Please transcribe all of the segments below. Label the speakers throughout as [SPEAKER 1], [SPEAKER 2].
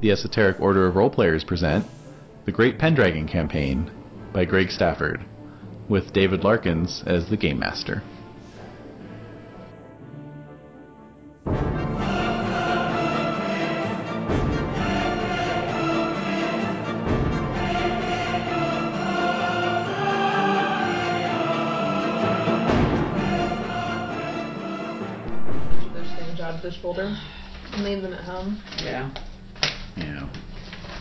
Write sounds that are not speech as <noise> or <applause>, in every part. [SPEAKER 1] The Esoteric Order of Roleplayers present The Great Pendragon Campaign by Greg Stafford, with David Larkins as the Game Master.
[SPEAKER 2] those same job fish folder and leave them at home.
[SPEAKER 3] Yeah.
[SPEAKER 1] Yeah.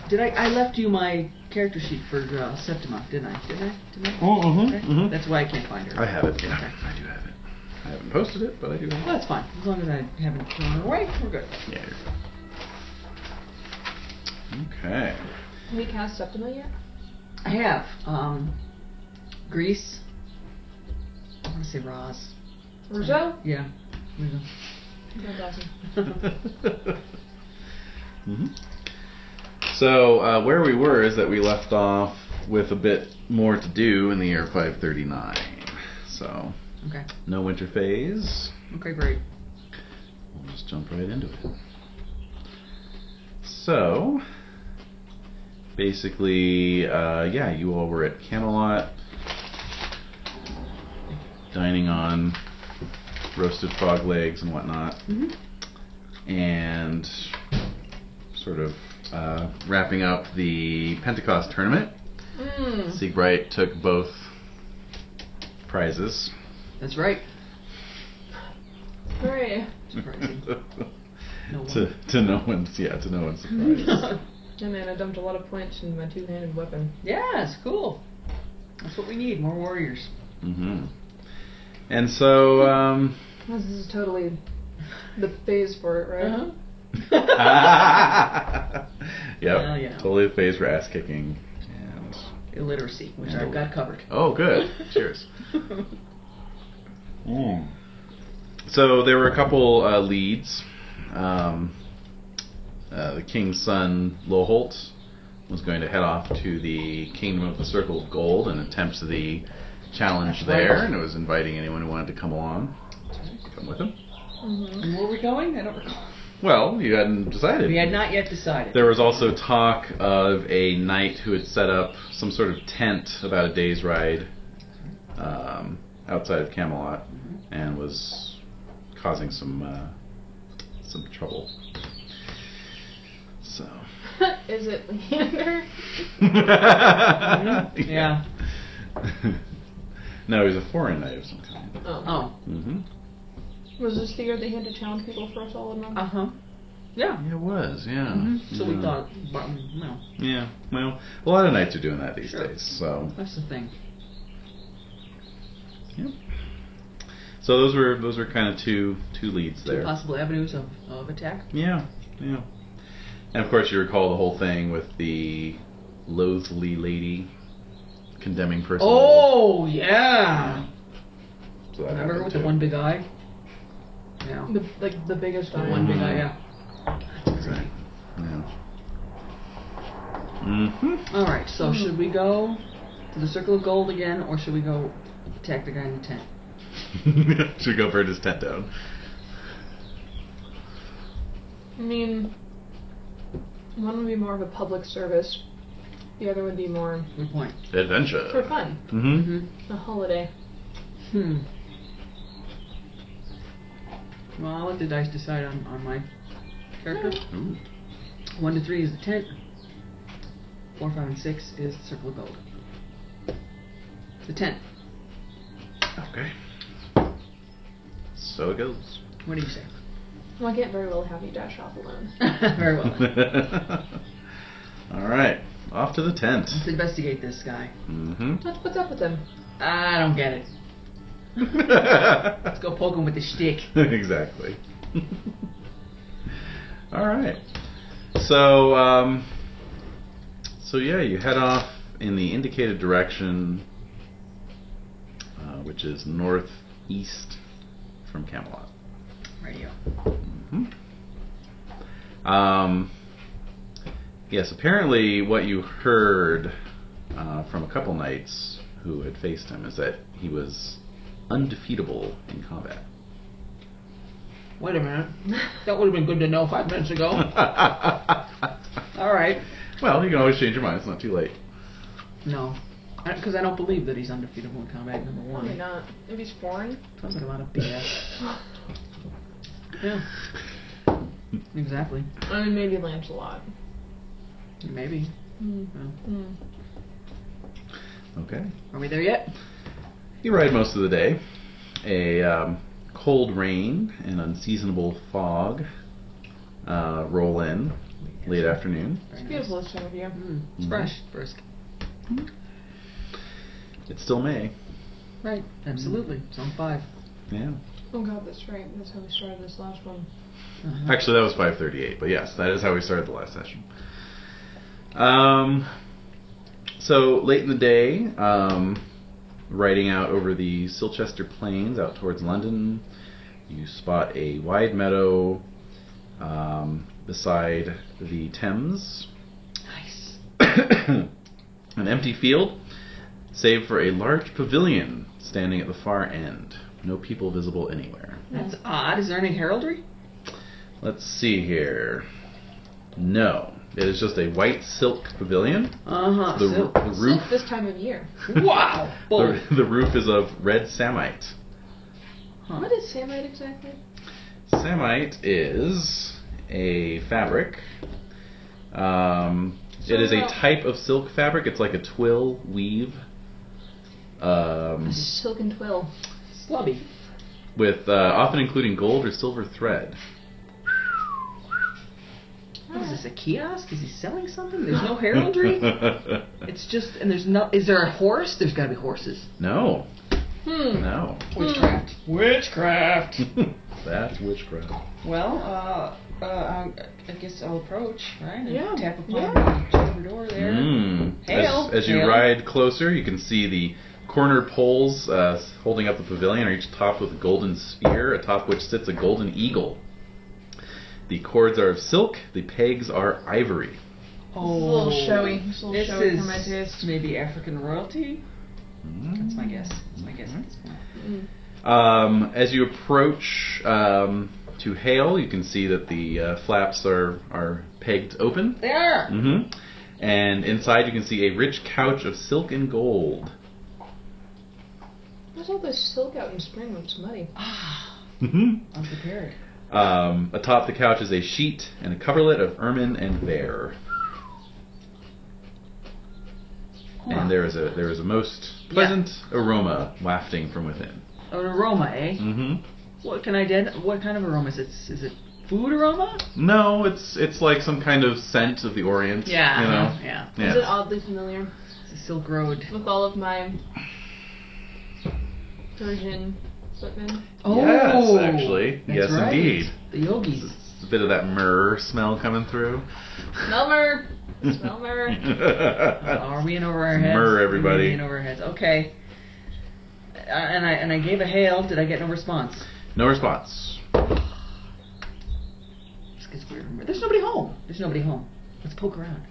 [SPEAKER 3] Did I? I left you my character sheet for uh, Septima, didn't I? Didn't I? Didn't I?
[SPEAKER 1] Mm-hmm,
[SPEAKER 3] Okay. That's why I can't find her.
[SPEAKER 1] I have it. Yeah,
[SPEAKER 3] Okay.
[SPEAKER 1] I do have it. I haven't posted it, but I do have
[SPEAKER 3] Well, that's fine. As long as I haven't thrown her away, we're good.
[SPEAKER 1] it. Yeah. you're good. Okay.
[SPEAKER 2] Have you cast Septima yet?
[SPEAKER 3] I have. Um, Greece. I want to say Roz.
[SPEAKER 2] Rizzo?
[SPEAKER 3] Yeah.
[SPEAKER 1] <laughs> Mhm. So uh, where we were is that we left off with a bit more to do in the year 539. So
[SPEAKER 3] Okay.
[SPEAKER 1] no winter phase.
[SPEAKER 3] Okay, great.
[SPEAKER 1] We'll just jump right into it. So basically, uh, yeah, you all were at Camelot, dining on roasted frog legs and whatnot
[SPEAKER 3] hmm
[SPEAKER 1] and sort of uh, wrapping up the Pentecost tournament.
[SPEAKER 2] Mmm.
[SPEAKER 1] Siegbright took both prizes.
[SPEAKER 3] That's right.
[SPEAKER 2] Great.
[SPEAKER 3] Surprising. No one.
[SPEAKER 1] <laughs> to, to no one's yeah to no one's
[SPEAKER 3] <laughs>
[SPEAKER 1] surprise.
[SPEAKER 2] Yeah, man, I dumped a lot of points in my two-handed weapon.
[SPEAKER 3] yes. Cool. That's what we need. More warriors.
[SPEAKER 1] hmm And so um, <laughs>
[SPEAKER 2] This is totally the phase for it, right?
[SPEAKER 1] Uh-huh. <laughs> yep,
[SPEAKER 3] Well, yeah.
[SPEAKER 1] totally the phase for ass kicking. And
[SPEAKER 3] <laughs> Illiteracy, which
[SPEAKER 1] And
[SPEAKER 3] I've got
[SPEAKER 1] illiter-
[SPEAKER 3] covered. <laughs>
[SPEAKER 1] oh, good. Cheers. Mm. So there were a couple uh, leads. Um, uh, the king's son, Loholt, was going to head off to the Kingdom of the Circle of Gold and attempt the challenge there, and it was inviting anyone who wanted to come along to come with him.
[SPEAKER 2] Mm-hmm.
[SPEAKER 3] And where are we going? I don't recall.
[SPEAKER 1] Well, you hadn't decided.
[SPEAKER 3] We had not yet decided. <laughs>
[SPEAKER 1] There was also talk of a knight who had set up some sort of tent about a day's ride um, outside of Camelot and was causing some uh, some trouble. So.
[SPEAKER 2] Mm-hmm. <laughs> is it Leander?
[SPEAKER 3] Mm-hmm.
[SPEAKER 1] <laughs>
[SPEAKER 3] Yeah.
[SPEAKER 1] no, he's a foreign knight of some kind.
[SPEAKER 2] Oh.
[SPEAKER 3] Oh.
[SPEAKER 1] Mm-hmm.
[SPEAKER 2] Was this the year they had to challenge people for us all in
[SPEAKER 3] Uh
[SPEAKER 2] them?
[SPEAKER 3] huh. Yeah.
[SPEAKER 1] It was, yeah.
[SPEAKER 3] Mhm. So we
[SPEAKER 1] Yeah.
[SPEAKER 3] thought, but, mm, well,
[SPEAKER 1] Yeah. Well, a lot of knights are doing that these
[SPEAKER 3] Sure.
[SPEAKER 1] days. So.
[SPEAKER 3] that's the thing.
[SPEAKER 1] So those were those were kind of two two leads there.
[SPEAKER 3] Two possible avenues of, of attack.
[SPEAKER 1] Yeah, yeah. And of course, you recall the whole thing with the loathly lady condemning personal.
[SPEAKER 3] Oh yeah.
[SPEAKER 1] so that
[SPEAKER 3] Remember
[SPEAKER 1] happened
[SPEAKER 3] with the
[SPEAKER 1] too.
[SPEAKER 3] one big eye? Yeah.
[SPEAKER 2] The, like, the biggest
[SPEAKER 3] The
[SPEAKER 2] one.
[SPEAKER 3] one big eye. Yeah.
[SPEAKER 1] Right. Yeah. hmm
[SPEAKER 3] All right. So
[SPEAKER 2] Hmm.
[SPEAKER 3] should we go to the circle of gold again, or should we go attack the guy in the tent?
[SPEAKER 1] Mm-hmm. <laughs> Should go burn his tent down.
[SPEAKER 2] I mean, one would be more of a public service. The other would be more
[SPEAKER 3] Good point.
[SPEAKER 2] for
[SPEAKER 1] Adventure.
[SPEAKER 2] fun,
[SPEAKER 1] Mm-hmm.
[SPEAKER 3] Mm-hmm.
[SPEAKER 2] a holiday.
[SPEAKER 3] Hmm. Well, I'll let the dice decide on, on my character.
[SPEAKER 1] Ooh.
[SPEAKER 3] One to three is the tent. Four, five, and six is the circle of gold. The tent.
[SPEAKER 1] Okay. So it goes.
[SPEAKER 3] What do you say? <laughs>
[SPEAKER 2] Well, I can't very well have you dash off alone.
[SPEAKER 3] Very well.
[SPEAKER 1] <laughs>
[SPEAKER 3] then.
[SPEAKER 1] All right. Off to the tent.
[SPEAKER 3] Let's investigate this guy.
[SPEAKER 1] Mm-hmm. <laughs>
[SPEAKER 2] What's, what's up with <laughs> him?
[SPEAKER 3] I don't get it. Let's go poke him with the stick.
[SPEAKER 1] <laughs> exactly. All right. So, um, so yeah, you head off in the indicated direction, uh, which is northeast from Camelot.
[SPEAKER 3] Radio.
[SPEAKER 1] hmm Um, yes, apparently, what you heard uh, from a couple knights who had faced him is that he was undefeatable in combat.
[SPEAKER 3] Wait a minute. That would have been good to know five minutes
[SPEAKER 1] <laughs>
[SPEAKER 3] ago.
[SPEAKER 1] I
[SPEAKER 3] All right.
[SPEAKER 1] Well, you can always change your mind. It's not too late.
[SPEAKER 3] No. Because I, don't believe that he's undefeatable in combat, number one.
[SPEAKER 2] Probably not. If he's <sighs> foreign.
[SPEAKER 3] Sounds like a lot of BS. yeah. Exactly.
[SPEAKER 2] I mean, maybe Lancelot.
[SPEAKER 3] Maybe.
[SPEAKER 2] Mm.
[SPEAKER 3] Well,
[SPEAKER 2] Mm.
[SPEAKER 1] Okay.
[SPEAKER 3] are we there yet?
[SPEAKER 1] You ride most of the day. A um, cold rain and unseasonable fog uh, roll in late afternoon.
[SPEAKER 3] Very
[SPEAKER 2] It's
[SPEAKER 3] nice.
[SPEAKER 2] beautiful this time of year.
[SPEAKER 3] Mm, it's
[SPEAKER 1] Mhm.
[SPEAKER 3] fresh, brisk.
[SPEAKER 1] It's still May.
[SPEAKER 3] Right.
[SPEAKER 2] Mm-hmm.
[SPEAKER 3] Absolutely. It's on five.
[SPEAKER 1] Yeah.
[SPEAKER 2] Oh god, that's right. That's how we started this last one.
[SPEAKER 3] Uh-huh.
[SPEAKER 1] Actually, that was 5:38, but yes, that is how we started the last session. Um, so late in the day, um, riding out over the Silchester Plains out towards London, you spot a wide meadow um, beside the Thames, <coughs>
[SPEAKER 3] Nice.
[SPEAKER 1] an empty field, save for a large pavilion standing at the far end. No people visible anywhere.
[SPEAKER 3] That's odd. Is there any heraldry?
[SPEAKER 1] Let's see here. No, it is just a white silk pavilion.
[SPEAKER 3] Uh huh.
[SPEAKER 1] Uh-huh. The, the roof.
[SPEAKER 2] Sick Ah,
[SPEAKER 1] <laughs>
[SPEAKER 2] this time of year.
[SPEAKER 3] wow. Bold.
[SPEAKER 1] The, the roof is of red samite.
[SPEAKER 3] Huh.
[SPEAKER 2] What is Samite exactly?
[SPEAKER 1] Samite is a fabric. Um,
[SPEAKER 2] So
[SPEAKER 1] it is a
[SPEAKER 2] no.
[SPEAKER 1] type of silk fabric. It's like a twill weave. Um,
[SPEAKER 2] Silken twill.
[SPEAKER 3] Slubby.
[SPEAKER 1] with uh, often including gold or silver thread.
[SPEAKER 3] What is this? A kiosk? Is he selling something? There's
[SPEAKER 1] <laughs>
[SPEAKER 3] no heraldry. it's just and there's no. Is there a horse? There's got to be horses.
[SPEAKER 1] no,
[SPEAKER 2] Hmm.
[SPEAKER 1] no. <laughs>
[SPEAKER 3] Witchcraft. Witchcraft.
[SPEAKER 1] That's witchcraft.
[SPEAKER 3] Well, uh, uh, um, I guess I'll approach, right? and
[SPEAKER 2] Yeah,
[SPEAKER 3] Tap upon
[SPEAKER 2] yeah.
[SPEAKER 3] the chamber door there.
[SPEAKER 1] Mm.
[SPEAKER 3] Hail.
[SPEAKER 1] As, as you
[SPEAKER 3] Hail.
[SPEAKER 1] ride closer, you can see the cornered poles uh, s- holding up the pavilion are each topped with a golden sphere, atop which sits a golden eagle. The cords are of silk, the pegs are ivory.
[SPEAKER 2] This is a little showy. This is a little
[SPEAKER 3] Oh, This
[SPEAKER 2] showy
[SPEAKER 3] is
[SPEAKER 2] for my taste.
[SPEAKER 3] maybe African royalty. That's my guess. That's my guess at
[SPEAKER 1] Mm.
[SPEAKER 3] this point.
[SPEAKER 2] Mm.
[SPEAKER 1] Um, as you approach um, to hail, you can see that the uh, flaps are, are pegged open.
[SPEAKER 3] They are.
[SPEAKER 1] hmm And inside, you can see a rich couch of silk and gold.
[SPEAKER 2] There's all this silk out in spring when it's muddy.
[SPEAKER 3] Ah,
[SPEAKER 1] hmm
[SPEAKER 3] I'm prepared.
[SPEAKER 1] Um, atop the couch is a sheet and a coverlet of ermine and vair,
[SPEAKER 3] Huh.
[SPEAKER 1] and there is a there is a most
[SPEAKER 3] Yeah.
[SPEAKER 1] pleasant aroma wafting from within.
[SPEAKER 3] An aroma, eh?
[SPEAKER 1] Mm-hmm.
[SPEAKER 3] What can I ident- What kind of aroma is it? Is it food aroma?
[SPEAKER 1] No, it's it's like some kind of scent of the Orient.
[SPEAKER 3] Yeah.
[SPEAKER 1] you know.
[SPEAKER 3] uh-huh, Yeah.
[SPEAKER 2] Is
[SPEAKER 1] Yeah.
[SPEAKER 2] it oddly familiar
[SPEAKER 3] It's a Silk Road.
[SPEAKER 2] with all of my Persian footmen?
[SPEAKER 1] Yes, actually.
[SPEAKER 3] that's
[SPEAKER 1] Yes,
[SPEAKER 3] right.
[SPEAKER 1] indeed.
[SPEAKER 3] The yogis.
[SPEAKER 1] It's a bit of that myrrh smell coming through.
[SPEAKER 2] <laughs> Smelmer! Smelmer!
[SPEAKER 3] Are we in over our heads?
[SPEAKER 1] Myrrh,
[SPEAKER 3] Are we
[SPEAKER 1] everybody.
[SPEAKER 3] in over our heads. Okay. Uh, and I and I gave a hail. Did I get no response?
[SPEAKER 1] <laughs> no response.
[SPEAKER 3] This gets weird. There's nobody home. There's nobody home. Let's poke
[SPEAKER 1] <laughs>
[SPEAKER 3] around.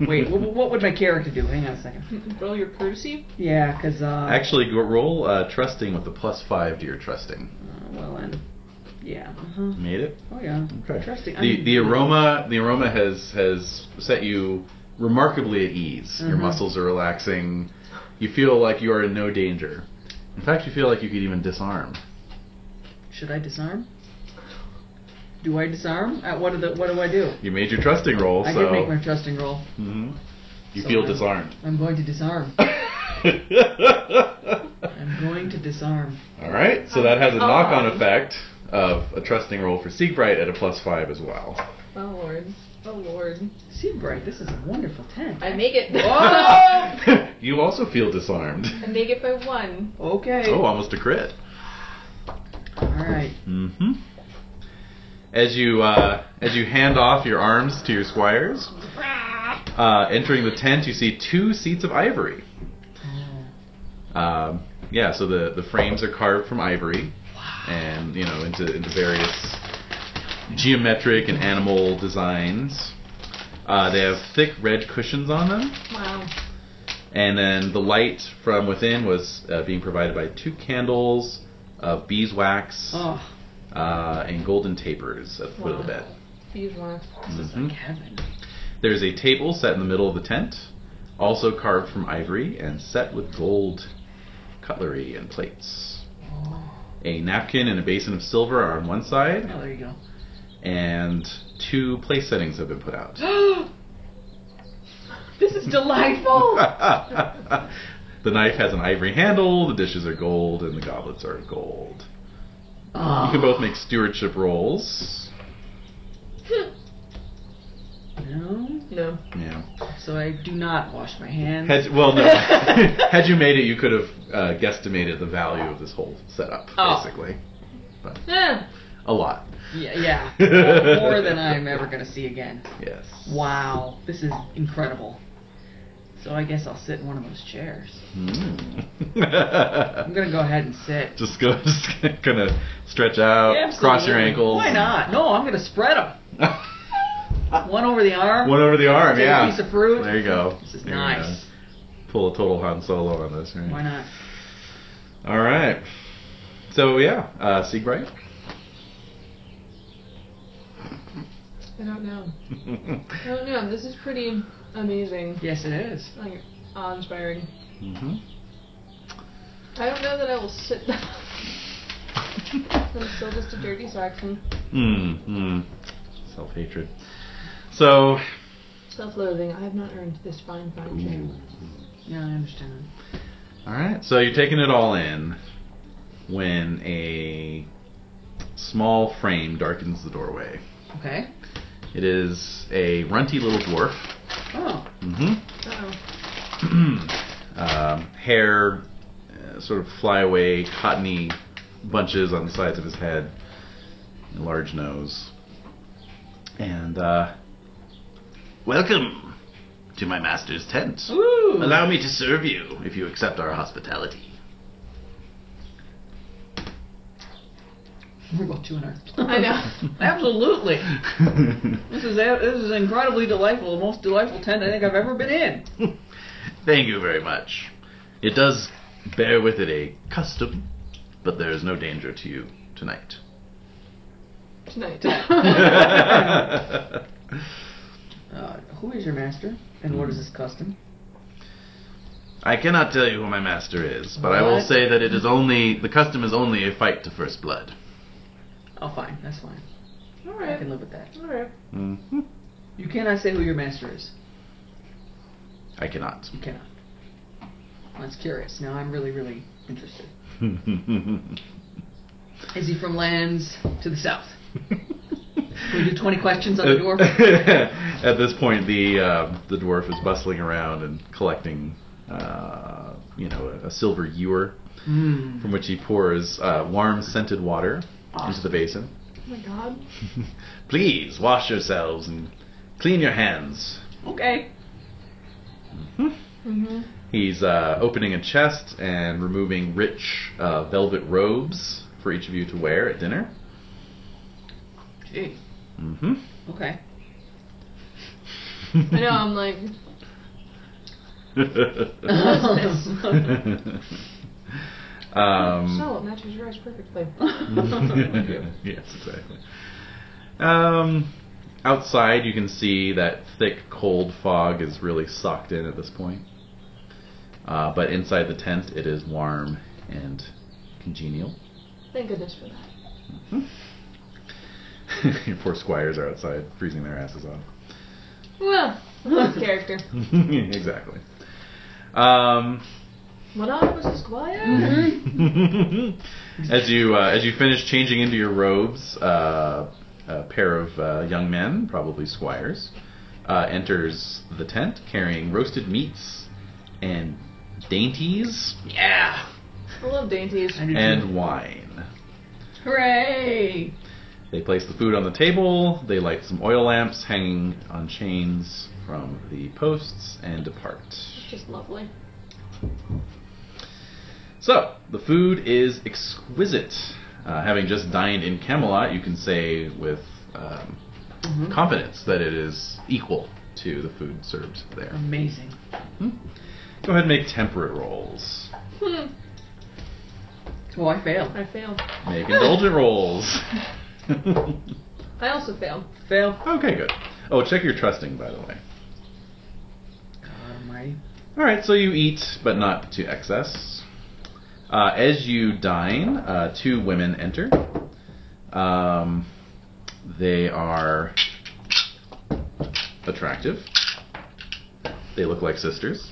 [SPEAKER 3] Wait, what, what would my character do? Hang on a second.
[SPEAKER 2] Roll your courtesy?
[SPEAKER 3] Yeah, because uh,
[SPEAKER 1] Actually, go- roll uh, trusting with the plus five to your trusting.
[SPEAKER 3] uh, well, and yeah, uh-huh.
[SPEAKER 1] Made it.
[SPEAKER 3] oh yeah,
[SPEAKER 1] Okay.
[SPEAKER 3] Trusting.
[SPEAKER 1] The the aroma the aroma has has set you remarkably at ease. Your
[SPEAKER 3] Mhm.
[SPEAKER 1] muscles are relaxing. You feel like you are in no danger. In fact, you feel like you could even disarm.
[SPEAKER 3] Should I disarm? Do I disarm? Uh, what do the, what do I do?
[SPEAKER 1] You made your trusting roll,
[SPEAKER 3] I
[SPEAKER 1] so
[SPEAKER 3] did make my trusting roll.
[SPEAKER 1] Mhm. you
[SPEAKER 3] So
[SPEAKER 1] feel
[SPEAKER 3] I'm-
[SPEAKER 1] disarmed. <laughs>
[SPEAKER 3] I'm going to disarm. I'm going to disarm.
[SPEAKER 1] All right, so that
[SPEAKER 3] Oh,
[SPEAKER 1] has a knock-on
[SPEAKER 2] Um.
[SPEAKER 1] effect of a trusting roll for Siegbright at a plus five as well.
[SPEAKER 2] Oh lord. Oh lord.
[SPEAKER 3] See, Bright, this is a wonderful tent.
[SPEAKER 2] I make <laughs> it.
[SPEAKER 3] Whoa!
[SPEAKER 1] <laughs> you also feel disarmed.
[SPEAKER 2] I make it by one.
[SPEAKER 3] okay.
[SPEAKER 1] Oh, almost a crit.
[SPEAKER 3] All right.
[SPEAKER 1] hmm As you uh, as you hand off your arms to your squires, uh, entering the tent, you see two seats of ivory.
[SPEAKER 3] Oh,
[SPEAKER 1] Um, yeah, so the, the frames are carved from ivory,
[SPEAKER 3] wow.
[SPEAKER 1] and you know into into various geometric and animal designs. Uh, they have thick red cushions on them,
[SPEAKER 2] Wow.
[SPEAKER 1] and then the light from within was uh, being provided by two candles of beeswax
[SPEAKER 3] Oh,
[SPEAKER 1] uh, and golden tapers at the foot of the
[SPEAKER 2] Wow.
[SPEAKER 1] bed.
[SPEAKER 2] Beeswax.
[SPEAKER 3] this is
[SPEAKER 1] Mhm.
[SPEAKER 3] like heaven.
[SPEAKER 1] There is a table set in the middle of the tent, also carved from ivory and set with gold cutlery and plates. A napkin and a basin of silver are on one side,
[SPEAKER 3] Oh, there you go. <gasps>
[SPEAKER 1] and two place settings have been put out. <laughs>
[SPEAKER 2] this is
[SPEAKER 1] <laughs>
[SPEAKER 2] delightful.
[SPEAKER 1] the knife has an ivory handle, the dishes are gold, and the goblets are gold. You can
[SPEAKER 3] Oh,
[SPEAKER 1] both make stewardship rolls.
[SPEAKER 3] No.
[SPEAKER 2] no.
[SPEAKER 1] Yeah.
[SPEAKER 3] So I do not wash my hands.
[SPEAKER 1] Had, well, no. <laughs> Had you made it, you could have uh, guesstimated the value of this whole setup,
[SPEAKER 3] Oh.
[SPEAKER 1] basically.
[SPEAKER 2] Eh.
[SPEAKER 1] A lot.
[SPEAKER 3] Yeah,
[SPEAKER 1] <laughs>
[SPEAKER 3] yeah. More than I'm ever gonna see again.
[SPEAKER 1] Yes.
[SPEAKER 3] Wow, this is incredible. So I guess I'll sit in one of those chairs.
[SPEAKER 1] Hmm. <laughs>
[SPEAKER 3] I'm gonna go ahead and sit.
[SPEAKER 1] just go, just gonna stretch out,
[SPEAKER 3] Yeah, absolutely.
[SPEAKER 1] Oh, cross your ankles.
[SPEAKER 3] Why not? No, I'm gonna spread them. One over the arm.
[SPEAKER 1] <laughs> One over the arm,
[SPEAKER 3] Take
[SPEAKER 1] yeah.
[SPEAKER 3] a piece of fruit.
[SPEAKER 1] There you go.
[SPEAKER 3] This is
[SPEAKER 1] There you
[SPEAKER 3] nice.
[SPEAKER 1] go. Pull a total Han Solo on this, right?
[SPEAKER 3] Why not?
[SPEAKER 1] All right. So yeah, uh, <laughs> Siegbright.
[SPEAKER 2] I don't know.
[SPEAKER 1] Mm-hmm.
[SPEAKER 3] <laughs>
[SPEAKER 2] I don't know. This is pretty amazing.
[SPEAKER 3] Yes, it is.
[SPEAKER 2] Like awe-inspiring.
[SPEAKER 1] hmm
[SPEAKER 2] I don't know that I will sit. down. <laughs> I'm still just a dirty Saxon.
[SPEAKER 1] Mm, mm. Self hatred. So.
[SPEAKER 2] Self-loathing. I have not earned this fine, fine shame.
[SPEAKER 3] Yeah, I understand. that.
[SPEAKER 1] All right. So you're taking it all in when a small frame darkens the doorway.
[SPEAKER 3] Okay.
[SPEAKER 1] It is a runty little dwarf.
[SPEAKER 3] Oh.
[SPEAKER 1] hmm <clears throat>
[SPEAKER 2] Uh
[SPEAKER 1] um, hair, uh, sort of flyaway, cottony bunches on the sides of his head, and a large nose. And, uh, welcome to my master's tent.
[SPEAKER 3] Ooh.
[SPEAKER 1] Allow me to serve you if you accept our hospitality.
[SPEAKER 3] We're both chewing our. <laughs>
[SPEAKER 2] oh. I <laughs> know.
[SPEAKER 3] Absolutely. This is a- this is incredibly delightful. The most delightful tent I think I've ever been in.
[SPEAKER 1] Thank you very much. It does bear with it a custom, but there is no danger to you tonight.
[SPEAKER 2] <laughs> Tonight.
[SPEAKER 3] Uh, who is your master, and what is his custom?
[SPEAKER 1] I cannot tell you who my master is, but I will
[SPEAKER 3] What?
[SPEAKER 1] say that it is only the custom is only a fight to first blood.
[SPEAKER 3] Oh, fine. That's fine.
[SPEAKER 2] All
[SPEAKER 3] I
[SPEAKER 2] right.
[SPEAKER 3] can live with that.
[SPEAKER 2] All right. Oh
[SPEAKER 1] Mm-hmm.
[SPEAKER 3] You cannot say who your master is.
[SPEAKER 1] I cannot.
[SPEAKER 3] You cannot. That's curious. Now I'm really, really interested. Is he from lands to the south? Can we do 20 questions on the dwarf?
[SPEAKER 1] <laughs> At this point, the uh, the dwarf is bustling around and collecting, uh, you know, a, a silver ewer
[SPEAKER 3] Mm.
[SPEAKER 1] from which he pours uh, warm scented water into the basin.
[SPEAKER 2] Oh my God.
[SPEAKER 1] Please wash yourselves and clean your hands.
[SPEAKER 3] Okay.
[SPEAKER 2] Mhm.
[SPEAKER 1] He's uh, opening a chest and removing rich uh, velvet robes for each of you to wear at dinner.
[SPEAKER 3] Gee.
[SPEAKER 1] Mm-hmm.
[SPEAKER 3] Okay.
[SPEAKER 2] I
[SPEAKER 1] <laughs>
[SPEAKER 2] know. <laughs> I'm like.
[SPEAKER 3] <laughs>
[SPEAKER 1] um,
[SPEAKER 2] so it matches yours perfectly.
[SPEAKER 1] <laughs> yes, exactly. Um, outside, you can see that thick, cold fog is really socked in at this point. Uh, but inside the tent, it is warm and congenial. <laughs>
[SPEAKER 2] Thank goodness for that.
[SPEAKER 1] Your poor squires are outside, freezing their asses off. <laughs>
[SPEAKER 2] Well, <laughs> that's character.
[SPEAKER 1] exactly. Um,
[SPEAKER 2] When I was a
[SPEAKER 1] <laughs>
[SPEAKER 2] squire.
[SPEAKER 1] as you uh, as you finish changing into your robes, uh, a pair of uh, young men, probably squires, uh, enters the tent carrying roasted meats and dainties
[SPEAKER 3] Yeah.
[SPEAKER 2] I love dainties.
[SPEAKER 3] I do too.
[SPEAKER 1] and wine.
[SPEAKER 3] <laughs> Hooray!
[SPEAKER 1] They place the food on the table. They light some oil lamps hanging on chains from the posts and depart.
[SPEAKER 2] It's just lovely.
[SPEAKER 1] So, the food is exquisite. Uh, having just dined in Camelot, you can say with um,
[SPEAKER 3] Mhm.
[SPEAKER 1] confidence that it is equal to the food served there.
[SPEAKER 3] Amazing.
[SPEAKER 1] Go ahead and make temperate rolls.
[SPEAKER 2] Hmm.
[SPEAKER 3] Oh, I failed.
[SPEAKER 2] I fail.
[SPEAKER 1] Make indulgent rolls.
[SPEAKER 2] I also fail.
[SPEAKER 3] Fail.
[SPEAKER 1] okay, good. Oh, check your trusting, by the way.
[SPEAKER 3] Alrighty.
[SPEAKER 1] All right, so you eat, but not to excess. Uh, as you dine, uh, two women enter. Um, they are attractive. They look like sisters.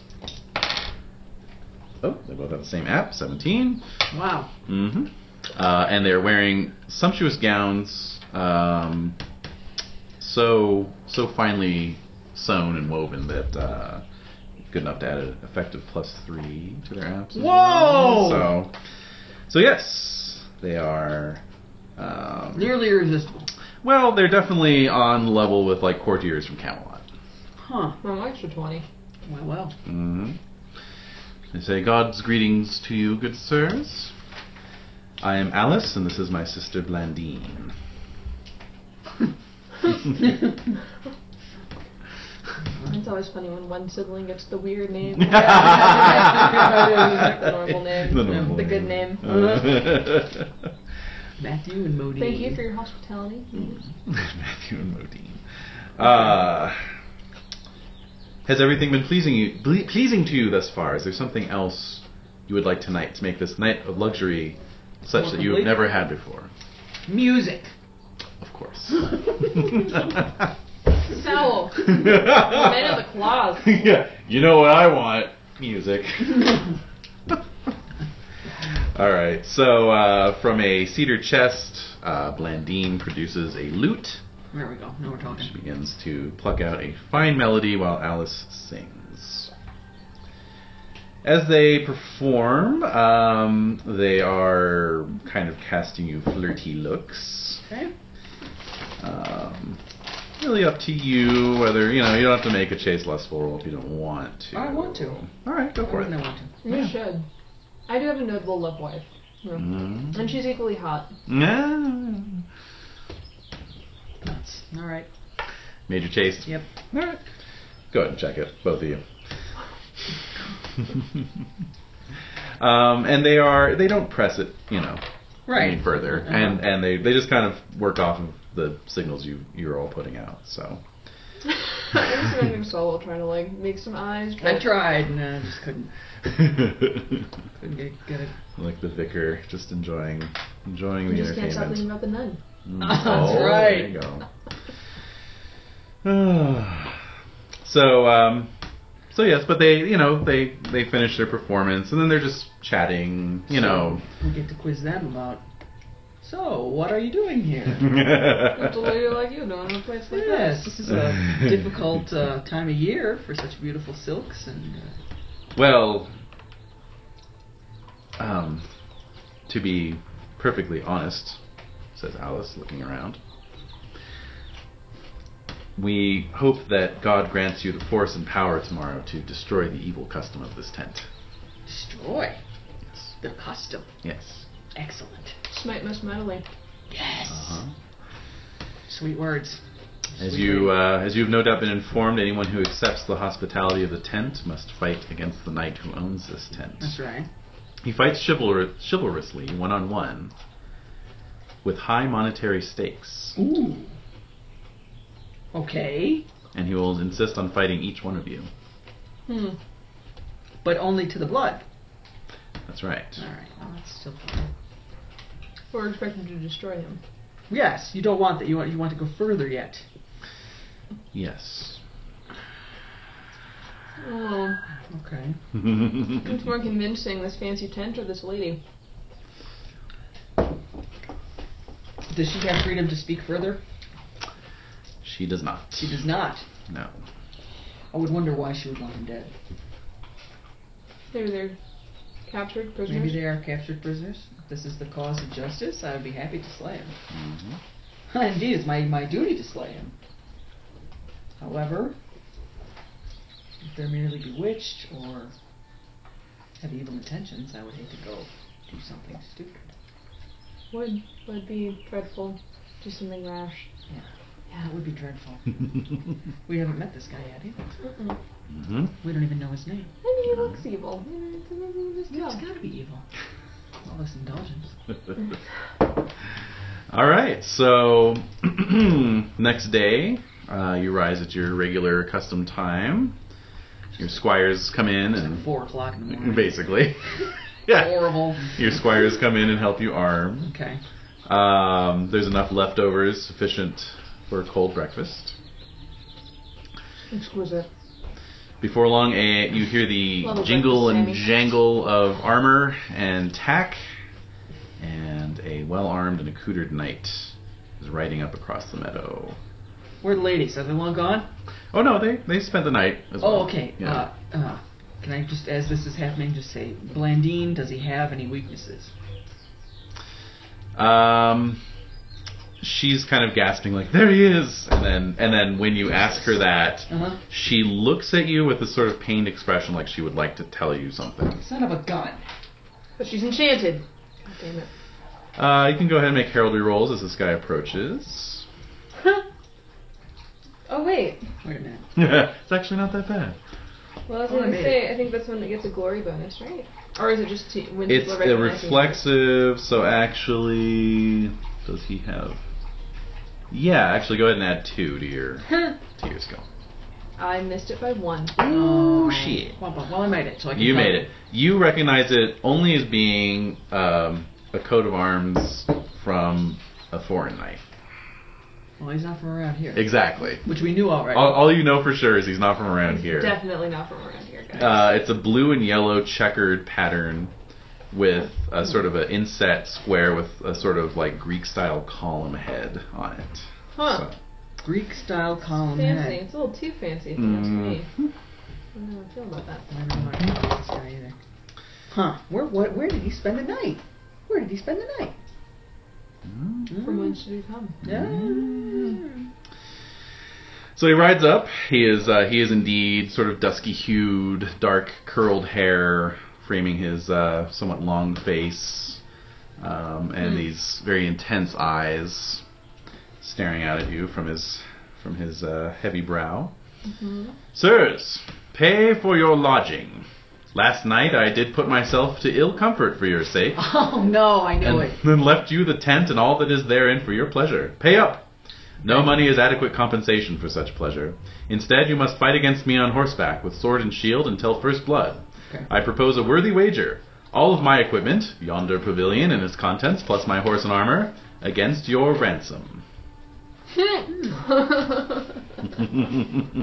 [SPEAKER 1] Oh, they both have the same app, 17.
[SPEAKER 3] Wow.
[SPEAKER 1] hmm Uh, and they're wearing sumptuous gowns, um, so so finely sewn and woven that uh, good enough to add an effective plus three to their apps. as well.
[SPEAKER 3] Whoa!
[SPEAKER 1] So, so yes, they are. Um,
[SPEAKER 3] Nearly irresistible.
[SPEAKER 1] well, they're definitely on level with like courtiers from Camelot.
[SPEAKER 3] Huh.
[SPEAKER 2] Well, an extra 20.
[SPEAKER 3] Well, <laughs> well.
[SPEAKER 1] hmm They say, God's greetings to you, good sirs. I am Alice, and this is my sister
[SPEAKER 2] <laughs>
[SPEAKER 1] Blandine.
[SPEAKER 2] It's always funny when one sibling gets the weird
[SPEAKER 1] <laughs>
[SPEAKER 2] name. <laughs> the normal name.
[SPEAKER 1] The normal
[SPEAKER 2] the good name.
[SPEAKER 1] Uh,
[SPEAKER 3] Matthew and Modi.
[SPEAKER 2] Thank you for your <laughs> hospitality.
[SPEAKER 1] <laughs> Matthew and Modine. Uh, has everything been pleasing you, ble- pleasing to you thus far? Is there something else you would like tonight to make this night of luxury such
[SPEAKER 3] More
[SPEAKER 1] that you have
[SPEAKER 3] complete?
[SPEAKER 1] never had before?
[SPEAKER 3] music.
[SPEAKER 1] Of course. <laughs>
[SPEAKER 2] Sowell! Man of the claws.
[SPEAKER 1] yeah, you know what I want? Music. <laughs> All right. So uh, from a cedar chest, uh, Blandine produces a lute.
[SPEAKER 3] There we go. Now we're talking.
[SPEAKER 1] She begins to pluck out a fine melody while Alice sings. As they perform, um, they are kind of casting you flirty looks.
[SPEAKER 3] Okay.
[SPEAKER 1] Um, really up to you whether, you know, you don't have to make a chase lustful roll if you don't want to.
[SPEAKER 3] I want to.
[SPEAKER 1] All right, go for
[SPEAKER 3] When they
[SPEAKER 1] it.
[SPEAKER 3] want to.
[SPEAKER 2] You
[SPEAKER 1] Yeah.
[SPEAKER 2] should. I do have a notable love wife. Yeah.
[SPEAKER 3] Mm-hmm.
[SPEAKER 1] Mm.
[SPEAKER 2] And she's equally hot.
[SPEAKER 1] Mm-hmm. Yeah.
[SPEAKER 3] Nuts. All right.
[SPEAKER 1] Major chase.
[SPEAKER 3] Yep.
[SPEAKER 1] All right. Go ahead and check it, both of you. <laughs> um, and they are they don't press it, you know,
[SPEAKER 3] Right.
[SPEAKER 1] any further,
[SPEAKER 3] Uh-huh.
[SPEAKER 1] and and they, they just kind of work off of the signals you you're all putting out. So <laughs>
[SPEAKER 2] I just imagining Sowell trying to like make some eyes.
[SPEAKER 3] I
[SPEAKER 2] but-
[SPEAKER 3] tried and I just couldn't. Couldn't get, get it.
[SPEAKER 1] like the vicar, just enjoying enjoying
[SPEAKER 2] You
[SPEAKER 1] the
[SPEAKER 2] just can't stop
[SPEAKER 1] entertainment.
[SPEAKER 2] thinking about the nun.
[SPEAKER 1] <laughs> Mm.
[SPEAKER 3] That's
[SPEAKER 1] Oh, There
[SPEAKER 3] right.
[SPEAKER 1] you go. <sighs> so, um, so yes, but they, you know, they they finish their performance, and then they're just chatting, you know.
[SPEAKER 3] We get to quiz them about. So, what are you doing <laughs> here?
[SPEAKER 2] It's a lady like you doing in a place like
[SPEAKER 3] yes, this is a difficult uh, time of year for such beautiful silks and. Uh,
[SPEAKER 1] <laughs> well, um, to be perfectly honest, says Alice, looking around. We hope that God grants you the force and power tomorrow to destroy the evil custom of this tent.
[SPEAKER 3] destroy
[SPEAKER 1] Yes.
[SPEAKER 3] the custom.
[SPEAKER 1] Yes.
[SPEAKER 3] Excellent.
[SPEAKER 2] that. Smite most mightily.
[SPEAKER 3] Yes.
[SPEAKER 1] Uh-huh.
[SPEAKER 3] Sweet words.
[SPEAKER 1] As
[SPEAKER 3] Sweet
[SPEAKER 1] you
[SPEAKER 3] words.
[SPEAKER 1] uh, as you have no doubt been informed, anyone who accepts the hospitality of the tent must fight against the knight who owns this tent.
[SPEAKER 3] That's right.
[SPEAKER 1] He fights chivalr- chivalrously, one on one, with high monetary stakes,
[SPEAKER 3] Ooh. Okay,
[SPEAKER 1] and he will insist on fighting each one of you.
[SPEAKER 2] Hmm.
[SPEAKER 3] but only to the blood.
[SPEAKER 1] That's right.
[SPEAKER 3] All right. Well, Oh, that's still fine.
[SPEAKER 2] We're expected to destroy him.
[SPEAKER 3] Yes, you don't want that. You want you want to go further yet.
[SPEAKER 1] Yes.
[SPEAKER 2] Oh,
[SPEAKER 3] Okay.
[SPEAKER 2] it's more convincing, this fancy tent or this lady.
[SPEAKER 3] Does she have freedom to speak further?
[SPEAKER 1] <laughs> she does not.
[SPEAKER 3] She does not.
[SPEAKER 1] No.
[SPEAKER 3] I would wonder why she would want him dead.
[SPEAKER 2] Maybe they're captured prisoners.
[SPEAKER 3] Maybe they are captured prisoners. If this is the cause of justice, I would be happy to slay him.
[SPEAKER 1] <laughs> hmm
[SPEAKER 3] <laughs> Indeed, it's my, my duty to slay him. However, if they're merely bewitched or have evil intentions, I would hate to go do something stupid.
[SPEAKER 2] Would would be dreadful. Do something rash.
[SPEAKER 3] Yeah. Yeah, it would be dreadful.
[SPEAKER 1] hmm
[SPEAKER 3] We haven't met this guy yet either.
[SPEAKER 2] Mm-mm.
[SPEAKER 1] Mm-hmm.
[SPEAKER 3] We don't even know his name.
[SPEAKER 2] Maybe he looks evil. Maybe it's- maybe we just
[SPEAKER 3] He's
[SPEAKER 2] know.
[SPEAKER 3] gotta be evil. All this indulgence.
[SPEAKER 1] <laughs> All right. So <clears throat> next day, uh, you rise at your regular accustomed time. Your squires come in
[SPEAKER 3] It's like
[SPEAKER 1] and
[SPEAKER 3] four o'clock in the morning.
[SPEAKER 1] basically, <laughs> yeah.
[SPEAKER 3] Horrible.
[SPEAKER 1] Your squires come in and help you arm.
[SPEAKER 3] Okay.
[SPEAKER 1] Um, there's enough leftovers sufficient for a cold breakfast.
[SPEAKER 2] Exquisite.
[SPEAKER 1] Before long, a, you hear the
[SPEAKER 2] Little
[SPEAKER 1] jingle
[SPEAKER 2] breakfast,
[SPEAKER 1] and
[SPEAKER 2] Sammy.
[SPEAKER 1] jangle of armor and tack, and a well-armed and accoutered knight is riding up across the meadow.
[SPEAKER 3] Where are the ladies? Are they long gone?
[SPEAKER 1] Oh no, they they spent the night as well.
[SPEAKER 3] Oh, okay.
[SPEAKER 1] Yeah.
[SPEAKER 3] Uh, uh, can I just, as this is happening, just say, Blandine, does he have any weaknesses?
[SPEAKER 1] Um, she's kind of gasping, like "There he is!" And then, and then when you ask her that,
[SPEAKER 3] Uh huh.
[SPEAKER 1] she looks at you with this sort of pained expression, like she would like to tell you something.
[SPEAKER 3] Son of a gun.
[SPEAKER 2] But she's enchanted. God damn it.
[SPEAKER 1] Uh, you can go ahead and make heraldry rolls as this guy approaches. <laughs>
[SPEAKER 2] oh wait.
[SPEAKER 3] Wait a minute.
[SPEAKER 1] it's actually not that bad.
[SPEAKER 2] Well, I was
[SPEAKER 3] Oh, I
[SPEAKER 2] gonna
[SPEAKER 3] made
[SPEAKER 2] say, I think that's when it gets a glory bonus, right? Or is it just to, when
[SPEAKER 1] It's
[SPEAKER 2] people
[SPEAKER 1] a
[SPEAKER 2] recognize you?
[SPEAKER 1] reflexive, so actually, does he have? Yeah, actually, go ahead and add two to your to your skill.
[SPEAKER 2] I missed it by one.
[SPEAKER 3] Oh,
[SPEAKER 1] shit.
[SPEAKER 3] Well, well, well, I made it, so I can
[SPEAKER 1] You
[SPEAKER 3] tell
[SPEAKER 1] made
[SPEAKER 3] them.
[SPEAKER 1] it. You recognize it only as being um, a coat of arms from a foreign knight.
[SPEAKER 3] Well, he's not from around here.
[SPEAKER 1] Exactly.
[SPEAKER 3] Which we knew already.
[SPEAKER 1] All, all you know for sure is he's not from around
[SPEAKER 2] It's
[SPEAKER 1] here.
[SPEAKER 2] Definitely not from around here, guys.
[SPEAKER 1] Uh, it's a blue and yellow checkered pattern with a sort of an inset square with a sort of like Greek style column head on it.
[SPEAKER 2] huh.
[SPEAKER 1] So,
[SPEAKER 3] Greek style column
[SPEAKER 2] fancy.
[SPEAKER 3] head.
[SPEAKER 2] It's a little too fancy if you ask me.
[SPEAKER 1] mm,
[SPEAKER 2] I don't know how I feel about that.
[SPEAKER 3] I don't know what happened to this guy either. Huh. Where, what, where did he spend the night? Where did he spend the night?
[SPEAKER 1] mm.
[SPEAKER 2] From whence did he come?
[SPEAKER 3] Yeah.
[SPEAKER 1] Hmm. So he rides up. He is uh, he is indeed sort of dusky hued, dark curled hair framing his uh, somewhat long face, um, and these very intense eyes staring out at you from his from his uh, heavy brow. Sirs, pay for your lodging. Last night I did put myself to ill comfort for your sake,
[SPEAKER 3] <laughs> Oh, no, I knew
[SPEAKER 1] and
[SPEAKER 3] it.
[SPEAKER 1] then left you the tent and all that is therein for your pleasure. Pay up. No money is adequate compensation for such pleasure. Instead, you must fight against me on horseback with sword and shield until first blood.
[SPEAKER 3] Okay.
[SPEAKER 1] I propose a worthy wager. All of my equipment, yonder pavilion and its contents, plus my horse and armor, against your ransom. <laughs> Hmm.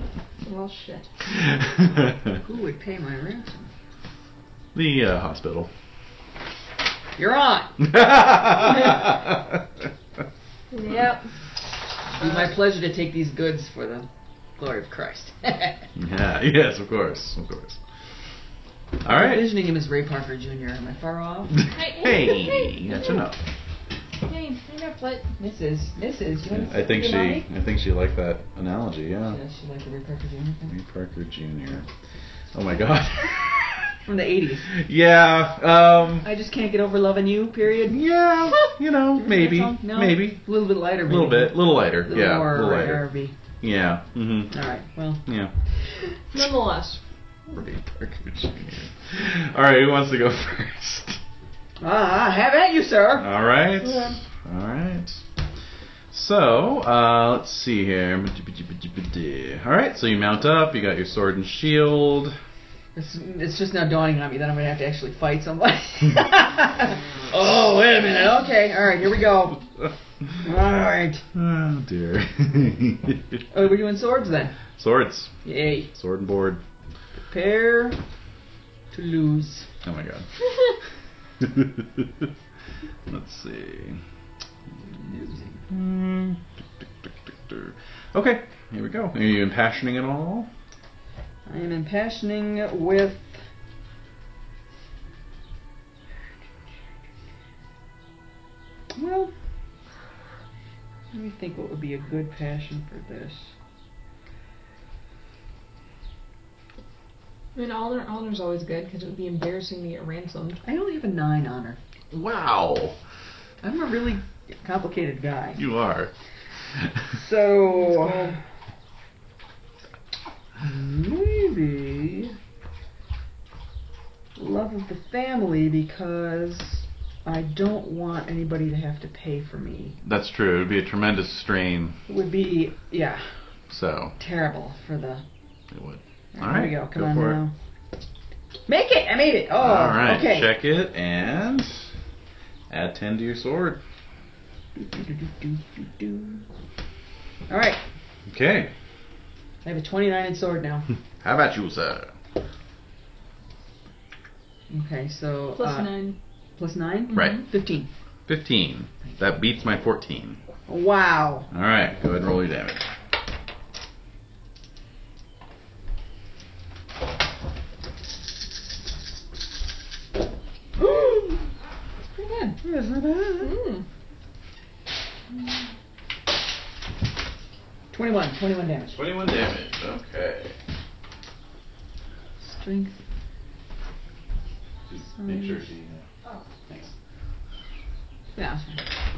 [SPEAKER 2] <laughs>
[SPEAKER 1] <laughs>
[SPEAKER 2] well, shit.
[SPEAKER 1] the
[SPEAKER 3] Who would pay my ransom?
[SPEAKER 1] uh, hospital. <laughs>
[SPEAKER 3] You're on.
[SPEAKER 2] Yep.
[SPEAKER 3] It'd be
[SPEAKER 1] Uh.
[SPEAKER 3] my pleasure to take these goods for the glory of Christ. <laughs>
[SPEAKER 1] Yeah, yes, of course, of course. All
[SPEAKER 3] I'm
[SPEAKER 1] right.
[SPEAKER 3] Envisioning him as Ray Parker Jr. Am I far off?
[SPEAKER 1] Hey, that's enough.
[SPEAKER 2] Hey, I got what?
[SPEAKER 3] Mrs. Mrs. You want
[SPEAKER 1] I think she,
[SPEAKER 3] Mommy?
[SPEAKER 1] I think she liked that analogy. Yeah,
[SPEAKER 3] Yeah, she liked the Ray Parker Jr. thing.
[SPEAKER 1] Ray Parker Jr. Oh my God. <laughs>
[SPEAKER 3] From the 80s.
[SPEAKER 1] yeah. Um.
[SPEAKER 3] I just can't get over loving you, period. You
[SPEAKER 1] Yeah. You know,
[SPEAKER 3] remember that
[SPEAKER 1] maybe,
[SPEAKER 3] song? No?
[SPEAKER 1] maybe
[SPEAKER 3] A little bit lighter.
[SPEAKER 1] a little bit, a little lighter.
[SPEAKER 3] A little
[SPEAKER 1] yeah,
[SPEAKER 3] more
[SPEAKER 1] a little lighter.
[SPEAKER 3] ARV.
[SPEAKER 1] Yeah. hmm
[SPEAKER 3] All right, well,
[SPEAKER 1] Yeah.
[SPEAKER 2] <laughs> Nonetheless,
[SPEAKER 1] Ray Parker Jr. All right, who wants to go <laughs> first?
[SPEAKER 3] ah, have at you, sir.
[SPEAKER 1] All right.
[SPEAKER 2] Yeah.
[SPEAKER 1] All right. So, uh, let's see here. All right, so you mount up. You got your sword and shield.
[SPEAKER 3] It's, it's just now dawning on me that I'm gonna have to actually
[SPEAKER 1] <laughs>
[SPEAKER 3] fight somebody. oh, wait a minute. Okay, all right, here we go. All right.
[SPEAKER 1] Oh dear.
[SPEAKER 3] Oh, we're doing swords then.
[SPEAKER 1] <laughs> Swords,
[SPEAKER 3] Yay.
[SPEAKER 1] sword and board.
[SPEAKER 3] Prepare to lose.
[SPEAKER 1] Oh my god. <laughs> let's see.
[SPEAKER 3] Losing.
[SPEAKER 1] Hmm. Okay, here we go. Are you impassioning at all?
[SPEAKER 3] I am impassioning with. Well, let me think what would be a good passion for this.
[SPEAKER 2] I mean, honor honor's always good because it would be embarrassing to get ransomed.
[SPEAKER 3] I only have a nine honor.
[SPEAKER 1] Wow,
[SPEAKER 3] I'm a really complicated guy.
[SPEAKER 1] you are. <laughs>
[SPEAKER 3] So maybe love of the family because I don't want anybody to have to pay for me.
[SPEAKER 1] That's true. It would be a tremendous strain.
[SPEAKER 3] It would be yeah
[SPEAKER 1] So
[SPEAKER 3] terrible for the
[SPEAKER 1] it would. All
[SPEAKER 3] Here
[SPEAKER 1] right.
[SPEAKER 3] we go. Come
[SPEAKER 1] go
[SPEAKER 3] on
[SPEAKER 1] for it.
[SPEAKER 3] now. Make it! I made it. Oh,
[SPEAKER 1] All right.
[SPEAKER 3] okay.
[SPEAKER 1] Check it and add ten to your sword.
[SPEAKER 3] All right.
[SPEAKER 1] Okay.
[SPEAKER 3] I have a 29 in sword
[SPEAKER 1] <laughs>
[SPEAKER 3] now.
[SPEAKER 1] How about you, sir?
[SPEAKER 3] Okay, so
[SPEAKER 2] Plus
[SPEAKER 3] uh,
[SPEAKER 2] nine.
[SPEAKER 3] plus nine, Mm-hmm.
[SPEAKER 1] Right.
[SPEAKER 2] Mhm.
[SPEAKER 3] 15.
[SPEAKER 1] Fifteen. That beats my fourteen.
[SPEAKER 3] Wow.
[SPEAKER 1] All right. Go ahead and roll your damage.
[SPEAKER 3] That's pretty good. That's not bad.
[SPEAKER 2] Mm.
[SPEAKER 3] 21. 21 damage.
[SPEAKER 1] Twenty-one damage. Okay.
[SPEAKER 3] Strength.
[SPEAKER 1] Just
[SPEAKER 3] make sure
[SPEAKER 1] she. Thanks.
[SPEAKER 3] Yeah. that's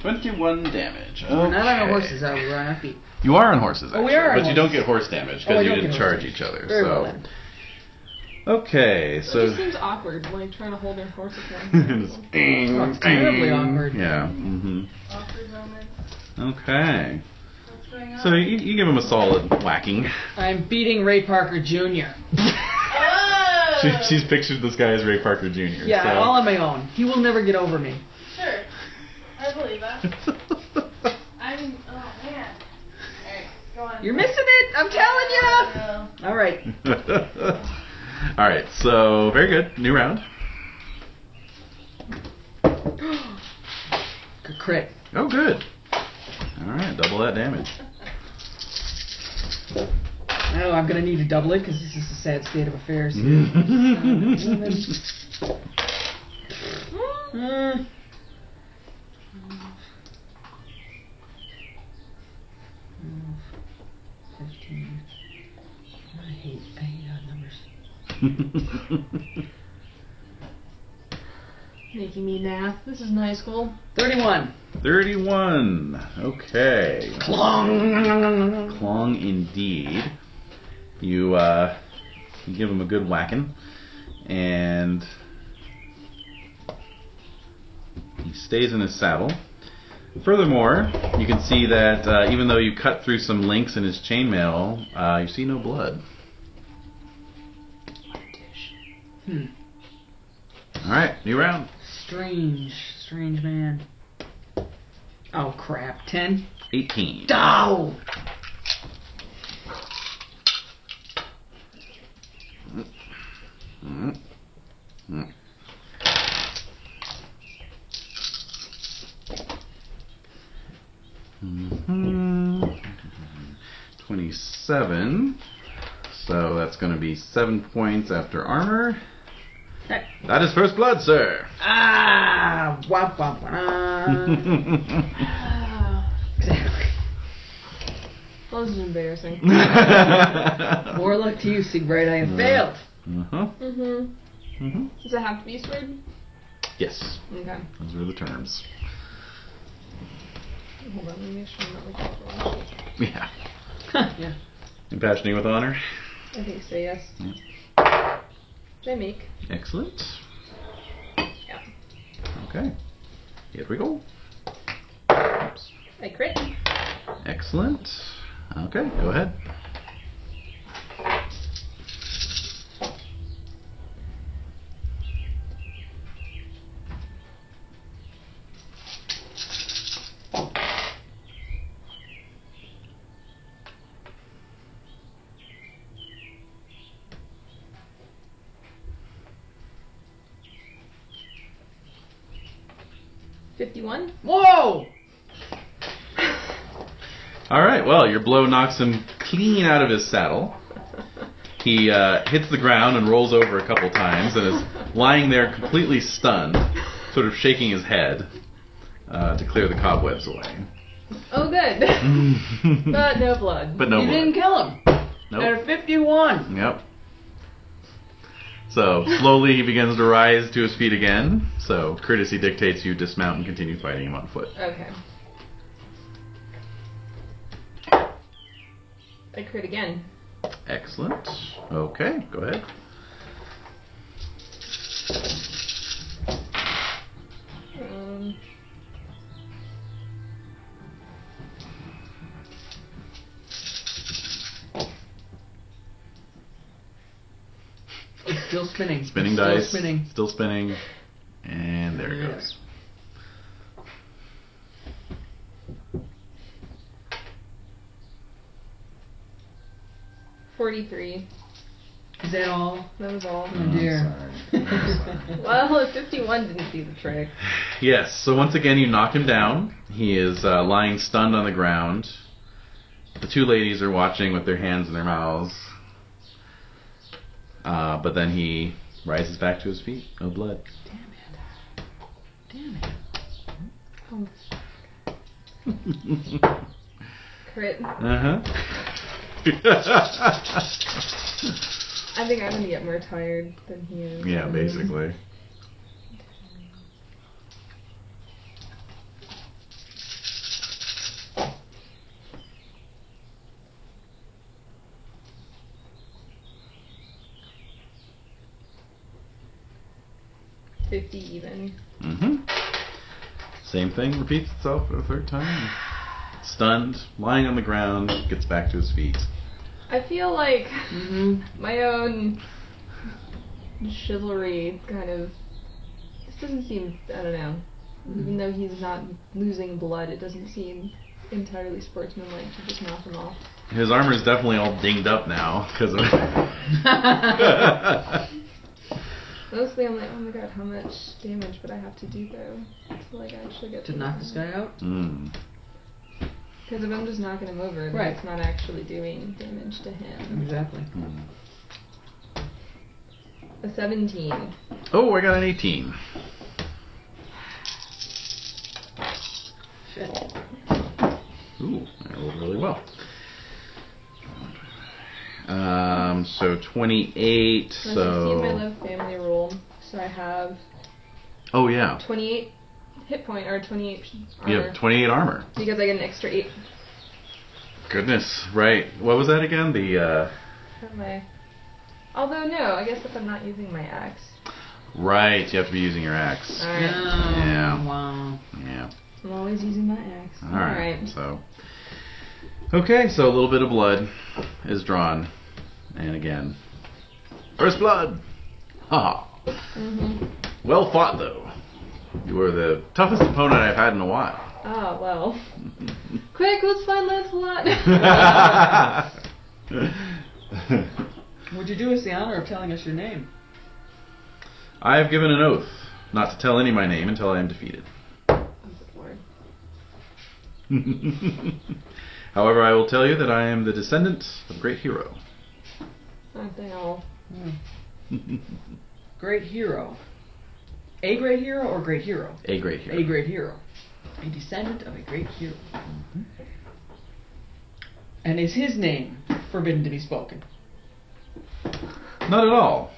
[SPEAKER 3] fine.
[SPEAKER 1] Twenty-one damage. Okay.
[SPEAKER 3] We're not on our horses, though. We're on our feet.
[SPEAKER 1] You are on horses,
[SPEAKER 3] Oh,
[SPEAKER 1] actually,
[SPEAKER 3] we are on
[SPEAKER 1] but you don't
[SPEAKER 3] horses.
[SPEAKER 1] get horse damage
[SPEAKER 3] Oh,
[SPEAKER 1] because
[SPEAKER 3] I
[SPEAKER 1] you
[SPEAKER 3] don't
[SPEAKER 1] didn't
[SPEAKER 3] get
[SPEAKER 1] charge
[SPEAKER 3] horses.
[SPEAKER 1] each other.
[SPEAKER 3] Very
[SPEAKER 1] so
[SPEAKER 3] well then.
[SPEAKER 1] okay,
[SPEAKER 2] it
[SPEAKER 1] so
[SPEAKER 2] just seems awkward, like trying to hold their horse at
[SPEAKER 1] <laughs> It's
[SPEAKER 2] once.
[SPEAKER 1] ding,
[SPEAKER 3] Oh, it's terribly
[SPEAKER 1] ding.
[SPEAKER 3] awkward.
[SPEAKER 1] Yeah. hmm
[SPEAKER 4] Awkward moments.
[SPEAKER 1] Okay.
[SPEAKER 4] What's going on?
[SPEAKER 1] So you, you give him a solid whacking.
[SPEAKER 3] I'm beating Ray Parker Jr.
[SPEAKER 4] Oh!
[SPEAKER 1] <laughs> She, she's pictured this guy as Ray Parker Jr.
[SPEAKER 3] Yeah,
[SPEAKER 1] so.
[SPEAKER 3] all on my own. He will never get over me.
[SPEAKER 4] Sure. I believe that.
[SPEAKER 1] <laughs>
[SPEAKER 4] I'm. Oh man. Alright, go on.
[SPEAKER 3] You're missing it. I'm telling
[SPEAKER 4] No.
[SPEAKER 3] you. All right.
[SPEAKER 1] <laughs> all right. So very good. New round.
[SPEAKER 3] C- Crit.
[SPEAKER 1] Oh, good. All right. Double that <laughs> damage.
[SPEAKER 3] Oh, I'm gonna need to double it because this is a sad state of affairs. Mm. Fifteen. I hate. I hate odd numbers.
[SPEAKER 2] Making me math. This is in high school.
[SPEAKER 3] Thirty-one.
[SPEAKER 1] 31. Okay. Clong. Clong indeed. You, uh, you give him a good whacking, and he stays in his saddle. Furthermore, you can see that uh, even though you cut through some links in his chainmail, uh, you see no blood.
[SPEAKER 3] Hmm.
[SPEAKER 1] All right, new round.
[SPEAKER 3] Strange. Strange man. Oh crap. Ten.
[SPEAKER 1] 18.
[SPEAKER 3] Ow.
[SPEAKER 1] Mm. Mm. Mhm. 27. So that's going to be 7 points after armor.
[SPEAKER 3] Hey.
[SPEAKER 1] That is first blood, sir.
[SPEAKER 3] Ah. Wah wah wah.
[SPEAKER 2] Ah,
[SPEAKER 3] exactly.
[SPEAKER 2] well, this is embarrassing.
[SPEAKER 3] More luck to you, Siegfried. I have failed.
[SPEAKER 1] <laughs> Uh-huh.
[SPEAKER 2] Mm-hmm.
[SPEAKER 1] Mm-hmm.
[SPEAKER 2] Does it have to be sword?
[SPEAKER 1] Yes,
[SPEAKER 2] Okay.
[SPEAKER 1] those were the terms.
[SPEAKER 2] Hold on, let me make sure I'm not looking for
[SPEAKER 1] Yeah.
[SPEAKER 3] yeah.
[SPEAKER 1] Impassioning with honor.
[SPEAKER 2] I think so, yes.
[SPEAKER 1] Yeah.
[SPEAKER 2] Did I make?
[SPEAKER 1] Excellent.
[SPEAKER 2] Yeah.
[SPEAKER 1] Okay. Here we go. Oops.
[SPEAKER 2] I crit.
[SPEAKER 1] Excellent. Okay, go ahead.
[SPEAKER 2] Fifty-one. <laughs>
[SPEAKER 3] Whoa.
[SPEAKER 1] All right. Well, your blow knocks him clean out of his saddle. He uh, hits the ground and rolls over a couple times and
[SPEAKER 2] <laughs>
[SPEAKER 1] is lying there completely stunned, sort of shaking his head uh, to clear the cobwebs away. <laughs>
[SPEAKER 2] Oh, good. but no blood.
[SPEAKER 1] But no
[SPEAKER 3] you didn't
[SPEAKER 1] blood.
[SPEAKER 3] kill him. Out
[SPEAKER 1] Nope.
[SPEAKER 3] of fifty-one.
[SPEAKER 1] Yep. So slowly he begins to rise to his feet again. So courtesy dictates you dismount and continue fighting him on foot.
[SPEAKER 2] okay. I crit again.
[SPEAKER 1] Excellent. Okay, go ahead.
[SPEAKER 2] Um,
[SPEAKER 3] spinning.
[SPEAKER 1] Spinning
[SPEAKER 3] Still
[SPEAKER 1] dice.
[SPEAKER 3] Spinning.
[SPEAKER 1] Still spinning. And there it
[SPEAKER 3] Yeah.
[SPEAKER 1] goes.
[SPEAKER 2] Forty-three.
[SPEAKER 3] Is that all?
[SPEAKER 2] That was all.
[SPEAKER 3] Oh, dear.
[SPEAKER 1] I'm sorry. I'm sorry.
[SPEAKER 2] Well, <laughs> if fifty-one didn't do the trick.
[SPEAKER 1] Yes. So once again, you knock him down. He is uh, lying stunned on the ground. The two ladies are watching with their hands in their mouths. Uh, but then he rises back to his feet. No blood. <laughs>
[SPEAKER 3] Damn it. Damn it.
[SPEAKER 2] Um, crit.
[SPEAKER 1] uh huh.
[SPEAKER 2] I think I'm gonna get more tired than he
[SPEAKER 1] <laughs>
[SPEAKER 2] is.
[SPEAKER 1] yeah, basically.
[SPEAKER 2] Fifty even.
[SPEAKER 1] hmm Same thing repeats itself for the third time. Stunned, lying on the ground, gets back to his feet.
[SPEAKER 2] I feel like
[SPEAKER 3] Mm-hmm. <laughs>
[SPEAKER 2] my own chivalry kind of. This doesn't seem. I don't know. Even though he's not losing blood, it doesn't seem entirely sportsmanlike to just knock him off.
[SPEAKER 1] His armor's definitely all dinged up now because of. <laughs>
[SPEAKER 2] Mostly, I'm like, oh my god, how much damage would I have to do though to like actually get
[SPEAKER 3] to knock this guy out?
[SPEAKER 1] mm.
[SPEAKER 2] Because if I'm just knocking him over, then
[SPEAKER 3] Right.
[SPEAKER 2] it's not actually doing damage to him.
[SPEAKER 3] Exactly.
[SPEAKER 1] mm.
[SPEAKER 3] Mm-hmm.
[SPEAKER 2] A 17.
[SPEAKER 1] Oh, I got an 18.
[SPEAKER 3] Shit.
[SPEAKER 1] Ooh, I rolled really well. Um, so 28.
[SPEAKER 2] Unless you've seen my
[SPEAKER 1] So.
[SPEAKER 2] love family roll, so I have
[SPEAKER 1] Oh yeah,
[SPEAKER 2] 28 hit point or 28 armor.
[SPEAKER 1] you have 28 armor.
[SPEAKER 2] Because I get an extra 8
[SPEAKER 1] Goodness, right? What was that again? The uh,
[SPEAKER 2] from my. Although, no, I guess if I'm not using my axe.
[SPEAKER 1] right. You have to be using your axe.
[SPEAKER 3] Uh,
[SPEAKER 2] Alright.
[SPEAKER 1] Yeah.
[SPEAKER 3] Oh, Wow.
[SPEAKER 1] Yeah.
[SPEAKER 2] I'm always using my axe.
[SPEAKER 1] All right. So. Okay, so a little bit of blood is drawn, and again, first blood. Ha.
[SPEAKER 2] Mm-hmm.
[SPEAKER 1] Well fought, though. You were the toughest opponent I've had in a while. <laughs>
[SPEAKER 2] Oh, well. Quick, let's
[SPEAKER 1] <laughs>
[SPEAKER 2] find Lancelot! <laughs>
[SPEAKER 1] I
[SPEAKER 3] Would you do us the honor of telling us your name?
[SPEAKER 1] have given an oath not to tell any my name until I am defeated. <laughs>
[SPEAKER 2] Oh, good lord.
[SPEAKER 1] However, I will tell you that I am the descendant of a great hero.
[SPEAKER 2] Aren't they all?
[SPEAKER 3] Great hero. A great hero or great hero?
[SPEAKER 1] a great hero.
[SPEAKER 3] A great hero. A descendant of a great hero.
[SPEAKER 1] Mm-hmm.
[SPEAKER 3] And is his name forbidden to be spoken?
[SPEAKER 1] Not at all.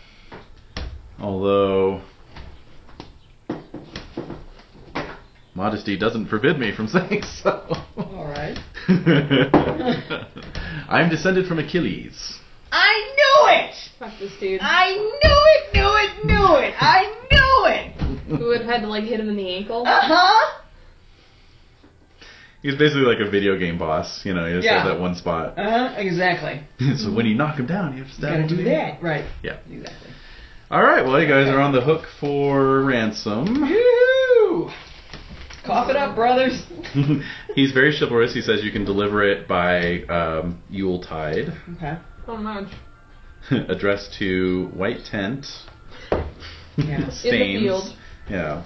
[SPEAKER 1] Although modesty doesn't forbid me from <laughs> saying so.
[SPEAKER 3] All right.
[SPEAKER 1] I'm descended from
[SPEAKER 3] <laughs>
[SPEAKER 1] Achilles.
[SPEAKER 5] I knew it!
[SPEAKER 2] Fuck this dude.
[SPEAKER 5] I knew it, knew it, knew it! I knew it!
[SPEAKER 2] Who would have had to like hit him in the ankle?
[SPEAKER 5] Uh huh!
[SPEAKER 1] He's basically like a video game boss, you know, he just
[SPEAKER 3] Yeah.
[SPEAKER 1] has that one spot. <laughs>
[SPEAKER 3] Uh huh. Exactly.
[SPEAKER 1] so when you knock him down, you have to
[SPEAKER 3] You
[SPEAKER 1] stab
[SPEAKER 3] gotta
[SPEAKER 1] him.
[SPEAKER 3] do that. Right.
[SPEAKER 1] Yeah.
[SPEAKER 3] Exactly.
[SPEAKER 1] All right, well, you guys are on the hook for
[SPEAKER 3] <laughs>
[SPEAKER 1] ransom. <laughs>
[SPEAKER 3] Yoo-hoo! Cough it up, brothers.
[SPEAKER 1] He's very chivalrous. He says you can deliver it by um, Yuletide,
[SPEAKER 3] Okay.
[SPEAKER 2] Oh much.
[SPEAKER 1] <laughs> addressed to White Tent.
[SPEAKER 3] Yeah. <laughs>
[SPEAKER 1] Stains.
[SPEAKER 2] field.
[SPEAKER 1] Yeah.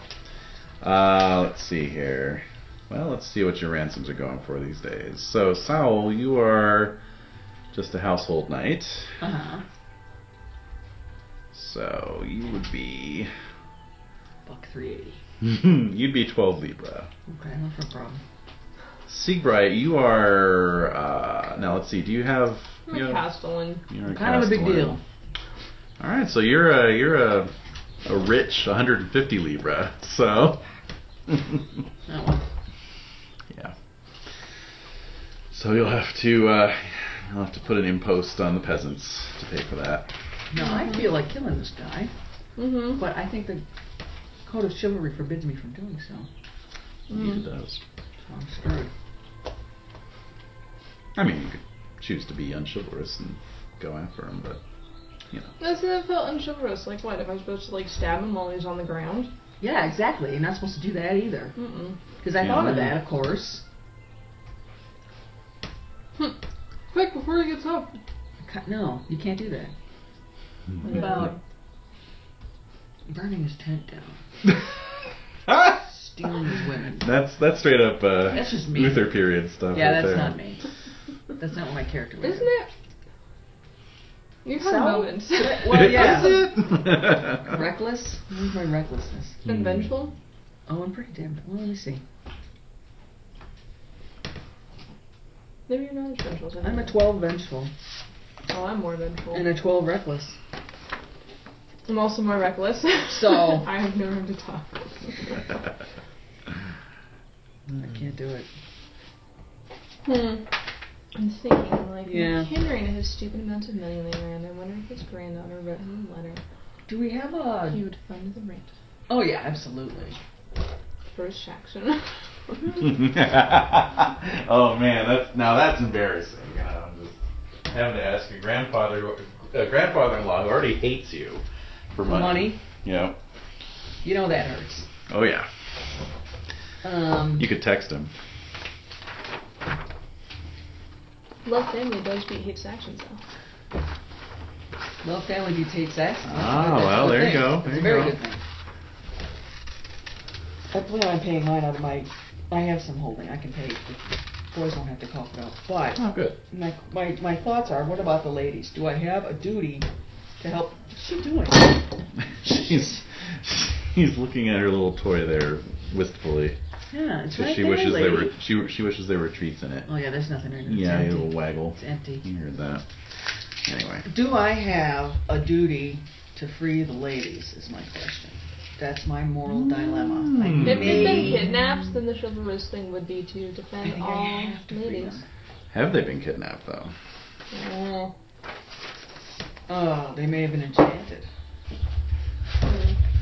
[SPEAKER 1] Uh, let's see here. Well, let's see what your ransoms are going for these days. So, Saul, you are just a household knight.
[SPEAKER 3] Uh huh.
[SPEAKER 1] So, you would be. <laughs>
[SPEAKER 3] Buck 380.
[SPEAKER 1] you'd be 12 Libra.
[SPEAKER 3] Okay, not a problem.
[SPEAKER 1] Siegbright, you are. Uh, now let's see. Do you have?
[SPEAKER 2] I'm
[SPEAKER 1] you
[SPEAKER 2] a
[SPEAKER 1] have-
[SPEAKER 2] Castellan.
[SPEAKER 1] you're
[SPEAKER 3] Kind of a big
[SPEAKER 1] Castellan.
[SPEAKER 3] deal.
[SPEAKER 1] All right, so you're a you're a a rich 150 libra. So <laughs>
[SPEAKER 3] Oh, well.
[SPEAKER 1] yeah. So you'll have to uh, you'll have to put an impost on the peasants to pay for that.
[SPEAKER 3] No, I feel like killing this guy,
[SPEAKER 2] Mm-hmm.
[SPEAKER 3] but I think the code of chivalry forbids me from doing so. Mm.
[SPEAKER 1] Indeed It does.
[SPEAKER 3] So I'm screwed.
[SPEAKER 1] I mean, you could choose to be unchivalrous and go after him, but you know.
[SPEAKER 2] That's that felt unchivalrous. Like what? Am I supposed to like stab him while he's on the ground?
[SPEAKER 3] Yeah, exactly. You're not supposed to do that either.
[SPEAKER 2] Mm-mm.
[SPEAKER 3] Because I thought of
[SPEAKER 1] Yeah.
[SPEAKER 3] that, of course.
[SPEAKER 2] Quick before he gets up.
[SPEAKER 3] Ca- No, you can't do that.
[SPEAKER 1] <laughs>
[SPEAKER 2] About
[SPEAKER 3] Burning his tent down,
[SPEAKER 1] Ah!
[SPEAKER 3] stealing his women.
[SPEAKER 1] That's that's straight up uh,
[SPEAKER 3] That's just me.
[SPEAKER 1] Luther period stuff.
[SPEAKER 3] Yeah,
[SPEAKER 1] right
[SPEAKER 3] that's
[SPEAKER 1] there. <laughs>
[SPEAKER 3] not me. That's not what my character was.
[SPEAKER 2] isn't
[SPEAKER 3] <laughs>
[SPEAKER 2] it? You've had
[SPEAKER 3] So?
[SPEAKER 2] moments.
[SPEAKER 3] <laughs>
[SPEAKER 1] <laughs>
[SPEAKER 3] Well, yeah.
[SPEAKER 1] Is it? <laughs>
[SPEAKER 3] Reckless? Where's my recklessness?
[SPEAKER 2] Been vengeful.
[SPEAKER 3] Oh, I'm pretty damn. Well, let me see.
[SPEAKER 2] Maybe you're not as vengeful. as I
[SPEAKER 3] I'm a
[SPEAKER 2] think.
[SPEAKER 3] 12 vengeful
[SPEAKER 2] Oh, I'm more vengeful.
[SPEAKER 3] and a 12 reckless.
[SPEAKER 2] I'm also more reckless. <laughs>
[SPEAKER 3] So-
[SPEAKER 2] I have no room to talk.
[SPEAKER 3] I can't do it.
[SPEAKER 2] Hmm. I'm thinking, like,
[SPEAKER 3] Yeah.
[SPEAKER 2] Henry has stupid amounts of money laying around. I wonder if his granddaughter wrote him a letter.
[SPEAKER 3] Do we have
[SPEAKER 2] He
[SPEAKER 3] a?
[SPEAKER 2] would fund the rent.
[SPEAKER 3] Oh yeah, absolutely.
[SPEAKER 2] Bruce Jackson.
[SPEAKER 1] <laughs> oh man, that's now that's embarrassing. You know, I'm just having to ask your grandfather, uh, grandfather-in-law, who already hates you, for money.
[SPEAKER 3] Money.
[SPEAKER 1] Yeah.
[SPEAKER 3] You know that hurts.
[SPEAKER 1] Oh yeah.
[SPEAKER 3] Um.
[SPEAKER 1] You could text him.
[SPEAKER 2] <laughs> Love family does beat Hugh Jackson though.
[SPEAKER 3] Well, family beats hate sex.
[SPEAKER 1] Ah,
[SPEAKER 3] That's a
[SPEAKER 1] well,
[SPEAKER 3] good
[SPEAKER 1] there you
[SPEAKER 3] thing.
[SPEAKER 1] go. There
[SPEAKER 3] That's a
[SPEAKER 1] you
[SPEAKER 3] very
[SPEAKER 1] go.
[SPEAKER 3] good thing. I plan on paying mine out of my. I have some holding. I can pay. The boys won't have to cough it up. But
[SPEAKER 1] Oh, good.
[SPEAKER 3] my, my my thoughts are: What about the ladies? Do I have a duty to help? What's she doing?
[SPEAKER 1] <laughs> she's she's looking at her little toy there wistfully.
[SPEAKER 3] Yeah, it's
[SPEAKER 1] 'cause
[SPEAKER 3] right
[SPEAKER 1] she
[SPEAKER 3] there,
[SPEAKER 1] wishes
[SPEAKER 3] lady.
[SPEAKER 1] there were she she wishes there were treats in it.
[SPEAKER 3] Oh yeah, there's nothing in it. It's
[SPEAKER 1] yeah, a
[SPEAKER 3] empty.
[SPEAKER 1] little waggle.
[SPEAKER 3] It's empty.
[SPEAKER 1] You heard that. Anyway.
[SPEAKER 3] Do I have a duty to free the ladies? Is my question. That's my moral dilemma. I
[SPEAKER 1] Hmm.
[SPEAKER 2] If they've been
[SPEAKER 3] may-
[SPEAKER 2] kidnapped, then the chivalrous thing would be to
[SPEAKER 3] I
[SPEAKER 2] defend
[SPEAKER 3] think I
[SPEAKER 2] all
[SPEAKER 3] have to free
[SPEAKER 2] ladies.
[SPEAKER 3] them.
[SPEAKER 1] Have they been kidnapped though?
[SPEAKER 2] Yeah.
[SPEAKER 3] Oh, they may have been enchanted.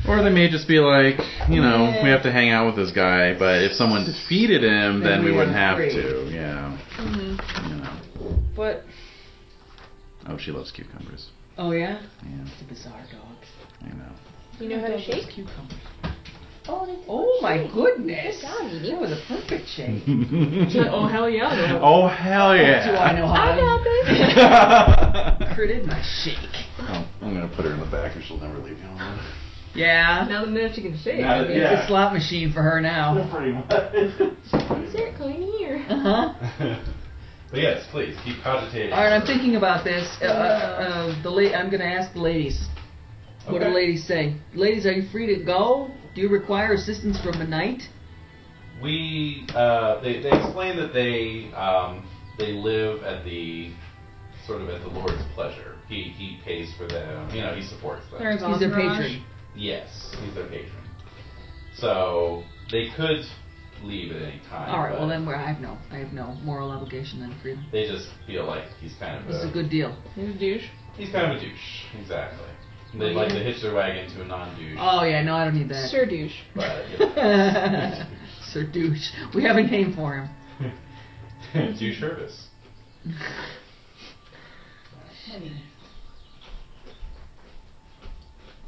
[SPEAKER 1] Or they may just be like, you know,
[SPEAKER 3] Yeah.
[SPEAKER 1] we have to hang out with this guy, but if someone defeated him,
[SPEAKER 3] Then
[SPEAKER 1] then, we,
[SPEAKER 3] we
[SPEAKER 1] wouldn't
[SPEAKER 3] are
[SPEAKER 1] have
[SPEAKER 3] free.
[SPEAKER 1] to. Yeah.
[SPEAKER 2] Mm-hmm.
[SPEAKER 1] You know.
[SPEAKER 3] But
[SPEAKER 1] Oh, she loves cucumbers.
[SPEAKER 3] oh yeah,
[SPEAKER 1] Yeah,
[SPEAKER 3] it's a bizarre dog.
[SPEAKER 1] I know.
[SPEAKER 2] You know
[SPEAKER 3] My
[SPEAKER 2] how to
[SPEAKER 3] dog loves
[SPEAKER 2] shake?
[SPEAKER 3] cucumbers.
[SPEAKER 2] Oh, they-
[SPEAKER 3] Oh my goodness!
[SPEAKER 2] Good doggy.
[SPEAKER 3] That was a perfect shape.
[SPEAKER 2] oh
[SPEAKER 1] <laughs>
[SPEAKER 2] hell yeah. I know.
[SPEAKER 1] oh hell yeah!
[SPEAKER 3] Do I know how?
[SPEAKER 2] I know, baby.
[SPEAKER 1] <laughs>
[SPEAKER 3] Critted my shake.
[SPEAKER 1] oh, I'm gonna put her in the back, or she'll never leave me alone.
[SPEAKER 3] Yeah.
[SPEAKER 2] Now the minute you can shake.
[SPEAKER 1] Now that-
[SPEAKER 3] It's a slot machine for her now.
[SPEAKER 1] <laughs> pretty much.
[SPEAKER 2] Is there a coin here?
[SPEAKER 3] Uh huh.
[SPEAKER 1] but yes, please keep cogitating.
[SPEAKER 3] All right, I'm thinking about this. Uh, uh, uh, the la- I'm going to ask the ladies. What do
[SPEAKER 1] Okay.
[SPEAKER 3] the ladies say? Ladies, are you free to go? Do you require assistance from a knight?
[SPEAKER 1] We uh, they they explain that they um, they live at the sort of at the Lord's pleasure. He he pays for them. You know, he supports them.
[SPEAKER 2] There's
[SPEAKER 3] He's their
[SPEAKER 2] entourage.
[SPEAKER 3] patron.
[SPEAKER 1] Yes, he's their patron. So they could leave at any time.
[SPEAKER 3] All right.
[SPEAKER 1] but
[SPEAKER 3] Well, then we're, I have no, I have no moral obligation then for you.
[SPEAKER 1] they just feel like he's kind of
[SPEAKER 3] This is a good deal.
[SPEAKER 2] He's a douche.
[SPEAKER 1] he's kind of a douche. Exactly. They'd like to hitch their wagon to a non-douche.
[SPEAKER 3] Oh yeah, no, I don't need that.
[SPEAKER 2] Sir douche.
[SPEAKER 1] But you know,
[SPEAKER 3] <laughs> Sir Douche. We have a name for him.
[SPEAKER 1] <laughs> douche service.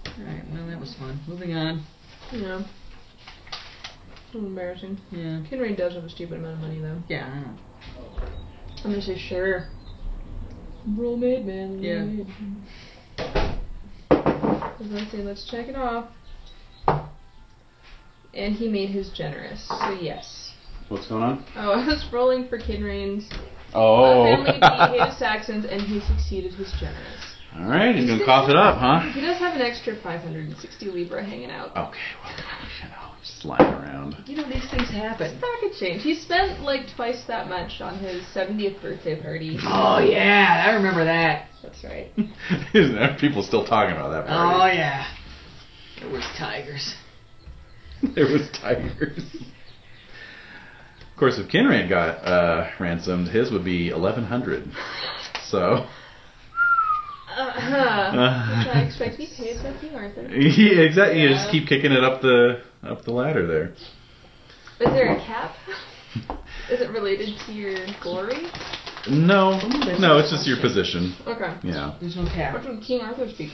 [SPEAKER 3] All right. Well, that was fun. Moving on.
[SPEAKER 2] Yeah. Embarrassing.
[SPEAKER 3] Yeah.
[SPEAKER 2] Henry does have a stupid amount of money though.
[SPEAKER 3] Yeah. I know.
[SPEAKER 2] I'm gonna say sure. Roll made man.
[SPEAKER 3] Yeah.
[SPEAKER 2] Let's see, let's check it off. And he made his generous, so yes.
[SPEAKER 1] What's going on?
[SPEAKER 2] Oh, <laughs> I was rolling for Kinrain's.
[SPEAKER 1] Oh. <laughs>
[SPEAKER 2] Family beat his Saxons, and he succeeded his generous.
[SPEAKER 1] All right, he's gonna cough it up, huh?
[SPEAKER 2] He does have an extra 560 libra hanging out.
[SPEAKER 1] Okay, well, <laughs> you know, just lying around. <laughs>
[SPEAKER 3] You know these things happen.
[SPEAKER 2] Pocket change. He spent like twice that much on his 70th birthday party.
[SPEAKER 3] Oh yeah, I remember that.
[SPEAKER 2] That's right.
[SPEAKER 1] Isn't that people still talking about that
[SPEAKER 3] Oh
[SPEAKER 1] party?
[SPEAKER 3] yeah. It was tigers. Oh,
[SPEAKER 1] <laughs> there was tigers. Of course, if Kinran got uh, ransomed, his would be eleven hundred. So <laughs>
[SPEAKER 2] Uh-huh.
[SPEAKER 1] Uh.
[SPEAKER 2] I expect to be paid by King Arthur.
[SPEAKER 1] yeah, exactly, you just
[SPEAKER 2] Yeah.
[SPEAKER 1] keep kicking it up the up the ladder there.
[SPEAKER 2] <laughs> Is there a cap? Is it related to your glory?
[SPEAKER 1] No,
[SPEAKER 3] Ooh,
[SPEAKER 1] no,
[SPEAKER 3] that's not
[SPEAKER 1] it's just your
[SPEAKER 3] something.
[SPEAKER 1] position.
[SPEAKER 2] Okay.
[SPEAKER 1] Yeah.
[SPEAKER 3] There's no
[SPEAKER 2] What
[SPEAKER 3] cap.
[SPEAKER 2] would King Arthur speak?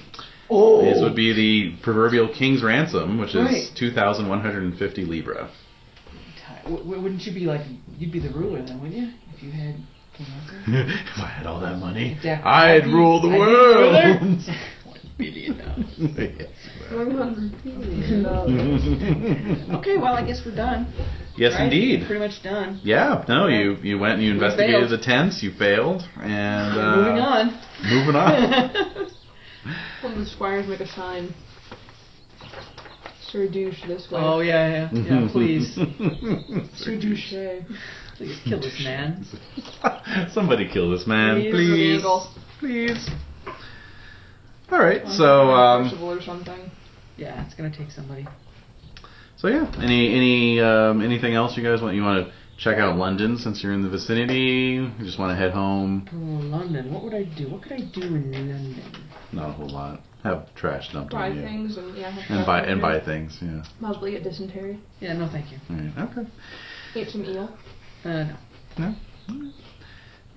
[SPEAKER 3] Oh.
[SPEAKER 1] These would be the proverbial king's ransom, which is
[SPEAKER 3] Right.
[SPEAKER 1] 2,150 libra. <laughs>
[SPEAKER 3] Ti- w- w- wouldn't you be like you'd be the ruler then, wouldn't you? If you had King Arthur.
[SPEAKER 1] if I had all that money,
[SPEAKER 3] Exactly.
[SPEAKER 1] I'd rule the
[SPEAKER 3] I'd be
[SPEAKER 1] world.
[SPEAKER 3] One billion dollars.
[SPEAKER 1] <laughs>
[SPEAKER 3] <laughs>
[SPEAKER 2] I'm hungry. No.
[SPEAKER 1] Yes.
[SPEAKER 3] Okay, well I guess we're done.
[SPEAKER 1] Mm-hmm. yes,
[SPEAKER 3] right? We're
[SPEAKER 1] indeed.
[SPEAKER 3] pretty much done.
[SPEAKER 1] Yeah. No, you you went and you
[SPEAKER 3] We
[SPEAKER 1] investigated
[SPEAKER 3] failed.
[SPEAKER 1] the tents. You failed, and uh,
[SPEAKER 3] Moving on.
[SPEAKER 1] Moving on.
[SPEAKER 3] <laughs>
[SPEAKER 2] One of the squires make a sign. Sir Douche this way.
[SPEAKER 3] oh yeah, yeah,
[SPEAKER 1] Mm-hmm.
[SPEAKER 3] yeah.
[SPEAKER 1] <laughs>
[SPEAKER 3] Please,
[SPEAKER 2] Sir Douche.
[SPEAKER 3] please kill this man.
[SPEAKER 1] Somebody kill this man,
[SPEAKER 3] Please,
[SPEAKER 1] please.
[SPEAKER 2] Eagle.
[SPEAKER 1] Please. All right.
[SPEAKER 3] Oh,
[SPEAKER 1] So, um,
[SPEAKER 2] Untouchable or something.
[SPEAKER 3] Yeah, it's gonna take somebody.
[SPEAKER 1] so yeah. Any any um, anything else you guys want? You want to check out London since you're in the vicinity? You just want to head home?
[SPEAKER 3] Oh, London. What would I do? What could I do in London?
[SPEAKER 1] Not a whole lot. Have trash dumped
[SPEAKER 2] Buy
[SPEAKER 1] on you.
[SPEAKER 2] things and yeah. have
[SPEAKER 1] And
[SPEAKER 2] stuff
[SPEAKER 1] buy
[SPEAKER 2] over
[SPEAKER 1] and
[SPEAKER 2] here.
[SPEAKER 1] buy things. Yeah.
[SPEAKER 2] Possibly get dysentery.
[SPEAKER 3] Yeah, no, thank you.
[SPEAKER 1] All right. Okay.
[SPEAKER 2] Eat some eel.
[SPEAKER 3] Uh, no.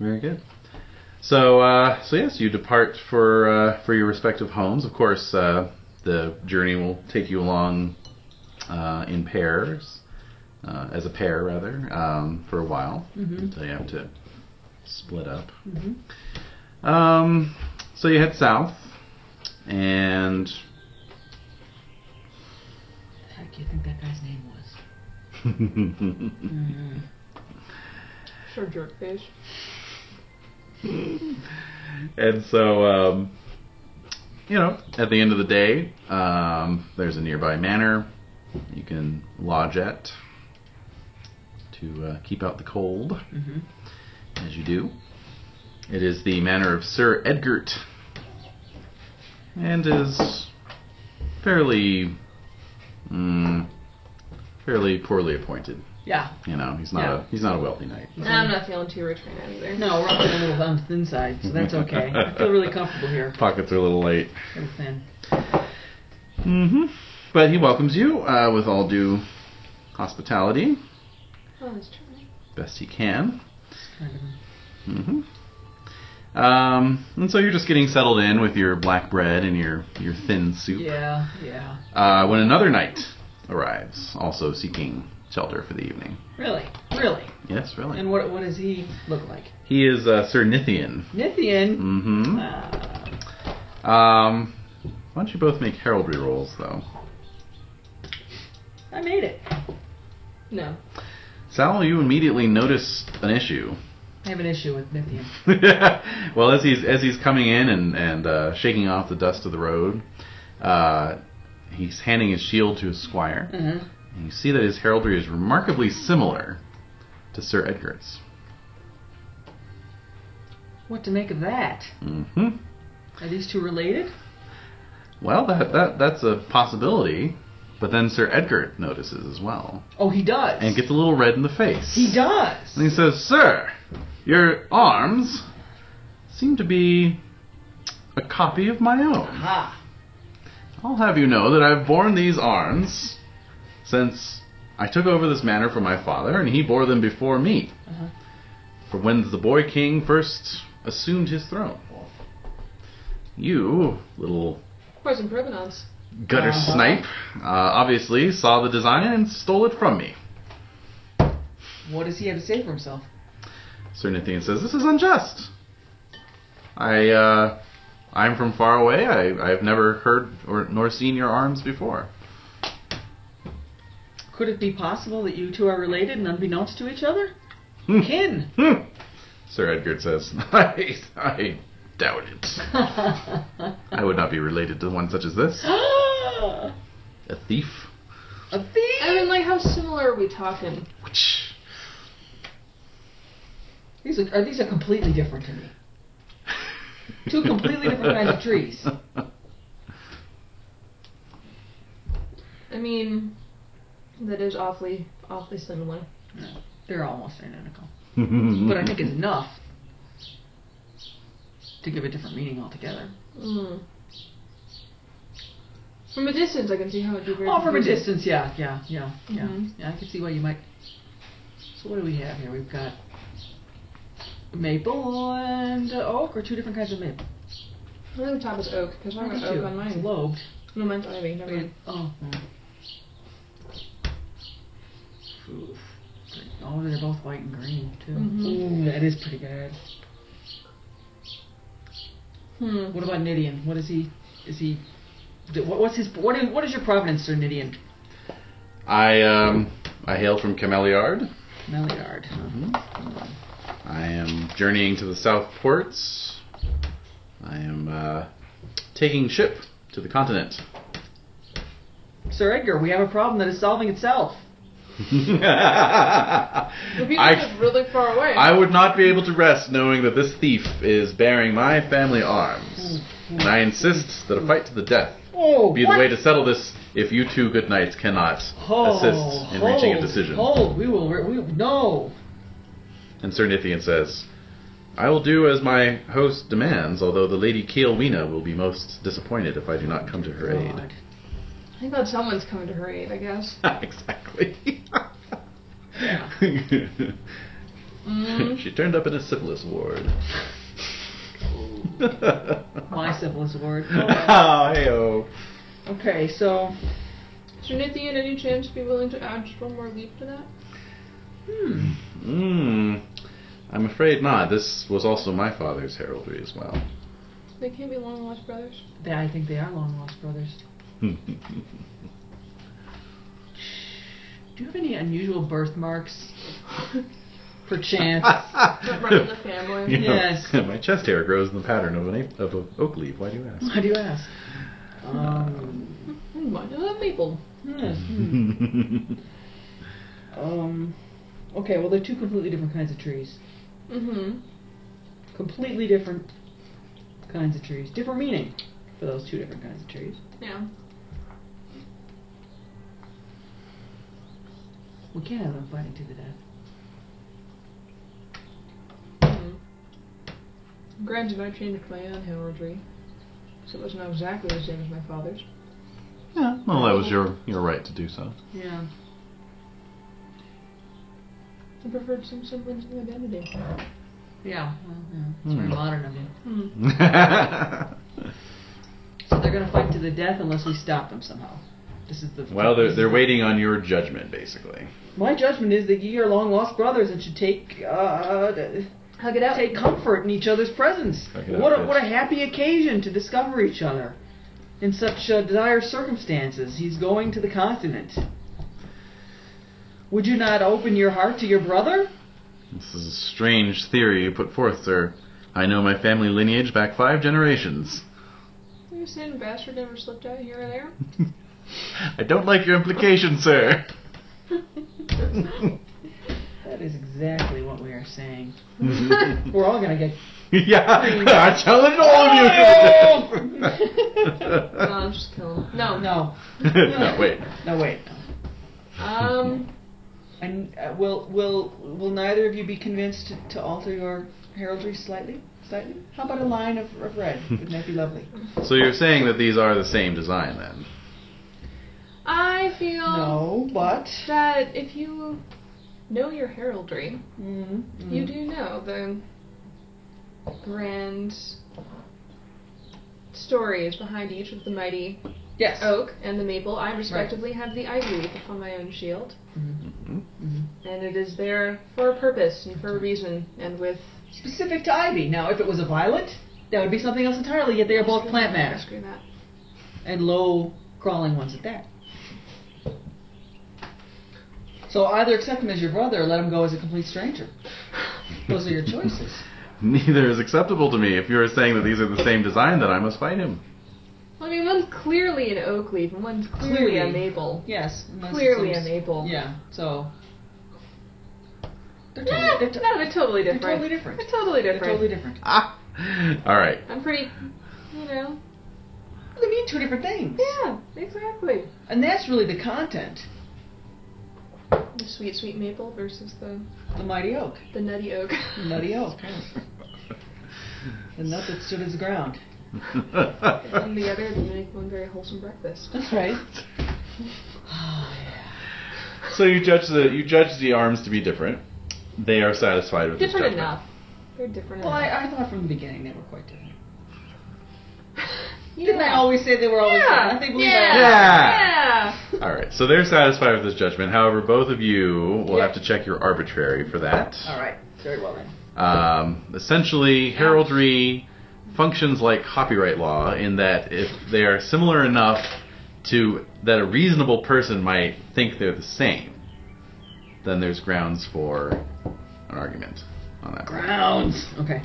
[SPEAKER 1] Very good. So, uh, so yes, you depart for uh, for your respective homes. Of course, uh, the journey will take you along uh, in pairs, uh, as a pair rather, um, for a while
[SPEAKER 3] Mhm.
[SPEAKER 1] until you have to split up.
[SPEAKER 3] Mm-hmm.
[SPEAKER 1] Um, so you head south, and <laughs>
[SPEAKER 3] The heck do you think that guy's name was? Mm.
[SPEAKER 2] Sir Jerkfish.
[SPEAKER 1] and so um, you know, at the end of the day, um, there's a nearby manor you can lodge at to uh, keep out the cold,
[SPEAKER 3] Mm-hmm.
[SPEAKER 1] as you do. It is the manor of Sir Edgert, and is fairly, mm, fairly poorly appointed.
[SPEAKER 3] Yeah.
[SPEAKER 1] You know, he's not
[SPEAKER 3] Yeah.
[SPEAKER 1] a he's not a wealthy knight.
[SPEAKER 2] Nah, I'm not feeling too rich right now either.
[SPEAKER 3] No, we're up to a little on the thin side, so that's okay. I feel really comfortable here.
[SPEAKER 1] Pockets are a little late.
[SPEAKER 3] Pretty thin.
[SPEAKER 1] hmm
[SPEAKER 3] Mm-hmm.
[SPEAKER 1] But he welcomes you uh, with all due hospitality,
[SPEAKER 2] Oh, let's try.
[SPEAKER 1] best he can.
[SPEAKER 3] It's kind of a-
[SPEAKER 1] hmm Um, and so you're just getting settled in with your black bread and your, your thin soup.
[SPEAKER 3] Yeah, yeah.
[SPEAKER 1] Uh, when another knight arrives, also seeking shelter for the evening.
[SPEAKER 3] Really, really.
[SPEAKER 1] Yes, really.
[SPEAKER 3] And what what does he look like?
[SPEAKER 1] he is uh, Sir Nithian.
[SPEAKER 3] Nithian.
[SPEAKER 1] hmm
[SPEAKER 3] Uh,
[SPEAKER 1] Um, why don't you both make heraldry rolls, though?
[SPEAKER 3] I made it.
[SPEAKER 2] No.
[SPEAKER 1] Sal, you immediately notice an issue.
[SPEAKER 3] I have an issue with Nithian.
[SPEAKER 1] <laughs> well, as he's as he's coming in and and uh, shaking off the dust of the road, uh, he's handing his shield to his squire,
[SPEAKER 3] Uh-huh.
[SPEAKER 1] and you see that his heraldry is remarkably similar to Sir Edgar's.
[SPEAKER 3] What to make of that?
[SPEAKER 1] hmm
[SPEAKER 3] Are these two related?
[SPEAKER 1] Well, that that that's a possibility, but then Sir Edgar notices as well
[SPEAKER 3] Oh, he does.
[SPEAKER 1] and gets a little red in the face.
[SPEAKER 3] he does.
[SPEAKER 1] And he says, "Sir, your arms seem to be a copy of my own."
[SPEAKER 3] Aha.
[SPEAKER 1] I'll have you know that I've borne these arms since I took over this manor from my father, and he bore them before me,
[SPEAKER 3] Uh-huh.
[SPEAKER 1] from when the boy king first assumed his throne. You, little
[SPEAKER 2] Poison provenance.
[SPEAKER 1] gutter
[SPEAKER 3] Uh-huh.
[SPEAKER 1] snipe, uh, obviously saw the design and stole it from me.
[SPEAKER 3] What does he have to say for himself?
[SPEAKER 1] Sir Nithian says, This is unjust. I, uh, I'm from far away. I, I've never heard or nor seen your arms before.
[SPEAKER 3] Could it be possible that you two are related and unbeknownst to each other? <laughs> Kin. <gasps>
[SPEAKER 1] Hmm. Sir Edgar says, <laughs> I, I doubt it. I would not be related to one such as this.
[SPEAKER 3] a
[SPEAKER 1] A thief?
[SPEAKER 3] thief.
[SPEAKER 2] I mean, like, how similar are we talking?
[SPEAKER 1] Which-
[SPEAKER 3] These are, are these are completely different to me. Two completely different kinds of
[SPEAKER 1] <laughs>
[SPEAKER 3] trees.
[SPEAKER 2] I mean, that is awfully, awfully similar.
[SPEAKER 3] They're almost identical,
[SPEAKER 1] but
[SPEAKER 3] but I
[SPEAKER 1] Mm-hmm.
[SPEAKER 3] think it's enough to give a different meaning altogether.
[SPEAKER 2] Mm. From a distance, I can see how it'd be very.
[SPEAKER 3] Oh, from a
[SPEAKER 2] confusing.
[SPEAKER 3] distance, yeah, yeah, yeah, yeah.
[SPEAKER 2] Mhm.
[SPEAKER 3] Yeah, I can see why you might. So what do we have here? We've got maple and uh, oak, or two different kinds of maple.
[SPEAKER 2] I think top is oak, because mine
[SPEAKER 3] Look
[SPEAKER 2] was
[SPEAKER 3] at you.
[SPEAKER 2] oak on
[SPEAKER 3] It's
[SPEAKER 2] mine. hmm.
[SPEAKER 3] lobed.
[SPEAKER 2] No, mine's ivy, never mind.
[SPEAKER 3] Oh. Oof. Oh, they're both white and green too.
[SPEAKER 2] Mhm.
[SPEAKER 3] Ooh, that is pretty good.
[SPEAKER 2] Hmm.
[SPEAKER 3] What about Nidian? What is he? Is he? th- What, what's his? What is? What is your provenance, Sir Nidian?
[SPEAKER 1] I um, I hail from Cameliard.
[SPEAKER 3] Meliard.
[SPEAKER 1] I am journeying to the south ports. I am uh, taking ship to the continent. <laughs>
[SPEAKER 3] Sir Edgar, we have a problem that is solving itself.
[SPEAKER 6] The people I,
[SPEAKER 1] I,
[SPEAKER 6] live really far away.
[SPEAKER 1] I would not be able to rest knowing that this thief is bearing my family arms. And I insist that a fight to the death
[SPEAKER 3] Oh,
[SPEAKER 1] be the
[SPEAKER 3] what?
[SPEAKER 1] way to settle this if you two good knights cannot assist in reaching a
[SPEAKER 3] hold,
[SPEAKER 1] decision.
[SPEAKER 3] Hold, we will. Re- we no.
[SPEAKER 1] And Sir Nithian says, I will do as my host demands, although the Lady Kielwina will be most disappointed if I do not come to her
[SPEAKER 3] God.
[SPEAKER 1] aid.
[SPEAKER 2] Thank God someone's coming to her aid, I guess.
[SPEAKER 1] <laughs> exactly. <laughs>
[SPEAKER 3] Yeah.
[SPEAKER 2] Mm.
[SPEAKER 1] she turned up in a syphilis ward. <laughs>
[SPEAKER 3] My syphilis ward.
[SPEAKER 1] oh, hey-o.
[SPEAKER 3] okay, so
[SPEAKER 2] Should Nathan, any chance be willing to add just one more leap to that?
[SPEAKER 3] hmm.
[SPEAKER 1] Mm, I'm afraid not. This was also my father's heraldry as well.
[SPEAKER 2] They can't be long lost brothers.
[SPEAKER 3] They, I think they are long lost brothers. Do you have any unusual
[SPEAKER 1] <laughs>
[SPEAKER 3] birthmarks? Perchance.
[SPEAKER 2] Not running the family.
[SPEAKER 3] Yes.
[SPEAKER 1] <laughs> my chest hair grows in the pattern of an ape, of an oak leaf. Why do you ask?
[SPEAKER 3] <laughs> Why do you ask? Um.
[SPEAKER 2] Hmm, Why do that people?
[SPEAKER 3] hmm, hmm. Um. Okay, well, they're two completely different kinds of trees.
[SPEAKER 2] Mm-hmm.
[SPEAKER 3] Completely different kinds of trees. Different meaning for those two different kinds of trees.
[SPEAKER 2] Yeah.
[SPEAKER 3] We can't have them fighting to the death.
[SPEAKER 2] Hmm. Granted, I changed my own heraldry, so it was not exactly the same as my father's.
[SPEAKER 1] yeah, well, that was your your right to do so.
[SPEAKER 3] Yeah.
[SPEAKER 2] I preferred some semblance of identity.
[SPEAKER 3] Yeah. Well, yeah. It's very
[SPEAKER 1] Hmm.
[SPEAKER 3] modern of you.
[SPEAKER 2] Hmm.
[SPEAKER 3] So they're gonna fight to the death unless we stop them somehow. This is the.
[SPEAKER 1] <laughs> well, they're they're waiting on your judgment, basically.
[SPEAKER 3] My judgment is that ye are long lost brothers and should take uh, d-
[SPEAKER 2] Hug it out.
[SPEAKER 3] take comfort in each other's presence.
[SPEAKER 1] Check it
[SPEAKER 3] What
[SPEAKER 1] out,
[SPEAKER 3] a,
[SPEAKER 1] bitch.
[SPEAKER 3] what a happy occasion to discover each other in such uh, dire circumstances. He's going to the continent. Would you not open your heart to your brother?
[SPEAKER 1] This is a strange theory you put forth, sir. I know my family lineage back five generations.
[SPEAKER 2] Are you saying bastard never slipped out here or <laughs> there?
[SPEAKER 1] I don't like your implication, sir. <laughs>
[SPEAKER 3] That is exactly what we are saying. We're all gonna get.
[SPEAKER 1] Mm-hmm. <laughs> yeah, I challenge all of you to
[SPEAKER 2] no, I'm just killing. No,
[SPEAKER 3] No,
[SPEAKER 1] the death. no, <laughs> wait.
[SPEAKER 3] no, wait.
[SPEAKER 2] Um,
[SPEAKER 3] And uh, will will will neither of you be convinced to, to alter your heraldry slightly? Slightly. How about a line of, of red? Wouldn't that be lovely?
[SPEAKER 1] So you're saying that these are the same design then? <laughs>
[SPEAKER 2] I feel
[SPEAKER 3] No, but
[SPEAKER 2] that if you know your heraldry,
[SPEAKER 3] mm, mm.
[SPEAKER 2] you do know the grand stories behind each of the mighty
[SPEAKER 3] Yes.
[SPEAKER 2] oak and the maple. I respectively have the ivy leaf upon my own shield,
[SPEAKER 1] Mm-hmm.
[SPEAKER 2] and it is there for a purpose and for a reason, and with
[SPEAKER 3] Specific to ivy. Now, if it was a violet, that would be something else entirely. Yet they are both plant matter
[SPEAKER 2] Screw that.
[SPEAKER 3] and low crawling ones at that. So either accept him as your brother or let him go as a complete stranger. Those are your choices.
[SPEAKER 1] Neither is acceptable to me. If you are saying that these are the same design, then I must fight him. <laughs>
[SPEAKER 2] Well, I mean, one's clearly an oak leaf, and one's clearly, a
[SPEAKER 3] Clearly.
[SPEAKER 2] maple.
[SPEAKER 3] Yes. unless it's
[SPEAKER 2] Clearly
[SPEAKER 3] some-
[SPEAKER 2] a maple.
[SPEAKER 3] Yeah. So. They're
[SPEAKER 2] Eh,
[SPEAKER 3] totally, they're to-
[SPEAKER 2] no, they're totally
[SPEAKER 3] they're
[SPEAKER 2] different.
[SPEAKER 3] totally different.
[SPEAKER 2] They're totally
[SPEAKER 3] They're
[SPEAKER 2] different.
[SPEAKER 3] totally different.
[SPEAKER 1] Ah. All right.
[SPEAKER 2] I'm pretty, you know.
[SPEAKER 3] They mean two different things.
[SPEAKER 2] Yeah, exactly.
[SPEAKER 3] And that's really the content.
[SPEAKER 2] The sweet, sweet maple versus the
[SPEAKER 3] The mighty oak.
[SPEAKER 2] the nutty oak.
[SPEAKER 3] The
[SPEAKER 2] <laughs>
[SPEAKER 3] nutty oak. The nut that stood as ground.
[SPEAKER 1] <laughs>
[SPEAKER 2] and the other, they make one very wholesome breakfast.
[SPEAKER 3] That's right. Oh, yeah.
[SPEAKER 1] so you judge the you judge the arms to be different. They are satisfied with this
[SPEAKER 2] Different
[SPEAKER 1] judgment.
[SPEAKER 2] enough. They're different.
[SPEAKER 3] Well, I, I thought from the beginning they were quite different.
[SPEAKER 2] yeah.
[SPEAKER 3] Didn't I always say they were always
[SPEAKER 2] Yeah.
[SPEAKER 3] different? They believe
[SPEAKER 2] yeah.
[SPEAKER 3] that.
[SPEAKER 1] Yeah.
[SPEAKER 2] yeah.
[SPEAKER 1] All right, so they're satisfied with this judgment. However, both of you will
[SPEAKER 3] Yeah.
[SPEAKER 1] have to check your arbitrary for that.
[SPEAKER 3] All right. Very well then.
[SPEAKER 1] Um, essentially, heraldry functions like copyright law in that if they are similar enough to that a reasonable person might think they're the same, then there's grounds for an argument on that. ground.
[SPEAKER 3] Grounds. Okay.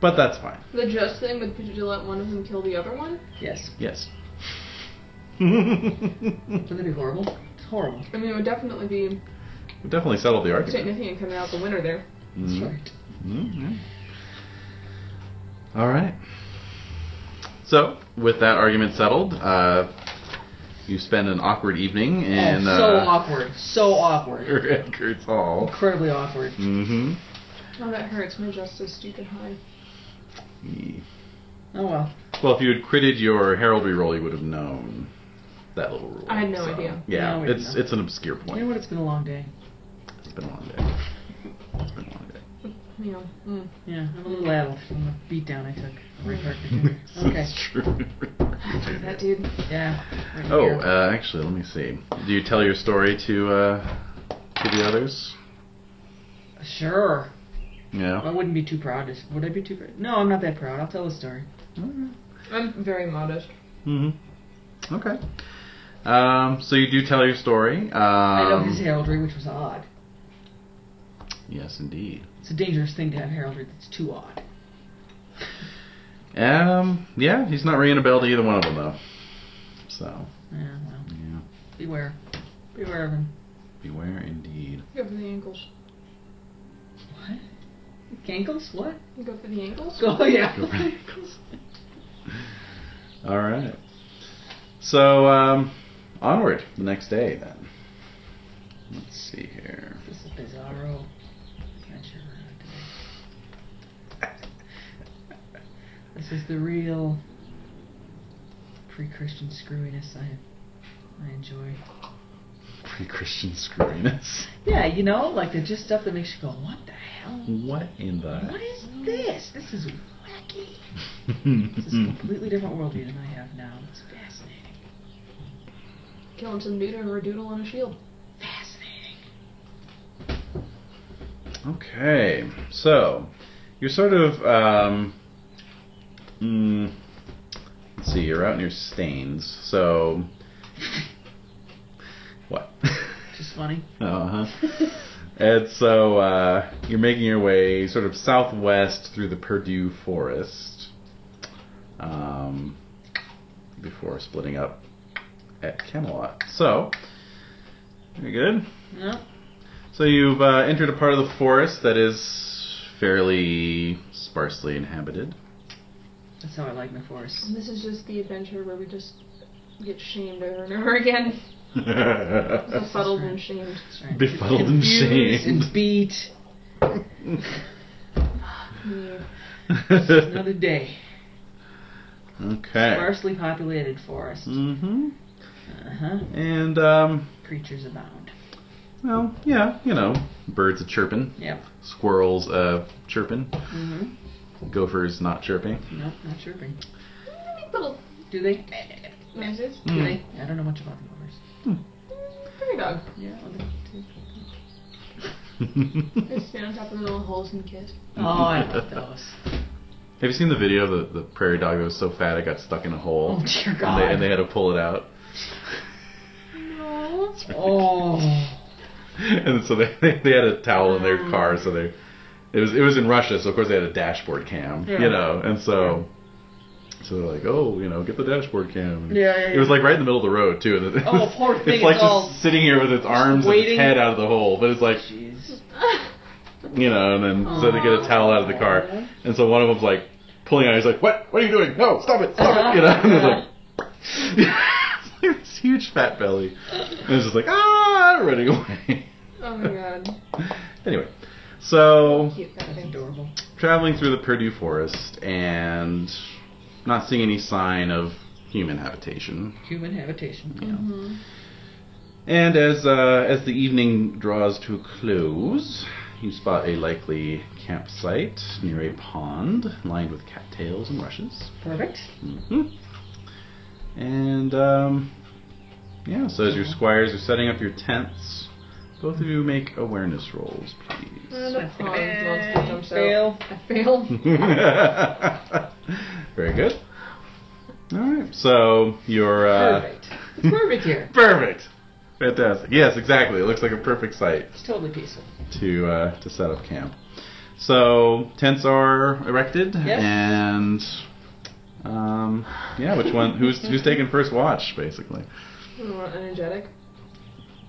[SPEAKER 1] But that's fine.
[SPEAKER 2] The judge thing with did you let one of them kill the other one?
[SPEAKER 3] Yes.
[SPEAKER 1] Yes.
[SPEAKER 3] Wouldn't that be horrible? It's horrible.
[SPEAKER 2] I mean, it would definitely be
[SPEAKER 1] We'll definitely settle the
[SPEAKER 2] St.
[SPEAKER 1] argument.
[SPEAKER 2] Nithian coming out the winner there.
[SPEAKER 3] That's
[SPEAKER 1] Mhm.
[SPEAKER 3] right.
[SPEAKER 1] Mm, yeah. All right. So, with that argument settled, uh, you spend an awkward evening in
[SPEAKER 3] oh, so
[SPEAKER 1] uh,
[SPEAKER 3] awkward.
[SPEAKER 1] <laughs>
[SPEAKER 3] So awkward.
[SPEAKER 1] Edgar's Hall.
[SPEAKER 3] Incredibly awkward.
[SPEAKER 1] Mm-hmm.
[SPEAKER 2] Oh, that hurts. My just so stupid high.
[SPEAKER 3] Oh well.
[SPEAKER 1] Well, if you had critted your heraldry roll, you would have known that little rule.
[SPEAKER 2] I had no idea.
[SPEAKER 1] Yeah,
[SPEAKER 3] No, we
[SPEAKER 1] it's
[SPEAKER 3] didn't know.
[SPEAKER 1] it's an obscure
[SPEAKER 3] You know
[SPEAKER 1] point.
[SPEAKER 3] what? It's been a long day.
[SPEAKER 1] It's been a long day. It's been a long day.
[SPEAKER 2] You know. Mm.
[SPEAKER 3] Yeah, I'm a little addled from the beatdown I took. Right heart
[SPEAKER 1] <laughs> This
[SPEAKER 3] Okay.
[SPEAKER 1] is true.
[SPEAKER 2] That dude.
[SPEAKER 3] Yeah. right
[SPEAKER 1] Oh,
[SPEAKER 3] here.
[SPEAKER 1] uh, actually, let me see. Do you tell your story to uh, to the others? uh,
[SPEAKER 3] sure.
[SPEAKER 1] Yeah.
[SPEAKER 3] I wouldn't be too proud. to- Would I be too proud? No, I'm not that proud. I'll tell a story.
[SPEAKER 2] I'm very modest.
[SPEAKER 1] hmm Okay. Um, so you do tell your story. Um,
[SPEAKER 3] I know his heraldry, which was odd.
[SPEAKER 1] yes, indeed.
[SPEAKER 3] It's a dangerous thing to have heraldry that's too odd.
[SPEAKER 1] Um, yeah, he's not ringing a bell to either one of them though. So
[SPEAKER 3] Yeah, well,
[SPEAKER 1] yeah,
[SPEAKER 3] beware. Beware of him.
[SPEAKER 1] beware indeed.
[SPEAKER 2] Go for the ankles.
[SPEAKER 3] What? Gankles? What?
[SPEAKER 2] Go for the ankles.
[SPEAKER 3] <laughs> Oh, <laughs> yeah.
[SPEAKER 1] Go for the ankles. All right. So um, onward the next day then. Let's see here. <laughs>
[SPEAKER 3] this is bizarro adventure. we're on today. This is the real pre-Christian screwiness I I enjoy.
[SPEAKER 1] Pre-Christian screwiness.
[SPEAKER 3] Yeah, you know, like the just stuff that makes you go, what the hell?
[SPEAKER 1] What in
[SPEAKER 3] What
[SPEAKER 1] the?
[SPEAKER 3] is this? This is wacky. This
[SPEAKER 1] Hmm.
[SPEAKER 3] is a completely different worldview than I have now. It's fascinating.
[SPEAKER 2] Killing some dude over a doodle on a shield.
[SPEAKER 3] Fascinating.
[SPEAKER 1] Okay, so you're sort of um, mm, let's see, you're out in your stains, so what? <laughs>
[SPEAKER 3] Just <laughs> funny.
[SPEAKER 1] uh huh. And so uh, you're making your way sort of southwest through the Purdue Forest um, before splitting up at Camelot. So, very good.
[SPEAKER 3] No.
[SPEAKER 1] So you've uh, entered a part of the forest that is fairly sparsely inhabited.
[SPEAKER 3] That's how I like my forest.
[SPEAKER 2] And this is just the adventure where we just get shamed over and over again. Befuddled and shamed.
[SPEAKER 3] That's right.
[SPEAKER 1] Befuddled and
[SPEAKER 3] Confused
[SPEAKER 1] shamed.
[SPEAKER 3] And beat.
[SPEAKER 1] <laughs>
[SPEAKER 2] Yeah.
[SPEAKER 3] Another day.
[SPEAKER 1] okay.
[SPEAKER 3] Sparsely populated forest.
[SPEAKER 1] Mm-hmm.
[SPEAKER 3] Uh-huh.
[SPEAKER 1] And um,
[SPEAKER 3] Creatures abound.
[SPEAKER 1] well, yeah, you know, birds a chirping,
[SPEAKER 3] Yep.
[SPEAKER 1] squirrels a chirping,
[SPEAKER 3] Mm-hmm.
[SPEAKER 1] gophers not chirping. <laughs>
[SPEAKER 3] Nope, not chirping.
[SPEAKER 2] They make little
[SPEAKER 3] Do they?
[SPEAKER 2] noises.
[SPEAKER 3] Do
[SPEAKER 1] Hmm.
[SPEAKER 3] they? I don't know much about the others.
[SPEAKER 2] Prairie dog.
[SPEAKER 3] Yeah. well, they-
[SPEAKER 2] They stand on top of the little holes and kiss.
[SPEAKER 3] Oh, I <laughs> love those.
[SPEAKER 1] Have you seen the video of the, the prairie dog that was so fat it got stuck in a hole?
[SPEAKER 3] Oh dear
[SPEAKER 1] and,
[SPEAKER 3] God.
[SPEAKER 1] they, and they had to pull it out.
[SPEAKER 2] No.
[SPEAKER 3] oh.
[SPEAKER 1] <laughs> and so they, they they had a towel in their car, so
[SPEAKER 3] Ah.
[SPEAKER 1] they it was it was in Russia, so of course they had a dashboard cam,
[SPEAKER 3] Yeah.
[SPEAKER 1] you know, and so so they're like, oh, you know, get the dashboard cam. And
[SPEAKER 3] Yeah, yeah,
[SPEAKER 1] It was
[SPEAKER 3] yeah.
[SPEAKER 1] like right in the middle of the road too. And it
[SPEAKER 3] Oh,
[SPEAKER 1] was-
[SPEAKER 3] poor
[SPEAKER 1] <laughs>
[SPEAKER 3] thing,
[SPEAKER 1] It's like
[SPEAKER 3] it's all
[SPEAKER 1] just sitting here with its arms and its
[SPEAKER 3] waiting.
[SPEAKER 1] head out of the hole, but it's like
[SPEAKER 3] Jeez.
[SPEAKER 1] you know, and then so they get a towel out of the car, and so one of them's like pulling out. He's like, what? What are you doing? No, stop it, stop it, you know. And it's like. <laughs> it's like this huge fat belly. And it's just like, ah, running away.
[SPEAKER 2] Oh my god.
[SPEAKER 1] Anyway, <laughs> so
[SPEAKER 2] Cute that
[SPEAKER 3] That's
[SPEAKER 2] thing.
[SPEAKER 3] adorable.
[SPEAKER 1] traveling through the Purdue forest and not seeing any sign of human habitation.
[SPEAKER 3] Human habitation.
[SPEAKER 1] you know.
[SPEAKER 2] Mhm.
[SPEAKER 1] And as uh, as the evening draws to a close, You spot a likely campsite near a pond lined with cattails and rushes.
[SPEAKER 3] Perfect.
[SPEAKER 1] hmm And um, yeah, so as your squires are setting up your tents, both of you make awareness rolls, please. <laughs>
[SPEAKER 2] the pond wants to jump out.
[SPEAKER 3] Fail.
[SPEAKER 2] I failed.
[SPEAKER 1] Very good. All right, so your uh,
[SPEAKER 3] Perfect. It's perfect here.
[SPEAKER 1] Perfect. Fantastic. Yes, exactly. It looks like a perfect site
[SPEAKER 3] It's totally
[SPEAKER 1] <laughs>
[SPEAKER 3] peaceful.
[SPEAKER 1] to uh, to set up camp. So tents are erected,
[SPEAKER 3] Yes.
[SPEAKER 1] and um, yeah, which one? Who's who's taking first watch, basically?
[SPEAKER 2] More energetic.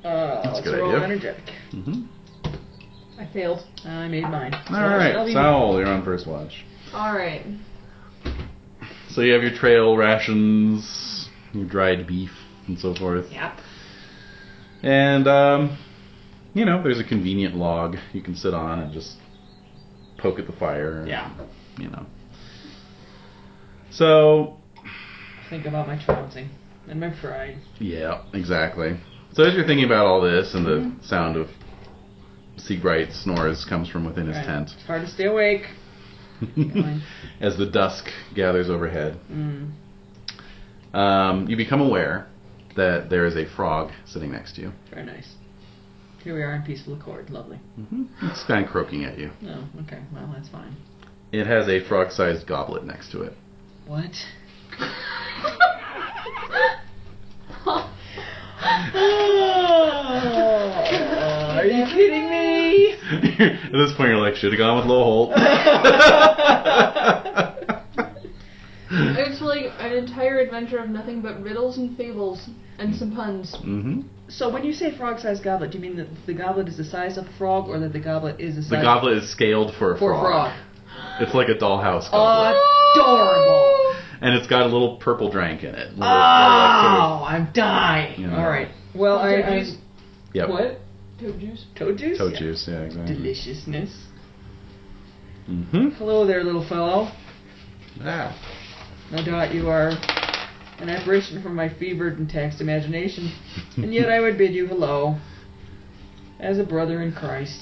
[SPEAKER 3] Uh,
[SPEAKER 1] That's a
[SPEAKER 3] let's
[SPEAKER 1] good
[SPEAKER 3] roll
[SPEAKER 1] idea.
[SPEAKER 3] energetic.
[SPEAKER 1] Mm-hmm.
[SPEAKER 2] I failed.
[SPEAKER 3] I made mine.
[SPEAKER 1] All right, Saul, you're on first watch.
[SPEAKER 2] All <laughs> right.
[SPEAKER 1] So you have your trail rations, your dried beef, and so forth.
[SPEAKER 3] Yep.
[SPEAKER 1] And um, you know, there's a convenient log you can sit on and just poke at the fire.
[SPEAKER 3] Yeah.
[SPEAKER 1] You know. So
[SPEAKER 3] Think about my trouncing and my pride.
[SPEAKER 1] yeah, exactly. So as you're thinking about all this, and the sound of Siegbright snores comes from within his
[SPEAKER 3] Right.
[SPEAKER 1] tent
[SPEAKER 3] It's hard to stay awake. Fine.
[SPEAKER 1] <laughs> as the dusk gathers overhead.
[SPEAKER 3] mm.
[SPEAKER 1] Um, you become aware that there is a frog sitting next to you.
[SPEAKER 3] Very nice. Here we are in peaceful accord. Lovely.
[SPEAKER 1] hmm It's kind of croaking at you.
[SPEAKER 3] Oh, okay. Well, that's fine.
[SPEAKER 1] It has a frog-sized goblet next to it.
[SPEAKER 3] What? are you kidding me?
[SPEAKER 1] <laughs> At this point, you're like, should have gone with Low <laughs> Holt.
[SPEAKER 2] It's like an entire adventure of nothing but riddles and fables and some puns.
[SPEAKER 1] hmm
[SPEAKER 3] So when you say frog-sized goblet, do you mean that the goblet is the size of a frog, or that the goblet is the
[SPEAKER 1] The
[SPEAKER 3] size
[SPEAKER 1] goblet is scaled for a
[SPEAKER 3] for a
[SPEAKER 1] frog.
[SPEAKER 3] frog? Oh.
[SPEAKER 1] It's like a dollhouse goblet,
[SPEAKER 3] Adorable.
[SPEAKER 1] and it's got a little purple drank in it. Little-
[SPEAKER 3] Oh, I'm dying.
[SPEAKER 1] Yeah.
[SPEAKER 3] All right. Well, I,
[SPEAKER 2] Toad
[SPEAKER 3] I
[SPEAKER 2] juice.
[SPEAKER 1] yep.
[SPEAKER 3] what?
[SPEAKER 2] Toad juice.
[SPEAKER 3] Toad juice.
[SPEAKER 1] Toad
[SPEAKER 3] Yeah.
[SPEAKER 1] juice, yeah, exactly.
[SPEAKER 3] Deliciousness.
[SPEAKER 1] Mm-hmm.
[SPEAKER 3] Hello there, little fellow.
[SPEAKER 1] <laughs> Ah.
[SPEAKER 3] No doubt you are an apparition from my fevered and taxed imagination, and yet I would bid you hello, as a brother in Christ.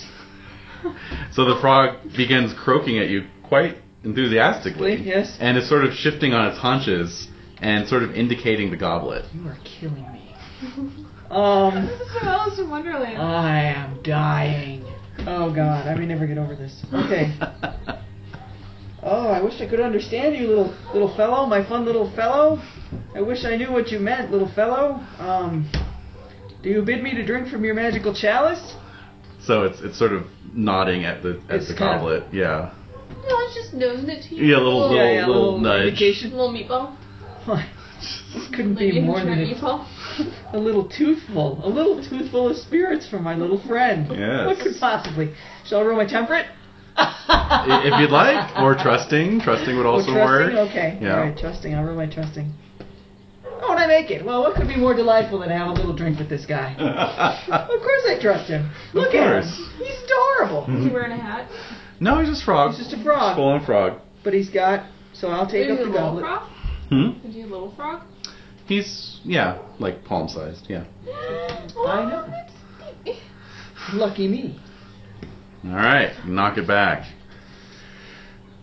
[SPEAKER 1] So the frog begins croaking at you quite enthusiastically,
[SPEAKER 3] Yes.
[SPEAKER 1] and is sort of shifting on its haunches and sort of indicating the
[SPEAKER 3] <laughs>
[SPEAKER 1] goblet.
[SPEAKER 3] You are killing me.
[SPEAKER 2] <laughs>
[SPEAKER 3] Um,
[SPEAKER 2] This is from Alice in Wonderland.
[SPEAKER 3] I am dying. Oh God, I may never get over this. Okay. Oh, I wish I could understand you, little little fellow, my fun little fellow. I wish I knew what you meant, little fellow. Um, do you bid me to drink from your magical chalice?
[SPEAKER 1] so it's it's sort of nodding at the at
[SPEAKER 3] It's
[SPEAKER 1] the
[SPEAKER 3] kind of-
[SPEAKER 1] goblet, yeah.
[SPEAKER 2] No, it's just nosing it to you.
[SPEAKER 1] Yeah, little little
[SPEAKER 3] yeah, yeah,
[SPEAKER 1] little,
[SPEAKER 3] little
[SPEAKER 1] nudge.
[SPEAKER 3] indication.
[SPEAKER 2] Little meatball.
[SPEAKER 3] this couldn't
[SPEAKER 2] Like
[SPEAKER 3] be
[SPEAKER 2] you
[SPEAKER 3] more
[SPEAKER 2] can
[SPEAKER 3] than
[SPEAKER 2] try
[SPEAKER 3] a,
[SPEAKER 2] meatball.
[SPEAKER 3] a little toothful, a little toothful of spirits for my little friend.
[SPEAKER 1] Yes.
[SPEAKER 3] What could possibly? Shall I roll my temperate?
[SPEAKER 1] I- if you'd
[SPEAKER 3] <laughs>
[SPEAKER 1] like, or trusting. Trusting would
[SPEAKER 3] Oh,
[SPEAKER 1] also
[SPEAKER 3] trusting?
[SPEAKER 1] work.
[SPEAKER 3] Okay.
[SPEAKER 1] Yeah.
[SPEAKER 3] All right, trusting. I'll roll my trusting. Oh, and I make it. Well, what could be more delightful than to have a little drink with
[SPEAKER 1] <laughs>
[SPEAKER 3] this guy? Of course I trust him. Look at him.
[SPEAKER 1] course.
[SPEAKER 3] He's adorable.
[SPEAKER 2] Is he wearing a <laughs> hat?
[SPEAKER 1] no, he's just frog.
[SPEAKER 3] He's just a frog.
[SPEAKER 1] full-on frog.
[SPEAKER 3] But he's got. So I'll take
[SPEAKER 2] Is
[SPEAKER 3] up
[SPEAKER 2] he a
[SPEAKER 3] the
[SPEAKER 2] little
[SPEAKER 3] goblet.
[SPEAKER 2] frog?
[SPEAKER 1] Hmm?
[SPEAKER 2] Is he a little <gasps> frog?
[SPEAKER 1] He's yeah, like palm-sized. Yeah.
[SPEAKER 2] <gasps>
[SPEAKER 3] I know. Lucky me.
[SPEAKER 1] All right, knock it back.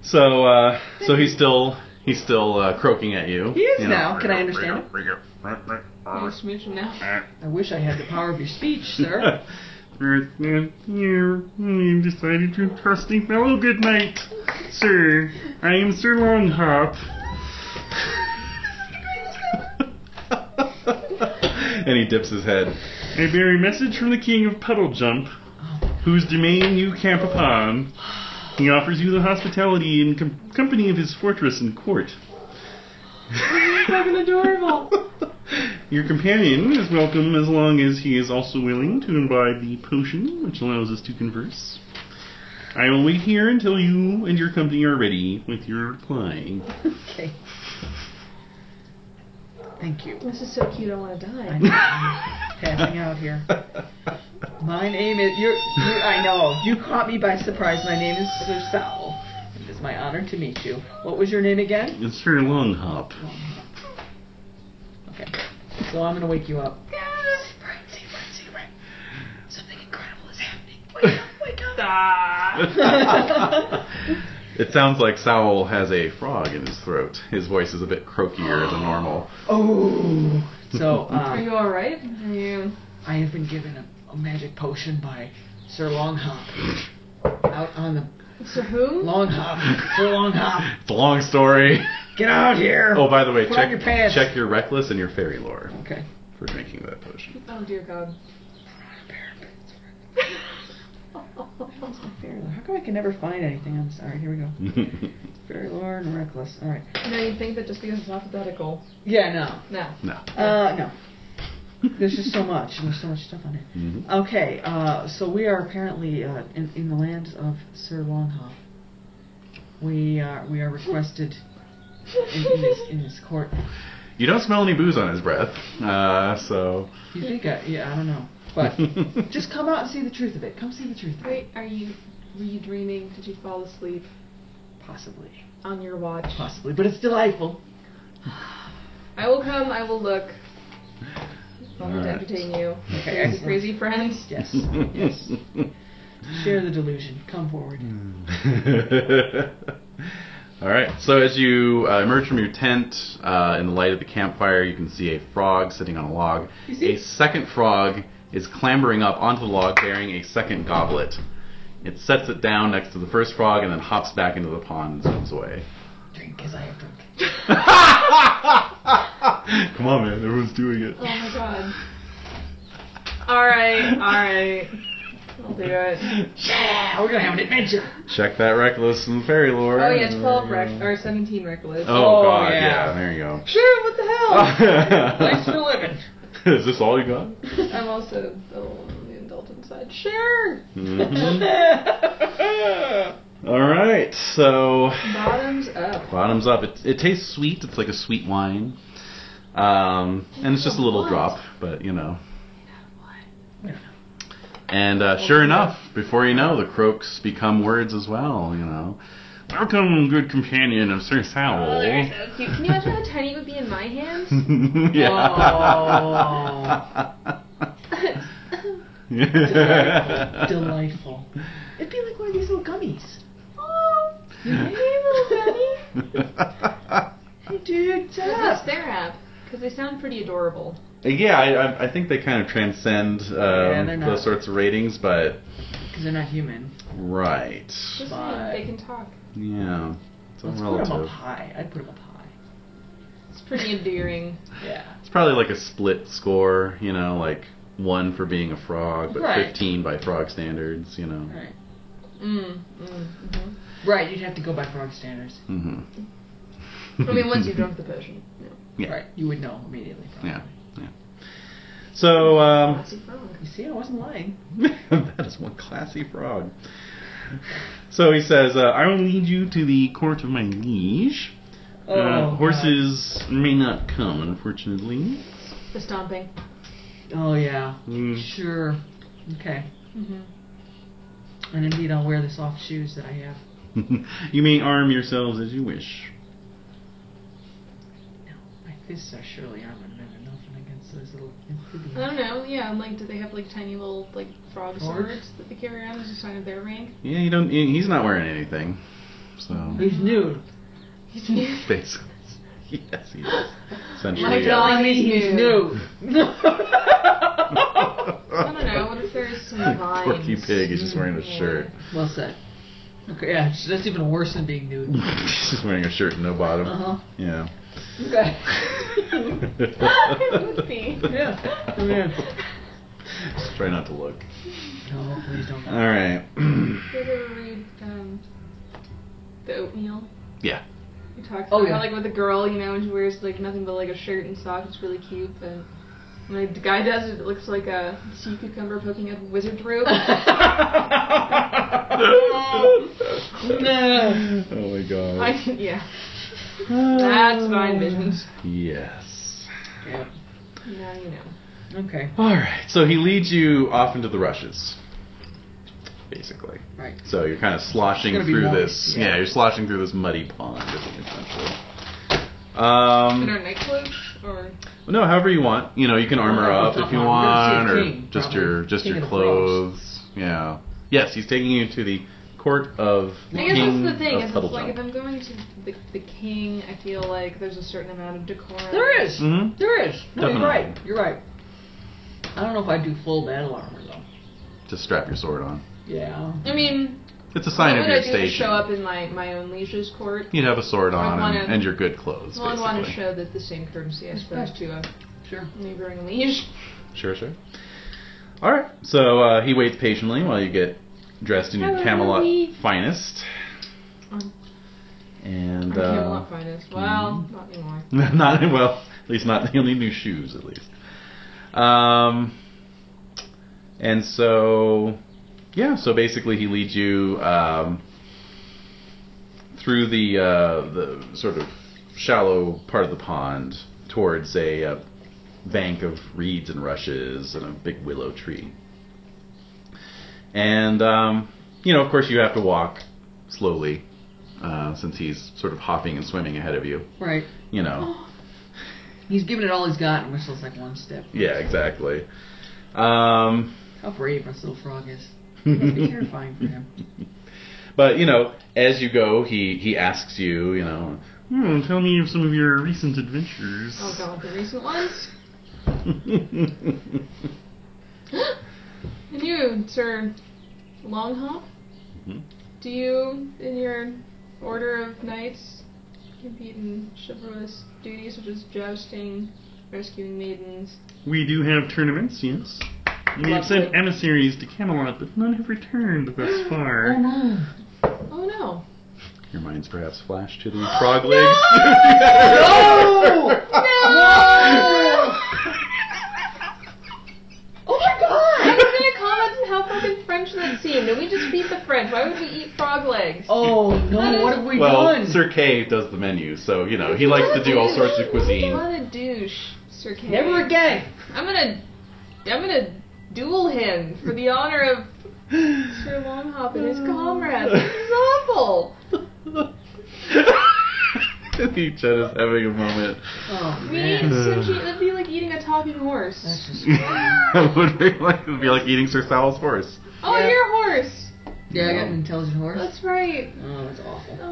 [SPEAKER 1] So, uh, so he's still he's still uh, croaking at you.
[SPEAKER 3] He is
[SPEAKER 1] you
[SPEAKER 3] now. Can I understand him?
[SPEAKER 2] You smooch him now.
[SPEAKER 3] I wish I had the power of your
[SPEAKER 1] <laughs>
[SPEAKER 3] speech, sir.
[SPEAKER 7] I decided to trust a fellow good knight, sir. I am Sir Longhop.
[SPEAKER 1] <laughs> and he dips his head.
[SPEAKER 7] I bear a message from the King of Puddle Jump, whose domain you camp upon. He offers you the hospitality in com- company of his fortress and court.
[SPEAKER 2] Fucking adorable.
[SPEAKER 7] Your companion is welcome as long as he is also willing to imbibe the potion which allows us to converse. I will wait here until you and your company are ready with your <laughs> reply.
[SPEAKER 3] okay. Thank you.
[SPEAKER 2] <laughs> This is so cute. I want to die.
[SPEAKER 3] I'm passing out here. My name is you. you- I know you caught me by surprise. My name is Sir Sal. It is my honor to meet you. What was your name again?
[SPEAKER 7] It's Sir Longhop.
[SPEAKER 3] Okay. So I'm gonna wake you up.
[SPEAKER 8] Sprite, sprite, sprite. Something incredible is happening. Wake up, wake up.
[SPEAKER 4] Bertha.
[SPEAKER 7] It sounds like Saul has a frog in his throat. His voice is a bit croakier than normal.
[SPEAKER 3] <laughs> Oh.
[SPEAKER 8] <laughs>
[SPEAKER 3] So
[SPEAKER 2] Are
[SPEAKER 3] um,
[SPEAKER 2] you all right? Are you?
[SPEAKER 3] I have been given a, a magic potion by Sir Longhop. Out on the
[SPEAKER 2] So who?
[SPEAKER 3] Longhop. Sir Longhop.
[SPEAKER 7] It's a long story.
[SPEAKER 3] Get out here.
[SPEAKER 7] Oh, by the way,
[SPEAKER 3] Put on
[SPEAKER 7] check
[SPEAKER 3] your pants.
[SPEAKER 7] check your reckless and your fairy lore
[SPEAKER 3] Okay.
[SPEAKER 7] for drinking that potion.
[SPEAKER 2] Oh dear God. <laughs>
[SPEAKER 3] That's my fairy lore. How come I can never find anything? I'm sorry. Here we go. Fairy lore and reckless. All right.
[SPEAKER 2] No, you'd think that just because it's alphabetical.
[SPEAKER 3] Yeah. No.
[SPEAKER 2] No.
[SPEAKER 7] no.
[SPEAKER 3] Uh, no. There's just so much. There's so much stuff on it.
[SPEAKER 7] Mhm.
[SPEAKER 3] Okay, uh, so we are apparently uh, in, in the lands of Sir Longhoff. We are we are requested in, in, his, in his court.
[SPEAKER 7] You don't smell any booze on his breath, uh,
[SPEAKER 1] <laughs>
[SPEAKER 7] so.
[SPEAKER 3] You think I, yeah, I don't know,
[SPEAKER 7] <laughs>
[SPEAKER 3] but just come out and see the truth of it. Come see the truth of
[SPEAKER 2] <laughs>
[SPEAKER 3] it.
[SPEAKER 2] Wait, are you? Were you dreaming? Did you fall asleep
[SPEAKER 3] Possibly,
[SPEAKER 2] on your watch?
[SPEAKER 3] possibly, but it's delightful.
[SPEAKER 2] I will come. I will look. I'll
[SPEAKER 7] All right.
[SPEAKER 2] entertain you.
[SPEAKER 3] Okay,
[SPEAKER 2] Crazy, crazy
[SPEAKER 3] excellent.
[SPEAKER 7] <laughs>
[SPEAKER 2] friends.
[SPEAKER 3] Yes,
[SPEAKER 1] <laughs>
[SPEAKER 3] yes. Share the delusion. Come forward.
[SPEAKER 7] All right. So as you uh, emerge from your tent uh, in the light of the campfire, you can see a frog sitting on a log. A second frog is clambering up onto the log, bearing a second goblet. It sets it down next to the first frog and then hops back into the pond and swims away. <laughs>
[SPEAKER 3] Drink as I have drunk.
[SPEAKER 7] <laughs> Come on, man! Everyone's doing it.
[SPEAKER 2] Oh my God. All right, all right. I'll do it.
[SPEAKER 3] Yeah, we're gonna have an adventure.
[SPEAKER 7] Check that reckless and fairy lore.
[SPEAKER 2] Oh yeah, twelve rec or seventeen reckless.
[SPEAKER 7] Oh,
[SPEAKER 3] Oh,
[SPEAKER 7] god,
[SPEAKER 3] yeah. Oh.
[SPEAKER 7] yeah. There you go.
[SPEAKER 2] Sure. What the
[SPEAKER 7] <laughs>
[SPEAKER 2] hell?
[SPEAKER 3] <laughs> Life's for living.
[SPEAKER 7] Is this all you got?
[SPEAKER 2] I'm also a little on the indulgent side. Sure.
[SPEAKER 7] Mhm. All right, so
[SPEAKER 2] Bottoms up.
[SPEAKER 7] bottoms up. It, it tastes sweet. It's like a sweet wine, um, and it's just a little drop, but you know. And uh, sure enough, before you know, the croaks become words as well. You know, welcome, good companion of Sir <laughs>
[SPEAKER 4] Oh, they're so
[SPEAKER 7] Sowell.
[SPEAKER 4] cute.
[SPEAKER 2] Can you imagine how tiny it would be in my hands?
[SPEAKER 7] <laughs> yeah.
[SPEAKER 3] Delightful. Delightful. It'd be like one of these little gummies.
[SPEAKER 2] Oh,
[SPEAKER 3] Hey, dude, shut
[SPEAKER 2] what's
[SPEAKER 3] up.
[SPEAKER 2] their app? Because they sound pretty adorable.
[SPEAKER 7] Yeah, I, I- I think they kind of transcend um,
[SPEAKER 3] Yeah, they're not-
[SPEAKER 7] those sorts of ratings, but
[SPEAKER 3] Because they're not human.
[SPEAKER 7] right.
[SPEAKER 2] Just
[SPEAKER 3] Bye.
[SPEAKER 2] saying, they can talk.
[SPEAKER 7] Yeah. It's all
[SPEAKER 3] Let's put them up
[SPEAKER 7] relative.
[SPEAKER 3] high. I'd put them up high.
[SPEAKER 2] It's pretty <laughs> endearing.
[SPEAKER 3] Yeah.
[SPEAKER 7] It's probably like a split score, you know, like one for being a frog, but
[SPEAKER 3] Right.
[SPEAKER 7] 15 by frog standards, you know.
[SPEAKER 3] Right.
[SPEAKER 2] Mm, mm, hmm
[SPEAKER 3] Right, you'd have to go by frog standards.
[SPEAKER 7] hmm
[SPEAKER 2] I mean, once you've drunk the potion. Yeah.
[SPEAKER 7] Yeah.
[SPEAKER 3] Right. You would know immediately. Probably.
[SPEAKER 7] Yeah. So, um,
[SPEAKER 2] Classy frog.
[SPEAKER 3] You see, I wasn't lying.
[SPEAKER 7] <laughs> that is one classy frog. So he says, uh, I will lead you to the court of my liege.
[SPEAKER 2] Oh,
[SPEAKER 7] uh,
[SPEAKER 3] God.
[SPEAKER 7] horses may not come, unfortunately. <laughs>
[SPEAKER 2] The stomping.
[SPEAKER 3] Oh, yeah.
[SPEAKER 7] Mm.
[SPEAKER 3] Sure. Okay.
[SPEAKER 2] hmm
[SPEAKER 3] And indeed, I'll wear the soft shoes that I have.
[SPEAKER 7] you may arm yourselves as you wish.
[SPEAKER 3] No, my fists are surely armor and I have nothing against those little
[SPEAKER 2] I don't
[SPEAKER 3] amphibians.
[SPEAKER 2] know. Yeah, and like, do they have like tiny little like frog
[SPEAKER 3] Frogs?
[SPEAKER 2] swords that they carry around as a sign of their rank?
[SPEAKER 7] Yeah, you don't. he- He's not wearing anything. So
[SPEAKER 3] He's nude.
[SPEAKER 2] He's new.
[SPEAKER 7] basically, <laughs> yes, he is.
[SPEAKER 2] My
[SPEAKER 7] Essentially, yes.
[SPEAKER 2] God.
[SPEAKER 3] Telling me
[SPEAKER 2] he's
[SPEAKER 3] he's
[SPEAKER 2] nude.
[SPEAKER 3] nude.
[SPEAKER 2] <laughs> I don't know. What if there's <laughs> some vines?
[SPEAKER 7] Porky
[SPEAKER 2] <laughs>
[SPEAKER 7] Pig is just wearing a
[SPEAKER 2] Yeah.
[SPEAKER 7] shirt.
[SPEAKER 3] <laughs>
[SPEAKER 7] <laughs>
[SPEAKER 3] Well said. Okay, yeah, sh- that's even worse than being nude.
[SPEAKER 7] He's just wearing a shirt and no bottom.
[SPEAKER 2] Uh-huh.
[SPEAKER 3] Uh huh.
[SPEAKER 2] <laughs>
[SPEAKER 7] Yeah.
[SPEAKER 3] Okay.
[SPEAKER 7] it
[SPEAKER 2] would be.
[SPEAKER 3] yeah. I mean,
[SPEAKER 2] <laughs>
[SPEAKER 7] Just <laughs> try not to look.
[SPEAKER 3] no, please
[SPEAKER 2] <laughs>
[SPEAKER 3] don't.
[SPEAKER 7] All right. <clears throat>
[SPEAKER 2] Did you ever read um, the oatmeal?
[SPEAKER 7] yeah.
[SPEAKER 2] He talks
[SPEAKER 3] Oh,
[SPEAKER 2] about
[SPEAKER 3] yeah.
[SPEAKER 2] how, like with a girl, you know, and she wears like nothing but like a shirt and socks. It's really cute, but when the guy does it, it looks like a sea cucumber poking out a wizard's <laughs> robe.
[SPEAKER 3] no.
[SPEAKER 7] Oh my god.
[SPEAKER 2] I, yeah, that's fine, visions.
[SPEAKER 7] Yes.
[SPEAKER 3] Yeah.
[SPEAKER 2] Now you know.
[SPEAKER 3] Okay.
[SPEAKER 7] All right. So he leads you off into the rushes, basically.
[SPEAKER 3] Right.
[SPEAKER 7] So you're kind of sloshing
[SPEAKER 3] It's gonna be
[SPEAKER 7] through
[SPEAKER 3] muddy,
[SPEAKER 7] this. Yeah.
[SPEAKER 3] yeah.
[SPEAKER 7] you're sloshing through this muddy pond, essentially.
[SPEAKER 2] In our
[SPEAKER 7] Um,
[SPEAKER 2] nightclothes, or
[SPEAKER 7] no, however you want. You know, you can armor
[SPEAKER 3] Well,
[SPEAKER 7] up
[SPEAKER 3] we're
[SPEAKER 7] if you
[SPEAKER 3] gonna see a
[SPEAKER 7] want, or
[SPEAKER 3] king,
[SPEAKER 7] just
[SPEAKER 3] probably.
[SPEAKER 7] your just
[SPEAKER 3] King
[SPEAKER 7] your
[SPEAKER 3] of the frogs.
[SPEAKER 7] clothes. Yeah.
[SPEAKER 1] Yes, he's taking you to the court of
[SPEAKER 2] I
[SPEAKER 1] the
[SPEAKER 2] guess
[SPEAKER 1] King
[SPEAKER 2] that's the thing.
[SPEAKER 1] of
[SPEAKER 2] Is it's like if
[SPEAKER 1] Puddlejum.
[SPEAKER 2] I'm going to the, the king, I feel like there's a certain amount of decorum.
[SPEAKER 3] There is.
[SPEAKER 7] hmm
[SPEAKER 3] There is. No,
[SPEAKER 1] Definitely.
[SPEAKER 3] you're right. You're right. I don't know if I'd do full battle armor though.
[SPEAKER 1] Just strap your sword on.
[SPEAKER 3] Yeah.
[SPEAKER 2] I mean,
[SPEAKER 1] It's a sign
[SPEAKER 2] what
[SPEAKER 1] of
[SPEAKER 2] would
[SPEAKER 1] your
[SPEAKER 2] I do to
[SPEAKER 1] station.
[SPEAKER 2] show up in my my own leisures court?
[SPEAKER 1] You'd have a sword
[SPEAKER 2] I'd
[SPEAKER 1] on
[SPEAKER 2] wanna-
[SPEAKER 1] and, and your good clothes.
[SPEAKER 2] Well, I'd want to
[SPEAKER 1] basically.
[SPEAKER 2] show that the same courtesy, I suppose, to a
[SPEAKER 3] Sure.
[SPEAKER 2] neighboring liege.
[SPEAKER 1] Sure, sure. All right. So uh, he waits patiently while you get dressed in your
[SPEAKER 2] Hello,
[SPEAKER 1] Camelot
[SPEAKER 2] Ruby.
[SPEAKER 1] finest.
[SPEAKER 2] Um,
[SPEAKER 1] And
[SPEAKER 2] I'm
[SPEAKER 1] uh, Mm-hmm.
[SPEAKER 2] Camelot finest. Well, not anymore.
[SPEAKER 1] <laughs> not well, at least not he'll need new shoes at least. Um, and so yeah, so basically he leads you um, through the uh, the sort of shallow part of the pond towards a, uh bank of reeds and rushes and a big willow tree. And um, you know, of course, you have to walk slowly uh, since he's sort of hopping and swimming ahead of you.
[SPEAKER 3] Right.
[SPEAKER 1] You know.
[SPEAKER 3] He's giving it all he's got, and whistles like one step.
[SPEAKER 1] Yeah, exactly. Um,
[SPEAKER 3] How brave this little
[SPEAKER 1] <laughs>
[SPEAKER 3] frog is. It must be terrifying for him.
[SPEAKER 1] but you know, as you go, he he asks you, you know,
[SPEAKER 7] Hmm, tell me of some of your recent adventures.
[SPEAKER 2] Oh god, the recent ones. <gasps>
[SPEAKER 1] Mhm.
[SPEAKER 2] And you, Sir Long Hop,
[SPEAKER 1] Mm-hmm.
[SPEAKER 2] do you, in your order of knights, compete in chivalrous duties such as jousting, rescuing maidens?
[SPEAKER 7] <laughs> we do have tournaments, yes. We have sent
[SPEAKER 2] Lovely.
[SPEAKER 7] emissaries to Camelot, but none have returned
[SPEAKER 2] <gasps>
[SPEAKER 7] thus far.
[SPEAKER 3] Oh no.
[SPEAKER 2] Oh no!
[SPEAKER 1] your minds perhaps flash to the frog <laughs> legs.
[SPEAKER 3] Oh my god!
[SPEAKER 2] I was gonna comment on how fucking French that seemed, and we just beat the French. Why would we eat frog legs?
[SPEAKER 3] Oh
[SPEAKER 2] That
[SPEAKER 3] no!
[SPEAKER 2] is-
[SPEAKER 3] What have we
[SPEAKER 1] well,
[SPEAKER 3] done?
[SPEAKER 1] Sir K does the menu, so you know he likes to do all sorts of cuisine.
[SPEAKER 3] <laughs>
[SPEAKER 2] What a douche, Sir Kay.
[SPEAKER 3] Never again.
[SPEAKER 2] I'm gonna, I'm gonna duel him for the honor of
[SPEAKER 1] <laughs>
[SPEAKER 2] Sir Longhop and his comrades. This is awful.
[SPEAKER 3] <laughs>
[SPEAKER 1] Each is having a moment. <laughs>
[SPEAKER 3] Oh
[SPEAKER 2] We eat
[SPEAKER 3] man.
[SPEAKER 2] sushi. That'd be like eating a talking horse.
[SPEAKER 1] <laughs>
[SPEAKER 3] That's just
[SPEAKER 1] I would be like, it'd be like eating Sir Sal's horse.
[SPEAKER 2] Oh,
[SPEAKER 3] Yeah.
[SPEAKER 2] your horse.
[SPEAKER 3] yeah. I got an intelligent horse.
[SPEAKER 2] That's right.
[SPEAKER 3] Oh, that's awful.
[SPEAKER 2] Oh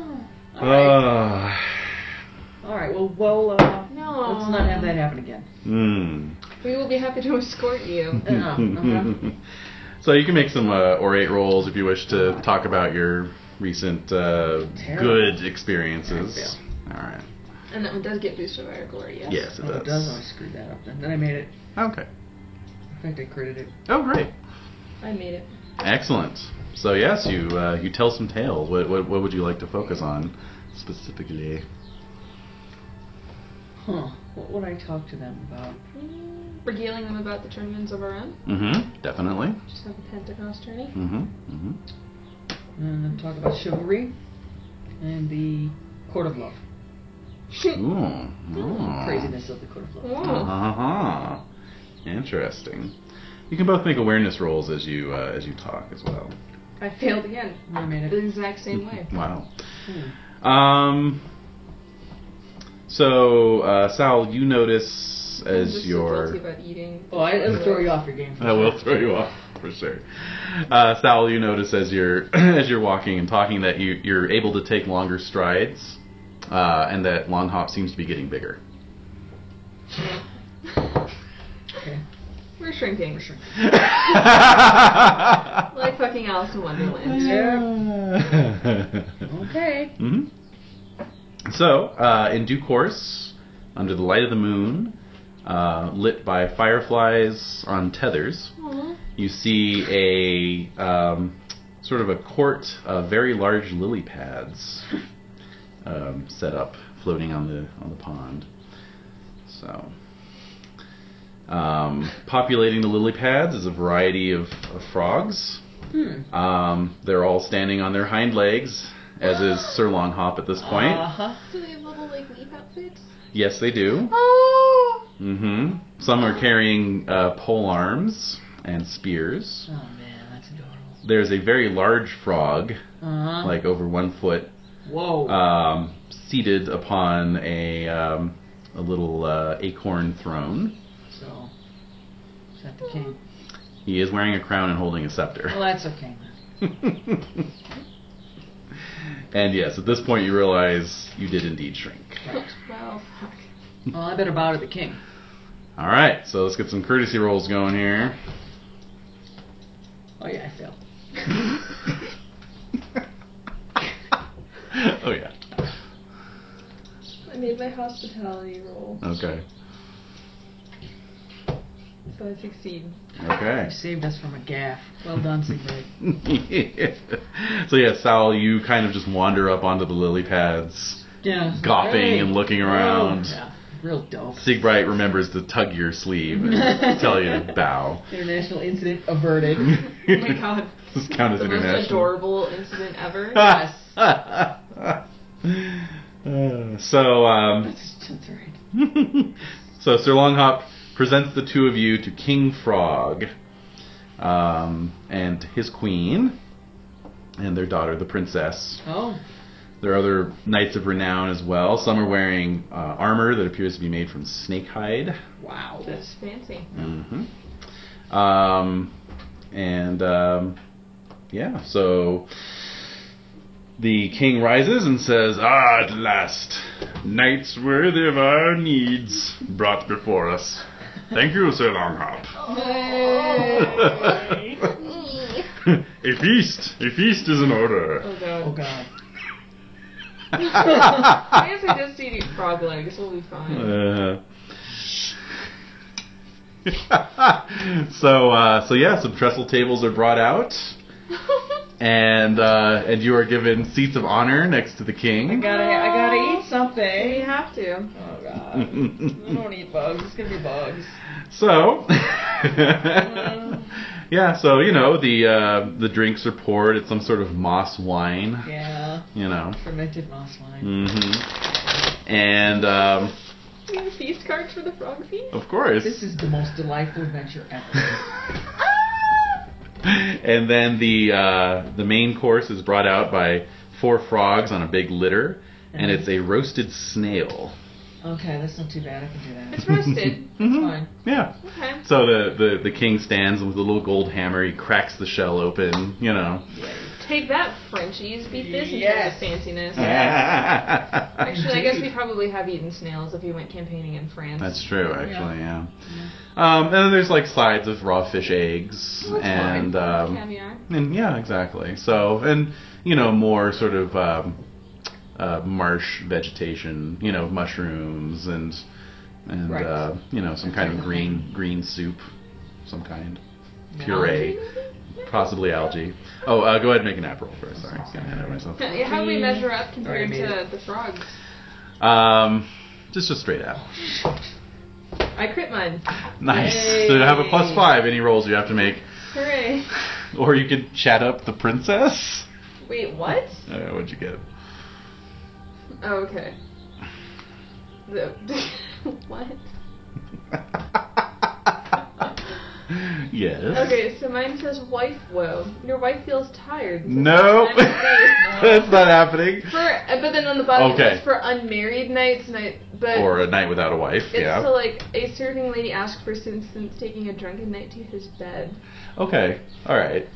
[SPEAKER 3] All right.
[SPEAKER 1] Ah.
[SPEAKER 3] All right. Well, well. Uh,
[SPEAKER 2] no.
[SPEAKER 3] let's not have that happen again.
[SPEAKER 1] Mm.
[SPEAKER 2] We will be happy to escort you.
[SPEAKER 1] <laughs>
[SPEAKER 3] Uh, uh-huh.
[SPEAKER 1] so you can make some uh, orate rolls if you wish to talk about your recent uh,
[SPEAKER 3] Uh-huh. Terrible.
[SPEAKER 1] good experiences. All right.
[SPEAKER 2] And that one does get boosted by our glory. Yes.
[SPEAKER 1] Yes, it
[SPEAKER 3] Oh, it does. Oh, I screwed that up. Then, then I made it.
[SPEAKER 1] Okay.
[SPEAKER 3] In fact, I critted it.
[SPEAKER 1] Oh, great.
[SPEAKER 2] I made it.
[SPEAKER 1] Excellent. So yes, you uh, you tell some tales. What, what what would you like to focus on specifically?
[SPEAKER 3] Huh? What would I talk to them about?
[SPEAKER 2] Mm, Regaling them about the tournaments of our own.
[SPEAKER 1] Mm-hmm. Definitely.
[SPEAKER 2] Just have a Pentecost tourney.
[SPEAKER 1] Mm-hmm. Mm-hmm.
[SPEAKER 3] And Uh, talk about chivalry and the court of love.
[SPEAKER 1] Ooh. Oh.
[SPEAKER 3] Craziness of the court of love.
[SPEAKER 2] Wow.
[SPEAKER 1] Uh-huh. Interesting. You can both make awareness rolls as you uh, as you talk as well.
[SPEAKER 2] I failed again.
[SPEAKER 3] I made
[SPEAKER 2] The
[SPEAKER 3] it.
[SPEAKER 2] exact same way.
[SPEAKER 1] Wow.
[SPEAKER 3] Hmm.
[SPEAKER 1] Um. So uh, Sal, you notice
[SPEAKER 2] I'm just
[SPEAKER 1] as
[SPEAKER 2] so
[SPEAKER 1] your
[SPEAKER 2] guilty about eating.
[SPEAKER 3] Oh, I, it'll throw you off your game. for
[SPEAKER 1] I will
[SPEAKER 3] sure.
[SPEAKER 1] throw you off for sure. Uh, Sal, you notice as you're <clears throat> as you're walking and talking that you you're able to take longer strides, uh, and that long hop seems to be getting bigger.
[SPEAKER 3] Okay.
[SPEAKER 2] We're shrinking.
[SPEAKER 1] like <laughs>
[SPEAKER 2] Like <laughs> fucking Alice in Wonderland.
[SPEAKER 3] Okay.
[SPEAKER 1] hmm So, uh, in due course, under the light of the moon, uh, lit by fireflies on tethers,
[SPEAKER 2] Aw.
[SPEAKER 1] you see a um, sort of a court of very large lily pads um, set up, floating on the on the pond. So, um, populating the lily pads is a variety of, of frogs.
[SPEAKER 3] Hmm.
[SPEAKER 1] Um, they're all standing on their hind legs, as is Sir Long Hop at this point.
[SPEAKER 3] Uh-huh.
[SPEAKER 2] Do they have little like leaf outfits?
[SPEAKER 1] Yes, they do.
[SPEAKER 2] Oh.
[SPEAKER 1] hmm Some are carrying uh, pole arms and spears.
[SPEAKER 3] Oh man, that's adorable.
[SPEAKER 1] There's a very large frog,
[SPEAKER 3] Uh-huh.
[SPEAKER 1] like over one foot,
[SPEAKER 3] whoa.
[SPEAKER 1] um, seated upon a um, a little uh, acorn throne.
[SPEAKER 3] so, is that the king?
[SPEAKER 1] He is wearing a crown and holding a scepter. <laughs>
[SPEAKER 3] Well, that's okay. Then.
[SPEAKER 7] and yes, at this point you realize you did indeed shrink.
[SPEAKER 2] Well, fuck.
[SPEAKER 3] Well, I better bow to the king.
[SPEAKER 7] All right, so let's get some courtesy rolls
[SPEAKER 1] <laughs>
[SPEAKER 7] going here.
[SPEAKER 3] Oh yeah, I fail.
[SPEAKER 7] oh yeah.
[SPEAKER 2] I made my hospitality roll,
[SPEAKER 7] Okay.
[SPEAKER 2] so I succeed.
[SPEAKER 7] Okay. <laughs>
[SPEAKER 3] You saved us from a gaff. Well done, Siegfried.
[SPEAKER 7] so yeah, Sal, you kind of just wander up onto the lily pads.
[SPEAKER 3] Yeah.
[SPEAKER 7] Gawping and looking around.
[SPEAKER 3] Oh, yeah. Real dope.
[SPEAKER 7] Siegbright remembers to tug your sleeve
[SPEAKER 2] <laughs>
[SPEAKER 7] and tell you to bow.
[SPEAKER 3] International incident
[SPEAKER 1] <laughs>
[SPEAKER 3] averted.
[SPEAKER 2] Oh my god.
[SPEAKER 7] <laughs> this count as
[SPEAKER 2] the most
[SPEAKER 7] international.
[SPEAKER 2] adorable incident ever.
[SPEAKER 7] <laughs> Ah. Uh, so, um, <laughs>
[SPEAKER 3] that's, that's right.
[SPEAKER 7] so Sir Longhop presents the two of you to King Frog, um, and his queen, and their daughter, the princess.
[SPEAKER 3] Oh,
[SPEAKER 7] There are other knights of renown as well. Some are wearing uh, armor that appears to be made from snake hide.
[SPEAKER 3] wow.
[SPEAKER 2] That's fancy.
[SPEAKER 7] Mm-hmm. Um, and um, yeah, so the king rises and says, "Ah, at last, knights worthy of our needs brought before us. Thank you, Sir Longhop. <laughs>
[SPEAKER 2] Oh. <laughs>
[SPEAKER 7] a feast, a feast is in order."
[SPEAKER 2] Oh god.
[SPEAKER 3] Oh god.
[SPEAKER 7] Ah.
[SPEAKER 2] I guess I just see frog legs. We'll be fine. <laughs>
[SPEAKER 7] Uh, <laughs> so uh, so yeah, some trestle tables are brought out, and uh, and you are given seats of honor next to the
[SPEAKER 3] I
[SPEAKER 7] king. <laughs>
[SPEAKER 3] gotta, I gotta eat
[SPEAKER 2] we
[SPEAKER 3] something.
[SPEAKER 2] have to.
[SPEAKER 3] Oh god. I don't eat bugs. It's gonna be bugs.
[SPEAKER 7] so <laughs>
[SPEAKER 3] Mm-hmm.
[SPEAKER 7] yeah, so you know the uh, the drinks are poured. It's some sort of moss wine,
[SPEAKER 3] Yeah.
[SPEAKER 7] you know.
[SPEAKER 3] Fermented moss wine.
[SPEAKER 7] hmm And um,
[SPEAKER 2] We have feast cards for the frog feast.
[SPEAKER 7] of course,
[SPEAKER 3] This is the most delightful adventure ever.
[SPEAKER 7] <laughs> and then the uh, the main course is brought out by four frogs on a big litter, and
[SPEAKER 3] Mm-hmm.
[SPEAKER 7] it's a roasted snail.
[SPEAKER 3] Okay, that's not too bad. I can do that.
[SPEAKER 2] It's
[SPEAKER 7] <laughs>
[SPEAKER 2] roasted.
[SPEAKER 7] Mhm.
[SPEAKER 3] fine.
[SPEAKER 7] Yeah.
[SPEAKER 2] Okay.
[SPEAKER 7] So the, the, the king stands and with a little gold hammer. He cracks the shell open. You know.
[SPEAKER 2] Take that, Frenchies. Beat this into
[SPEAKER 3] Yes.
[SPEAKER 2] the fanciness.
[SPEAKER 7] <laughs> That's
[SPEAKER 2] Actually, I guess we
[SPEAKER 3] Indeed.
[SPEAKER 2] probably have eaten snails if we went campaigning in France.
[SPEAKER 7] true, actually. Yeah. Um, and then there's like sides of raw fish eggs
[SPEAKER 3] Well, Oh, that's fine.
[SPEAKER 7] and um,
[SPEAKER 2] Caviar.
[SPEAKER 7] And yeah, exactly. So, and you know, more sort of um, uh, marsh vegetation. You know, mushrooms and and
[SPEAKER 3] Right.
[SPEAKER 7] uh, you know some kind of green green soup, some kind puree, possibly algae. Oh, uh, go ahead and make an app roll first. Sorry, I'm getting ahead of
[SPEAKER 3] <laughs>
[SPEAKER 7] myself.
[SPEAKER 2] Yeah, how do we measure up compared
[SPEAKER 3] Already
[SPEAKER 2] to
[SPEAKER 3] made
[SPEAKER 2] the frogs?
[SPEAKER 7] Um, just a straight app.
[SPEAKER 2] I crit mine.
[SPEAKER 7] Nice. So you have a plus
[SPEAKER 3] Yay.
[SPEAKER 7] five. Any rolls you have to make,
[SPEAKER 2] Hooray.
[SPEAKER 7] <laughs> or you could chat up the princess.
[SPEAKER 2] Wait, what?
[SPEAKER 7] Uh, what'd you get?
[SPEAKER 2] Oh, okay. The- <laughs> what?
[SPEAKER 7] yes.
[SPEAKER 2] Okay, so mine says wife woe. Your wife feels tired. <laughs>
[SPEAKER 7] No,
[SPEAKER 2] Says,
[SPEAKER 7] <laughs>
[SPEAKER 2] "I'm safe."
[SPEAKER 7] that's not happening.
[SPEAKER 2] For uh, but then on the bottom
[SPEAKER 7] Okay.
[SPEAKER 2] it says for unmarried nights night but
[SPEAKER 7] Or a night without a wife.
[SPEAKER 2] it's to
[SPEAKER 7] Yeah.
[SPEAKER 2] like a serving lady asked for Simpson's taking a drunken knight to his bed.
[SPEAKER 7] Okay. All right.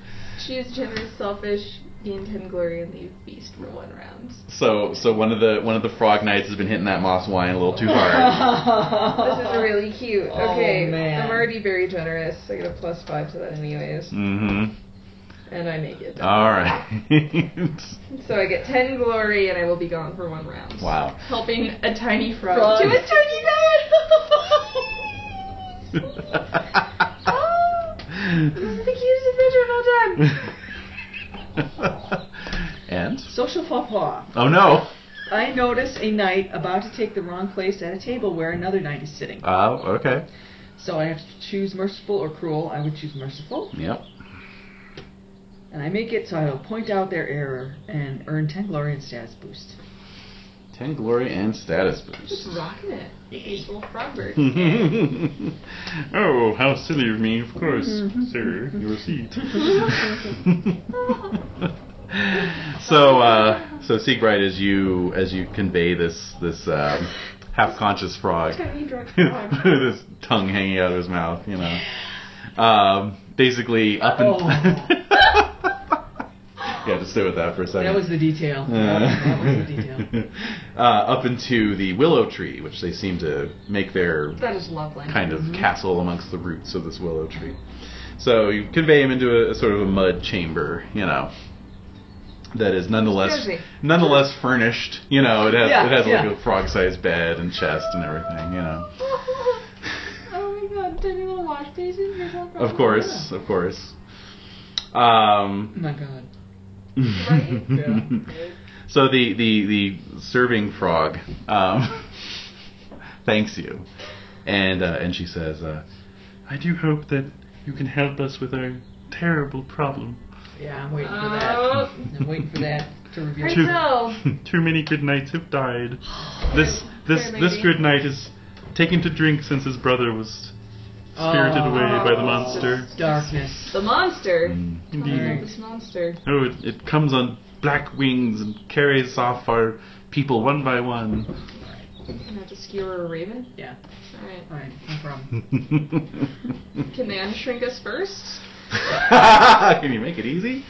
[SPEAKER 2] She is generous, selfish, be intend glory and leave feast for one round.
[SPEAKER 7] So so one of the one of the frog knights has been hitting that moss wine a little too
[SPEAKER 2] <laughs>
[SPEAKER 7] hard.
[SPEAKER 2] This
[SPEAKER 3] <laughs>
[SPEAKER 2] is really cute.
[SPEAKER 3] Oh,
[SPEAKER 2] Okay,
[SPEAKER 3] man.
[SPEAKER 2] I'm already very generous. I get a plus five to that anyways,
[SPEAKER 7] mm-hmm.
[SPEAKER 2] and I make it.
[SPEAKER 7] All right. <laughs>
[SPEAKER 2] So I get ten glory, and I will be gone for one round.
[SPEAKER 7] wow. <laughs>
[SPEAKER 2] Helping a tiny frog,
[SPEAKER 3] Frog.
[SPEAKER 2] to his turkey bed. oh, this is the cutest adventure of all time.
[SPEAKER 7] and
[SPEAKER 3] Social faux pas.
[SPEAKER 7] oh no.
[SPEAKER 3] I notice a knight about to take the wrong place at a table where another knight is sitting.
[SPEAKER 7] Oh, okay.
[SPEAKER 3] So I have to choose merciful or cruel. I would choose merciful.
[SPEAKER 7] Yep.
[SPEAKER 3] And I make it so I will point out their error and earn 10 glory and status boost.
[SPEAKER 7] Ten glory and status
[SPEAKER 2] Just
[SPEAKER 7] boost.
[SPEAKER 2] rocking it. These little frogbird.
[SPEAKER 7] <laughs>
[SPEAKER 1] oh, how silly of me, of course,
[SPEAKER 3] Mm-hmm.
[SPEAKER 1] sir. Your
[SPEAKER 3] <laughs>
[SPEAKER 1] receipt.
[SPEAKER 7] <laughs> so uh, so Siegbright, as you as you convey this this um, half conscious frog,
[SPEAKER 2] Tiny drunk frog.
[SPEAKER 7] <laughs> this tongue hanging out of his mouth, <laughs> you know, um, basically up and let's stay with that for a second.
[SPEAKER 3] That was the detail.
[SPEAKER 7] Uh,
[SPEAKER 3] That was the detail.
[SPEAKER 7] <laughs> uh, up into the willow tree, which they seem to make their
[SPEAKER 3] That is lovely.
[SPEAKER 7] kind of castle amongst the roots of this willow tree. So you convey him into a, a sort of a mud chamber, you know, that is nonetheless
[SPEAKER 3] Excuse me.
[SPEAKER 7] nonetheless furnished. You know, it has
[SPEAKER 3] Yeah,
[SPEAKER 7] it has
[SPEAKER 3] yeah.
[SPEAKER 7] like a frog-sized bed and chest and everything. You know,
[SPEAKER 2] oh my god, did you want a wash basin? Here's one for
[SPEAKER 7] of course, of course. Um,
[SPEAKER 3] Oh my god.
[SPEAKER 2] Right?
[SPEAKER 3] Yeah.
[SPEAKER 7] <laughs> So the the the serving frog um, <laughs> thanks you, and uh, and she says, uh,
[SPEAKER 1] I do hope that you can help us with our terrible problem.
[SPEAKER 7] <laughs>
[SPEAKER 3] Yeah, I'm waiting for that.
[SPEAKER 2] Oh,
[SPEAKER 3] I'm waiting for that to review.
[SPEAKER 1] Two-
[SPEAKER 2] Rachel.
[SPEAKER 1] Too many good knights have died. This this
[SPEAKER 2] Fair
[SPEAKER 1] this
[SPEAKER 2] lady.
[SPEAKER 1] good knight is taken to drink since his brother was spirited
[SPEAKER 3] Oh.
[SPEAKER 1] away by the monster.
[SPEAKER 3] Darkness.
[SPEAKER 2] The monster.
[SPEAKER 7] mm,
[SPEAKER 1] Indeed.
[SPEAKER 2] Oh, this monster.
[SPEAKER 1] Oh, it, it comes on black wings and carries off our people one by one. <laughs>
[SPEAKER 2] Gonna have to skewer a raven.
[SPEAKER 3] Yeah.
[SPEAKER 2] Alright.
[SPEAKER 3] All right. No problem.
[SPEAKER 2] Can they unshrink us first?
[SPEAKER 7] <laughs> Can you make it easy?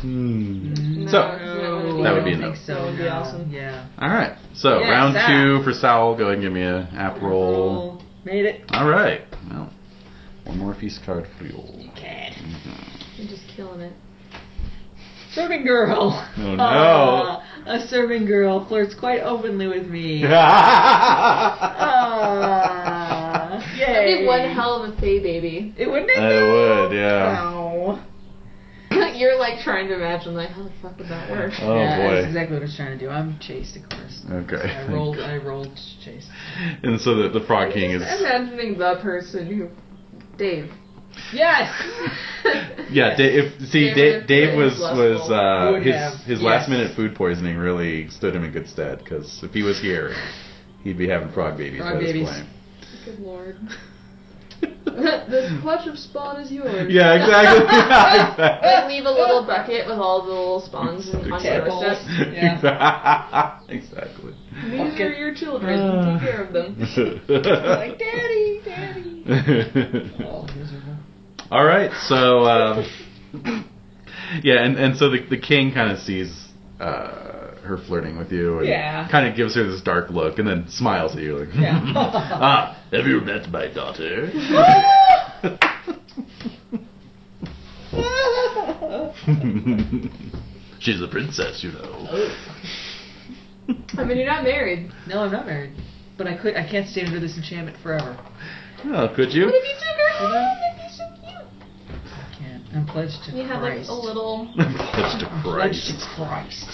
[SPEAKER 7] Hmm.
[SPEAKER 3] Mm,
[SPEAKER 7] So-
[SPEAKER 2] no,
[SPEAKER 7] That would be
[SPEAKER 3] I don't
[SPEAKER 7] enough.
[SPEAKER 3] think so.
[SPEAKER 2] That would be
[SPEAKER 3] no.
[SPEAKER 2] awesome.
[SPEAKER 3] Yeah.
[SPEAKER 7] All right. So
[SPEAKER 3] Yes,
[SPEAKER 7] round
[SPEAKER 3] ah.
[SPEAKER 7] two for Sal. Go ahead and give me a app roll.
[SPEAKER 2] Roll.
[SPEAKER 3] Made it.
[SPEAKER 7] All right. Well, one more feast card for you. all.
[SPEAKER 3] Kid.
[SPEAKER 2] You're just killing it.
[SPEAKER 3] Serving girl. <laughs>
[SPEAKER 7] Oh, no.
[SPEAKER 3] Aw, a serving girl flirts quite openly with
[SPEAKER 7] <laughs>
[SPEAKER 3] me. Aw,
[SPEAKER 2] That'd
[SPEAKER 3] yay.
[SPEAKER 2] be one hell of a fey baby. <laughs>
[SPEAKER 3] It wouldn't it?
[SPEAKER 7] I would, yeah.
[SPEAKER 3] No.
[SPEAKER 2] You're like trying to imagine, like, how the fuck would that work?
[SPEAKER 7] Oh
[SPEAKER 3] yeah, That's
[SPEAKER 7] boy.
[SPEAKER 3] exactly what I was trying to do. I'm chased, of course.
[SPEAKER 7] Okay.
[SPEAKER 3] I rolled. I rolled chased.
[SPEAKER 7] And so the, the frog king is.
[SPEAKER 2] Just imagining the person who. Dave.
[SPEAKER 3] Yes.
[SPEAKER 7] <laughs> Yeah,
[SPEAKER 3] Yes.
[SPEAKER 7] Dave, if, see,
[SPEAKER 2] Dave
[SPEAKER 7] Dave, Dave
[SPEAKER 2] would've
[SPEAKER 7] was
[SPEAKER 2] been
[SPEAKER 7] was uh,
[SPEAKER 3] Would
[SPEAKER 7] his
[SPEAKER 3] have,
[SPEAKER 7] his
[SPEAKER 3] yes.
[SPEAKER 7] last minute food poisoning really stood him in good stead because if he was here, he'd be having frog babies.
[SPEAKER 3] Frog
[SPEAKER 7] by this
[SPEAKER 3] babies.
[SPEAKER 7] point.
[SPEAKER 2] Good lord. <laughs> this clutch of spawn is yours.
[SPEAKER 7] Yeah, exactly.
[SPEAKER 2] <laughs>
[SPEAKER 7] Yeah, exactly. <laughs>
[SPEAKER 2] Like, leave a little bucket with all the little spawns on your
[SPEAKER 3] Tadpoles.
[SPEAKER 2] doorstep.
[SPEAKER 7] Yeah. exactly.
[SPEAKER 2] These are
[SPEAKER 3] Bucket.
[SPEAKER 2] your children.
[SPEAKER 7] Uh.
[SPEAKER 2] Take care of them.
[SPEAKER 7] <laughs>
[SPEAKER 3] like daddy, daddy. <laughs> Oh, miserable.
[SPEAKER 7] All right, so um, yeah, and, and so the, the king kind of sees uh, her flirting with you, and
[SPEAKER 3] Yeah.
[SPEAKER 7] kind of gives her this dark look, and then smiles at you like,
[SPEAKER 3] Yeah.
[SPEAKER 7] <laughs> "Ah, have you met my
[SPEAKER 3] <laughs>
[SPEAKER 7] daughter?" <laughs>
[SPEAKER 3] Oh.
[SPEAKER 7] She's a princess, you know.
[SPEAKER 3] Oh.
[SPEAKER 2] I mean, you're not married.
[SPEAKER 3] No, I'm not married. But I could. I can't stay under this enchantment forever.
[SPEAKER 7] Oh, could you?
[SPEAKER 2] But if you took her home, that'd be so cute.
[SPEAKER 3] I can't. I'm pledged to
[SPEAKER 2] You have like
[SPEAKER 3] Christ.
[SPEAKER 2] a little.
[SPEAKER 7] <laughs> Pledged
[SPEAKER 3] <laughs>
[SPEAKER 7] to Christ.
[SPEAKER 3] Pledged to Christ.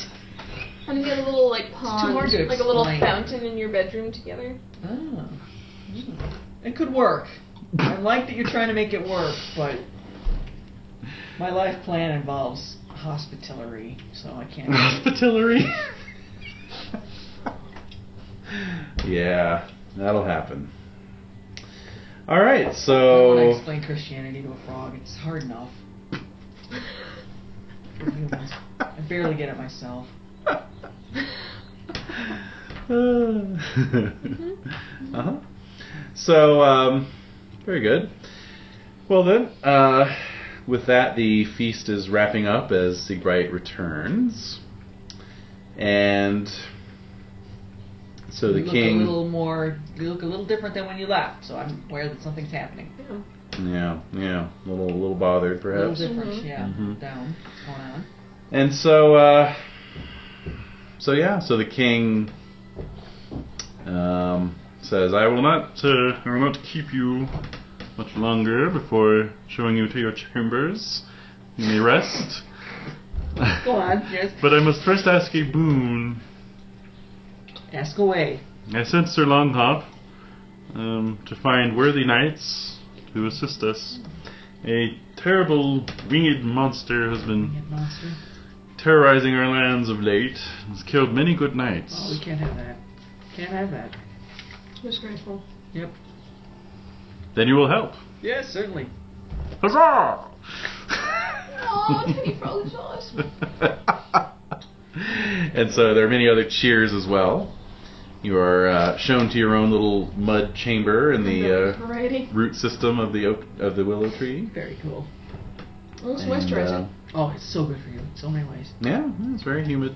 [SPEAKER 2] And you get a little like pond,
[SPEAKER 3] hard
[SPEAKER 2] like a
[SPEAKER 3] to
[SPEAKER 2] little
[SPEAKER 3] explain.
[SPEAKER 2] fountain in your bedroom together.
[SPEAKER 3] Oh. Hmm. It could work. I like that you're trying to make it work, but my life plan involves hospitality, so I <laughs> can't.
[SPEAKER 1] Hospitillery.
[SPEAKER 7] Yeah, that'll happen. All right,
[SPEAKER 3] When I
[SPEAKER 7] so
[SPEAKER 3] explain Christianity to a frog, it's hard enough. For humans. I barely get it myself.
[SPEAKER 7] <laughs> uh-huh. So, um, very good. Well then, uh, with that, the feast is wrapping up as Siegbright returns, and so the
[SPEAKER 3] you
[SPEAKER 7] king.
[SPEAKER 3] look a little more. You look a little different than when you left, so I'm aware that something's happening.
[SPEAKER 7] Yeah, yeah, a little, a little bothered
[SPEAKER 3] A little
[SPEAKER 7] perhaps.
[SPEAKER 3] different,
[SPEAKER 2] Mhm.
[SPEAKER 3] yeah.
[SPEAKER 7] Mhm.
[SPEAKER 3] Down, what's going on?
[SPEAKER 7] And so, uh, so yeah, so the king um, says, "I will not."
[SPEAKER 1] to, I will not keep you much longer before showing you to your chambers. You may rest.
[SPEAKER 3] Go on, yes.
[SPEAKER 1] <laughs> But I must first ask a boon.
[SPEAKER 3] Ask away.
[SPEAKER 1] I sent Sir Longhop um, to find worthy knights to assist us. A terrible winged monster has been
[SPEAKER 3] Winged monster.
[SPEAKER 1] terrorizing our lands of late. Has killed many good
[SPEAKER 3] Oh, we
[SPEAKER 1] knights.
[SPEAKER 3] can't have that. Can't have that.
[SPEAKER 2] <laughs> Disgraceful.
[SPEAKER 3] Yep.
[SPEAKER 1] Then you will help.
[SPEAKER 3] Yes, certainly.
[SPEAKER 1] Huzzah!
[SPEAKER 2] Oh, <laughs> Teddy Frog's awesome.
[SPEAKER 7] <laughs> and so there are many other cheers as well. You are uh, shown to your own little mud chamber in the uh,
[SPEAKER 2] variety.
[SPEAKER 7] root system of the oak of the willow tree.
[SPEAKER 3] Very cool.
[SPEAKER 2] Well, it's
[SPEAKER 7] And, uh,
[SPEAKER 2] moisturizing.
[SPEAKER 3] Oh, it's so good for you in so many ways.
[SPEAKER 7] Yeah, yeah, it's very humid.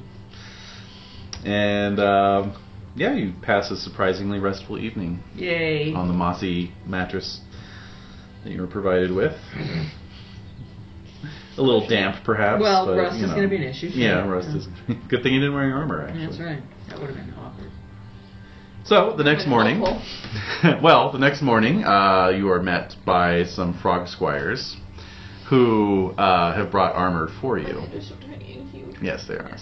[SPEAKER 7] And um, yeah, you pass a surprisingly restful evening
[SPEAKER 3] Yay.
[SPEAKER 7] on the mossy mattress that you were provided with. a little damp, perhaps.
[SPEAKER 3] Well,
[SPEAKER 7] but,
[SPEAKER 3] rust
[SPEAKER 7] you
[SPEAKER 3] is
[SPEAKER 7] know.
[SPEAKER 3] gonna be an issue, sure.
[SPEAKER 7] Yeah, rust
[SPEAKER 3] Yeah.
[SPEAKER 7] is. <laughs> Good thing you didn't wear your armor, actually.
[SPEAKER 3] Yeah, that's right. That would have been <laughs> awkward.
[SPEAKER 7] So the next
[SPEAKER 2] Been
[SPEAKER 7] morning,
[SPEAKER 2] helpful.
[SPEAKER 7] <laughs> well, the next morning, uh, you are met by some frog squires who uh, have brought armor for you.
[SPEAKER 2] They're so tiny and cute.
[SPEAKER 7] Yes, they are.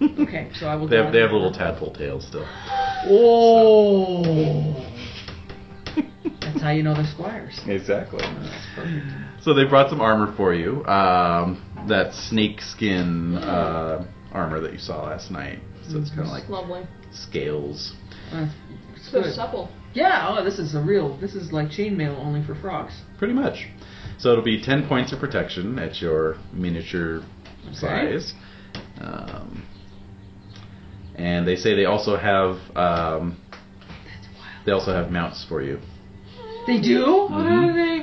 [SPEAKER 3] Okay, so I will.
[SPEAKER 7] They
[SPEAKER 3] go
[SPEAKER 7] have,
[SPEAKER 3] on
[SPEAKER 7] they have
[SPEAKER 3] now.
[SPEAKER 7] little tadpole tails still.
[SPEAKER 3] Oh. That's how you know they're squires.
[SPEAKER 7] Exactly.
[SPEAKER 3] Oh, that's perfect.
[SPEAKER 7] So they brought some armor for you. Um, that snake skin uh, armor that you saw last night. So it's kind of like
[SPEAKER 2] Lovely.
[SPEAKER 7] scales.
[SPEAKER 3] Uh, it's
[SPEAKER 2] So
[SPEAKER 3] good.
[SPEAKER 2] supple.
[SPEAKER 3] Yeah. Oh, this is a real. This is like chainmail only for frogs.
[SPEAKER 7] Pretty much. So it'll be 10 points of protection at your miniature
[SPEAKER 3] Okay.
[SPEAKER 7] size. Um, and they say they also have um,
[SPEAKER 3] That's wild.
[SPEAKER 7] they also have mounts
[SPEAKER 3] <laughs>
[SPEAKER 7] for you.
[SPEAKER 3] They do.
[SPEAKER 2] What are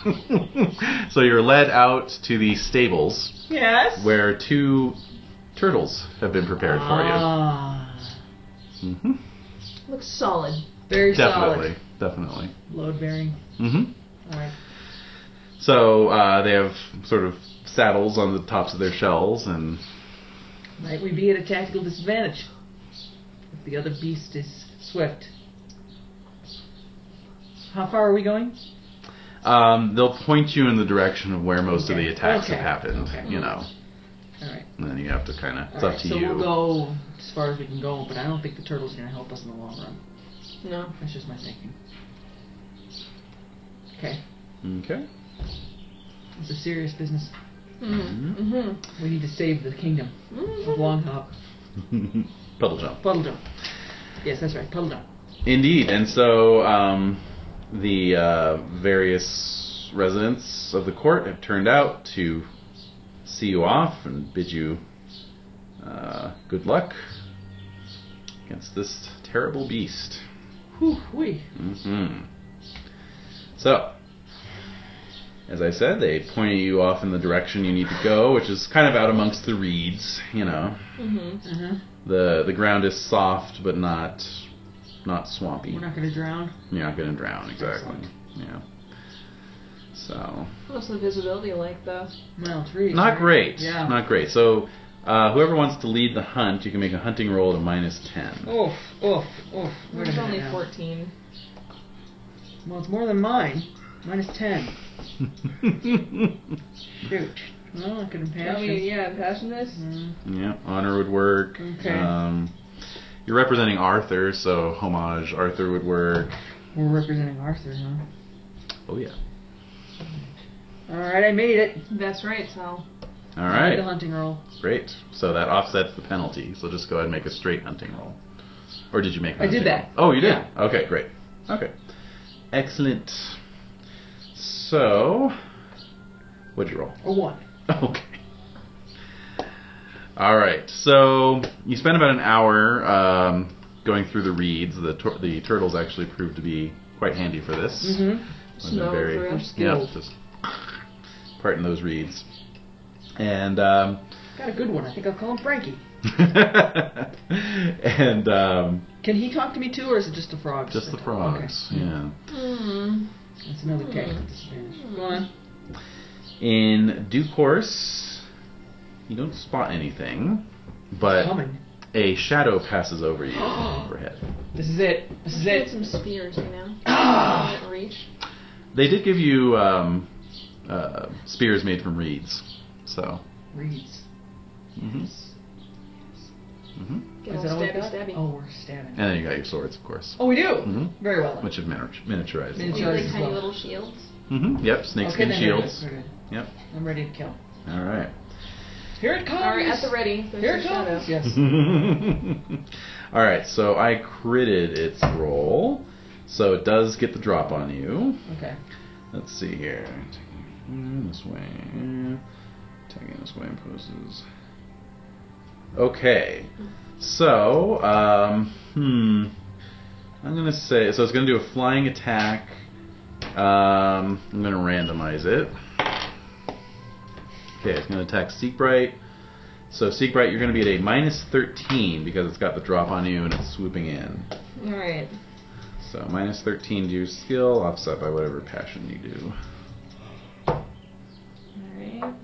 [SPEAKER 7] Mm-hmm.
[SPEAKER 2] they?
[SPEAKER 7] so you're led out to the stables
[SPEAKER 3] Yes.
[SPEAKER 7] where two turtles have been prepared for you.
[SPEAKER 3] Ah,
[SPEAKER 7] hmm
[SPEAKER 2] Look solid.
[SPEAKER 3] very
[SPEAKER 7] Definitely, definitely.
[SPEAKER 3] solid. Load bearing.
[SPEAKER 7] hmm
[SPEAKER 3] All right.
[SPEAKER 7] So uh, they have sort of saddles on the tops of their shells, and
[SPEAKER 3] Might we be at a tactical disadvantage? If the other beast is swift. How far are we going?
[SPEAKER 7] um, they'll point you in the direction of where most of
[SPEAKER 3] Okay.
[SPEAKER 7] the attacks
[SPEAKER 3] Okay.
[SPEAKER 7] have happened.
[SPEAKER 3] Okay.
[SPEAKER 7] You know,
[SPEAKER 3] All right.
[SPEAKER 7] and then you have to kind of it's
[SPEAKER 3] All
[SPEAKER 7] up
[SPEAKER 3] right,
[SPEAKER 7] to
[SPEAKER 3] so
[SPEAKER 7] you.
[SPEAKER 3] we'll go as far as we can go, but I don't think the turtle's going to help us in the long run.
[SPEAKER 2] No.
[SPEAKER 3] That's just my thinking. Okay,
[SPEAKER 7] <laughs> Okay.
[SPEAKER 3] it's a serious business.
[SPEAKER 2] Mm. Mhm.
[SPEAKER 3] We need to save the kingdom of
[SPEAKER 2] Mhm.
[SPEAKER 3] Long Hop.
[SPEAKER 7] Puddle jump.
[SPEAKER 3] Puddle Jump. Yes, that's right, Puddle Jump.
[SPEAKER 7] Indeed, and so um, the uh, various residents of the court have turned out to see you off and bid you uh, good luck against this terrible beast.
[SPEAKER 3] Whew, whee.
[SPEAKER 7] hmm So, as I said, they point you off in the direction you need to go, which is kind of out amongst the reeds, you know.
[SPEAKER 2] Mhm.
[SPEAKER 3] Uh-huh.
[SPEAKER 7] The the ground is soft but not not swampy.
[SPEAKER 3] We're not going to drown.
[SPEAKER 7] You're not gonna drown, exactly.
[SPEAKER 3] Excellent.
[SPEAKER 7] Yeah. So
[SPEAKER 2] What's the visibility like though?
[SPEAKER 3] Well, three.
[SPEAKER 7] not great.
[SPEAKER 3] Yeah.
[SPEAKER 7] Not great. So uh, whoever wants to lead the hunt, you can make a hunting roll at a minus
[SPEAKER 3] <laughs>
[SPEAKER 7] ten.
[SPEAKER 3] Oof, oof, oof. Wait a
[SPEAKER 2] Mine's
[SPEAKER 3] minute
[SPEAKER 2] only
[SPEAKER 3] now.
[SPEAKER 2] 14.
[SPEAKER 3] Well, it's more than mine. Minus ten. Shoot. Well, I could have
[SPEAKER 2] I
[SPEAKER 3] passed
[SPEAKER 2] mean,
[SPEAKER 3] it.
[SPEAKER 2] yeah, passion this.
[SPEAKER 3] Mm,
[SPEAKER 7] yeah, honor would work.
[SPEAKER 3] Okay.
[SPEAKER 7] Um, you're representing Arthur, so homage Arthur would work.
[SPEAKER 3] We're representing Arthur, huh?
[SPEAKER 7] Oh yeah.
[SPEAKER 3] All right, I made it.
[SPEAKER 2] That's right, Sal.
[SPEAKER 7] All
[SPEAKER 3] I made The
[SPEAKER 7] right.
[SPEAKER 3] hunting roll.
[SPEAKER 7] Great. So that offsets the penalty. So just go ahead and make a straight hunting roll. Or did you make? a
[SPEAKER 3] I did
[SPEAKER 7] hunting
[SPEAKER 3] that.
[SPEAKER 7] roll? Oh, you did.
[SPEAKER 3] Yeah.
[SPEAKER 7] Okay, great. Okay, excellent. So, what'd you roll?
[SPEAKER 3] A one.
[SPEAKER 7] <laughs> Okay. All right. So you spent about an hour um, going through the reeds. The tur- the turtles actually proved to be quite handy for this.
[SPEAKER 3] Mm-hmm.
[SPEAKER 7] Would've been
[SPEAKER 2] Snow
[SPEAKER 7] very-
[SPEAKER 2] drift.
[SPEAKER 7] yeah, just parting those reeds. And um, <laughs>
[SPEAKER 3] Got a good one. I think I'll call him Frankie.
[SPEAKER 7] and um,
[SPEAKER 3] Can he talk to me too, or is it just the frogs?
[SPEAKER 7] just the frogs.
[SPEAKER 3] Okay.
[SPEAKER 7] Yeah.
[SPEAKER 2] Mm.
[SPEAKER 3] That's another tactical disadvantage. Go on.
[SPEAKER 7] In due course, you don't spot anything, but
[SPEAKER 3] Coming.
[SPEAKER 7] a shadow passes
[SPEAKER 3] <gasps>
[SPEAKER 7] over you overhead.
[SPEAKER 3] This is it. This is
[SPEAKER 2] Get
[SPEAKER 3] it.
[SPEAKER 2] some spears, you know.
[SPEAKER 3] Ah!
[SPEAKER 2] Can't reach.
[SPEAKER 7] They did give you um, uh, spears made from reeds, so.
[SPEAKER 3] Reeds.
[SPEAKER 7] hmm hmm
[SPEAKER 2] Get all
[SPEAKER 3] Is that all we
[SPEAKER 2] stabby
[SPEAKER 3] got?
[SPEAKER 2] stabby.
[SPEAKER 3] Oh, we're stabbing.
[SPEAKER 7] And then you got your swords, of course,
[SPEAKER 3] Oh, we do.
[SPEAKER 7] Mhm.
[SPEAKER 3] Very well.
[SPEAKER 7] which have miniatur- miniaturized.
[SPEAKER 2] Do you
[SPEAKER 3] Miniaturized.
[SPEAKER 7] mm
[SPEAKER 2] like
[SPEAKER 3] as
[SPEAKER 2] tiny
[SPEAKER 3] well.
[SPEAKER 2] little shields?
[SPEAKER 7] Mm-hmm. Yep, snakeskin
[SPEAKER 3] then we're good,
[SPEAKER 7] shields.
[SPEAKER 3] we're good.
[SPEAKER 7] Yep.
[SPEAKER 3] I'm ready to kill.
[SPEAKER 7] All right. <laughs>
[SPEAKER 3] Here it comes.
[SPEAKER 2] All right, at the ready. There's
[SPEAKER 3] Oh, Here
[SPEAKER 2] your
[SPEAKER 3] it
[SPEAKER 2] shadow.
[SPEAKER 3] comes. Yes.
[SPEAKER 7] All right, so I critted its roll, so it does get the drop on you.
[SPEAKER 3] Okay.
[SPEAKER 7] Let's see here. Taking this way. Taking this way imposes. Okay. So, um, hmm. I'm going to say. So it's going to do a flying attack. Um, I'm going to randomize it. Okay, it's going to attack Seekbright. So, Seekbright, you're going to be at a minus 13 because it's got the drop on you and it's swooping in.
[SPEAKER 9] All right.
[SPEAKER 7] So, minus 13 to your skill, offset by whatever passion you do.
[SPEAKER 9] All right.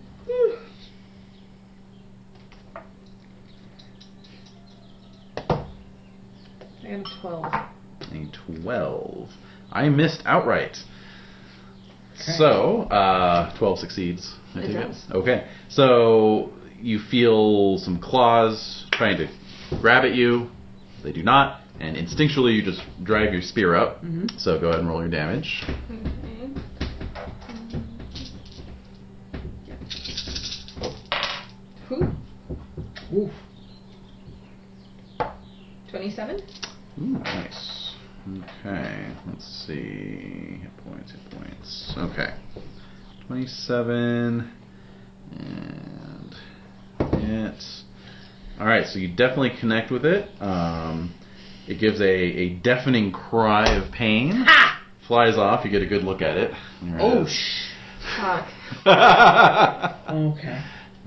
[SPEAKER 9] I got a 12.
[SPEAKER 7] A 12. I missed outright. So, uh, 12 succeeds. I
[SPEAKER 9] It
[SPEAKER 7] take
[SPEAKER 9] does.
[SPEAKER 7] Okay. So, you feel some claws trying to grab at you. They do not. And instinctually, you just drive your spear up.
[SPEAKER 9] Mm-hmm.
[SPEAKER 3] Mhm.
[SPEAKER 7] So, go ahead and roll your damage.
[SPEAKER 2] Okay.
[SPEAKER 9] Who?
[SPEAKER 3] Oof.
[SPEAKER 9] 27?
[SPEAKER 7] Ooh, Hmm, nice. Okay, let's see. Hit points, hit points. Okay. 27. And it. Alright, so you definitely connect with it. Um, it gives a, a deafening cry of pain. Flies off, you get a good look at it. There it
[SPEAKER 3] Oh,
[SPEAKER 7] is.
[SPEAKER 3] sh.
[SPEAKER 2] <laughs>
[SPEAKER 9] Fuck.
[SPEAKER 3] <laughs>
[SPEAKER 7] that
[SPEAKER 3] Okay.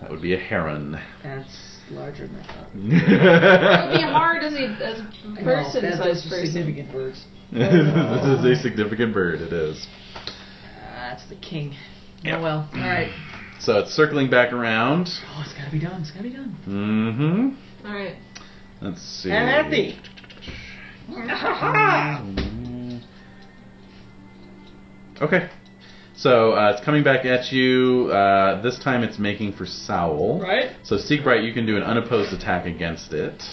[SPEAKER 7] would be a heron.
[SPEAKER 3] That's larger than I thought.
[SPEAKER 2] It would be hard as a, as a person
[SPEAKER 3] no,
[SPEAKER 2] sized
[SPEAKER 3] that's a
[SPEAKER 2] person.
[SPEAKER 3] significant birds.
[SPEAKER 7] <laughs> this is a significant bird, it is.
[SPEAKER 3] That's the king.
[SPEAKER 7] Yeah.
[SPEAKER 3] Oh well. All right.
[SPEAKER 7] So it's circling back around.
[SPEAKER 3] Oh, it's gotta be done. It's gotta be done.
[SPEAKER 7] Mm-hmm.
[SPEAKER 2] Alright.
[SPEAKER 7] Let's see.
[SPEAKER 3] And happy.
[SPEAKER 7] Okay. So uh, it's coming back at you. Uh, this time it's making for Sowl.
[SPEAKER 3] <laughs> Right?
[SPEAKER 7] So Siegbright, you can do an unopposed attack against it.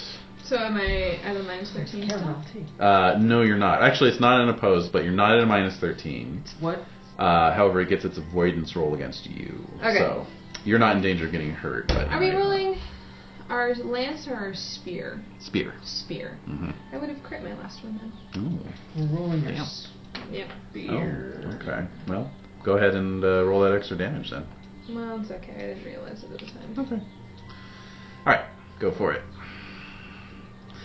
[SPEAKER 2] So am I at a minus 13 still?
[SPEAKER 3] Caramel tea.
[SPEAKER 7] Uh, no, you're not. Actually, it's not unopposed, but you're not at a minus 13.
[SPEAKER 3] It's what?
[SPEAKER 7] Uh, however, it gets its avoidance roll against you.
[SPEAKER 2] Okay.
[SPEAKER 7] So you're not in danger of getting hurt. But
[SPEAKER 2] Are we rolling our lance or our spear?
[SPEAKER 7] Spear.
[SPEAKER 2] Spear.
[SPEAKER 7] Mm-hmm.
[SPEAKER 2] I would have crit my last one then.
[SPEAKER 3] We're rolling your
[SPEAKER 7] Damn.
[SPEAKER 2] Yep.
[SPEAKER 7] Oh, okay. Well, go ahead and uh, roll that extra damage then.
[SPEAKER 2] Well, it's okay. I didn't realize it at the time.
[SPEAKER 7] Okay. All right, go for it.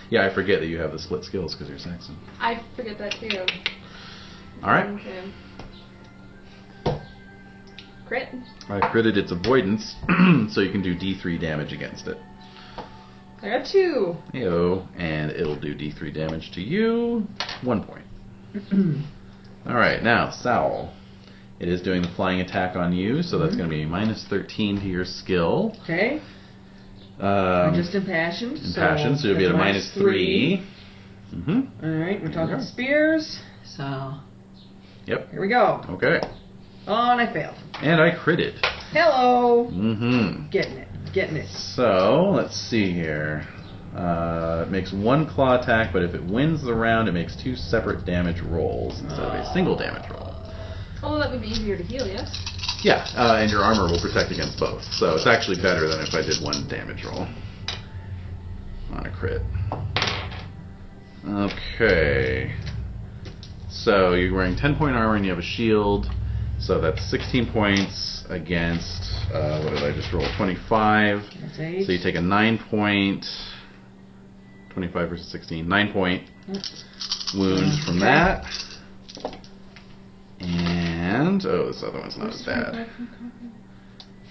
[SPEAKER 7] Yeah, I forget that you have the split skills because you're Saxon.
[SPEAKER 2] I forget that too.
[SPEAKER 7] All right,
[SPEAKER 2] Okay. Crit.
[SPEAKER 7] I critted its avoidance, <clears throat> so you can do D3 damage against it.
[SPEAKER 3] I got two.
[SPEAKER 7] Ayo, and it'll do D3 damage to you. One point. All right, now Sal. It is doing the flying attack on you, so that's going to be minus 13 to your skill.
[SPEAKER 3] <clears throat> Okay.
[SPEAKER 7] Um,
[SPEAKER 3] I'm just impassioned.
[SPEAKER 7] impassioned, so, you'll be at
[SPEAKER 3] that's
[SPEAKER 7] a minus 3. Mm-hmm.
[SPEAKER 3] All right. We're talking
[SPEAKER 7] Okay.
[SPEAKER 3] spears. So.
[SPEAKER 7] Yep.
[SPEAKER 3] Here we go.
[SPEAKER 7] Okay.
[SPEAKER 3] Oh, and I failed.
[SPEAKER 7] And I critted.
[SPEAKER 3] Hello.
[SPEAKER 7] Mm-hmm.
[SPEAKER 3] Getting it. Getting it.
[SPEAKER 7] So let's see here. Uh, it makes one claw attack, but if it wins the round, it makes two separate damage rolls instead of a single damage roll.
[SPEAKER 2] Oh, that would be easier to heal, yes?
[SPEAKER 7] Yeah, uh, and your armor will protect against both, so it's actually better than if I did one damage roll on a crit. Okay. So you're wearing 10 point armor and you have a shield, so that's 16 points against uh, what did I just roll? 25.
[SPEAKER 3] That's eight.
[SPEAKER 7] So you take a 9 point, 25 versus 16, 9 point wound from that. And, oh, this other one's not as bad.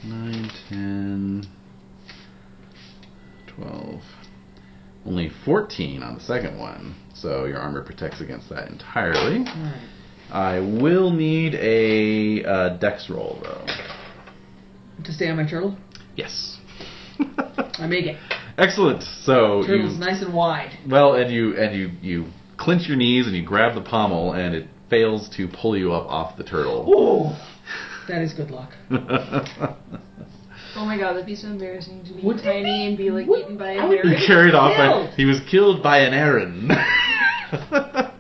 [SPEAKER 7] 9, 10, 12. Only 14 on the second one. So your armor protects against that entirely.
[SPEAKER 3] All right.
[SPEAKER 7] I will need a uh, dex roll, though.
[SPEAKER 3] To stay on my turtle.
[SPEAKER 7] Yes. <laughs>
[SPEAKER 3] I make it.
[SPEAKER 7] Excellent. So
[SPEAKER 3] Turtle's
[SPEAKER 7] you
[SPEAKER 3] nice and wide.
[SPEAKER 7] Well, and you and you you clinch your knees and you grab the pommel and it fails to pull you up off the <laughs> turtle.
[SPEAKER 3] Ooh. That is good luck.
[SPEAKER 7] you
[SPEAKER 2] Oh my god, that'd be so embarrassing to be
[SPEAKER 3] Wouldn't it
[SPEAKER 2] tiny and be like
[SPEAKER 3] Wouldn't-
[SPEAKER 2] eaten by
[SPEAKER 3] I
[SPEAKER 2] a
[SPEAKER 3] would
[SPEAKER 2] bear.
[SPEAKER 7] carried off by
[SPEAKER 3] Killed.
[SPEAKER 7] he was killed by an Aaron.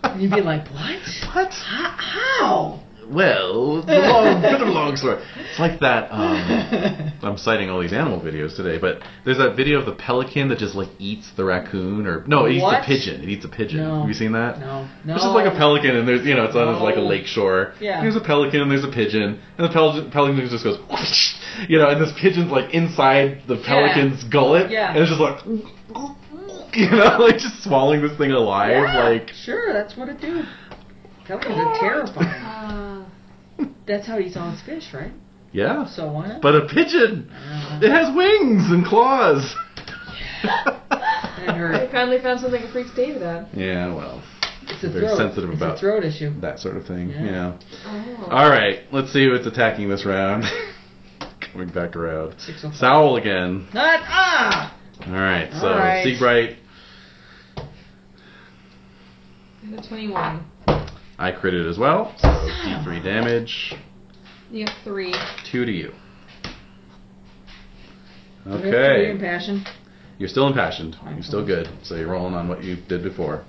[SPEAKER 3] And you'd be like, what?
[SPEAKER 7] <laughs> what?
[SPEAKER 3] How? how?
[SPEAKER 7] Well, it's
[SPEAKER 3] <laughs>
[SPEAKER 7] a long, bit of a long story. It's like that. Um, I'm citing all these animal videos today, but there's that video of the pelican that just like eats the raccoon, or no, it eats
[SPEAKER 3] What?
[SPEAKER 7] the pigeon. It eats a pigeon.
[SPEAKER 3] No.
[SPEAKER 7] Have you seen
[SPEAKER 3] <laughs>
[SPEAKER 7] that?
[SPEAKER 3] no. No.
[SPEAKER 7] It's just like a pelican, and there's you know it's on this, like a
[SPEAKER 3] No.
[SPEAKER 7] lakeshore.
[SPEAKER 3] Yeah.
[SPEAKER 7] There's a pelican, and there's a pigeon, and the pelican, pelican just goes, <laughs> you know, and this pigeon's like inside the pelican's gullet,
[SPEAKER 3] Yeah.
[SPEAKER 7] and it's just like, <laughs> you know, <laughs> like just swallowing this thing alive,
[SPEAKER 3] Yeah,
[SPEAKER 7] like.
[SPEAKER 3] Sure, that's what it do. Pelicans are terrifying.
[SPEAKER 2] Ah,
[SPEAKER 9] Uh,
[SPEAKER 3] That's how he eats all his fish, right?
[SPEAKER 7] Yeah,
[SPEAKER 3] So why not?
[SPEAKER 7] but a pigeon.
[SPEAKER 3] Uh,
[SPEAKER 7] It has wings and claws. <laughs>
[SPEAKER 3] that
[SPEAKER 2] I
[SPEAKER 3] hurt.
[SPEAKER 2] finally found something that freaks David out.
[SPEAKER 7] yeah, well,
[SPEAKER 3] It's a
[SPEAKER 7] Very
[SPEAKER 3] throat.
[SPEAKER 7] sensitive
[SPEAKER 3] it's
[SPEAKER 7] about-
[SPEAKER 3] a throat issue.
[SPEAKER 7] that sort of thing.
[SPEAKER 3] Yeah.
[SPEAKER 7] yeah.
[SPEAKER 9] Oh.
[SPEAKER 7] All right, let's see what's attacking this round. <laughs> Coming back around.
[SPEAKER 3] Six oh five.
[SPEAKER 7] Sowl again.
[SPEAKER 3] Not ah.
[SPEAKER 7] All right, so
[SPEAKER 3] All right.
[SPEAKER 7] Siegbright,
[SPEAKER 9] And a 21.
[SPEAKER 7] I critted as well. So D3 damage,
[SPEAKER 9] You have three.
[SPEAKER 7] two to you.
[SPEAKER 3] Do we have to be
[SPEAKER 7] Okay,
[SPEAKER 3] impassioned?
[SPEAKER 7] you're still impassioned. You're still good. So you're rolling on what you did before.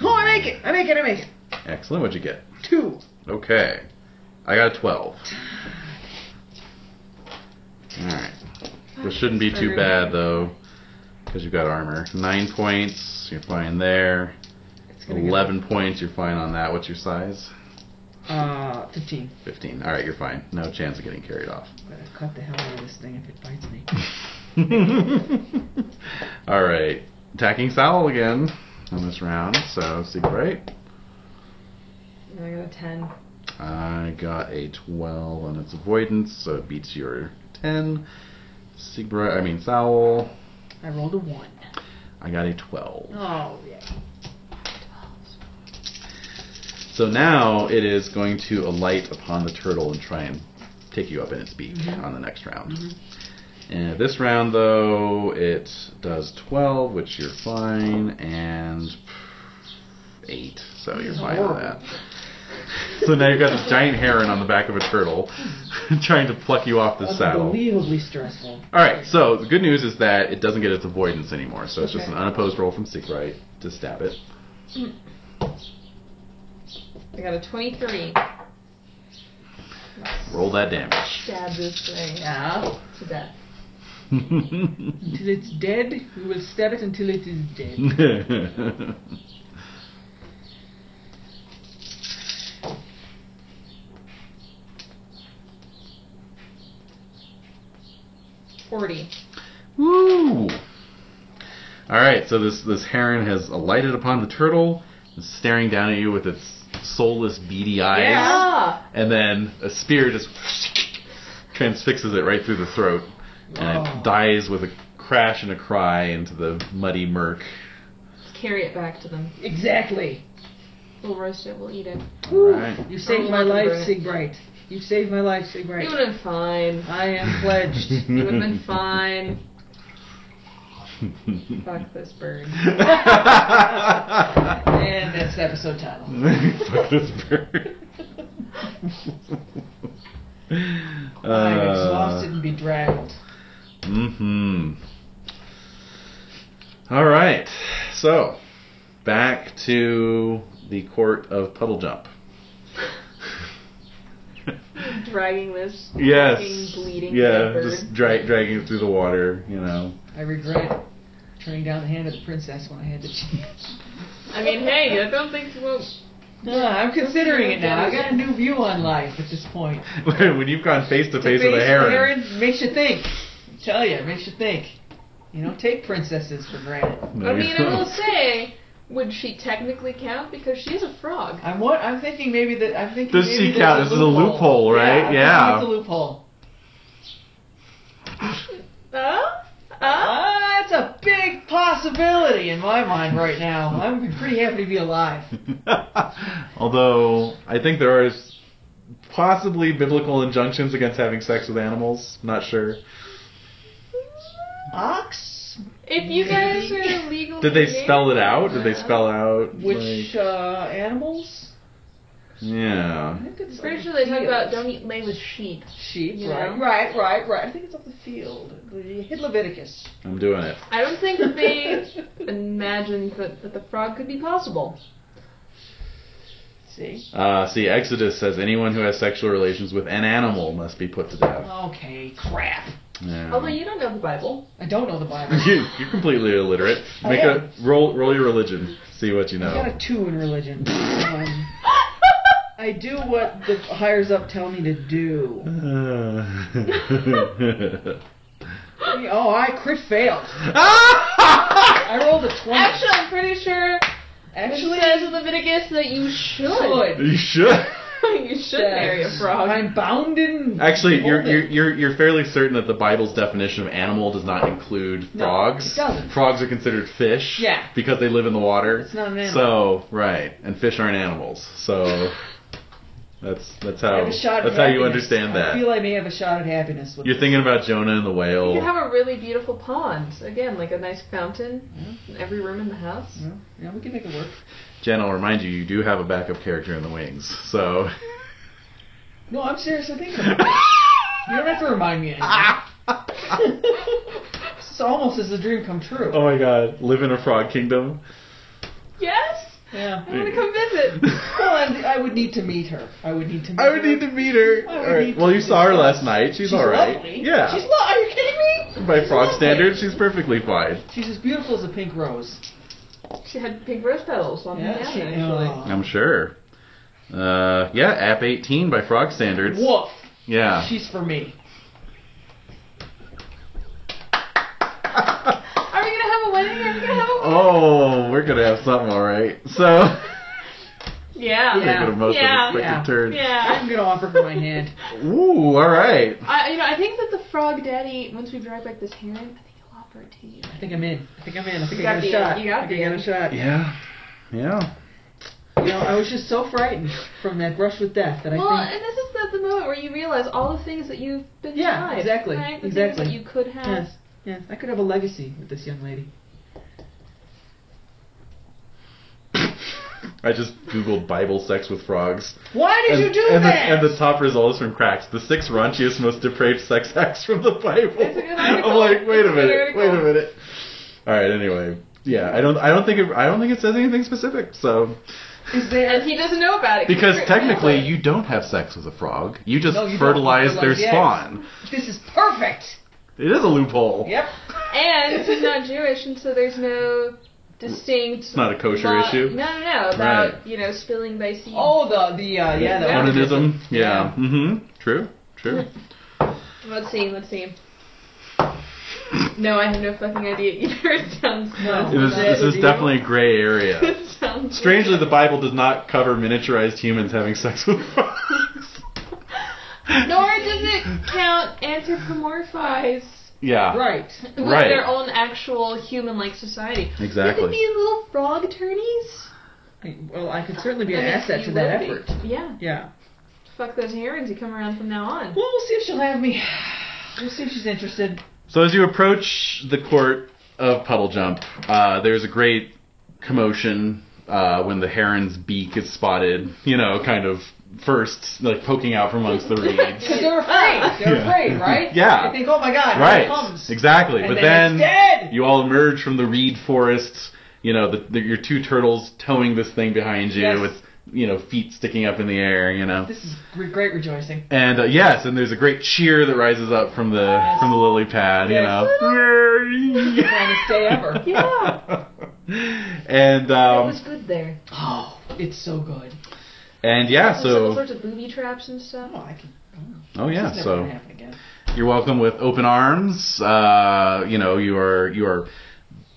[SPEAKER 3] Oh, I make it! I make it! I make it!
[SPEAKER 7] Excellent. What'd you get?
[SPEAKER 3] Two.
[SPEAKER 7] Okay, I got a 12. All right. This shouldn't be too bad though, because you've got armor. Nine points, you're fine there.
[SPEAKER 3] It's gonna get-
[SPEAKER 7] Eleven points, you're fine on that. What's your size?
[SPEAKER 3] Uh, fifteen.
[SPEAKER 7] Fifteen. All right, you're fine. No chance of getting carried off.
[SPEAKER 3] Better cut the hell out of this thing if it bites me.
[SPEAKER 7] <laughs> All right, attacking Sal again on this round. So see right.
[SPEAKER 9] And I got a 10.
[SPEAKER 7] I got a 12 on its avoidance, so it beats your 10. Sigbra, I mean, Saul,
[SPEAKER 3] I rolled a one.
[SPEAKER 7] I got a 12.
[SPEAKER 3] Oh yeah.
[SPEAKER 7] So now it is going to alight upon the turtle and try and take you up in its beak
[SPEAKER 3] Mhm.
[SPEAKER 7] on the next round.
[SPEAKER 3] Mhm.
[SPEAKER 7] And this round, though, it does 12, which you're fine, and 8, so you're fine with that. So now you've got this giant heron on the back of a turtle <laughs> trying to pluck you off the saddle.
[SPEAKER 3] Unbelievably stressful.
[SPEAKER 7] All right. So the good news is that it doesn't get its avoidance anymore. So it's just
[SPEAKER 9] Okay.
[SPEAKER 7] an unopposed roll from Siegbright to stab it.
[SPEAKER 9] I got a 23.
[SPEAKER 7] Roll
[SPEAKER 2] <laughs>
[SPEAKER 7] that damage.
[SPEAKER 9] Stab this thing
[SPEAKER 3] Yeah.
[SPEAKER 9] to death.
[SPEAKER 3] Until it's dead, we will stab it until it is dead.
[SPEAKER 7] Mm.
[SPEAKER 9] Forty.
[SPEAKER 7] Woo! All right. So this this heron has alighted upon the turtle, and staring down at you with its soulless, beady eyes,
[SPEAKER 9] Ah!
[SPEAKER 7] and then a spear just transfixes it right through the throat, and
[SPEAKER 3] Oh.
[SPEAKER 7] it dies with a crash and a cry into the muddy murk.
[SPEAKER 9] Just carry it back to them.
[SPEAKER 3] Exactly.
[SPEAKER 9] We'll roast it. We'll eat it.
[SPEAKER 7] All right.
[SPEAKER 3] You saved my life, Siegbright. You saved my life, Siegbright.
[SPEAKER 9] You would have been fine.
[SPEAKER 3] I am pledged.
[SPEAKER 7] <laughs>
[SPEAKER 9] You would have been
[SPEAKER 2] <laughs>
[SPEAKER 9] fine. Fuck
[SPEAKER 2] <laughs>
[SPEAKER 9] this bird.
[SPEAKER 3] and that's the episode title.
[SPEAKER 7] Fuck this bird.
[SPEAKER 3] <laughs>
[SPEAKER 7] Uh,
[SPEAKER 3] I'm exhausted and bedraggled.
[SPEAKER 7] hmm All right. So, back to the court of Puddle Jump.
[SPEAKER 9] Dragging this.
[SPEAKER 7] yes.
[SPEAKER 9] Fucking bleeding
[SPEAKER 7] yeah,
[SPEAKER 9] bird.
[SPEAKER 7] just dra- dragging it through the water, you know. <laughs>
[SPEAKER 3] I regret turning down the hand of the princess when I had the chance.
[SPEAKER 2] I mean, hey, I don't think well,
[SPEAKER 3] No, I'm considering it now. I got a new view on life at this point.
[SPEAKER 7] when you've gone face to face with a heron.
[SPEAKER 3] heron makes you think. I tell you, makes you think. You don't take princesses for granted.
[SPEAKER 2] I mean, I will say, would she technically count because she is a frog?
[SPEAKER 3] I'm what I'm thinking maybe that I'm thinking.
[SPEAKER 7] Does
[SPEAKER 3] maybe
[SPEAKER 7] she
[SPEAKER 3] there's
[SPEAKER 7] count? This is a loophole,
[SPEAKER 3] Yeah.
[SPEAKER 7] right? Yeah.
[SPEAKER 3] I'm thinking It's a loophole.
[SPEAKER 2] Uh, uh,
[SPEAKER 3] Ah, it's a big possibility in my mind right now. I'm pretty happy to be alive.
[SPEAKER 7] <laughs> Although I think there are s- possibly biblical injunctions against having sex with animals. Not sure.
[SPEAKER 3] Ox,
[SPEAKER 2] if you guys are legal. uh,
[SPEAKER 7] Did they spell it out? Did they spell out?
[SPEAKER 3] which
[SPEAKER 7] like-
[SPEAKER 3] uh, animals?
[SPEAKER 7] yeah.
[SPEAKER 3] I think it's
[SPEAKER 2] Pretty
[SPEAKER 3] like
[SPEAKER 2] sure they talk
[SPEAKER 3] fields.
[SPEAKER 2] about don't eat lay with sheep.
[SPEAKER 3] sheep.
[SPEAKER 2] you
[SPEAKER 3] right,
[SPEAKER 2] know?
[SPEAKER 3] right, right, right. I think it's up the field. You hit Leviticus.
[SPEAKER 7] I'm doing it.
[SPEAKER 2] I don't think that <laughs> they imagined that, that the frog could be possible.
[SPEAKER 3] <laughs> See.
[SPEAKER 7] Uh, see, Exodus says anyone who has sexual relations with an animal must be put to death.
[SPEAKER 3] Okay, crap. Oh,
[SPEAKER 7] <laughs> Yeah.
[SPEAKER 2] Although you don't know the Bible.
[SPEAKER 3] I don't know the Bible.
[SPEAKER 7] You- You're completely illiterate.
[SPEAKER 3] I
[SPEAKER 7] Make
[SPEAKER 3] am.
[SPEAKER 7] a roll. Roll your religion. See what you
[SPEAKER 3] I got
[SPEAKER 7] know.
[SPEAKER 3] a two in <laughs> religion. Um, I do what the hires up tell me to do.
[SPEAKER 7] <laughs>
[SPEAKER 3] Oh, I crit failed.
[SPEAKER 7] Ah!
[SPEAKER 3] I rolled a twenty.
[SPEAKER 2] Actually, I'm pretty sure it
[SPEAKER 3] Actually,
[SPEAKER 2] says in Leviticus that you should.
[SPEAKER 3] good.
[SPEAKER 7] <laughs> you should.
[SPEAKER 2] <laughs> you should marry a frog.
[SPEAKER 3] I'm bound in.
[SPEAKER 7] Actually, you're,
[SPEAKER 3] molded.
[SPEAKER 7] you're you're you're fairly certain that the Bible's definition of animal does not include
[SPEAKER 3] No,
[SPEAKER 7] frogs.
[SPEAKER 3] it doesn't.
[SPEAKER 7] Frogs are considered fish.
[SPEAKER 3] Yeah.
[SPEAKER 7] Because they live in the water.
[SPEAKER 3] It's not an animal.
[SPEAKER 7] So right, and fish aren't animals. So that's that's
[SPEAKER 3] I
[SPEAKER 7] how
[SPEAKER 3] have a shot at
[SPEAKER 7] that's how you
[SPEAKER 3] happiness. I
[SPEAKER 7] understand that.
[SPEAKER 3] feel I may have a shot at happiness with
[SPEAKER 7] You're
[SPEAKER 3] this.
[SPEAKER 7] thinking about Jonah and the
[SPEAKER 2] You
[SPEAKER 7] whale.
[SPEAKER 2] could have a really beautiful pond. Again, like a nice fountain in every room in the house.
[SPEAKER 3] Yeah, yeah, we can make it work.
[SPEAKER 7] Jen, I'll remind you, you do have a backup character in the wings. So
[SPEAKER 3] No, I'm seriously thinking about it. You don't have to remind me
[SPEAKER 7] Ah.
[SPEAKER 3] anymore. this is almost as a dream come true.
[SPEAKER 7] <laughs> Oh my god, live in a frog kingdom.
[SPEAKER 2] Yes!
[SPEAKER 3] Yeah.
[SPEAKER 2] I'm gonna come visit.
[SPEAKER 3] Well, and I would need to meet her. I would need to meet
[SPEAKER 7] I would
[SPEAKER 3] her.
[SPEAKER 7] need to meet her.
[SPEAKER 3] I would
[SPEAKER 7] All right.
[SPEAKER 3] need to
[SPEAKER 7] Well, you
[SPEAKER 3] meet
[SPEAKER 7] saw her
[SPEAKER 3] her.
[SPEAKER 7] last night. She's,
[SPEAKER 3] She's
[SPEAKER 7] all right.
[SPEAKER 3] lovely.
[SPEAKER 7] Yeah.
[SPEAKER 3] She's lo- Are you kidding me?
[SPEAKER 7] By
[SPEAKER 3] She's
[SPEAKER 7] frog
[SPEAKER 3] lovely.
[SPEAKER 7] standards, she's perfectly fine.
[SPEAKER 3] She's as beautiful as a pink rose.
[SPEAKER 2] <laughs> She had pink rose petals on
[SPEAKER 3] Yeah,
[SPEAKER 2] her hand,
[SPEAKER 3] she-
[SPEAKER 2] actually.
[SPEAKER 3] Aw.
[SPEAKER 7] I'm sure. Uh, yeah, app 18 by frog standards.
[SPEAKER 3] Woof. <laughs>
[SPEAKER 7] Yeah.
[SPEAKER 3] She's for me.
[SPEAKER 2] Are we gonna have a wedding? Are we gonna have a wedding?
[SPEAKER 7] Oh, we're gonna have something, all right. So, <laughs>
[SPEAKER 2] Yeah.
[SPEAKER 7] we're
[SPEAKER 3] Yeah.
[SPEAKER 7] gonna most
[SPEAKER 2] Yeah.
[SPEAKER 7] of a
[SPEAKER 3] Yeah.
[SPEAKER 7] quick turn.
[SPEAKER 2] Yeah.
[SPEAKER 3] I'm gonna offer her my hand.
[SPEAKER 7] Ooh, all right.
[SPEAKER 2] I, you know, I think that the frog daddy, once we drag back this heron, I think he'll offer it to you.
[SPEAKER 3] I think I'm in. I think I'm in. I think
[SPEAKER 2] You
[SPEAKER 3] I
[SPEAKER 2] gotta
[SPEAKER 3] got
[SPEAKER 2] be
[SPEAKER 3] a
[SPEAKER 2] in.
[SPEAKER 3] shot.
[SPEAKER 2] You gotta
[SPEAKER 3] I think
[SPEAKER 2] be
[SPEAKER 3] I got
[SPEAKER 2] in.
[SPEAKER 3] a shot.
[SPEAKER 7] Yeah. Yeah.
[SPEAKER 3] You know, I was just so frightened from that brush with death that I
[SPEAKER 2] Well,
[SPEAKER 3] think.
[SPEAKER 2] and this is the, the moment where you realize all the things that you've been
[SPEAKER 3] Yeah,
[SPEAKER 2] denied.
[SPEAKER 3] exactly,
[SPEAKER 2] Right? The
[SPEAKER 3] exactly.
[SPEAKER 2] things that you could have.
[SPEAKER 3] Yes, yes, I could have a legacy with this young lady.
[SPEAKER 7] <laughs> I just googled Bible sex with frogs.
[SPEAKER 3] Why did
[SPEAKER 7] and,
[SPEAKER 3] you do
[SPEAKER 7] and
[SPEAKER 3] that?
[SPEAKER 7] The, and the top result is from Cracks, the six raunchiest, most depraved sex <laughs> acts from the Bible.
[SPEAKER 2] It's a good
[SPEAKER 7] I'm
[SPEAKER 2] article.
[SPEAKER 7] like, wait
[SPEAKER 2] It's a good
[SPEAKER 7] a minute, wait a
[SPEAKER 2] article.
[SPEAKER 7] minute. All right, anyway, yeah, I don't, I don't think, it, I don't think it says anything specific. So,
[SPEAKER 3] Is there?
[SPEAKER 2] And he doesn't know about it.
[SPEAKER 7] because
[SPEAKER 2] he's
[SPEAKER 7] technically,
[SPEAKER 2] really-
[SPEAKER 7] you don't have sex with a frog, you just
[SPEAKER 3] No, you don't.
[SPEAKER 7] fertilize their
[SPEAKER 3] Fertilize the eggs.
[SPEAKER 7] spawn.
[SPEAKER 3] This is perfect.
[SPEAKER 7] It is a loophole.
[SPEAKER 3] Yep.
[SPEAKER 2] And he's not Jewish, and so there's no distinct.
[SPEAKER 7] It's not a kosher
[SPEAKER 2] law-
[SPEAKER 7] issue.
[SPEAKER 2] No, no, no. About,
[SPEAKER 7] Right.
[SPEAKER 2] you know, spilling thy seed.
[SPEAKER 3] Oh, the the uh, yeah the
[SPEAKER 7] Onanism. Yeah.
[SPEAKER 3] Yeah.
[SPEAKER 7] Mm-hmm. True.
[SPEAKER 3] <laughs>
[SPEAKER 7] True.
[SPEAKER 2] Let's see, let's see. No, I have no fucking idea <laughs> either. It sounds
[SPEAKER 3] No.
[SPEAKER 7] It was,
[SPEAKER 3] That
[SPEAKER 7] this is
[SPEAKER 3] you?
[SPEAKER 7] definitely a gray area.
[SPEAKER 2] <laughs> It sounds
[SPEAKER 7] Strangely, the Bible does not cover miniaturized humans having sex with <laughs> frogs.
[SPEAKER 2] Nor does it count anthropomorphize
[SPEAKER 7] Yeah.
[SPEAKER 3] Right.
[SPEAKER 2] with
[SPEAKER 7] Right.
[SPEAKER 2] their own actual human-like society. You
[SPEAKER 7] Exactly.
[SPEAKER 2] could be little frog attorneys.
[SPEAKER 3] I- Well, I could certainly be an
[SPEAKER 2] I mean,
[SPEAKER 3] asset
[SPEAKER 2] you
[SPEAKER 3] to that
[SPEAKER 2] will
[SPEAKER 3] effort.
[SPEAKER 2] be. Yeah.
[SPEAKER 3] Yeah.
[SPEAKER 2] Fuck those herons. You come around from now
[SPEAKER 7] Um,
[SPEAKER 2] on.
[SPEAKER 3] Well, we'll see if she'll have me. We'll see if she's interested.
[SPEAKER 7] So as you approach the court of Puddle Jump, uh, there's a great commotion uh, when the heron's beak is spotted. You know, kind of first, like poking out from
[SPEAKER 3] <laughs>
[SPEAKER 7] amongst the reeds.
[SPEAKER 3] Because they're afraid. They're
[SPEAKER 7] Yeah.
[SPEAKER 3] afraid, right?
[SPEAKER 7] <laughs> Yeah.
[SPEAKER 3] They think, oh my god, here
[SPEAKER 7] right.
[SPEAKER 3] it comes.
[SPEAKER 7] Exactly.
[SPEAKER 3] And
[SPEAKER 7] but
[SPEAKER 3] then
[SPEAKER 7] then,
[SPEAKER 3] it's dead!
[SPEAKER 7] you all emerge from the reed forest. You know, the, the, your two turtles towing this thing behind you
[SPEAKER 3] Yes.
[SPEAKER 7] with you know feet sticking up in the air. You know.
[SPEAKER 3] This is re- great rejoicing.
[SPEAKER 7] And uh, yes, and there's a great cheer that rises up from the from the lily pad, you
[SPEAKER 3] Yes.
[SPEAKER 7] <laughs> know.
[SPEAKER 3] Finest day ever.
[SPEAKER 2] Yeah.
[SPEAKER 7] and
[SPEAKER 2] it was
[SPEAKER 7] um,
[SPEAKER 2] good there.
[SPEAKER 3] Oh, it's so good.
[SPEAKER 7] and yeah,
[SPEAKER 2] There's all
[SPEAKER 7] so
[SPEAKER 2] sorts of booby traps and stuff.
[SPEAKER 3] Oh, I can. Oh,
[SPEAKER 7] oh yeah,
[SPEAKER 3] this is never
[SPEAKER 7] so
[SPEAKER 3] gonna happen again. <laughs>
[SPEAKER 7] you're welcome with open arms. Uh, you know, you are you are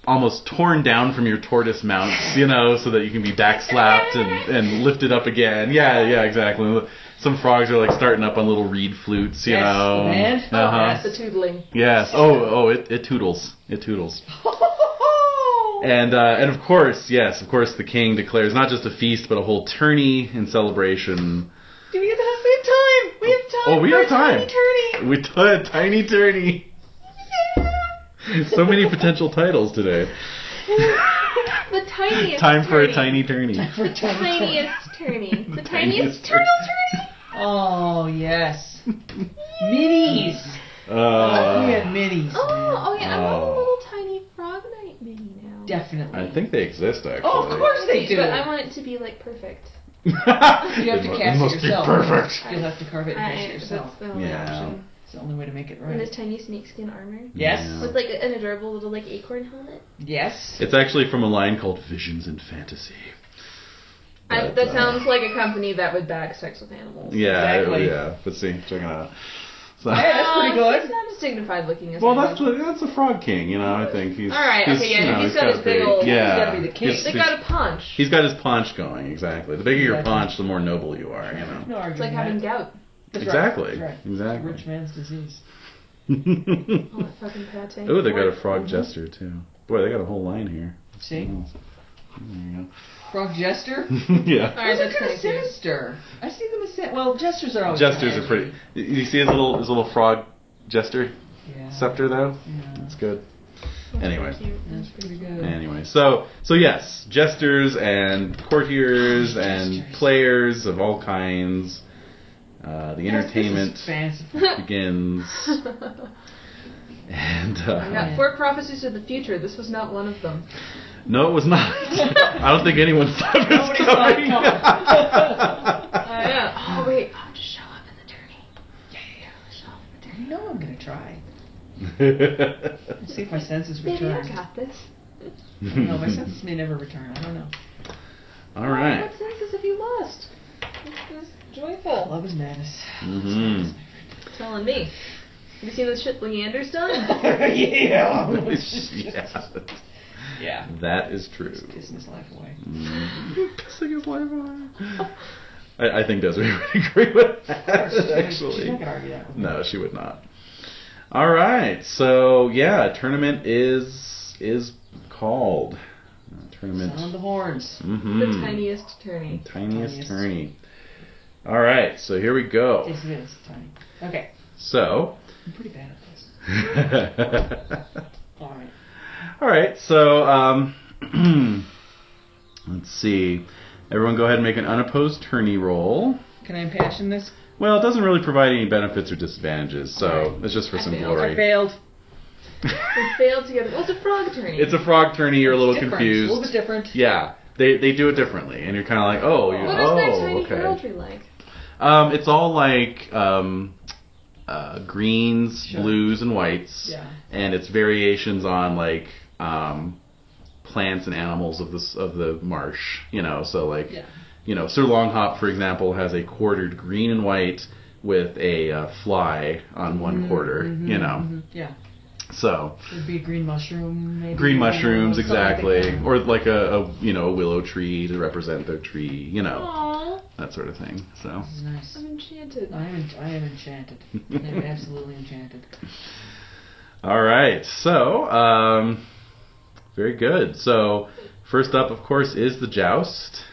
[SPEAKER 7] almost torn down from your tortoise mounts, you know, so that you can be backslapped and and lifted up again. Yeah, yeah, exactly. Some frogs are like starting up on little reed flutes, you
[SPEAKER 3] Yes,
[SPEAKER 7] know.
[SPEAKER 3] man. Oh,
[SPEAKER 7] Uh-huh.
[SPEAKER 3] yes.
[SPEAKER 2] That's the tootling.
[SPEAKER 7] Yes. Oh, oh, it, it toodles. It toodles. And uh, and of course, yes, of course, the king declares not just a feast but a whole tourney in celebration.
[SPEAKER 2] Do we get to have we have time? We have time.
[SPEAKER 7] Oh, we
[SPEAKER 2] for
[SPEAKER 7] have
[SPEAKER 2] a
[SPEAKER 7] time.
[SPEAKER 2] Tiny turny.
[SPEAKER 7] We t- a tiny tourney. so many potential titles today.
[SPEAKER 2] The tiniest.
[SPEAKER 7] Time for a
[SPEAKER 2] turny.
[SPEAKER 3] <laughs>
[SPEAKER 7] tiny tourney. <laughs>
[SPEAKER 3] For
[SPEAKER 2] The tiniest turny. The tiniest
[SPEAKER 7] tiniest
[SPEAKER 2] turtle turny.
[SPEAKER 3] Oh
[SPEAKER 7] <laughs>
[SPEAKER 3] yes. Minis. Oh, we had
[SPEAKER 7] Uh,
[SPEAKER 3] minis. man.
[SPEAKER 2] Oh, oh yeah, I'm
[SPEAKER 7] Oh.
[SPEAKER 2] a little tiny frog night mini now.
[SPEAKER 3] Definitely.
[SPEAKER 7] I think they exist actually.
[SPEAKER 3] Oh, of course they do.
[SPEAKER 2] But I want it to be like perfect.
[SPEAKER 7] you
[SPEAKER 3] have
[SPEAKER 7] <laughs>
[SPEAKER 3] to cast it
[SPEAKER 7] must
[SPEAKER 3] yourself.
[SPEAKER 7] Be perfect.
[SPEAKER 3] You'll have to carve it and
[SPEAKER 2] I,
[SPEAKER 3] paste it
[SPEAKER 2] that's
[SPEAKER 3] yourself.
[SPEAKER 2] the only
[SPEAKER 7] Yeah.
[SPEAKER 2] option.
[SPEAKER 3] It's the only way to make it
[SPEAKER 2] And this
[SPEAKER 3] right.
[SPEAKER 2] tiny snakeskin armor
[SPEAKER 3] Yes.
[SPEAKER 7] Yeah.
[SPEAKER 2] with like an adorable little like acorn helmet.
[SPEAKER 3] Yes.
[SPEAKER 7] It's actually from a line called Visions and Fantasy.
[SPEAKER 2] I,
[SPEAKER 7] But,
[SPEAKER 2] that
[SPEAKER 7] uh,
[SPEAKER 2] sounds like a company that would bag sex with animals.
[SPEAKER 7] Yeah,
[SPEAKER 3] Exactly.
[SPEAKER 7] yeah. But see, check it out. So.
[SPEAKER 3] Hey, that's
[SPEAKER 9] Uh,
[SPEAKER 3] pretty good.
[SPEAKER 9] He's not as dignified looking as
[SPEAKER 7] Well,
[SPEAKER 9] I
[SPEAKER 7] that's
[SPEAKER 9] was.
[SPEAKER 7] a, that's a frog king, you know. I think he's
[SPEAKER 9] All right,
[SPEAKER 7] He's,
[SPEAKER 9] okay, yeah,
[SPEAKER 7] you know,
[SPEAKER 9] he's got his big
[SPEAKER 7] pretty-
[SPEAKER 9] old- he's
[SPEAKER 7] Yeah,
[SPEAKER 3] gotta be the king.
[SPEAKER 7] he's-
[SPEAKER 9] They
[SPEAKER 7] he's-
[SPEAKER 9] got a punch.
[SPEAKER 7] he's got his paunch going exactly. The bigger your
[SPEAKER 3] Exactly.
[SPEAKER 7] paunch, the more noble you are, you know.
[SPEAKER 3] No
[SPEAKER 9] It's
[SPEAKER 3] arguing.
[SPEAKER 7] <laughs>
[SPEAKER 9] like having gout.
[SPEAKER 3] that.
[SPEAKER 7] exactly,
[SPEAKER 3] That's right. That's right.
[SPEAKER 7] exactly.
[SPEAKER 3] Rich man's disease.
[SPEAKER 7] <laughs>
[SPEAKER 9] All that fucking pate.
[SPEAKER 7] oh, they got a frog jester too. Boy, they got a whole line here. <laughs>
[SPEAKER 3] See?
[SPEAKER 7] Oh. There
[SPEAKER 3] Frog
[SPEAKER 7] <laughs>
[SPEAKER 3] jester?
[SPEAKER 7] you go. yeah.
[SPEAKER 9] All right,
[SPEAKER 3] Those are
[SPEAKER 7] <laughs>
[SPEAKER 9] that's
[SPEAKER 3] kind of
[SPEAKER 9] kinda cute.
[SPEAKER 3] sinister. I see them as sin- well. Jesters are always
[SPEAKER 7] Jesters
[SPEAKER 3] kinda
[SPEAKER 7] are pretty. You you see his little his little frog jester
[SPEAKER 3] Yeah.
[SPEAKER 7] scepter though.
[SPEAKER 3] Yeah.
[SPEAKER 7] It's good. Anyway.
[SPEAKER 3] That's pretty good.
[SPEAKER 7] Anyway, so so yes, jesters and courtiers and
[SPEAKER 3] Jesters.
[SPEAKER 7] players of all kinds. Uh, the
[SPEAKER 3] Yes, this is
[SPEAKER 7] entertainment <laughs>
[SPEAKER 3] fanciful.
[SPEAKER 7] begins,
[SPEAKER 2] <laughs>
[SPEAKER 3] <laughs>
[SPEAKER 7] and
[SPEAKER 9] I
[SPEAKER 7] uh,
[SPEAKER 9] got four prophecies of the future. This was not one of them.
[SPEAKER 7] no, it was not. I don't think anyone saw this
[SPEAKER 3] Nobody saw it
[SPEAKER 7] coming.
[SPEAKER 9] Oh, yeah. Oh, wait. I'll just show up in the dirty. Yeah, yeah, yeah. Show up in the
[SPEAKER 3] <laughs>
[SPEAKER 9] dirty.
[SPEAKER 3] You know I'm gonna try. See if my senses
[SPEAKER 9] Baby,
[SPEAKER 3] return.
[SPEAKER 9] I got this.
[SPEAKER 3] I don't know.
[SPEAKER 7] <laughs>
[SPEAKER 3] My senses may never return. I don't know.
[SPEAKER 7] all right.
[SPEAKER 9] What senses have you lost? This is joyful.
[SPEAKER 3] Love is madness.
[SPEAKER 7] <laughs> Mm-hmm.
[SPEAKER 9] Telling me. Have you seen the shit Leander's <laughs> done?
[SPEAKER 3] <laughs> yeah.
[SPEAKER 7] <laughs> yeah,
[SPEAKER 3] yeah.
[SPEAKER 7] that is true.
[SPEAKER 3] He's pissing his life away.
[SPEAKER 7] Pissing his life away. I, I think Desiree would <laughs> agree with that,
[SPEAKER 3] She's not
[SPEAKER 7] <laughs> actually.
[SPEAKER 3] gonna argue that with me.
[SPEAKER 7] No, she would not. All right, so yeah, tournament is is called Uh,
[SPEAKER 3] Sound
[SPEAKER 7] tournament.
[SPEAKER 3] the horns.
[SPEAKER 7] Mm-hmm.
[SPEAKER 9] the tiniest tourney.
[SPEAKER 7] tiniest
[SPEAKER 3] Tiniest.
[SPEAKER 7] tourney. All right, so here we go.
[SPEAKER 3] Yes, it is tiny. Okay.
[SPEAKER 7] So,
[SPEAKER 3] I'm pretty bad at this.
[SPEAKER 7] all
[SPEAKER 3] All right.
[SPEAKER 7] <laughs> right, so um, <clears throat> let's see. Everyone, go ahead and make an unopposed tourney roll.
[SPEAKER 3] Can I impassion this?
[SPEAKER 7] Well, it doesn't really provide any benefits or disadvantages, so
[SPEAKER 3] Alright.
[SPEAKER 7] it's just for
[SPEAKER 9] I
[SPEAKER 7] some
[SPEAKER 9] failed.
[SPEAKER 7] glory. <laughs>
[SPEAKER 3] I failed.
[SPEAKER 9] We failed together. Well, it's a frog tourney.
[SPEAKER 7] It's a frog tourney. You're a little
[SPEAKER 3] Different.
[SPEAKER 7] confused.
[SPEAKER 3] A little bit different.
[SPEAKER 7] Yeah, they they do it differently, and you're kind of like, oh, you,
[SPEAKER 9] What is that
[SPEAKER 7] oh,
[SPEAKER 9] tiny
[SPEAKER 7] okay.
[SPEAKER 9] heraldry like?
[SPEAKER 7] Um, it's all like um, uh, greens,
[SPEAKER 3] Sure.
[SPEAKER 7] blues, and whites,
[SPEAKER 3] Yeah.
[SPEAKER 7] and it's variations on like um, plants and animals of this of the marsh. You know, so like
[SPEAKER 3] Yeah.
[SPEAKER 7] you know, Sir Longhop, for example, has a quartered green and white with a uh, fly on one
[SPEAKER 3] Mm-hmm,
[SPEAKER 7] quarter. You know,
[SPEAKER 3] Mhm. Yeah.
[SPEAKER 7] so
[SPEAKER 3] Would be a green mushroom, maybe.
[SPEAKER 7] green
[SPEAKER 3] or
[SPEAKER 7] mushrooms,
[SPEAKER 3] something like
[SPEAKER 7] exactly,
[SPEAKER 3] that.
[SPEAKER 7] or like a, a you know a willow tree to represent their tree. You
[SPEAKER 9] Oh.
[SPEAKER 7] know,
[SPEAKER 9] Aww,
[SPEAKER 7] that sort of thing. So.
[SPEAKER 3] This is nice.
[SPEAKER 9] I'm enchanted.
[SPEAKER 3] I am, en- I am enchanted. I am absolutely
[SPEAKER 7] <laughs>
[SPEAKER 3] enchanted.
[SPEAKER 7] All right, so um, very good. So first up, of course, is the joust,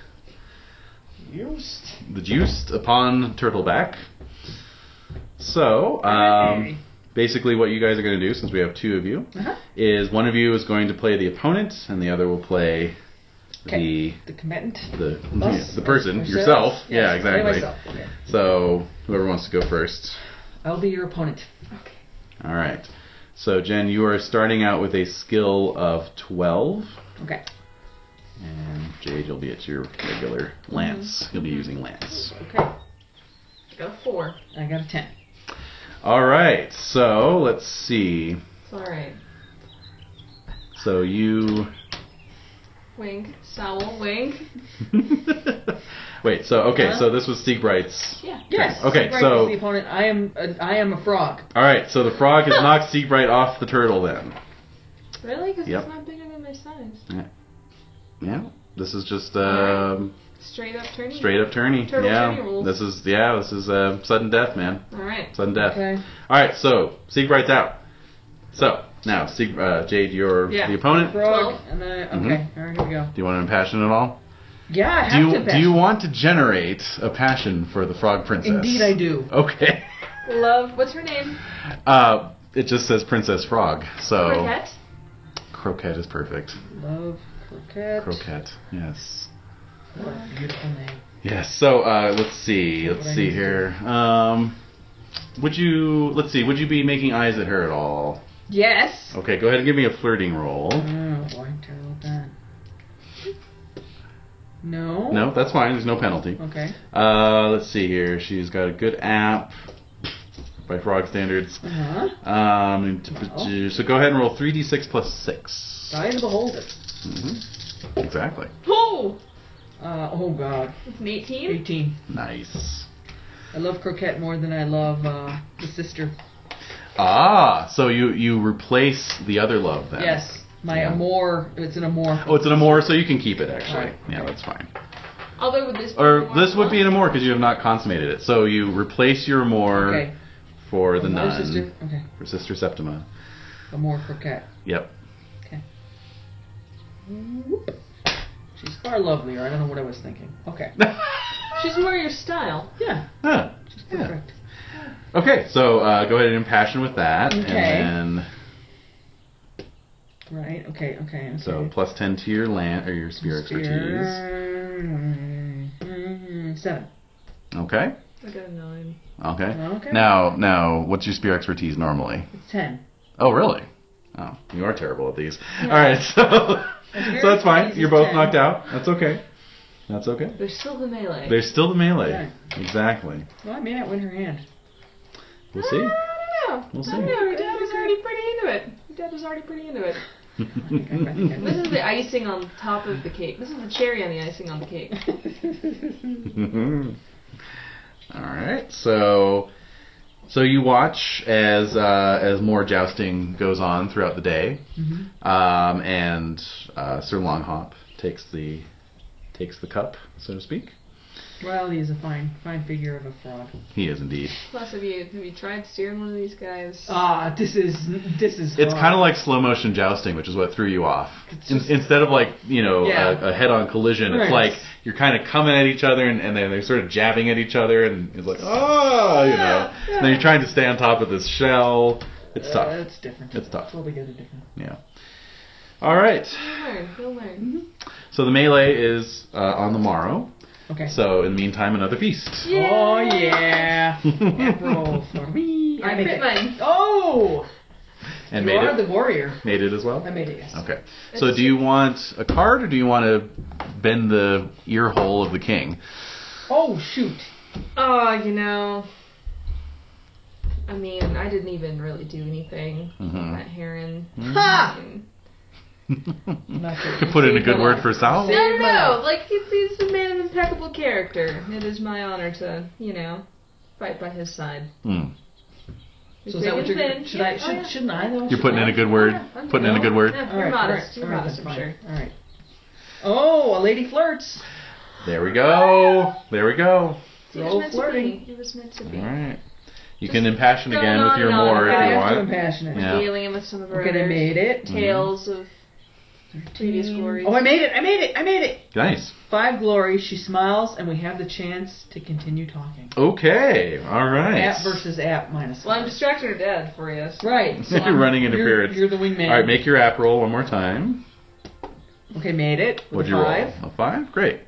[SPEAKER 3] Used.
[SPEAKER 7] the juiced upon turtleback. So um, basically, what you guys are going to do, since we have two of you,
[SPEAKER 3] Uh-huh.
[SPEAKER 7] is one of you is going to play the opponent, and the other will play
[SPEAKER 3] Okay. The combatant.
[SPEAKER 7] the the
[SPEAKER 3] Us.
[SPEAKER 7] the person
[SPEAKER 3] Ourselves.
[SPEAKER 7] yourself.
[SPEAKER 3] Oh, Yes.
[SPEAKER 7] Yeah,
[SPEAKER 3] Play
[SPEAKER 7] exactly.
[SPEAKER 3] myself. Okay.
[SPEAKER 7] So whoever wants to go first.
[SPEAKER 3] I'll be your opponent.
[SPEAKER 7] All right. So Jen, you are starting out with a skill of twelve.
[SPEAKER 3] Okay.
[SPEAKER 7] And Jade, you'll be at your regular
[SPEAKER 3] Mm-hmm.
[SPEAKER 7] lance. You'll be using lance.
[SPEAKER 3] Okay.
[SPEAKER 9] I got a four.
[SPEAKER 3] I got a ten.
[SPEAKER 7] All right. So let's see.
[SPEAKER 9] It's alright.
[SPEAKER 7] So you. <laughs>
[SPEAKER 9] Wink, sowl, wink.
[SPEAKER 7] Wait. So okay. So this was Siegbright's.
[SPEAKER 9] Yeah.
[SPEAKER 3] Yes.
[SPEAKER 7] Okay,
[SPEAKER 3] Right
[SPEAKER 7] so-
[SPEAKER 3] is the opponent. I am. A, I am a frog.
[SPEAKER 7] All right. So the frog has knocked Siegbright off the turtle. Then.
[SPEAKER 9] Really? Because
[SPEAKER 7] Yep.
[SPEAKER 9] it's not bigger than my size.
[SPEAKER 7] Yeah. This is just um,
[SPEAKER 9] Straight up tourney.
[SPEAKER 7] straight up tourney.
[SPEAKER 9] Turtle
[SPEAKER 7] yeah.
[SPEAKER 9] tourney rules.
[SPEAKER 7] This is yeah. This is uh, sudden death, man.
[SPEAKER 9] All right.
[SPEAKER 7] Sudden death.
[SPEAKER 3] Okay.
[SPEAKER 7] All right. So Siegbright's out. So now Sieg, uh, Jade, you're
[SPEAKER 9] Yeah.
[SPEAKER 7] the opponent. Do
[SPEAKER 3] Frog.
[SPEAKER 9] Twelve.
[SPEAKER 3] And I. Okay.
[SPEAKER 7] Mhm.
[SPEAKER 3] All right. Here we go.
[SPEAKER 7] you want to impassion at all?
[SPEAKER 3] Yeah. I
[SPEAKER 7] Do
[SPEAKER 3] have
[SPEAKER 7] you,
[SPEAKER 3] to
[SPEAKER 7] do you want to generate a passion for the Frog Princess?
[SPEAKER 3] Indeed, I do.
[SPEAKER 7] Okay. <laughs>
[SPEAKER 9] Love. What's her name?
[SPEAKER 7] Uh, it just says Princess Frog, so
[SPEAKER 9] Croquette.
[SPEAKER 7] Croquette is perfect.
[SPEAKER 3] Love croquette.
[SPEAKER 7] Croquette, yes,
[SPEAKER 3] What a beautiful name.
[SPEAKER 7] yes. So uh, let's see,
[SPEAKER 3] That's
[SPEAKER 7] let's
[SPEAKER 3] what I
[SPEAKER 7] see
[SPEAKER 3] need to
[SPEAKER 7] here. Um, would you let's see? Would you be making eyes at her at all?
[SPEAKER 3] Yes.
[SPEAKER 7] Okay, go ahead and give me a flirting roll.
[SPEAKER 3] Oh boy, terrible that. No.
[SPEAKER 7] No, that's fine. There's no penalty.
[SPEAKER 3] Okay.
[SPEAKER 7] Uh, let's see here. She's got a good app by Frog standards.
[SPEAKER 3] Uh huh. Oh.
[SPEAKER 7] Um, t-
[SPEAKER 3] Well.
[SPEAKER 7] so go ahead and roll 3d6 plus 6.
[SPEAKER 3] Eye of the beholder.
[SPEAKER 7] Mm-hmm. Exactly.
[SPEAKER 9] Whoa!
[SPEAKER 3] Uh, oh god.
[SPEAKER 9] It's an 18?
[SPEAKER 3] 18.
[SPEAKER 7] Nice.
[SPEAKER 3] I love croquette more than I love uh, the sister.
[SPEAKER 7] Ah, so you you replace the other love then?
[SPEAKER 3] Yes, my
[SPEAKER 7] Uh, Yeah.
[SPEAKER 3] amour. It's an amour.
[SPEAKER 7] Oh, it's an amour, so you can keep it actually.
[SPEAKER 3] Alright.
[SPEAKER 7] Yeah, that's fine.
[SPEAKER 2] Although would this be
[SPEAKER 7] Or
[SPEAKER 2] more
[SPEAKER 7] this would be an
[SPEAKER 2] fun?
[SPEAKER 7] amour because you have not consummated it. So you replace your amour
[SPEAKER 3] okay.
[SPEAKER 7] for the
[SPEAKER 3] Amour,
[SPEAKER 7] nun
[SPEAKER 3] sister. Okay.
[SPEAKER 7] for Sister Septima.
[SPEAKER 3] Amour croquette.
[SPEAKER 7] Yep.
[SPEAKER 3] Whoop. She's far lovelier. I don't know what I was thinking. Okay.
[SPEAKER 9] She's more your style.
[SPEAKER 3] Yeah.
[SPEAKER 7] Huh.
[SPEAKER 3] She's
[SPEAKER 7] Yeah.
[SPEAKER 3] perfect.
[SPEAKER 7] <laughs> Okay, so uh, go ahead and impassion with that,
[SPEAKER 3] Okay.
[SPEAKER 7] and then
[SPEAKER 3] Right. Okay. Okay. okay.
[SPEAKER 7] so plus ten to your land or your spear, expertise.
[SPEAKER 3] expertise. Mm-hmm. Seven.
[SPEAKER 7] Okay.
[SPEAKER 9] I got a nine.
[SPEAKER 7] Okay.
[SPEAKER 3] Okay.
[SPEAKER 7] Now, now, what's your spear expertise normally?
[SPEAKER 3] It's ten.
[SPEAKER 7] Oh, really? Oh, you are terrible at these. All right, <laughs> so so that's fine.
[SPEAKER 3] expertise
[SPEAKER 7] You're
[SPEAKER 3] is
[SPEAKER 7] both
[SPEAKER 3] 10.
[SPEAKER 7] knocked out. That's okay. That's okay.
[SPEAKER 9] There's still the melee.
[SPEAKER 7] There's still the melee.
[SPEAKER 3] Yeah.
[SPEAKER 7] Exactly.
[SPEAKER 3] Well, I may not win her hand.
[SPEAKER 7] We'll see.
[SPEAKER 9] Ah,
[SPEAKER 2] I don't know.
[SPEAKER 7] We'll
[SPEAKER 2] I don't
[SPEAKER 7] see.
[SPEAKER 2] know. Your dad was already pretty into it. Your dad was already pretty into it.
[SPEAKER 3] I think I- I think I
[SPEAKER 9] This is the icing on top of the cake. This is the cherry on the icing on the cake.
[SPEAKER 7] Mm. All right. So, so you watch as uh, as more jousting goes on throughout the day,
[SPEAKER 3] Mhm.
[SPEAKER 7] um, and uh, Sir Longhop takes the takes the cup, so to speak.
[SPEAKER 3] <laughs> Well, he is a fine, fine figure of a fraud.
[SPEAKER 7] He is indeed.
[SPEAKER 2] Plus, have you have you tried steering one of these guys?
[SPEAKER 9] Uh,
[SPEAKER 3] Ah, this is this is.
[SPEAKER 7] It's
[SPEAKER 3] fraud.
[SPEAKER 7] kind of like slow motion jousting, which is what threw you off.
[SPEAKER 3] It's
[SPEAKER 7] In,
[SPEAKER 3] just-
[SPEAKER 7] instead of like you know
[SPEAKER 3] Yeah.
[SPEAKER 7] a, a head on collision, it's
[SPEAKER 3] Right.
[SPEAKER 7] like you're kind of coming at each other, and, and then they're sort of jabbing at each other, and it's like oh, you know. And then you're trying to stay on top of this shell. It's
[SPEAKER 3] Uh,
[SPEAKER 7] tough.
[SPEAKER 3] it's different.
[SPEAKER 7] It's tough.
[SPEAKER 3] It's altogether different.
[SPEAKER 7] Yeah. All right.
[SPEAKER 2] You'll learn. You'll learn.
[SPEAKER 7] So the melee is uh, on the morrow.
[SPEAKER 3] Okay.
[SPEAKER 7] So in the meantime, another feast. <laughs>
[SPEAKER 3] Oh yeah. Roll for
[SPEAKER 9] <laughs>
[SPEAKER 3] me.
[SPEAKER 2] I
[SPEAKER 3] make
[SPEAKER 2] crit
[SPEAKER 3] it.
[SPEAKER 2] mine.
[SPEAKER 3] Oh,
[SPEAKER 7] And
[SPEAKER 3] you
[SPEAKER 7] made
[SPEAKER 3] are
[SPEAKER 7] it.
[SPEAKER 3] the warrior.
[SPEAKER 7] Made it as well.
[SPEAKER 3] I made it. Yes.
[SPEAKER 7] Okay. So do you want a card, or do you want to bend the ear hole of the king?
[SPEAKER 3] Oh shoot.
[SPEAKER 9] Oh, you know. I mean, I didn't even really do anything.
[SPEAKER 7] hmm
[SPEAKER 9] That heron.
[SPEAKER 3] Ha!
[SPEAKER 9] Hmm.
[SPEAKER 7] Could put in a good word for Sal.
[SPEAKER 9] No, no, no. Like, he's, he's a man of impeccable character. It is my honor to, you know, fight by his side.
[SPEAKER 7] Hmm.
[SPEAKER 3] So is that what you're?
[SPEAKER 9] Thin.
[SPEAKER 3] Should I?
[SPEAKER 9] Yeah, oh,
[SPEAKER 3] Should,
[SPEAKER 9] yeah.
[SPEAKER 3] shouldn't I though?
[SPEAKER 7] You're putting in a good word.
[SPEAKER 9] I'm
[SPEAKER 7] Putting in a good word.
[SPEAKER 9] Yeah, you're modest. You're modest, I'm sure.
[SPEAKER 3] All right. Oh, a lady flirts.
[SPEAKER 7] There we go. There we go.
[SPEAKER 9] It was
[SPEAKER 3] Roll
[SPEAKER 9] meant
[SPEAKER 3] flirting.
[SPEAKER 9] to be. It was meant to
[SPEAKER 7] All
[SPEAKER 9] be.
[SPEAKER 7] right. You
[SPEAKER 9] Just
[SPEAKER 7] can impassion
[SPEAKER 9] go
[SPEAKER 7] again with
[SPEAKER 9] on
[SPEAKER 7] your
[SPEAKER 9] and on
[SPEAKER 7] more
[SPEAKER 9] and
[SPEAKER 7] if you
[SPEAKER 9] on.
[SPEAKER 3] I'm
[SPEAKER 7] want.
[SPEAKER 3] compassionate.
[SPEAKER 7] Yeah.
[SPEAKER 9] Dealing him with some of her
[SPEAKER 3] Okay, I
[SPEAKER 9] other
[SPEAKER 3] made it.
[SPEAKER 9] tales of previous glories.
[SPEAKER 3] Oh, I made it! I made it! I made it!
[SPEAKER 7] Nice.
[SPEAKER 3] Five glories. She smiles, and we have the chance to continue talking.
[SPEAKER 7] Okay. All right.
[SPEAKER 3] App versus app
[SPEAKER 2] Mm-hmm.
[SPEAKER 3] minus.
[SPEAKER 9] Well, I'm
[SPEAKER 3] five.
[SPEAKER 9] distracting her dad for you.
[SPEAKER 7] <laughs>
[SPEAKER 3] right.
[SPEAKER 7] You're
[SPEAKER 3] I'm-
[SPEAKER 7] running interference.
[SPEAKER 3] You're, you're the wingman.
[SPEAKER 7] All right. Make your app roll one more time.
[SPEAKER 3] Okay, made it. with
[SPEAKER 7] What'd
[SPEAKER 3] a
[SPEAKER 7] you roll?
[SPEAKER 3] five.
[SPEAKER 7] A five. Great.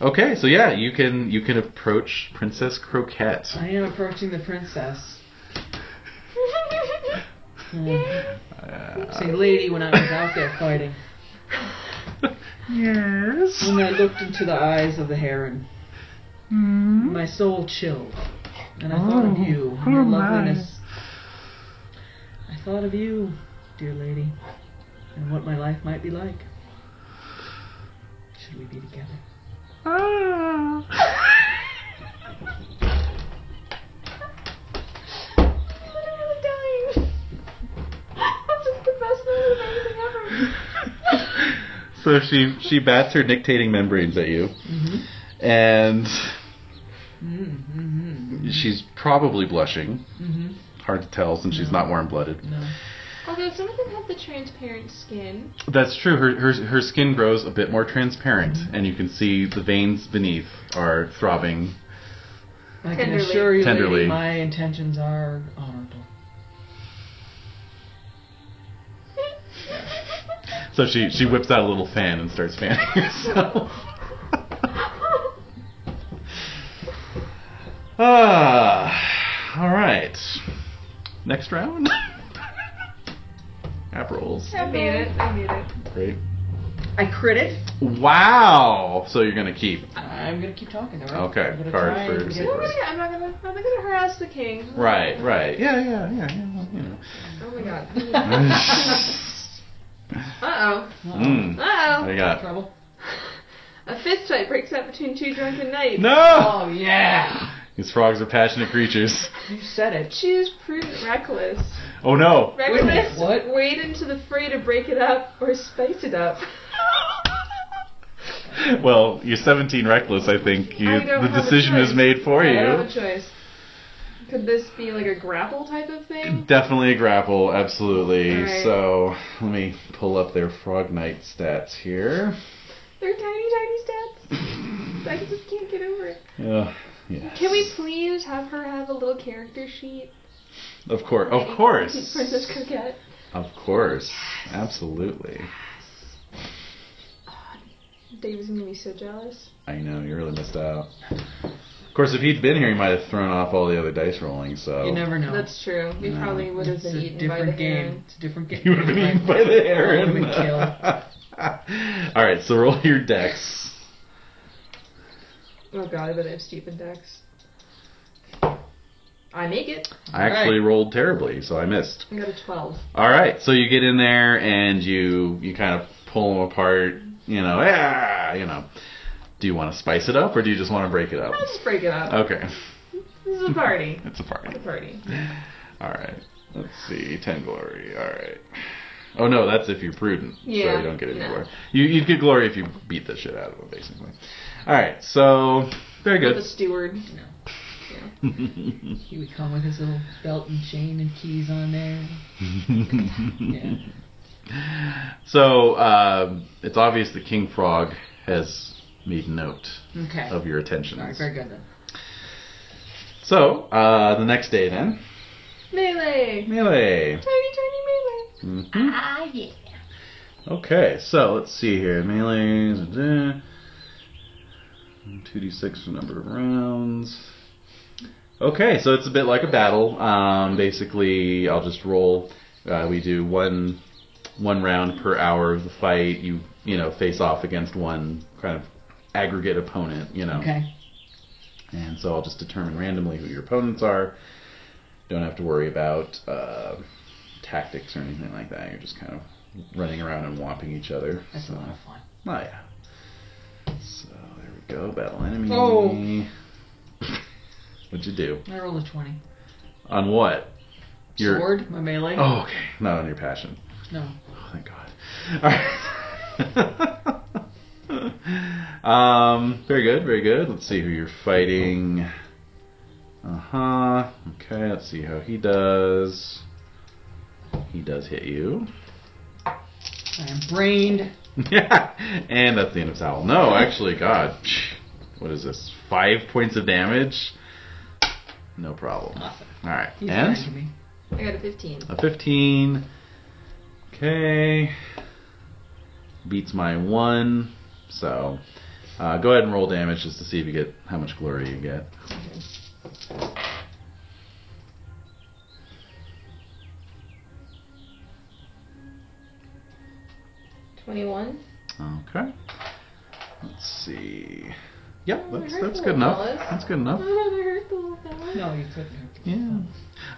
[SPEAKER 7] Okay, so yeah, you can you can approach Princess Croquette.
[SPEAKER 3] I am approaching the princess.
[SPEAKER 7] Uh,
[SPEAKER 3] Say, lady, when I was out there fighting,
[SPEAKER 7] <laughs> yes.
[SPEAKER 3] when I looked into the eyes of the heron,
[SPEAKER 7] Hmm?
[SPEAKER 3] my soul chilled, and I thought
[SPEAKER 7] Oh,
[SPEAKER 3] of you and your loveliness. I thought of you, dear lady, and what my life might be like. Should we be together?
[SPEAKER 2] That's just the best little amazing ever.
[SPEAKER 7] <laughs> So she she bats her nictating membranes at you,
[SPEAKER 3] Mhm.
[SPEAKER 7] and
[SPEAKER 3] Mm-hmm.
[SPEAKER 7] she's probably blushing.
[SPEAKER 3] Mm-hmm.
[SPEAKER 7] Hard to tell since she's
[SPEAKER 3] No.
[SPEAKER 7] not warm-blooded.
[SPEAKER 3] No.
[SPEAKER 2] Although some of them have the transparent skin.
[SPEAKER 7] That's true. Her her her skin grows a bit more transparent, and you can see the veins beneath are throbbing.
[SPEAKER 3] I can
[SPEAKER 2] Tenderly.
[SPEAKER 3] assure you,
[SPEAKER 7] Tenderly.
[SPEAKER 3] lady, my intentions are honorable.
[SPEAKER 7] So she she whips out a little fan and starts fanning <laughs> herself. ah, all right. Next round. <laughs> App rolls.
[SPEAKER 2] I made it. I made it.
[SPEAKER 7] Great.
[SPEAKER 3] I crit it.
[SPEAKER 7] Wow. So you're gonna keep.
[SPEAKER 3] I'm gonna keep talking. All right?
[SPEAKER 7] Okay,
[SPEAKER 3] I'm gonna
[SPEAKER 7] card
[SPEAKER 3] try
[SPEAKER 7] for
[SPEAKER 3] and get-
[SPEAKER 2] Oh
[SPEAKER 7] secrets.
[SPEAKER 2] my god, I'm not gonna. I'm not gonna harass the king.
[SPEAKER 7] Right. Right. Yeah. Yeah. Yeah. yeah well, you know. <laughs>
[SPEAKER 2] Oh my god. Uh oh. Uh
[SPEAKER 7] Mm. What do
[SPEAKER 2] oh.
[SPEAKER 7] you got?
[SPEAKER 3] Trouble.
[SPEAKER 2] A fist fight breaks out between two drunken knights.
[SPEAKER 7] No.
[SPEAKER 3] Oh yeah.
[SPEAKER 7] These frogs are passionate creatures.
[SPEAKER 3] You said it.
[SPEAKER 9] Choose prudent reckless.
[SPEAKER 7] Oh no!
[SPEAKER 3] Wait a minute,
[SPEAKER 9] Reckless,
[SPEAKER 3] what?
[SPEAKER 9] wade into the fray to break it up or spice it up.
[SPEAKER 7] Well, you're 17 reckless, I think. You,
[SPEAKER 9] I don't
[SPEAKER 7] the
[SPEAKER 9] have a
[SPEAKER 7] decision is
[SPEAKER 9] choice.
[SPEAKER 7] made for
[SPEAKER 9] I
[SPEAKER 7] you.
[SPEAKER 9] don't have a choice. Could this be like a grapple type
[SPEAKER 7] <clears throat>
[SPEAKER 9] of thing?
[SPEAKER 7] Definitely a grapple, absolutely.
[SPEAKER 9] Alright.
[SPEAKER 7] So let me pull up their Frog Knight stats here.
[SPEAKER 9] They're tiny, tiny stats. I just can't get over it.
[SPEAKER 7] Uh, yes.
[SPEAKER 9] Can we please have her have a little character sheet?
[SPEAKER 7] Of course, of course,
[SPEAKER 9] <laughs> Princess Coquette.
[SPEAKER 7] of course, absolutely.
[SPEAKER 9] David's gonna be so jealous.
[SPEAKER 7] I know you really missed out. Of course, if he'd been here, he might have thrown off all the other dice rolling. So <laughs>
[SPEAKER 3] You never know.
[SPEAKER 9] That's true. We
[SPEAKER 7] No.
[SPEAKER 9] probably would have
[SPEAKER 3] It's
[SPEAKER 9] been
[SPEAKER 3] a
[SPEAKER 9] eaten by the
[SPEAKER 3] different game.
[SPEAKER 9] game.
[SPEAKER 3] It's a different game.
[SPEAKER 7] You would have been eaten by the
[SPEAKER 3] <laughs>
[SPEAKER 7] hair. uh,
[SPEAKER 3] I would've been
[SPEAKER 7] <laughs> all right, so roll your dex.
[SPEAKER 9] Oh god, I bet I have stupid decks. I make it.
[SPEAKER 7] I actually rolled terribly, so I missed.
[SPEAKER 9] I got a 12.
[SPEAKER 7] All right, so you get in there and you you kind of pull them apart. You know, ah, you know. Do you want to spice it up or do you just want to break it up?
[SPEAKER 9] Let's just break it up.
[SPEAKER 7] Okay, <laughs>
[SPEAKER 9] This is a party.
[SPEAKER 7] it's a
[SPEAKER 9] It's
[SPEAKER 7] party. <laughs>
[SPEAKER 9] a party.
[SPEAKER 7] All right, let's see, ten glory. All right. Oh no, that's if you're prudent, so
[SPEAKER 9] Yeah,
[SPEAKER 7] you don't get any
[SPEAKER 9] no.
[SPEAKER 7] glory. You you'd get glory if you beat the shit out of them, basically. All right, so very
[SPEAKER 9] With a
[SPEAKER 7] good. <laughs>
[SPEAKER 9] steward.
[SPEAKER 3] He would come with his little belt and chain and keys on there. Yeah.
[SPEAKER 7] <laughs> So um, it's obvious that King Frog has made note
[SPEAKER 3] Okay.
[SPEAKER 7] of your attention.
[SPEAKER 3] All right, very good then.
[SPEAKER 7] So uh, the next day then,
[SPEAKER 9] Melee!
[SPEAKER 7] melee.
[SPEAKER 9] Tiny, tiny melee! Ah,
[SPEAKER 7] Mhm. Okay, so let's see here. uh, Melee. da-da. 2d6 for number of rounds. Okay, so it's a bit like a battle. Um, basically, I'll just roll. Uh, we do one one round per hour of the fight. You you know face off against one kind of aggregate opponent. You know.
[SPEAKER 3] Okay.
[SPEAKER 7] And so I'll just determine randomly who your opponents are. Don't have to worry about uh, tactics or anything like that. You're just kind of running around and whopping each other.
[SPEAKER 3] That's
[SPEAKER 7] so,
[SPEAKER 3] a lot of fun.
[SPEAKER 7] Oh, yeah. So there we go. Battle enemy.
[SPEAKER 3] Oh.
[SPEAKER 7] <laughs> What'd you do?
[SPEAKER 3] I rolled a 20.
[SPEAKER 7] On what? Your-
[SPEAKER 3] Sword, my melee.
[SPEAKER 7] Oh, okay. Not on your passion.
[SPEAKER 3] No.
[SPEAKER 7] Oh, thank God. All right. <laughs> um, very good, very good. Let's see who you're fighting. Uh huh. Okay, let's see how he does. He does hit you. <laughs>
[SPEAKER 3] I am brained.
[SPEAKER 7] and that's the end of Sal. No, actually, God. What is this? Five points of damage? No problem.
[SPEAKER 3] Awesome.
[SPEAKER 7] Alright.
[SPEAKER 3] He's
[SPEAKER 7] And?
[SPEAKER 3] brained me.
[SPEAKER 9] I got a 15.
[SPEAKER 7] A 15. Okay. Beats my 1. So uh, go ahead and roll damage just to see if you get how much glory you get.
[SPEAKER 9] Twenty-one.
[SPEAKER 7] Okay. Let's see. Yep,
[SPEAKER 9] Oh,
[SPEAKER 7] that's
[SPEAKER 9] hurt
[SPEAKER 7] that's
[SPEAKER 9] the
[SPEAKER 7] good enough.
[SPEAKER 9] fellas.
[SPEAKER 7] That's good enough. Oh.
[SPEAKER 3] No, you couldn't hurt me.
[SPEAKER 7] Yeah.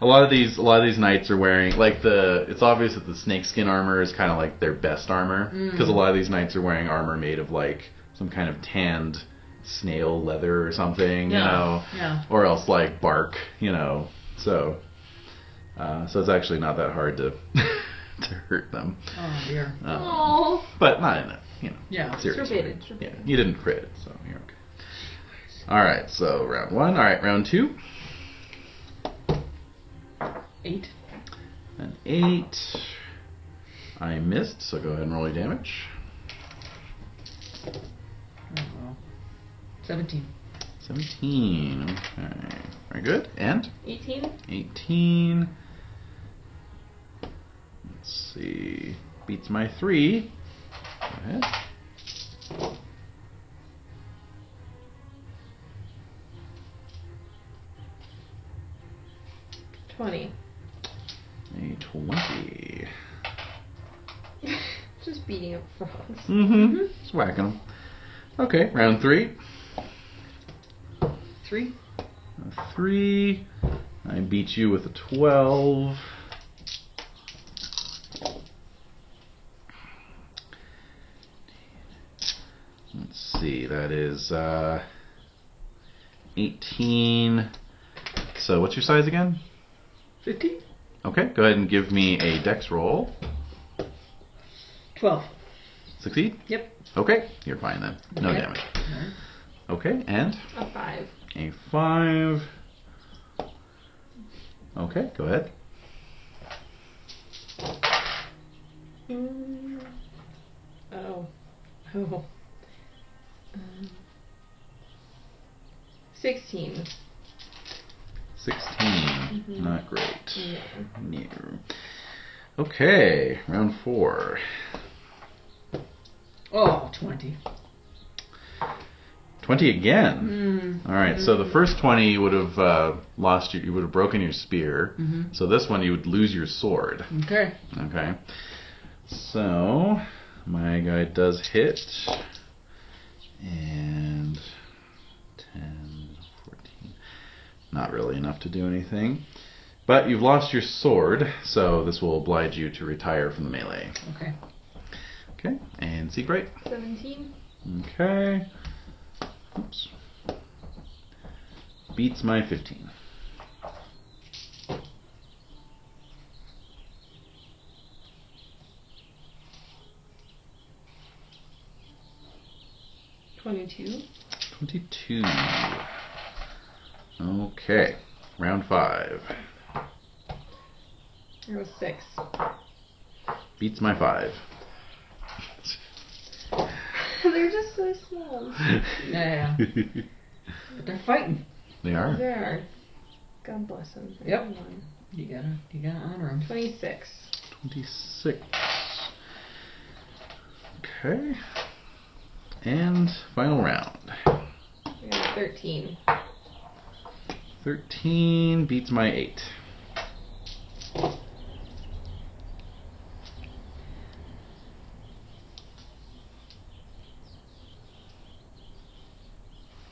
[SPEAKER 7] A lot of these a lot of these knights are wearing like the it's obvious that the snakeskin armor is kind of like their best armor because a lot of these knights are wearing armor made of like some kind of tanned snail leather or something, you know.
[SPEAKER 3] Yeah.
[SPEAKER 7] or else like bark, you know. So, uh, so it's actually not that hard to <laughs> to hurt them,
[SPEAKER 3] Oh, dear.
[SPEAKER 7] uh,
[SPEAKER 9] Oh,
[SPEAKER 7] but not in a you know
[SPEAKER 3] Yeah.
[SPEAKER 7] serious. way.
[SPEAKER 9] forbidden.
[SPEAKER 7] Yeah, you didn't crit, so you're okay. All right, so round one. All right, round two.
[SPEAKER 3] Eight.
[SPEAKER 7] An eight. I missed, so go ahead and roll your damage.
[SPEAKER 3] Oh, well. 17.
[SPEAKER 7] Seventeen. Okay, very good. And
[SPEAKER 9] 18.
[SPEAKER 7] 18. Let's see. Beats my 3. Go ahead.
[SPEAKER 9] Twenty. <laughs>
[SPEAKER 7] A 20.
[SPEAKER 9] Just beating up frogs. <laughs>
[SPEAKER 7] Mm hmm. Just whacking 'em. Okay, round 3.
[SPEAKER 3] Three.
[SPEAKER 7] A 3. I beat you with a 12. Let's see, that is uh, 18. So what's your size again?
[SPEAKER 3] 15?
[SPEAKER 7] Okay, go ahead and give me a dex roll.
[SPEAKER 3] 12.
[SPEAKER 7] Succeed?
[SPEAKER 3] Yep.
[SPEAKER 7] Okay, you're fine then. No
[SPEAKER 3] Okay.
[SPEAKER 7] damage. Okay, and
[SPEAKER 2] A five.
[SPEAKER 7] a 5. Okay, go ahead.
[SPEAKER 2] Mm,
[SPEAKER 9] <laughs>
[SPEAKER 3] Oh. Oh.
[SPEAKER 2] um, Sixteen.
[SPEAKER 7] 16.
[SPEAKER 2] Mhm.
[SPEAKER 7] Not great.
[SPEAKER 2] No.
[SPEAKER 7] No. Okay, round 4.
[SPEAKER 3] Oh, 20.
[SPEAKER 7] 20 again.
[SPEAKER 3] Mm.
[SPEAKER 7] All right, so the first 20 you would have uh, lost your, you would have broken your spear.
[SPEAKER 3] hmm
[SPEAKER 7] So this one you would lose your sword.
[SPEAKER 3] Okay.
[SPEAKER 7] Okay. So my guy does hit. And 10, 14. Not really enough to do anything. But you've lost your sword, so this will oblige you to retire from the melee.
[SPEAKER 3] Okay.
[SPEAKER 7] Okay, and Seabright.
[SPEAKER 10] Seventeen.
[SPEAKER 7] Okay. Oops. Beats my 15.
[SPEAKER 2] Twenty-two.
[SPEAKER 7] 22. Okay. Round 5.
[SPEAKER 2] There was six.
[SPEAKER 7] Beats my 5.
[SPEAKER 2] <laughs>
[SPEAKER 7] <laughs>
[SPEAKER 2] They're just so slow.
[SPEAKER 3] Yeah, yeah, But they're fighting.
[SPEAKER 7] they are.
[SPEAKER 2] They are. God bless them.
[SPEAKER 3] Yep. You gotta, you gotta honor them.
[SPEAKER 2] Twenty-six.
[SPEAKER 7] 26. Okay. And final round.
[SPEAKER 2] Yeah, Thirteen.
[SPEAKER 7] 13 beats my 8.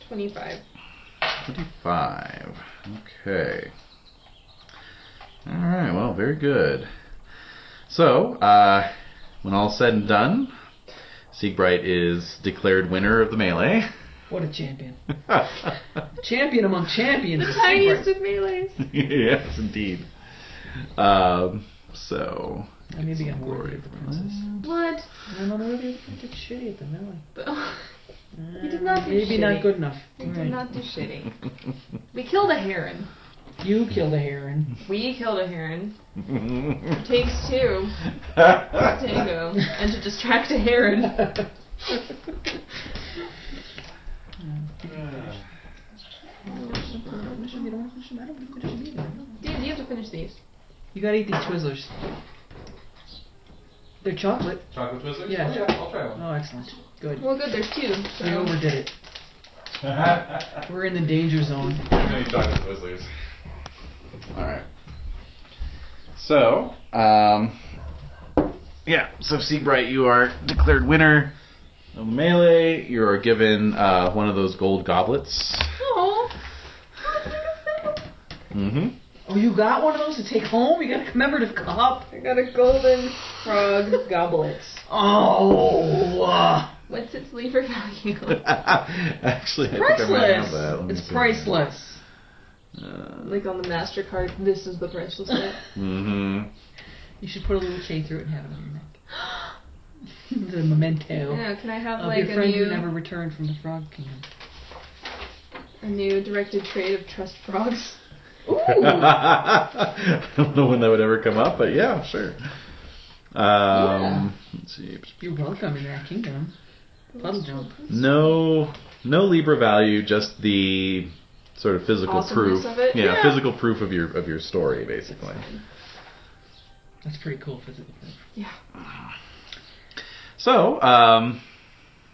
[SPEAKER 2] Twenty-five.
[SPEAKER 7] 25. Okay. All right. Well, very good. So, uh, when all's said and done, Siegbright is declared winner of the melee. <laughs>
[SPEAKER 3] What a champion. Champion among
[SPEAKER 2] <laughs>
[SPEAKER 3] champions. is
[SPEAKER 2] Tiniest
[SPEAKER 3] Seabright.
[SPEAKER 2] of melees.
[SPEAKER 7] <laughs> yes, indeed. Um, so,
[SPEAKER 3] I need to get
[SPEAKER 7] glory
[SPEAKER 3] worthy of the princess.
[SPEAKER 2] What?
[SPEAKER 3] I'm unworthy of the princess. Shitty at the melee.
[SPEAKER 2] You oh. did Mm, not do
[SPEAKER 3] Maybe
[SPEAKER 2] shitty.
[SPEAKER 3] not good enough.
[SPEAKER 2] We
[SPEAKER 3] All
[SPEAKER 2] did
[SPEAKER 3] right.
[SPEAKER 2] not do shitty.
[SPEAKER 7] <laughs>
[SPEAKER 2] We killed a heron.
[SPEAKER 3] You killed
[SPEAKER 2] <laughs>
[SPEAKER 3] a heron.
[SPEAKER 2] We killed a heron. Takes two
[SPEAKER 7] <laughs>
[SPEAKER 2] to tango and to distract a heron. <laughs> Dude, you have to finish these.
[SPEAKER 3] You gotta eat these Twizzlers. They're chocolate.
[SPEAKER 7] Chocolate Twizzlers?
[SPEAKER 3] Yeah. Oh,
[SPEAKER 7] I'll try
[SPEAKER 3] Oh, excellent. Good.
[SPEAKER 2] Well, good. There's two.
[SPEAKER 3] We
[SPEAKER 2] So
[SPEAKER 3] overdid it.
[SPEAKER 7] one.
[SPEAKER 3] We're in the danger zone.
[SPEAKER 7] chocolate Twizzlers. Alright. So, um, yeah, so Seabright, you are declared winner of the melee. You are given uh, one of those gold goblets. Mm-hmm. <laughs>
[SPEAKER 3] Oh, you got one of those to take home? You got a commemorative cup?
[SPEAKER 2] I got a golden frog goblet.
[SPEAKER 3] Oh, uh,
[SPEAKER 2] What's its lever
[SPEAKER 3] <laughs>
[SPEAKER 2] value?
[SPEAKER 7] Actually, I think I might have that. Let
[SPEAKER 3] priceless.
[SPEAKER 7] me
[SPEAKER 3] It's
[SPEAKER 7] see.
[SPEAKER 3] priceless.
[SPEAKER 7] Uh,
[SPEAKER 2] like on the Mastercard, this is the priceless
[SPEAKER 3] <laughs>
[SPEAKER 2] one.
[SPEAKER 7] mm-hmm. <laughs>
[SPEAKER 3] You should put a little chain through it and have it on your neck. <gasps> the memento
[SPEAKER 2] Yeah, can I have
[SPEAKER 3] of
[SPEAKER 2] like
[SPEAKER 3] your
[SPEAKER 2] a
[SPEAKER 3] friend who
[SPEAKER 2] new
[SPEAKER 3] never returned from the frog kingdom.
[SPEAKER 2] a new directed trade of trust
[SPEAKER 9] <laughs>
[SPEAKER 2] frogs?
[SPEAKER 3] Ooh,
[SPEAKER 7] I don't know when that would ever come up, but yeah, sure. Um,
[SPEAKER 3] Yeah.
[SPEAKER 7] Let's see.
[SPEAKER 3] <laughs> you're welcome in that kingdom. Puddle jump.
[SPEAKER 7] No, no Libra value, just the sort of physical
[SPEAKER 2] Awesomeness
[SPEAKER 7] proof.
[SPEAKER 2] of it?
[SPEAKER 7] Yeah,
[SPEAKER 2] Yeah.
[SPEAKER 7] physical proof of your of your story, basically.
[SPEAKER 3] That's pretty cool physical. proof.
[SPEAKER 7] So, um,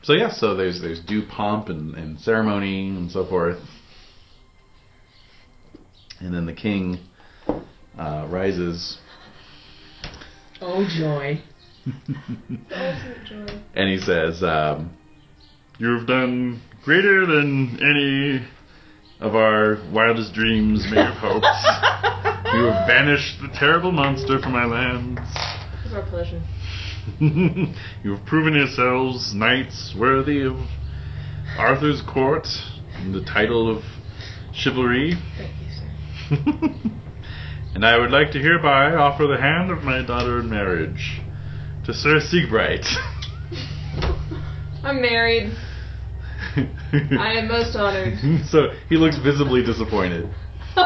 [SPEAKER 7] so yeah, so there's there's due pomp and, and ceremony and so forth, and then the king uh, rises
[SPEAKER 3] Oh joy.
[SPEAKER 7] and he says, um,
[SPEAKER 11] You've done greater than any of our wildest dreams made of
[SPEAKER 3] <laughs>
[SPEAKER 11] hopes.
[SPEAKER 7] <laughs>
[SPEAKER 11] you have banished the terrible monster from our
[SPEAKER 7] <laughs>
[SPEAKER 11] lands.
[SPEAKER 2] It's our pleasure.
[SPEAKER 11] you have proven yourselves knights worthy of Arthur's court and the title of
[SPEAKER 7] <laughs>
[SPEAKER 1] Chivalry.
[SPEAKER 9] Thank you, sir.
[SPEAKER 1] and I would like to hereby offer the hand of my daughter in marriage to Sir
[SPEAKER 7] <laughs>
[SPEAKER 1] Siegbright.
[SPEAKER 9] I'm married. I
[SPEAKER 7] <laughs>
[SPEAKER 9] am
[SPEAKER 2] <laughs>
[SPEAKER 9] most honored. <laughs>
[SPEAKER 7] so he looks visibly disappointed. But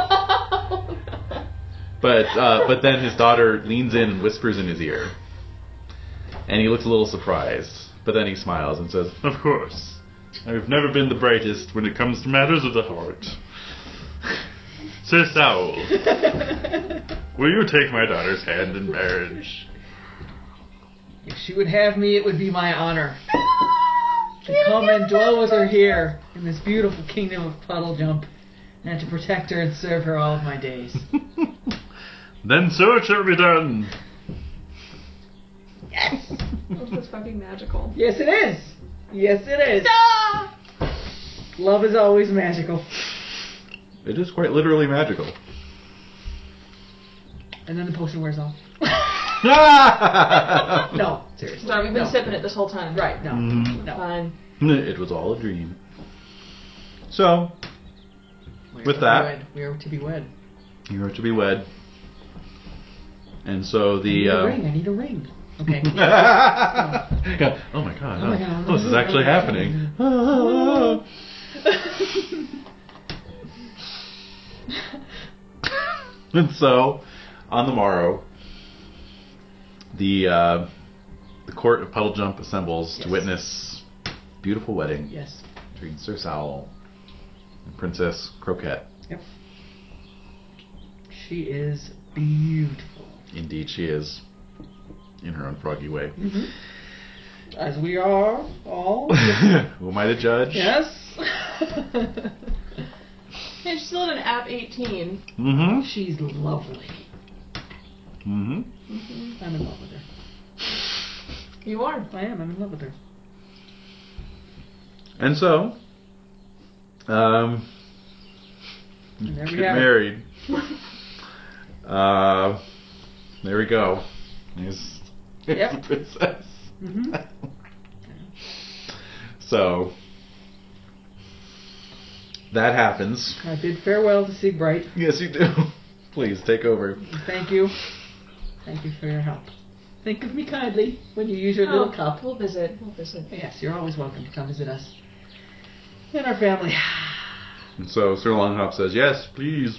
[SPEAKER 7] uh, but then his daughter leans in and whispers in his ear, and he looks a little surprised. But then he smiles and says,
[SPEAKER 1] Of course. I've never been the brightest when it comes to matters of the heart. Sir Sowell, will you take my daughter's hand in marriage?
[SPEAKER 3] If she would have me, it would be my honor to come and dwell with her here in this beautiful kingdom of Puddle Jump, and to protect her and serve her all of my <laughs> days.
[SPEAKER 1] Then so it shall be done.
[SPEAKER 2] This is fucking magical.
[SPEAKER 3] Yes, it is. Yes, it is. Love is always magical.
[SPEAKER 7] "It is quite literally magical." <laughs>
[SPEAKER 3] And then the potion wears off.
[SPEAKER 7] no.
[SPEAKER 3] No, seriously.
[SPEAKER 9] Sorry, we've been
[SPEAKER 3] No.
[SPEAKER 9] sipping it this whole time.
[SPEAKER 3] Right, no.
[SPEAKER 7] Mm-hmm.
[SPEAKER 1] Mhm.
[SPEAKER 3] No.
[SPEAKER 9] Fine.
[SPEAKER 7] It was all a dream. So
[SPEAKER 3] We're
[SPEAKER 7] With
[SPEAKER 3] to be
[SPEAKER 7] that-
[SPEAKER 3] wed. we are to be wed.
[SPEAKER 7] you are to be wed, and so
[SPEAKER 3] I need
[SPEAKER 7] the.
[SPEAKER 3] a
[SPEAKER 7] Uh, <laughs>
[SPEAKER 3] ring. I need a ring. Okay.
[SPEAKER 7] Yeah. oh my god!
[SPEAKER 3] Oh my God.
[SPEAKER 7] oh, this is actually <laughs> happening. and so, on the morrow, the uh, the court of Puddle Jump assembles
[SPEAKER 3] Yes.
[SPEAKER 7] to witness beautiful wedding
[SPEAKER 3] yes.
[SPEAKER 7] between Sir Sowell and Princess Croquette.
[SPEAKER 3] Yep. She is beautiful.
[SPEAKER 7] Indeed, she is in her own froggy way.
[SPEAKER 3] Mm-hmm. As we are
[SPEAKER 7] <laughs>
[SPEAKER 3] all.
[SPEAKER 7] Who am I to judge?
[SPEAKER 3] yes. <laughs>
[SPEAKER 2] Hey, she's still in app 18.
[SPEAKER 1] Mm-hmm.
[SPEAKER 3] She's lovely.
[SPEAKER 1] Mm-hmm.
[SPEAKER 3] I'm in love with her.
[SPEAKER 2] You are.
[SPEAKER 3] I am. I'm in love with her.
[SPEAKER 7] And so, um,
[SPEAKER 3] And there
[SPEAKER 7] get
[SPEAKER 3] we have it.
[SPEAKER 7] married. uh, there we go. There's, there's
[SPEAKER 3] Yep.
[SPEAKER 7] <laughs> the princess.
[SPEAKER 3] Mhm.
[SPEAKER 7] so that happens. <laughs>
[SPEAKER 3] I bid farewell to Siegbright.
[SPEAKER 7] Yes, you do. Please take over.
[SPEAKER 3] Thank you. Thank you for your help. Think of me kindly when you use your
[SPEAKER 2] Oh.
[SPEAKER 3] little cup.
[SPEAKER 9] We'll visit. We'll visit.
[SPEAKER 3] Yes, you're always welcome to come visit us and our family. <sighs>
[SPEAKER 7] And so Sir Longhop says, "Yes, please."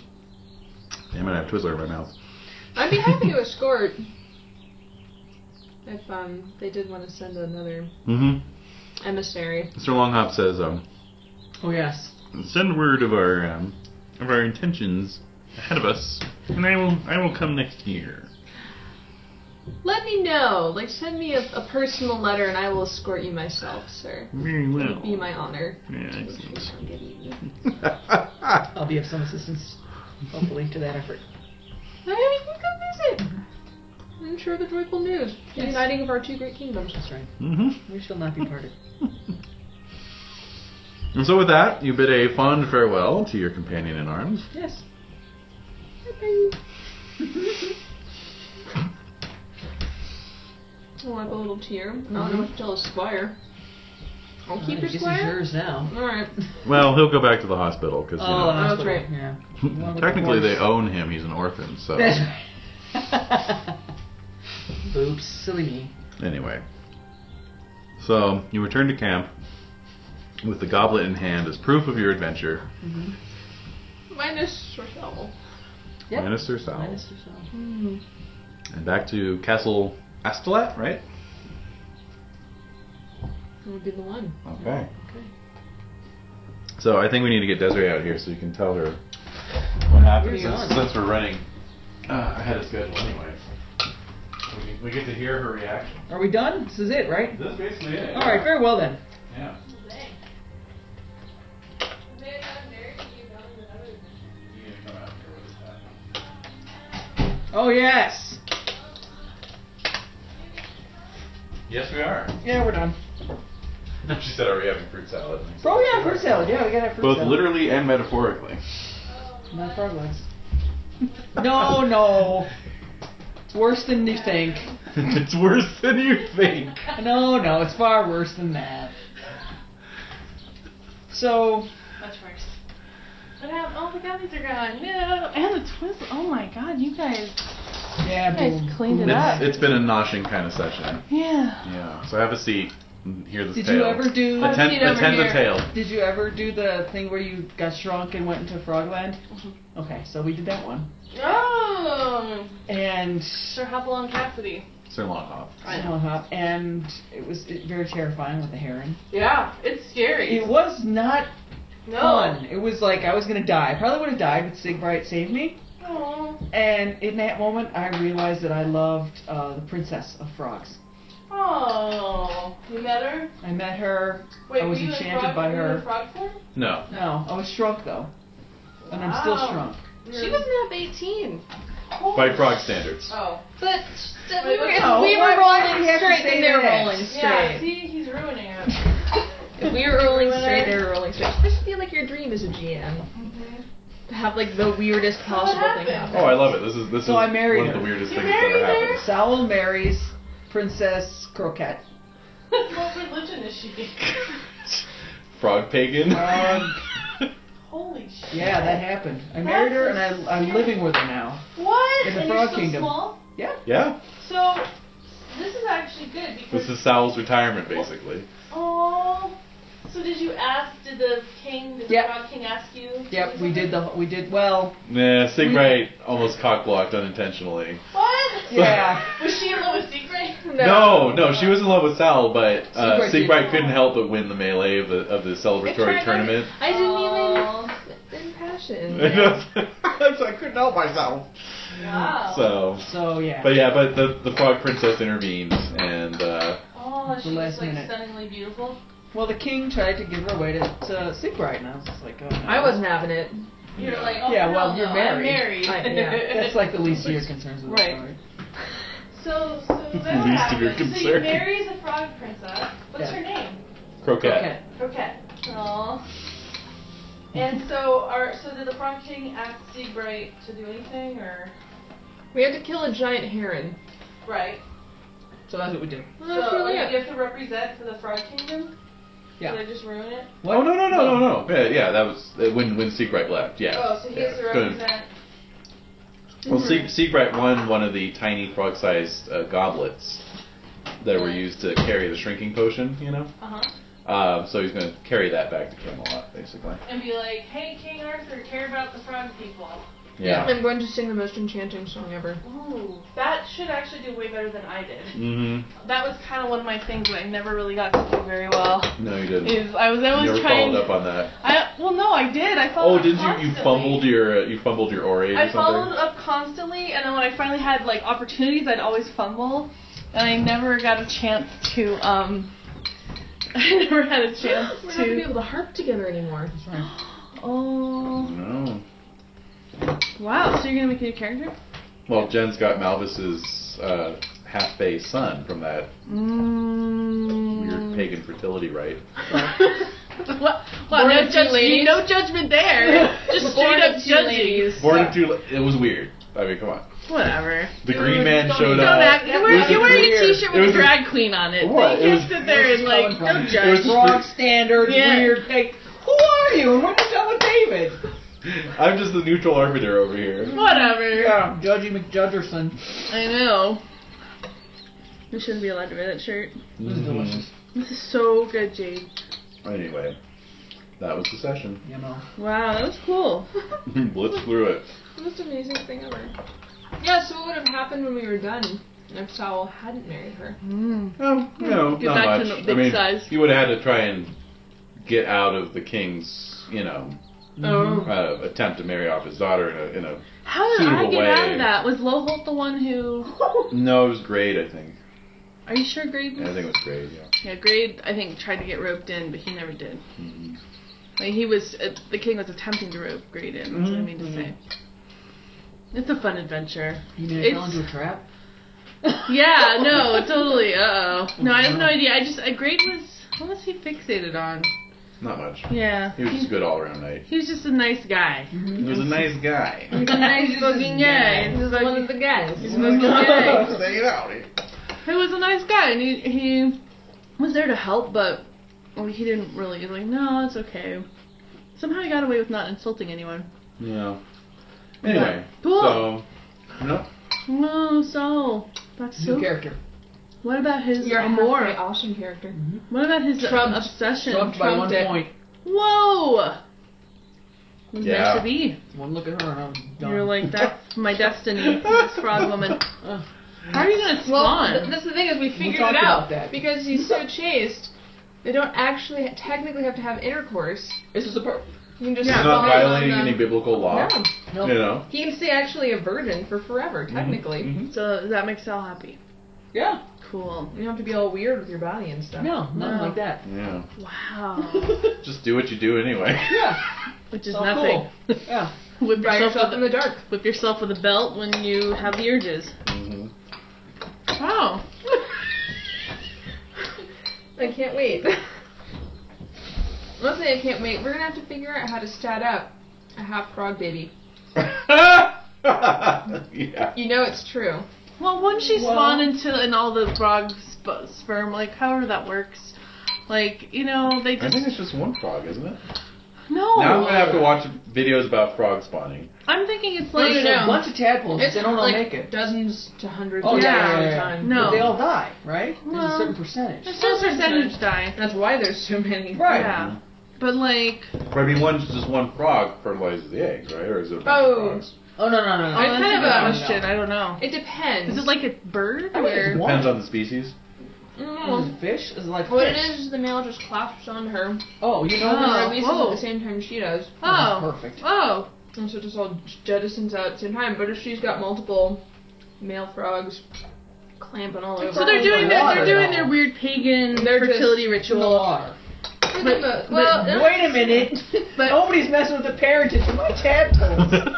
[SPEAKER 7] Damn it! I have Twizzler in my mouth.
[SPEAKER 2] I'd be happy to escort <laughs> if um they did want to send another
[SPEAKER 7] Mm-hmm.
[SPEAKER 2] emissary.
[SPEAKER 7] Sir Longhop says, um,
[SPEAKER 3] Oh yes.
[SPEAKER 7] "Send word of our um, of our intentions ahead of us,
[SPEAKER 1] And I will I will come next year.
[SPEAKER 2] Let me know. Like, send me a, a personal letter and I will escort you myself, sir.
[SPEAKER 1] Very
[SPEAKER 2] It would
[SPEAKER 1] well.
[SPEAKER 2] be my honor.
[SPEAKER 1] Yeah, excellent.
[SPEAKER 3] I'll be of some assistance, hopefully, to that effort.
[SPEAKER 2] Maybe we can come visit. I'm sure the joyful news. The
[SPEAKER 3] Yes.
[SPEAKER 2] uniting of our two great kingdoms.
[SPEAKER 3] That's right.
[SPEAKER 1] Mm-hmm.
[SPEAKER 3] We shall not be parted.
[SPEAKER 7] And so with that, you bid a fond farewell to your companion in arms.
[SPEAKER 3] Yes.
[SPEAKER 2] I'll wipe a little tear. Oh, I
[SPEAKER 4] Mm-hmm.
[SPEAKER 2] don't know what to tell a squire.
[SPEAKER 4] Uh,
[SPEAKER 2] I'll keep
[SPEAKER 3] Alright,
[SPEAKER 2] your
[SPEAKER 3] I guess it's
[SPEAKER 2] squire.
[SPEAKER 3] yours now.
[SPEAKER 2] Alright.
[SPEAKER 7] Well, he'll go back to the hospital because
[SPEAKER 3] Oh,
[SPEAKER 2] that's
[SPEAKER 3] that's
[SPEAKER 2] right.
[SPEAKER 3] right. Yeah.
[SPEAKER 7] you
[SPEAKER 3] Oh,
[SPEAKER 7] know, technically they own him. He's an orphan.
[SPEAKER 3] <laughs>
[SPEAKER 7] So
[SPEAKER 3] That's right. <laughs> Oops, silly me.
[SPEAKER 7] anyway, so you return to camp with the goblet in hand as proof of your adventure.
[SPEAKER 2] Minus Rochelle.
[SPEAKER 3] Yep.
[SPEAKER 7] Minus Sir Sal.
[SPEAKER 3] Minus yourself.
[SPEAKER 7] And back to Castle Astolat, right?
[SPEAKER 2] That would be the one.
[SPEAKER 7] Okay. So I think we need to get Desiree out of here so you can tell her what happened.
[SPEAKER 3] Here's
[SPEAKER 7] Since,
[SPEAKER 3] on.
[SPEAKER 7] since we're running uh, ahead of schedule anyway, we, we get to hear her reaction.
[SPEAKER 3] Are we done? This is it, right?
[SPEAKER 7] This is basically it.
[SPEAKER 3] All right. Very well then.
[SPEAKER 7] Yeah. You need to come out here with us.
[SPEAKER 3] Oh yes.
[SPEAKER 7] Yes, we are. <laughs>
[SPEAKER 3] Yeah, we're done.
[SPEAKER 7] she said, "Are we having fruit salad?" And I said,
[SPEAKER 3] Oh yeah, fruit salad. Yeah, we got to fruit
[SPEAKER 7] Both
[SPEAKER 3] salad.
[SPEAKER 7] literally and metaphorically.
[SPEAKER 3] Not frog legs. <laughs> No, no. It's worse than you think.
[SPEAKER 7] <laughs> it's worse than you think.
[SPEAKER 3] No, no, it's far worse than that. So,
[SPEAKER 4] Much worse. What happened? Oh my god, these are gone. No. And the twist. Oh my god, you guys,
[SPEAKER 3] Yeah,
[SPEAKER 4] you guys
[SPEAKER 3] boom.
[SPEAKER 4] cleaned it up.
[SPEAKER 7] It's, it's been a noshing kind of session.
[SPEAKER 4] Yeah.
[SPEAKER 7] Yeah. So have a seat. and Hear this
[SPEAKER 3] Did
[SPEAKER 7] tale.
[SPEAKER 3] you ever do?
[SPEAKER 2] Have a
[SPEAKER 7] attend
[SPEAKER 2] seat over
[SPEAKER 7] attend the
[SPEAKER 2] here.
[SPEAKER 7] tale?
[SPEAKER 3] Did you ever do the thing where you got shrunk and went into Frogland?
[SPEAKER 4] Mm-hmm.
[SPEAKER 3] Okay, so we did that one.
[SPEAKER 4] Oh.
[SPEAKER 3] And
[SPEAKER 4] Sir Hopalong Cassidy.
[SPEAKER 7] Sir Longhop.
[SPEAKER 4] I know.
[SPEAKER 3] Well, huh, Uh-huh. and it was it- very terrifying with the heron.
[SPEAKER 4] Yeah, it's scary.
[SPEAKER 3] It was not
[SPEAKER 4] no.
[SPEAKER 3] fun. It was like I was gonna die. I probably would have died, but Siegbright saved me.
[SPEAKER 4] Oh.
[SPEAKER 3] And in that moment, I realized that I loved uh, the princess of frogs.
[SPEAKER 4] Oh. You met her?
[SPEAKER 3] I met her.
[SPEAKER 4] Wait,
[SPEAKER 3] I was
[SPEAKER 4] were you in
[SPEAKER 3] enchanted
[SPEAKER 4] frog-
[SPEAKER 3] by
[SPEAKER 4] were you in
[SPEAKER 3] her.
[SPEAKER 4] frog form?
[SPEAKER 7] No.
[SPEAKER 3] No, I was shrunk though, and I'm still
[SPEAKER 4] Wow.
[SPEAKER 3] shrunk.
[SPEAKER 9] She was not 18.
[SPEAKER 7] By frog standards.
[SPEAKER 4] Oh.
[SPEAKER 9] But st- we
[SPEAKER 4] Wait,
[SPEAKER 9] were,
[SPEAKER 4] wait,
[SPEAKER 9] if
[SPEAKER 3] no,
[SPEAKER 9] we
[SPEAKER 3] why-
[SPEAKER 9] were
[SPEAKER 3] why do
[SPEAKER 9] rolling
[SPEAKER 3] you have to
[SPEAKER 9] straight,
[SPEAKER 3] say
[SPEAKER 9] then they were
[SPEAKER 3] that?
[SPEAKER 9] rolling straight.
[SPEAKER 4] Yeah, see, he's ruining it. <laughs>
[SPEAKER 9] If we were rolling
[SPEAKER 4] Ruiner.
[SPEAKER 9] straight, they were rolling straight. This would be like your dream as a GM. Mm-hmm. To have like the weirdest possible thing
[SPEAKER 4] happened?
[SPEAKER 7] Oh,
[SPEAKER 9] happen.
[SPEAKER 7] I love it. This is this
[SPEAKER 3] So
[SPEAKER 7] is
[SPEAKER 3] I married
[SPEAKER 7] one of the
[SPEAKER 3] her.
[SPEAKER 7] weirdest
[SPEAKER 4] You
[SPEAKER 7] things that
[SPEAKER 4] married
[SPEAKER 7] ever
[SPEAKER 4] her?
[SPEAKER 7] happened.
[SPEAKER 3] Saul marries Princess Croquette.
[SPEAKER 4] what religion is she?
[SPEAKER 7] <laughs> Frog pagan.
[SPEAKER 3] Frog.
[SPEAKER 4] Holy shit.
[SPEAKER 3] Yeah, that happened. I married her, and I, I'm living with her now.
[SPEAKER 4] What?
[SPEAKER 3] In the
[SPEAKER 4] and
[SPEAKER 3] Frog
[SPEAKER 4] you're so
[SPEAKER 3] Kingdom.
[SPEAKER 4] small?
[SPEAKER 3] Yeah.
[SPEAKER 7] <laughs> yeah.
[SPEAKER 4] So, this is actually good because.
[SPEAKER 7] This is Sal's retirement, basically.
[SPEAKER 4] Oh. So did you ask? Did the king, did
[SPEAKER 3] Yep.
[SPEAKER 4] the frog king, ask you? to
[SPEAKER 3] Yep,
[SPEAKER 4] do
[SPEAKER 3] we did the we did well.
[SPEAKER 7] Nah, Siegfried almost cockblocked unintentionally.
[SPEAKER 4] something? What? <laughs>
[SPEAKER 3] Yeah.
[SPEAKER 4] Was she in love with Siegfried?
[SPEAKER 7] No, no, she was in love with Sal, but uh,
[SPEAKER 3] Siegfried
[SPEAKER 7] Siegfried couldn't help but win the melee of the of the celebratory
[SPEAKER 9] It's right,
[SPEAKER 7] tournament.
[SPEAKER 9] I didn't
[SPEAKER 4] Oh,
[SPEAKER 9] even impassion.
[SPEAKER 7] <laughs> so I couldn't help myself.
[SPEAKER 4] Wow.
[SPEAKER 7] So,
[SPEAKER 3] So yeah.
[SPEAKER 7] but yeah, but the the frog princess intervened, and uh,
[SPEAKER 4] oh,
[SPEAKER 3] The
[SPEAKER 4] she was
[SPEAKER 3] last
[SPEAKER 4] like
[SPEAKER 3] minute.
[SPEAKER 4] stunningly beautiful.
[SPEAKER 3] Well, the king tried to give her away to, to Siegbright, and I was just like, oh. No.
[SPEAKER 9] I wasn't having it.
[SPEAKER 4] You're like, oh
[SPEAKER 3] Yeah,
[SPEAKER 4] hell
[SPEAKER 3] well, you're
[SPEAKER 4] no,
[SPEAKER 3] married.
[SPEAKER 4] I'm
[SPEAKER 9] I-
[SPEAKER 4] married. <laughs>
[SPEAKER 9] yeah,
[SPEAKER 3] That's like the least of your concerns. With
[SPEAKER 4] Right.
[SPEAKER 3] The story.
[SPEAKER 4] So,
[SPEAKER 7] <laughs>
[SPEAKER 4] so that's what
[SPEAKER 7] Least of your
[SPEAKER 4] happened. So you
[SPEAKER 7] concern.
[SPEAKER 4] marry the frog princess. What's
[SPEAKER 3] Yeah.
[SPEAKER 4] her name?
[SPEAKER 7] croquet.
[SPEAKER 3] Okay.
[SPEAKER 4] Okay. Aww.
[SPEAKER 3] <laughs>
[SPEAKER 4] And so, are so did the frog king ask Siegbright to do anything or?
[SPEAKER 9] We had to kill a giant heron.
[SPEAKER 4] Right.
[SPEAKER 3] So that's what we did.
[SPEAKER 9] Well,
[SPEAKER 4] So,
[SPEAKER 9] that's really
[SPEAKER 4] like,
[SPEAKER 9] it.
[SPEAKER 4] you have to represent for the frog kingdom.
[SPEAKER 3] Yeah.
[SPEAKER 4] Did I just ruin it?
[SPEAKER 3] What?
[SPEAKER 7] Oh no no no no no! Yeah, yeah that was uh, when when Siegfried left. Yeah.
[SPEAKER 4] Oh, so he
[SPEAKER 7] yeah.
[SPEAKER 4] has to
[SPEAKER 7] Good.
[SPEAKER 4] represent.
[SPEAKER 7] Well, Sieg- Siegfried won one of the tiny frog-sized uh, goblets that were used to carry the shrinking potion. You know,
[SPEAKER 4] Uh huh.
[SPEAKER 7] uh, so he's going to carry that back to Camelot, basically.
[SPEAKER 4] And be like, hey, King Arthur, care about the frog people.
[SPEAKER 7] Yeah.
[SPEAKER 9] I'm going to sing the most enchanting song ever.
[SPEAKER 4] Ooh, that should actually do way better than I did.
[SPEAKER 7] Mm-hmm.
[SPEAKER 4] That was kind of one of my things that I never really got to do very well.
[SPEAKER 7] No, you didn't.
[SPEAKER 4] Is I was always
[SPEAKER 7] you never
[SPEAKER 4] trying.
[SPEAKER 7] followed up on that.
[SPEAKER 4] I well, no, I did. I followed.
[SPEAKER 7] Oh,
[SPEAKER 4] up
[SPEAKER 7] did you? You
[SPEAKER 4] constantly.
[SPEAKER 7] fumbled your uh, you fumbled your orate or
[SPEAKER 4] I followed
[SPEAKER 7] something.
[SPEAKER 4] up constantly, and then when I finally had like opportunities, I'd always fumble, and I never got a chance to um. <laughs> I never had a chance
[SPEAKER 9] We're not gonna be
[SPEAKER 4] to.
[SPEAKER 9] able to harp together anymore.
[SPEAKER 3] That's right.
[SPEAKER 4] Oh
[SPEAKER 7] No.
[SPEAKER 4] wow! So you're gonna make a new character?
[SPEAKER 7] Well, Jen's got Malvis's uh, half-bay son from that weird
[SPEAKER 4] Mm.
[SPEAKER 7] pagan fertility rite.
[SPEAKER 4] Wow, wow no,
[SPEAKER 9] Born-again
[SPEAKER 4] judgment,
[SPEAKER 9] ladies.
[SPEAKER 4] no judgment
[SPEAKER 7] <laughs>
[SPEAKER 4] there. <laughs> Just straight
[SPEAKER 9] Born
[SPEAKER 4] up
[SPEAKER 9] of two
[SPEAKER 4] judging.
[SPEAKER 9] ladies.
[SPEAKER 7] Born of two. It was weird. I mean, come on.
[SPEAKER 4] Whatever.
[SPEAKER 7] The
[SPEAKER 4] It
[SPEAKER 7] green
[SPEAKER 4] was-
[SPEAKER 7] man
[SPEAKER 4] don't
[SPEAKER 7] showed
[SPEAKER 4] don't
[SPEAKER 7] up.
[SPEAKER 4] Act, you
[SPEAKER 7] Uh, It was
[SPEAKER 4] wear, you
[SPEAKER 7] a
[SPEAKER 4] wear
[SPEAKER 7] weird-
[SPEAKER 4] a t-shirt
[SPEAKER 7] it
[SPEAKER 4] with
[SPEAKER 7] was
[SPEAKER 4] a
[SPEAKER 7] a-
[SPEAKER 4] drag queen on it. You
[SPEAKER 7] What? It
[SPEAKER 4] can't
[SPEAKER 7] was-
[SPEAKER 4] sit there and like, don't
[SPEAKER 7] It was
[SPEAKER 4] judge.
[SPEAKER 7] just
[SPEAKER 3] Frog standard,
[SPEAKER 4] Yeah.
[SPEAKER 3] weird. Like, who are you? And what is up with David?
[SPEAKER 7] <laughs> I'm just the neutral arbiter over here.
[SPEAKER 4] Whatever.
[SPEAKER 3] Yeah, Um, Judgy McJudgerson.
[SPEAKER 4] I know. You shouldn't be allowed to wear that shirt.
[SPEAKER 3] It was delicious.
[SPEAKER 4] This is so good, Jade.
[SPEAKER 7] Anyway, that was the session. <laughs>
[SPEAKER 3] You know.
[SPEAKER 4] Wow, that was cool.
[SPEAKER 7] Blitz through it.
[SPEAKER 9] The most amazing thing ever. Yeah, so what would have happened when we were done if Saul hadn't married her?
[SPEAKER 7] Oh, you know,
[SPEAKER 4] Get
[SPEAKER 7] not
[SPEAKER 4] back to the
[SPEAKER 7] much.
[SPEAKER 4] big
[SPEAKER 7] I mean,
[SPEAKER 4] size.
[SPEAKER 7] you would have had to try and get out of the king's, you know,
[SPEAKER 3] Mm-hmm.
[SPEAKER 4] Oh.
[SPEAKER 7] uh, attempt to marry off his daughter in a. In a
[SPEAKER 4] How did I
[SPEAKER 7] Suitable
[SPEAKER 4] get out
[SPEAKER 7] way.
[SPEAKER 4] of that? Was Loholt the one
[SPEAKER 7] <laughs>
[SPEAKER 4] who?
[SPEAKER 7] no, it was grade, I think.
[SPEAKER 4] Are you sure Grade?
[SPEAKER 7] Yeah, I
[SPEAKER 4] was-
[SPEAKER 7] think it was grade. Yeah.
[SPEAKER 4] Yeah, Grade. I think tried to get roped in, but he never did.
[SPEAKER 7] Mhm.
[SPEAKER 4] Like he was, uh, the king was attempting to rope Grade in. That's what I
[SPEAKER 7] Mm-hmm.
[SPEAKER 4] mean to say. It's a fun adventure.
[SPEAKER 3] You mean I
[SPEAKER 4] It's-
[SPEAKER 3] fell into a
[SPEAKER 4] <laughs>
[SPEAKER 3] trap?
[SPEAKER 4] Yeah, no, totally. Uh oh. No, I have no
[SPEAKER 3] Wow.
[SPEAKER 4] idea. I just, uh, Grade was, what was he fixated on?
[SPEAKER 7] Not much.
[SPEAKER 4] Yeah.
[SPEAKER 7] He was just a good all around knight.
[SPEAKER 4] He was just a nice guy.
[SPEAKER 7] He was a nice guy.
[SPEAKER 9] He's a nice
[SPEAKER 3] He's <laughs>
[SPEAKER 9] fucking
[SPEAKER 3] just
[SPEAKER 9] guy.
[SPEAKER 3] nice.
[SPEAKER 9] He's one of the guys.
[SPEAKER 4] He's one of the guys.
[SPEAKER 7] <laughs> Say it out. eh?
[SPEAKER 4] He was a nice guy, and he, he was there to help, but well, he didn't really. He's like, no, it's okay. Somehow I got away with not insulting anyone.
[SPEAKER 7] Yeah. Anyway,
[SPEAKER 4] Cool.
[SPEAKER 7] so no,
[SPEAKER 4] Oh, so that's
[SPEAKER 3] New
[SPEAKER 4] so.
[SPEAKER 3] character.
[SPEAKER 4] What about his
[SPEAKER 2] You're
[SPEAKER 4] amour?
[SPEAKER 2] halfway Austin character.
[SPEAKER 4] What about his
[SPEAKER 3] Trumped.
[SPEAKER 4] obsession?
[SPEAKER 3] Trumped by one
[SPEAKER 2] trumped it.
[SPEAKER 3] point.
[SPEAKER 4] Whoa! It was meant
[SPEAKER 7] Yeah.
[SPEAKER 4] to be.
[SPEAKER 3] One look at her and I'm done.
[SPEAKER 4] You're like, that's my destiny. This frog woman.
[SPEAKER 3] Ugh.
[SPEAKER 4] How are you gonna
[SPEAKER 2] Well, th-
[SPEAKER 4] spawn?
[SPEAKER 2] that's the thing is we figured
[SPEAKER 3] talk
[SPEAKER 2] it out
[SPEAKER 3] about that.
[SPEAKER 2] because he's so chaste. They don't actually technically have to have intercourse.
[SPEAKER 3] This is the part.
[SPEAKER 2] You can just
[SPEAKER 7] it's
[SPEAKER 2] yeah,
[SPEAKER 7] not violating any biblical law.
[SPEAKER 2] No,
[SPEAKER 3] No.
[SPEAKER 7] You know.
[SPEAKER 2] he can stay actually a virgin for forever. Technically,
[SPEAKER 7] Mhm.
[SPEAKER 4] So that makes Sal happy.
[SPEAKER 3] Yeah.
[SPEAKER 4] Cool.
[SPEAKER 2] you don't have to be all weird with your body and stuff.
[SPEAKER 3] No, nothing
[SPEAKER 4] No.
[SPEAKER 3] like that.
[SPEAKER 7] Yeah.
[SPEAKER 4] Wow.
[SPEAKER 7] Just do what you do anyway.
[SPEAKER 3] yeah.
[SPEAKER 4] <laughs> Which is
[SPEAKER 3] Oh,
[SPEAKER 4] nothing.
[SPEAKER 3] <laughs> Yeah.
[SPEAKER 4] Whip
[SPEAKER 2] By
[SPEAKER 4] yourself,
[SPEAKER 2] yourself in
[SPEAKER 4] with
[SPEAKER 2] the dark.
[SPEAKER 4] a, whip yourself with a belt when you have the urges.
[SPEAKER 7] Mhm.
[SPEAKER 4] Wow.
[SPEAKER 2] I can't wait. Mostly I can't wait. We're gonna have to figure out how to stat up a half frog baby.
[SPEAKER 7] <laughs> yeah.
[SPEAKER 2] You know it's true.
[SPEAKER 4] <laughs> Well, wouldn't she
[SPEAKER 3] Well-
[SPEAKER 4] spawn into and all the frog sp- sperm, like however that works? Like you know, they
[SPEAKER 7] I
[SPEAKER 4] just
[SPEAKER 7] think it's just one frog, isn't it?
[SPEAKER 4] no.
[SPEAKER 7] Now I'm gonna have to watch videos about frog spawning.
[SPEAKER 4] I'm thinking it's
[SPEAKER 2] Well,
[SPEAKER 4] like
[SPEAKER 2] you know.
[SPEAKER 3] Bunch of tadpoles.
[SPEAKER 2] It's
[SPEAKER 3] they don't all
[SPEAKER 2] like
[SPEAKER 3] make it.
[SPEAKER 2] dozens to hundreds
[SPEAKER 3] Oh,
[SPEAKER 2] of
[SPEAKER 3] yeah,
[SPEAKER 2] at
[SPEAKER 3] yeah,
[SPEAKER 2] a
[SPEAKER 3] yeah,
[SPEAKER 2] time.
[SPEAKER 4] No.
[SPEAKER 3] But they all die, right? There's
[SPEAKER 4] Well-
[SPEAKER 3] a certain percentage.
[SPEAKER 4] there's no percentage die.
[SPEAKER 2] That's why there's so many.
[SPEAKER 3] Right.
[SPEAKER 4] Yeah, but like
[SPEAKER 7] But I mean, one's just one frog fertilizes the egg, right? Or is it a bunch
[SPEAKER 2] Oh.
[SPEAKER 7] of frogs?
[SPEAKER 3] Oh, no, no, no, no.
[SPEAKER 4] oh, that's
[SPEAKER 2] kind
[SPEAKER 4] a
[SPEAKER 2] of
[SPEAKER 4] good
[SPEAKER 2] a-
[SPEAKER 4] question. I don't know.
[SPEAKER 2] It depends.
[SPEAKER 4] Is it like a bird
[SPEAKER 3] I think it's
[SPEAKER 4] or
[SPEAKER 3] one.
[SPEAKER 7] Depends on the species.
[SPEAKER 2] Mm.
[SPEAKER 3] Is it fish? Is it like
[SPEAKER 2] What
[SPEAKER 3] fish?
[SPEAKER 2] it is is the male just clasps on her
[SPEAKER 3] Oh, you know
[SPEAKER 4] Oh.
[SPEAKER 3] that?
[SPEAKER 2] and releases
[SPEAKER 4] whoa.
[SPEAKER 2] at the same time she does,
[SPEAKER 4] oh
[SPEAKER 3] Perfect.
[SPEAKER 4] oh
[SPEAKER 2] and so it just all jettisons out at the same time. But if she's got multiple male frogs clamping all over,
[SPEAKER 4] So they're doing that.
[SPEAKER 3] Water.
[SPEAKER 4] They're doing their weird pagan
[SPEAKER 2] They're just-
[SPEAKER 4] fertility
[SPEAKER 3] In the
[SPEAKER 4] ritual.
[SPEAKER 3] water.
[SPEAKER 2] They're doing the- well, they're-
[SPEAKER 3] Wait a minute. <laughs>
[SPEAKER 4] But-
[SPEAKER 3] Nobody's messing with the parentage of my
[SPEAKER 7] <laughs>
[SPEAKER 3] tadpoles.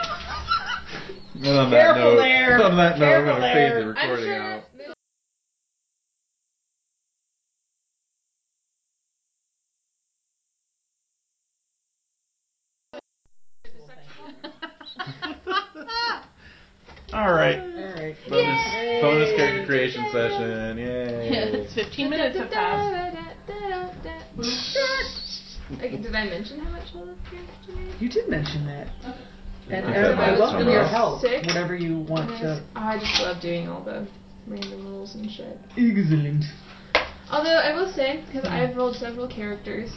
[SPEAKER 7] And on that
[SPEAKER 3] Careful
[SPEAKER 7] note,
[SPEAKER 3] there.
[SPEAKER 7] on that note, we're
[SPEAKER 3] Careful
[SPEAKER 7] gonna
[SPEAKER 3] there.
[SPEAKER 7] fade the
[SPEAKER 2] I'm
[SPEAKER 7] recording out.
[SPEAKER 2] sure. that-
[SPEAKER 7] All right.
[SPEAKER 3] All right.
[SPEAKER 7] Bonus, bonus character creation session.
[SPEAKER 3] <laughs>
[SPEAKER 7] Yay.
[SPEAKER 4] <laughs> it's 15 minutes have <laughs> passed. <laughs>
[SPEAKER 2] Like, Did I mention how much all the characters are made?
[SPEAKER 3] You did mention that. And
[SPEAKER 7] Okay.
[SPEAKER 3] everybody,
[SPEAKER 7] That's
[SPEAKER 3] welcome your
[SPEAKER 7] somewhere
[SPEAKER 3] help.
[SPEAKER 2] Six.
[SPEAKER 3] Whatever you want
[SPEAKER 2] Yes.
[SPEAKER 3] to.
[SPEAKER 2] Oh, I just love doing all the random rules and shit.
[SPEAKER 3] Excellent.
[SPEAKER 2] Although I will say, because I've rolled several characters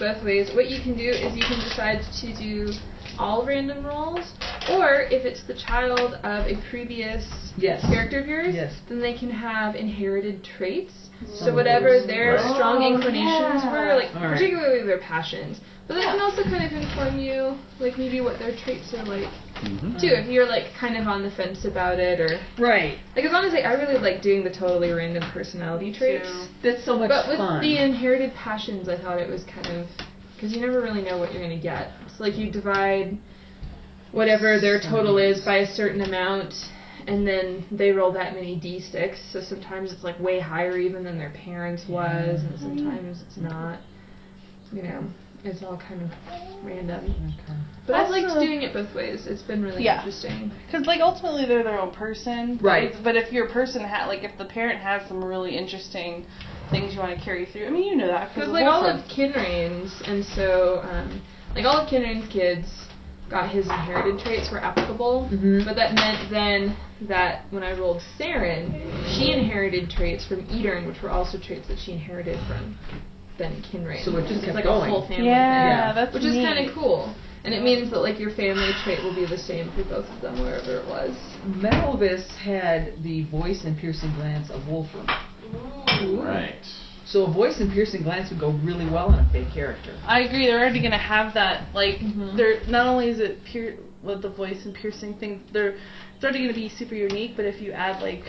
[SPEAKER 2] both ways, what you can do is you can decide to do all random rolls, or if it's the child of a previous
[SPEAKER 3] Yes.
[SPEAKER 2] character of yours,
[SPEAKER 3] Yes.
[SPEAKER 2] then they can have inherited traits. So
[SPEAKER 3] Some
[SPEAKER 2] whatever
[SPEAKER 3] of those.
[SPEAKER 2] their
[SPEAKER 7] Right.
[SPEAKER 2] strong
[SPEAKER 4] Oh,
[SPEAKER 2] inclinations
[SPEAKER 4] yeah.
[SPEAKER 2] were, like
[SPEAKER 3] Oh. All right.
[SPEAKER 2] particularly their passions. But that
[SPEAKER 4] Yeah.
[SPEAKER 2] can also kind of inform you, like maybe what their traits are like
[SPEAKER 3] Mm-hmm.
[SPEAKER 7] Mhm.
[SPEAKER 2] too. If you're like kind of on the fence about it, or
[SPEAKER 3] Right.
[SPEAKER 2] like as long as like I really like doing the totally random personality traits.
[SPEAKER 4] too.
[SPEAKER 3] That's so much
[SPEAKER 2] But with
[SPEAKER 3] fun.
[SPEAKER 2] the inherited passions, I thought it was kind of because you never really know what you're gonna get. So like you divide whatever their total is by a certain amount, and then they roll that many d6. So sometimes it's like way higher even than their parents was, and sometimes it's not. You know, it's all kind of random.
[SPEAKER 3] Okay.
[SPEAKER 2] But I've liked
[SPEAKER 4] Also-
[SPEAKER 2] doing it both ways. It's been really
[SPEAKER 4] Yeah.
[SPEAKER 2] interesting.
[SPEAKER 4] Because like ultimately they're their own person, but
[SPEAKER 3] Right.
[SPEAKER 4] it's- But if your person had like if the parent has some really interesting things you want to carry through, I mean you know that
[SPEAKER 2] Because
[SPEAKER 4] the
[SPEAKER 2] like all
[SPEAKER 4] whole-
[SPEAKER 2] of Kinrain's, and so um, like all of Kinrain's kids got his inherited traits were applicable,
[SPEAKER 4] Mm-hmm.
[SPEAKER 3] Mhm.
[SPEAKER 2] but that meant then that when I rolled Saren, she inherited traits from Edern, which were also traits that she inherited from then Kinrain.
[SPEAKER 3] So it just
[SPEAKER 2] It's
[SPEAKER 3] kept
[SPEAKER 2] like
[SPEAKER 3] going.
[SPEAKER 2] a whole family
[SPEAKER 4] yeah,
[SPEAKER 3] Yeah.
[SPEAKER 4] that's
[SPEAKER 2] thing, which is kind
[SPEAKER 4] neat.
[SPEAKER 2] of cool. And it means that like your family trait will be the same for both of them wherever it was.
[SPEAKER 3] Malvis had the voice and piercing glance of Wolfram.
[SPEAKER 7] Right.
[SPEAKER 3] So a voice and piercing glance would go really well on a fake character.
[SPEAKER 4] I agree. They're already gonna have that. Like
[SPEAKER 2] Mhm.
[SPEAKER 4] they're not only is it pier- with the voice and piercing thing, they're it's already gonna be super unique. But if you add like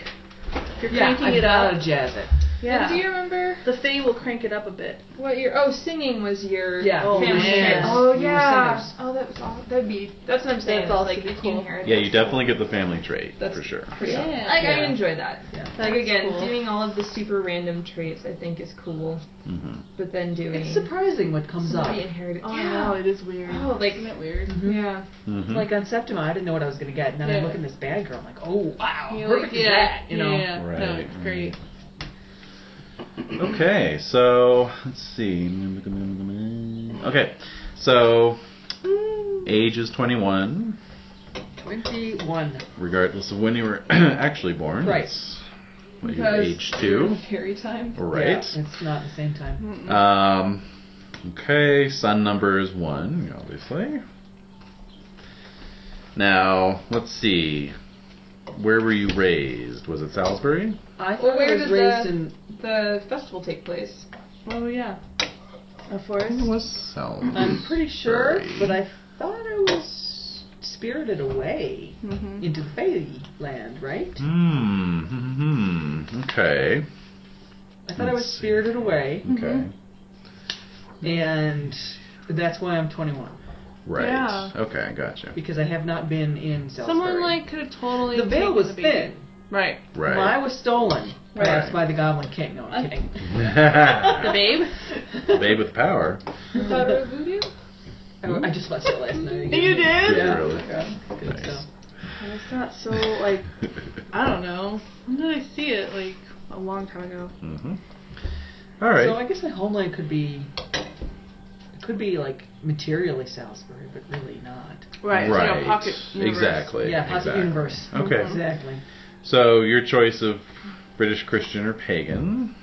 [SPEAKER 4] if you're cranking
[SPEAKER 3] I
[SPEAKER 4] it
[SPEAKER 3] gotta
[SPEAKER 4] up,
[SPEAKER 3] jazz it.
[SPEAKER 4] yeah,
[SPEAKER 2] And do you remember
[SPEAKER 4] the Fae will crank it up a bit.
[SPEAKER 2] What your oh singing was your
[SPEAKER 3] Yeah.
[SPEAKER 4] Oh,
[SPEAKER 2] family
[SPEAKER 4] man.
[SPEAKER 2] trait. Oh
[SPEAKER 3] We were
[SPEAKER 2] yeah.
[SPEAKER 3] singers.
[SPEAKER 2] Oh that was awesome. That'd be that's what I'm saying.
[SPEAKER 4] That's also
[SPEAKER 2] like
[SPEAKER 4] be
[SPEAKER 2] if
[SPEAKER 4] cool.
[SPEAKER 2] you inherit
[SPEAKER 7] Yeah,
[SPEAKER 2] that
[SPEAKER 7] you
[SPEAKER 2] stuff.
[SPEAKER 7] definitely get the family trait
[SPEAKER 3] That's-
[SPEAKER 7] for sure.
[SPEAKER 4] Yeah.
[SPEAKER 2] Like I
[SPEAKER 3] Yeah.
[SPEAKER 2] enjoy that.
[SPEAKER 4] That's
[SPEAKER 2] like again,
[SPEAKER 4] cool.
[SPEAKER 2] doing all of the super random traits I think is cool.
[SPEAKER 7] hmm
[SPEAKER 2] But then doing
[SPEAKER 3] It's surprising what comes
[SPEAKER 2] some
[SPEAKER 3] up.
[SPEAKER 2] of the inherited.
[SPEAKER 4] Oh,
[SPEAKER 2] yeah.
[SPEAKER 4] no, it is weird.
[SPEAKER 2] Oh, like-
[SPEAKER 4] isn't it weird?
[SPEAKER 3] Mhm.
[SPEAKER 2] Yeah.
[SPEAKER 7] hmm
[SPEAKER 3] Like on Septima, I didn't know what I was gonna get, and then I
[SPEAKER 4] Yeah.
[SPEAKER 3] look at this bad girl, I'm like, oh wow,
[SPEAKER 4] You
[SPEAKER 3] perfect
[SPEAKER 4] like,
[SPEAKER 3] is
[SPEAKER 4] yeah,
[SPEAKER 3] that, you know.
[SPEAKER 4] yeah. No,
[SPEAKER 7] Right,
[SPEAKER 4] it's great.
[SPEAKER 7] Okay, so let's see. Okay, So, age is 21,
[SPEAKER 3] 21.
[SPEAKER 7] regardless of when you were <clears throat> actually born.
[SPEAKER 3] Right.
[SPEAKER 7] It's What you're age two.
[SPEAKER 2] <laughs>
[SPEAKER 4] Carry time.
[SPEAKER 7] Right.
[SPEAKER 3] Yeah, it's not the same time.
[SPEAKER 7] Um, okay, sun number is one, obviously. Now, let's see. Where were you raised? Was it Salisbury?
[SPEAKER 3] I thought
[SPEAKER 2] Well, where
[SPEAKER 3] I was
[SPEAKER 2] did
[SPEAKER 3] raised
[SPEAKER 2] the-
[SPEAKER 3] in.
[SPEAKER 2] The festival take place.
[SPEAKER 4] Oh yeah.
[SPEAKER 3] A forest?
[SPEAKER 7] It was Salisbury.
[SPEAKER 3] I'm pretty sure,
[SPEAKER 7] Sorry.
[SPEAKER 3] but I thought I was spirited away
[SPEAKER 4] Mm-hmm.
[SPEAKER 3] into Fairy land, right?
[SPEAKER 7] Hmm. hmm, hmm. Okay.
[SPEAKER 3] I thought I
[SPEAKER 7] Let's
[SPEAKER 3] was
[SPEAKER 7] see.
[SPEAKER 3] spirited away,
[SPEAKER 4] Mm-hmm.
[SPEAKER 7] Okay.
[SPEAKER 3] and that's why I'm 21
[SPEAKER 7] Right.
[SPEAKER 4] Yeah.
[SPEAKER 7] Okay, gotcha.
[SPEAKER 3] because I have not been in Salisbury.
[SPEAKER 4] Someone like could have totally.
[SPEAKER 3] the veil
[SPEAKER 4] taken
[SPEAKER 3] was
[SPEAKER 4] the baby.
[SPEAKER 3] thin.
[SPEAKER 4] Right.
[SPEAKER 7] Right.
[SPEAKER 3] Mine was stolen, perhaps
[SPEAKER 7] Right.
[SPEAKER 3] by the Goblin King. No, I'm kidding.
[SPEAKER 4] The
[SPEAKER 3] <laughs>
[SPEAKER 4] babe.
[SPEAKER 7] <laughs> Babe with power.
[SPEAKER 2] Thought it was voodoo?
[SPEAKER 3] I, I just watched it last night. again.
[SPEAKER 4] you did.
[SPEAKER 7] Did
[SPEAKER 3] Yeah.
[SPEAKER 7] you really?
[SPEAKER 3] I think so.
[SPEAKER 7] Nice.
[SPEAKER 4] It's not
[SPEAKER 3] <laughs>
[SPEAKER 4] so like I don't know. When did I see it? Like a long time ago.
[SPEAKER 7] hmm All
[SPEAKER 3] So
[SPEAKER 7] right.
[SPEAKER 3] I guess my homeland could be it could be like materially Salisbury, but really not.
[SPEAKER 4] Right. so, you know, pocket universe. <laughs>
[SPEAKER 7] Exactly.
[SPEAKER 3] yeah, pocket
[SPEAKER 7] exactly.
[SPEAKER 3] universe.
[SPEAKER 7] Okay.
[SPEAKER 3] Exactly.
[SPEAKER 7] So your choice of British Christian or pagan.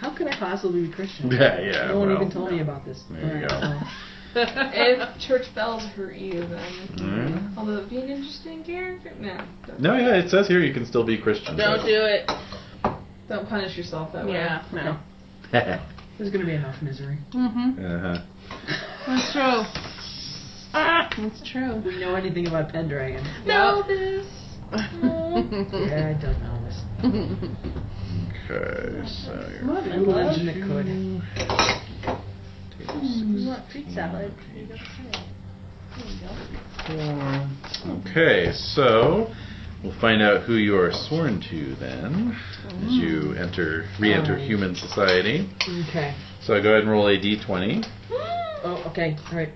[SPEAKER 3] How could I possibly be Christian?
[SPEAKER 7] <laughs> Yeah, yeah.
[SPEAKER 3] no one
[SPEAKER 7] well,
[SPEAKER 3] even told me about this.
[SPEAKER 7] There you
[SPEAKER 3] Alright,
[SPEAKER 7] go.
[SPEAKER 3] well,
[SPEAKER 2] if church bells hurt you,
[SPEAKER 4] Mm-hmm.
[SPEAKER 2] then.
[SPEAKER 7] Mhm.
[SPEAKER 2] Although it'd be an interesting character. No. Don't,
[SPEAKER 7] No, yeah, it says here you can still be Christian.
[SPEAKER 4] Don't do it.
[SPEAKER 2] don't punish yourself that way.
[SPEAKER 4] Yeah. No.
[SPEAKER 7] <laughs> uh
[SPEAKER 3] There's gonna be enough misery.
[SPEAKER 4] Mhm.
[SPEAKER 7] huh.
[SPEAKER 4] That's true. Ah, that's true.
[SPEAKER 3] We know anything about
[SPEAKER 4] <laughs>
[SPEAKER 3] Pendragon?
[SPEAKER 2] No, this.
[SPEAKER 4] Mm-hmm.
[SPEAKER 3] yeah, I don't know this.
[SPEAKER 7] Okay, so you're
[SPEAKER 3] I legend it could.
[SPEAKER 9] You want fruit salad?
[SPEAKER 7] four. Okay, so we'll find out who you are sworn to then as you enter, re-enter
[SPEAKER 3] Alright.
[SPEAKER 7] human society.
[SPEAKER 3] Okay.
[SPEAKER 7] So go ahead and roll a d20.
[SPEAKER 3] Oh, okay. All right.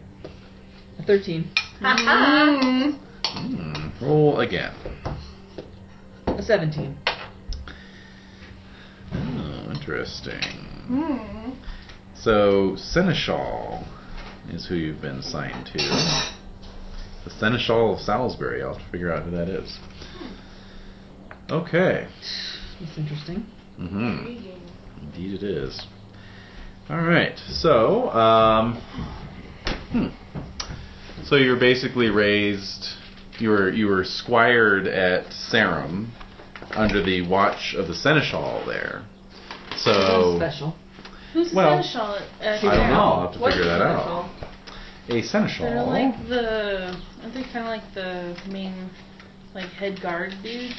[SPEAKER 3] A Thirteen.
[SPEAKER 4] Mm.
[SPEAKER 7] Hmm, roll again.
[SPEAKER 3] A seventeen.
[SPEAKER 7] Oh, interesting.
[SPEAKER 4] Mm.
[SPEAKER 7] So seneschal is who you've been assigned to. The seneschal of Salisbury. I'll have to figure out who that is. Okay.
[SPEAKER 3] That's interesting.
[SPEAKER 7] Mm-hmm. Indeed, it is. All right. So, um, hmm. so you were basically raised. You were you were squired at Sarum under the watch of the seneschal there. So
[SPEAKER 3] special.
[SPEAKER 4] Who's
[SPEAKER 7] Well,
[SPEAKER 4] seneschal? at-
[SPEAKER 7] I don't know.
[SPEAKER 4] now?
[SPEAKER 7] I'll have to
[SPEAKER 4] What's
[SPEAKER 7] figure that out.
[SPEAKER 4] seneschal?
[SPEAKER 7] a seneschal.
[SPEAKER 4] They're like the. Aren't they kind of like the main, like head guard dude?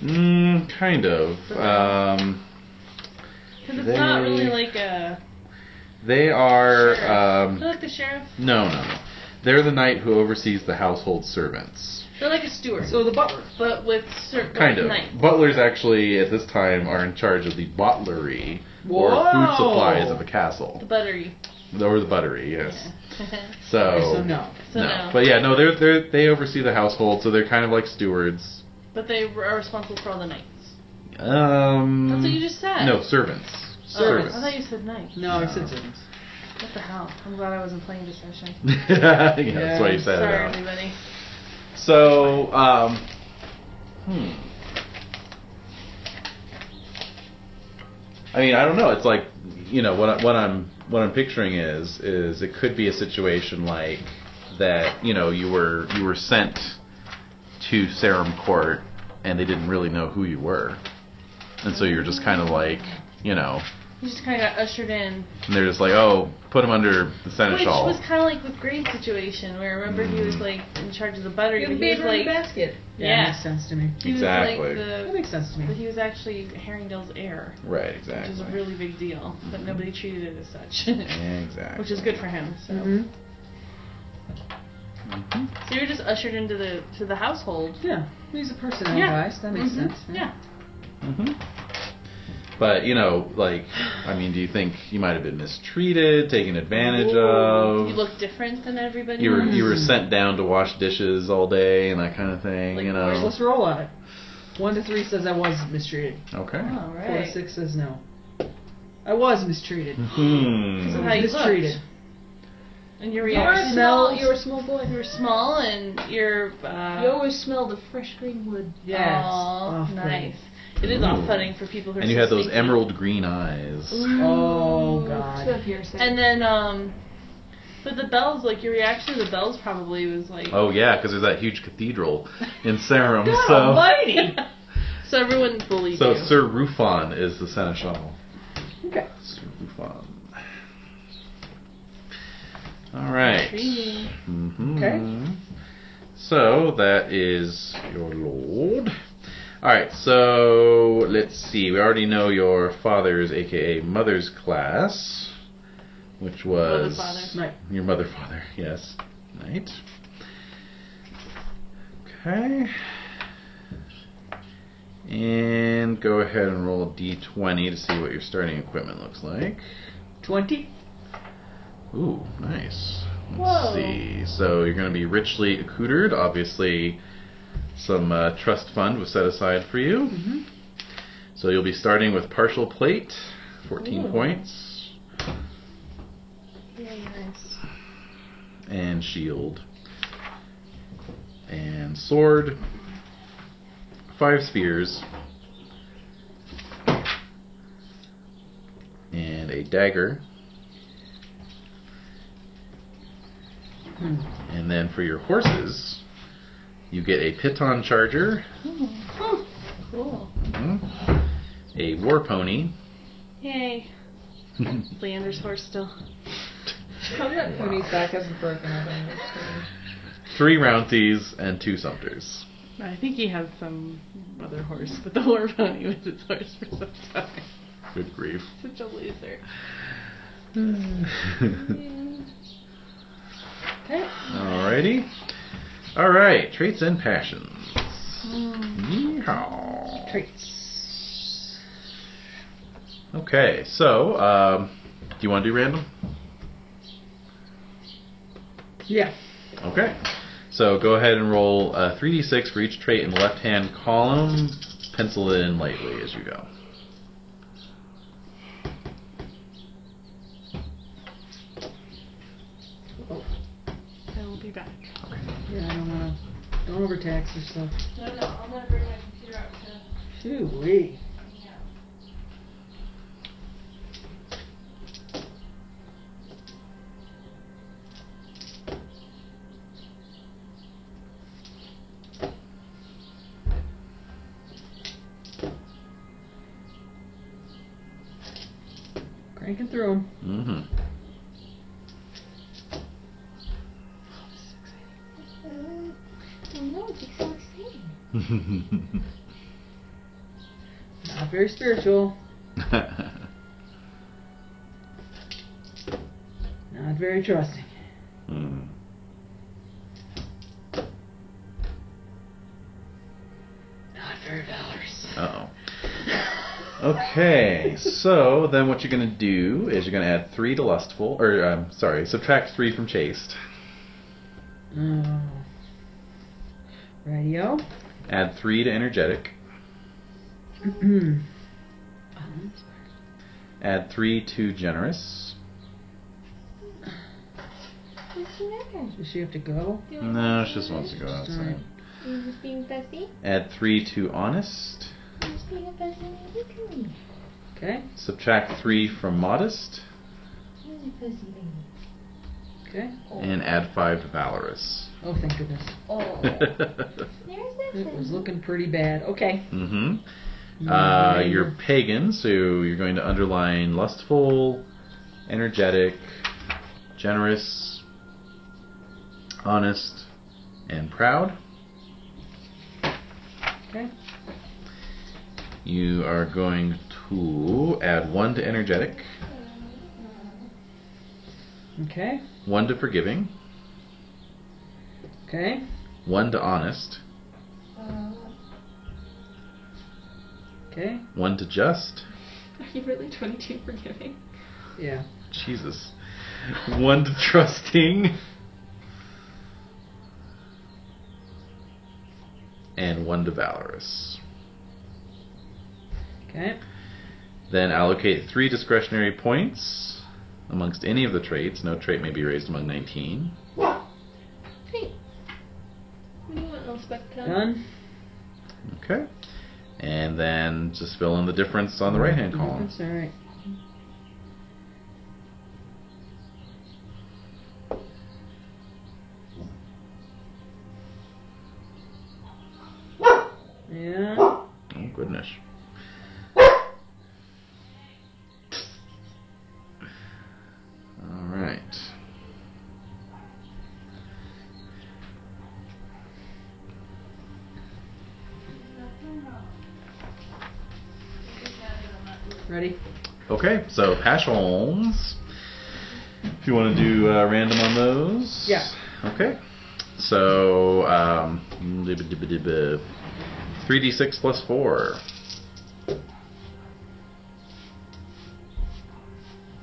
[SPEAKER 7] Mm, kind of. Um,
[SPEAKER 4] Because it's not
[SPEAKER 7] They-
[SPEAKER 4] really like a.
[SPEAKER 7] they are.
[SPEAKER 4] Sheriff.
[SPEAKER 7] Um,
[SPEAKER 4] They're like the sheriff.
[SPEAKER 7] no, no, no. They're the knight who oversees the household servants.
[SPEAKER 4] They're like a steward,
[SPEAKER 3] So the butler.
[SPEAKER 4] but with certain
[SPEAKER 7] Kind of.
[SPEAKER 4] knights.
[SPEAKER 7] Butlers actually, at this time, are in charge of the butlery or food
[SPEAKER 3] Whoa.
[SPEAKER 7] supplies of
[SPEAKER 4] The
[SPEAKER 7] a castle.
[SPEAKER 4] buttery.
[SPEAKER 7] Or the buttery, yes.
[SPEAKER 4] Yeah.
[SPEAKER 7] So,
[SPEAKER 3] Okay, so no.
[SPEAKER 4] <laughs> so no.
[SPEAKER 7] But yeah, no, they're, they're, they oversee the household, so they're kind of like stewards.
[SPEAKER 4] But they were- are responsible for all the knights.
[SPEAKER 7] Um,
[SPEAKER 4] That's what you just said.
[SPEAKER 7] No, servants.
[SPEAKER 4] Oh,
[SPEAKER 7] Servants.
[SPEAKER 4] I thought you said knights.
[SPEAKER 3] No, I said servants.
[SPEAKER 4] What the hell? I'm glad I wasn't playing this session.
[SPEAKER 7] <laughs> yeah, that's why you
[SPEAKER 3] Yeah,
[SPEAKER 7] said
[SPEAKER 4] Sorry,
[SPEAKER 7] it out.
[SPEAKER 4] everybody.
[SPEAKER 7] So, um, hmm. I mean, I don't know. It's like, you know, what I, what I'm what I'm picturing is is it could be a situation like that. You know, you were you were sent to Sarum Court, and they didn't really know who you were, and so you're just kind of like, you know,
[SPEAKER 4] You just kind of got ushered in.
[SPEAKER 7] and they're just like, oh, put him under the seneschal.
[SPEAKER 4] Which was kind of like with Gray's situation, where remember he
[SPEAKER 7] Mm.
[SPEAKER 4] was like in charge of the buttery,
[SPEAKER 2] You're
[SPEAKER 4] but
[SPEAKER 2] the
[SPEAKER 4] he
[SPEAKER 2] baby
[SPEAKER 4] was
[SPEAKER 2] in the
[SPEAKER 4] like
[SPEAKER 2] basket.
[SPEAKER 3] Yeah,
[SPEAKER 4] Yeah.
[SPEAKER 3] makes sense to me.
[SPEAKER 4] he was
[SPEAKER 7] Exactly.
[SPEAKER 4] like
[SPEAKER 3] That
[SPEAKER 4] the
[SPEAKER 3] makes sense to
[SPEAKER 4] but
[SPEAKER 3] me.
[SPEAKER 4] he was actually Harringdale's heir,
[SPEAKER 7] right,
[SPEAKER 4] which is
[SPEAKER 7] exactly.
[SPEAKER 4] a really big deal, but nobody treated it as such, <laughs>
[SPEAKER 7] exactly.
[SPEAKER 4] which is good for him. So.
[SPEAKER 9] Mm-hmm.
[SPEAKER 3] Mhm.
[SPEAKER 4] so you're just ushered into the to the household.
[SPEAKER 3] Yeah, he's a personality
[SPEAKER 4] Yeah.
[SPEAKER 3] wise. That makes
[SPEAKER 4] Mhm.
[SPEAKER 3] sense.
[SPEAKER 4] Yeah.
[SPEAKER 7] hmm Mm-hmm. But you know, like, I mean, do you think you might have been mistreated, taken advantage of?
[SPEAKER 4] You look different than everybody.
[SPEAKER 7] You were
[SPEAKER 4] else.
[SPEAKER 7] you were sent down to wash dishes all day and that kind of thing,
[SPEAKER 4] Like,
[SPEAKER 7] you
[SPEAKER 3] Alright,
[SPEAKER 7] know.
[SPEAKER 3] let's roll on it. One to three says I was mistreated.
[SPEAKER 7] Okay.
[SPEAKER 4] All Oh, right.
[SPEAKER 3] Four to six says no. I was mistreated.
[SPEAKER 7] Hmm.
[SPEAKER 3] I
[SPEAKER 4] So how you
[SPEAKER 3] Mm-hmm. was mistreated.
[SPEAKER 4] looked. And your
[SPEAKER 2] You're
[SPEAKER 4] reaction
[SPEAKER 2] a small.
[SPEAKER 4] is-
[SPEAKER 2] You're a small boy.
[SPEAKER 4] you're small and you're. Uh,
[SPEAKER 2] You always smell the fresh green wood.
[SPEAKER 3] Yes.
[SPEAKER 4] Aw,
[SPEAKER 3] Off-putting.
[SPEAKER 4] nice. It is
[SPEAKER 7] Ooh.
[SPEAKER 4] off-putting for people who are.
[SPEAKER 7] And you
[SPEAKER 4] so
[SPEAKER 7] had those
[SPEAKER 4] sneaky.
[SPEAKER 7] emerald green eyes.
[SPEAKER 3] Oh,
[SPEAKER 2] Ooh,
[SPEAKER 3] God.
[SPEAKER 2] To a piercing.
[SPEAKER 4] And then, um, but the bells, like your reaction to the bells, probably was like, <laughs>
[SPEAKER 7] Oh yeah, because there's that huge cathedral in Sarum.
[SPEAKER 4] God
[SPEAKER 7] so,
[SPEAKER 4] Almighty.
[SPEAKER 7] <laughs>
[SPEAKER 4] so everyone bullied
[SPEAKER 7] so
[SPEAKER 4] you.
[SPEAKER 7] Sir Rufon is the seneschal.
[SPEAKER 3] Okay.
[SPEAKER 7] Sir Rufon. All right.
[SPEAKER 4] Intriguing.
[SPEAKER 7] Mm-hmm.
[SPEAKER 3] Okay.
[SPEAKER 7] So that is your lord. All right. So let's see. We already know your father's, aka mother's class, which
[SPEAKER 4] Mother,
[SPEAKER 7] was
[SPEAKER 4] father.
[SPEAKER 3] Right.
[SPEAKER 7] your mother, father, yes. Knight. Okay. And go ahead and roll a d20 to see what your starting equipment looks like.
[SPEAKER 3] 20?
[SPEAKER 7] Ooh, nice. Let's
[SPEAKER 4] Whoa.
[SPEAKER 7] see. So you're going to be richly accoutered. Obviously, some uh, trust fund was set aside for you.
[SPEAKER 4] Mm-hmm.
[SPEAKER 3] Mhm.
[SPEAKER 7] So you'll be starting with partial plate, 14
[SPEAKER 3] Ooh.
[SPEAKER 7] points,
[SPEAKER 4] Very nice.
[SPEAKER 7] and shield, and sword, five spears, and a dagger.
[SPEAKER 3] Hmm.
[SPEAKER 7] And then for your horses, you get a piton charger,
[SPEAKER 4] Cool.
[SPEAKER 7] mhm, a war pony. <laughs>
[SPEAKER 4] Yay. Leander's horse still.
[SPEAKER 9] How did that pony's back hasn't broken? I don't understand.
[SPEAKER 7] Three Rounties and two Sumters.
[SPEAKER 4] I think he had some other horse, but the war pony was his horse for some time.
[SPEAKER 7] Good grief.
[SPEAKER 4] Such a loser.
[SPEAKER 3] Okay.
[SPEAKER 7] Alrighty. Alright, traits and passions.
[SPEAKER 4] Mm.
[SPEAKER 7] Yeehaw.
[SPEAKER 3] Traits.
[SPEAKER 7] Okay, so, um, do you want to do random?
[SPEAKER 3] Yeah.
[SPEAKER 7] Okay. So go ahead and roll uh, 3d6 for each trait in the left hand column. Pencil it in lightly as you go.
[SPEAKER 4] I will be back.
[SPEAKER 3] Yeah, I don't want to. Don't overtax yourself.
[SPEAKER 4] No, no, I'm gonna bring my computer out to.
[SPEAKER 3] Shoo wee. Cranking through 'em.
[SPEAKER 7] <laughs> Mm hmm.
[SPEAKER 9] Uh, I know, it's so exciting.
[SPEAKER 3] Not very spiritual.
[SPEAKER 7] mm-hmm.
[SPEAKER 3] Not very trusting.
[SPEAKER 7] Hmm.
[SPEAKER 3] Not very valorous.
[SPEAKER 7] Uh oh. Okay, so then what you're gonna do is you're gonna add three to lustful, or um, sorry, subtract three from chaste.
[SPEAKER 3] Oh. Radio. <clears throat>
[SPEAKER 7] Add three to energetic.
[SPEAKER 3] Um,
[SPEAKER 7] Add three to generous.
[SPEAKER 9] What's the matter?
[SPEAKER 3] Does she have to go?
[SPEAKER 9] Do you want
[SPEAKER 7] No,
[SPEAKER 9] to
[SPEAKER 7] she just wants to go outside.
[SPEAKER 9] Are you just being fussy?
[SPEAKER 7] Add three to honest.
[SPEAKER 9] You're just being a fussy little girl.
[SPEAKER 3] Okay.
[SPEAKER 7] Subtract three from modest,
[SPEAKER 9] You're a fussy baby.
[SPEAKER 3] Okay.
[SPEAKER 7] and add five to valorous. <laughs>
[SPEAKER 3] Oh, thank goodness.
[SPEAKER 9] Oh,
[SPEAKER 7] mm-hmm.
[SPEAKER 9] there's
[SPEAKER 3] It was
[SPEAKER 9] nothing.
[SPEAKER 3] looking pretty bad. Okay.
[SPEAKER 7] Uh,
[SPEAKER 3] Mine.
[SPEAKER 7] you're pagan, so you're going to underline lustful, energetic, generous, honest, and proud.
[SPEAKER 3] Okay.
[SPEAKER 7] You are going to add one to energetic,
[SPEAKER 3] Okay.
[SPEAKER 7] one to forgiving,
[SPEAKER 3] Okay.
[SPEAKER 7] one to honest,
[SPEAKER 3] Okay.
[SPEAKER 7] one to just,
[SPEAKER 2] Are you really 22 forgiving?
[SPEAKER 3] Yeah.
[SPEAKER 7] Jesus, one to trusting, and one to valorous.
[SPEAKER 3] Okay.
[SPEAKER 7] Then allocate three discretionary points amongst any of the traits. No trait may be raised among 19.
[SPEAKER 2] What do you want, Elspeth?
[SPEAKER 3] Done.
[SPEAKER 7] Okay. And then just fill in the difference on the right hand column.
[SPEAKER 3] That's all right. Yeah.
[SPEAKER 7] Oh, goodness. All right.
[SPEAKER 3] Ready?
[SPEAKER 7] Okay, so passions. If you want to do uh, random on those.
[SPEAKER 3] Yeah.
[SPEAKER 7] Okay. So, um, 3d6 plus 4.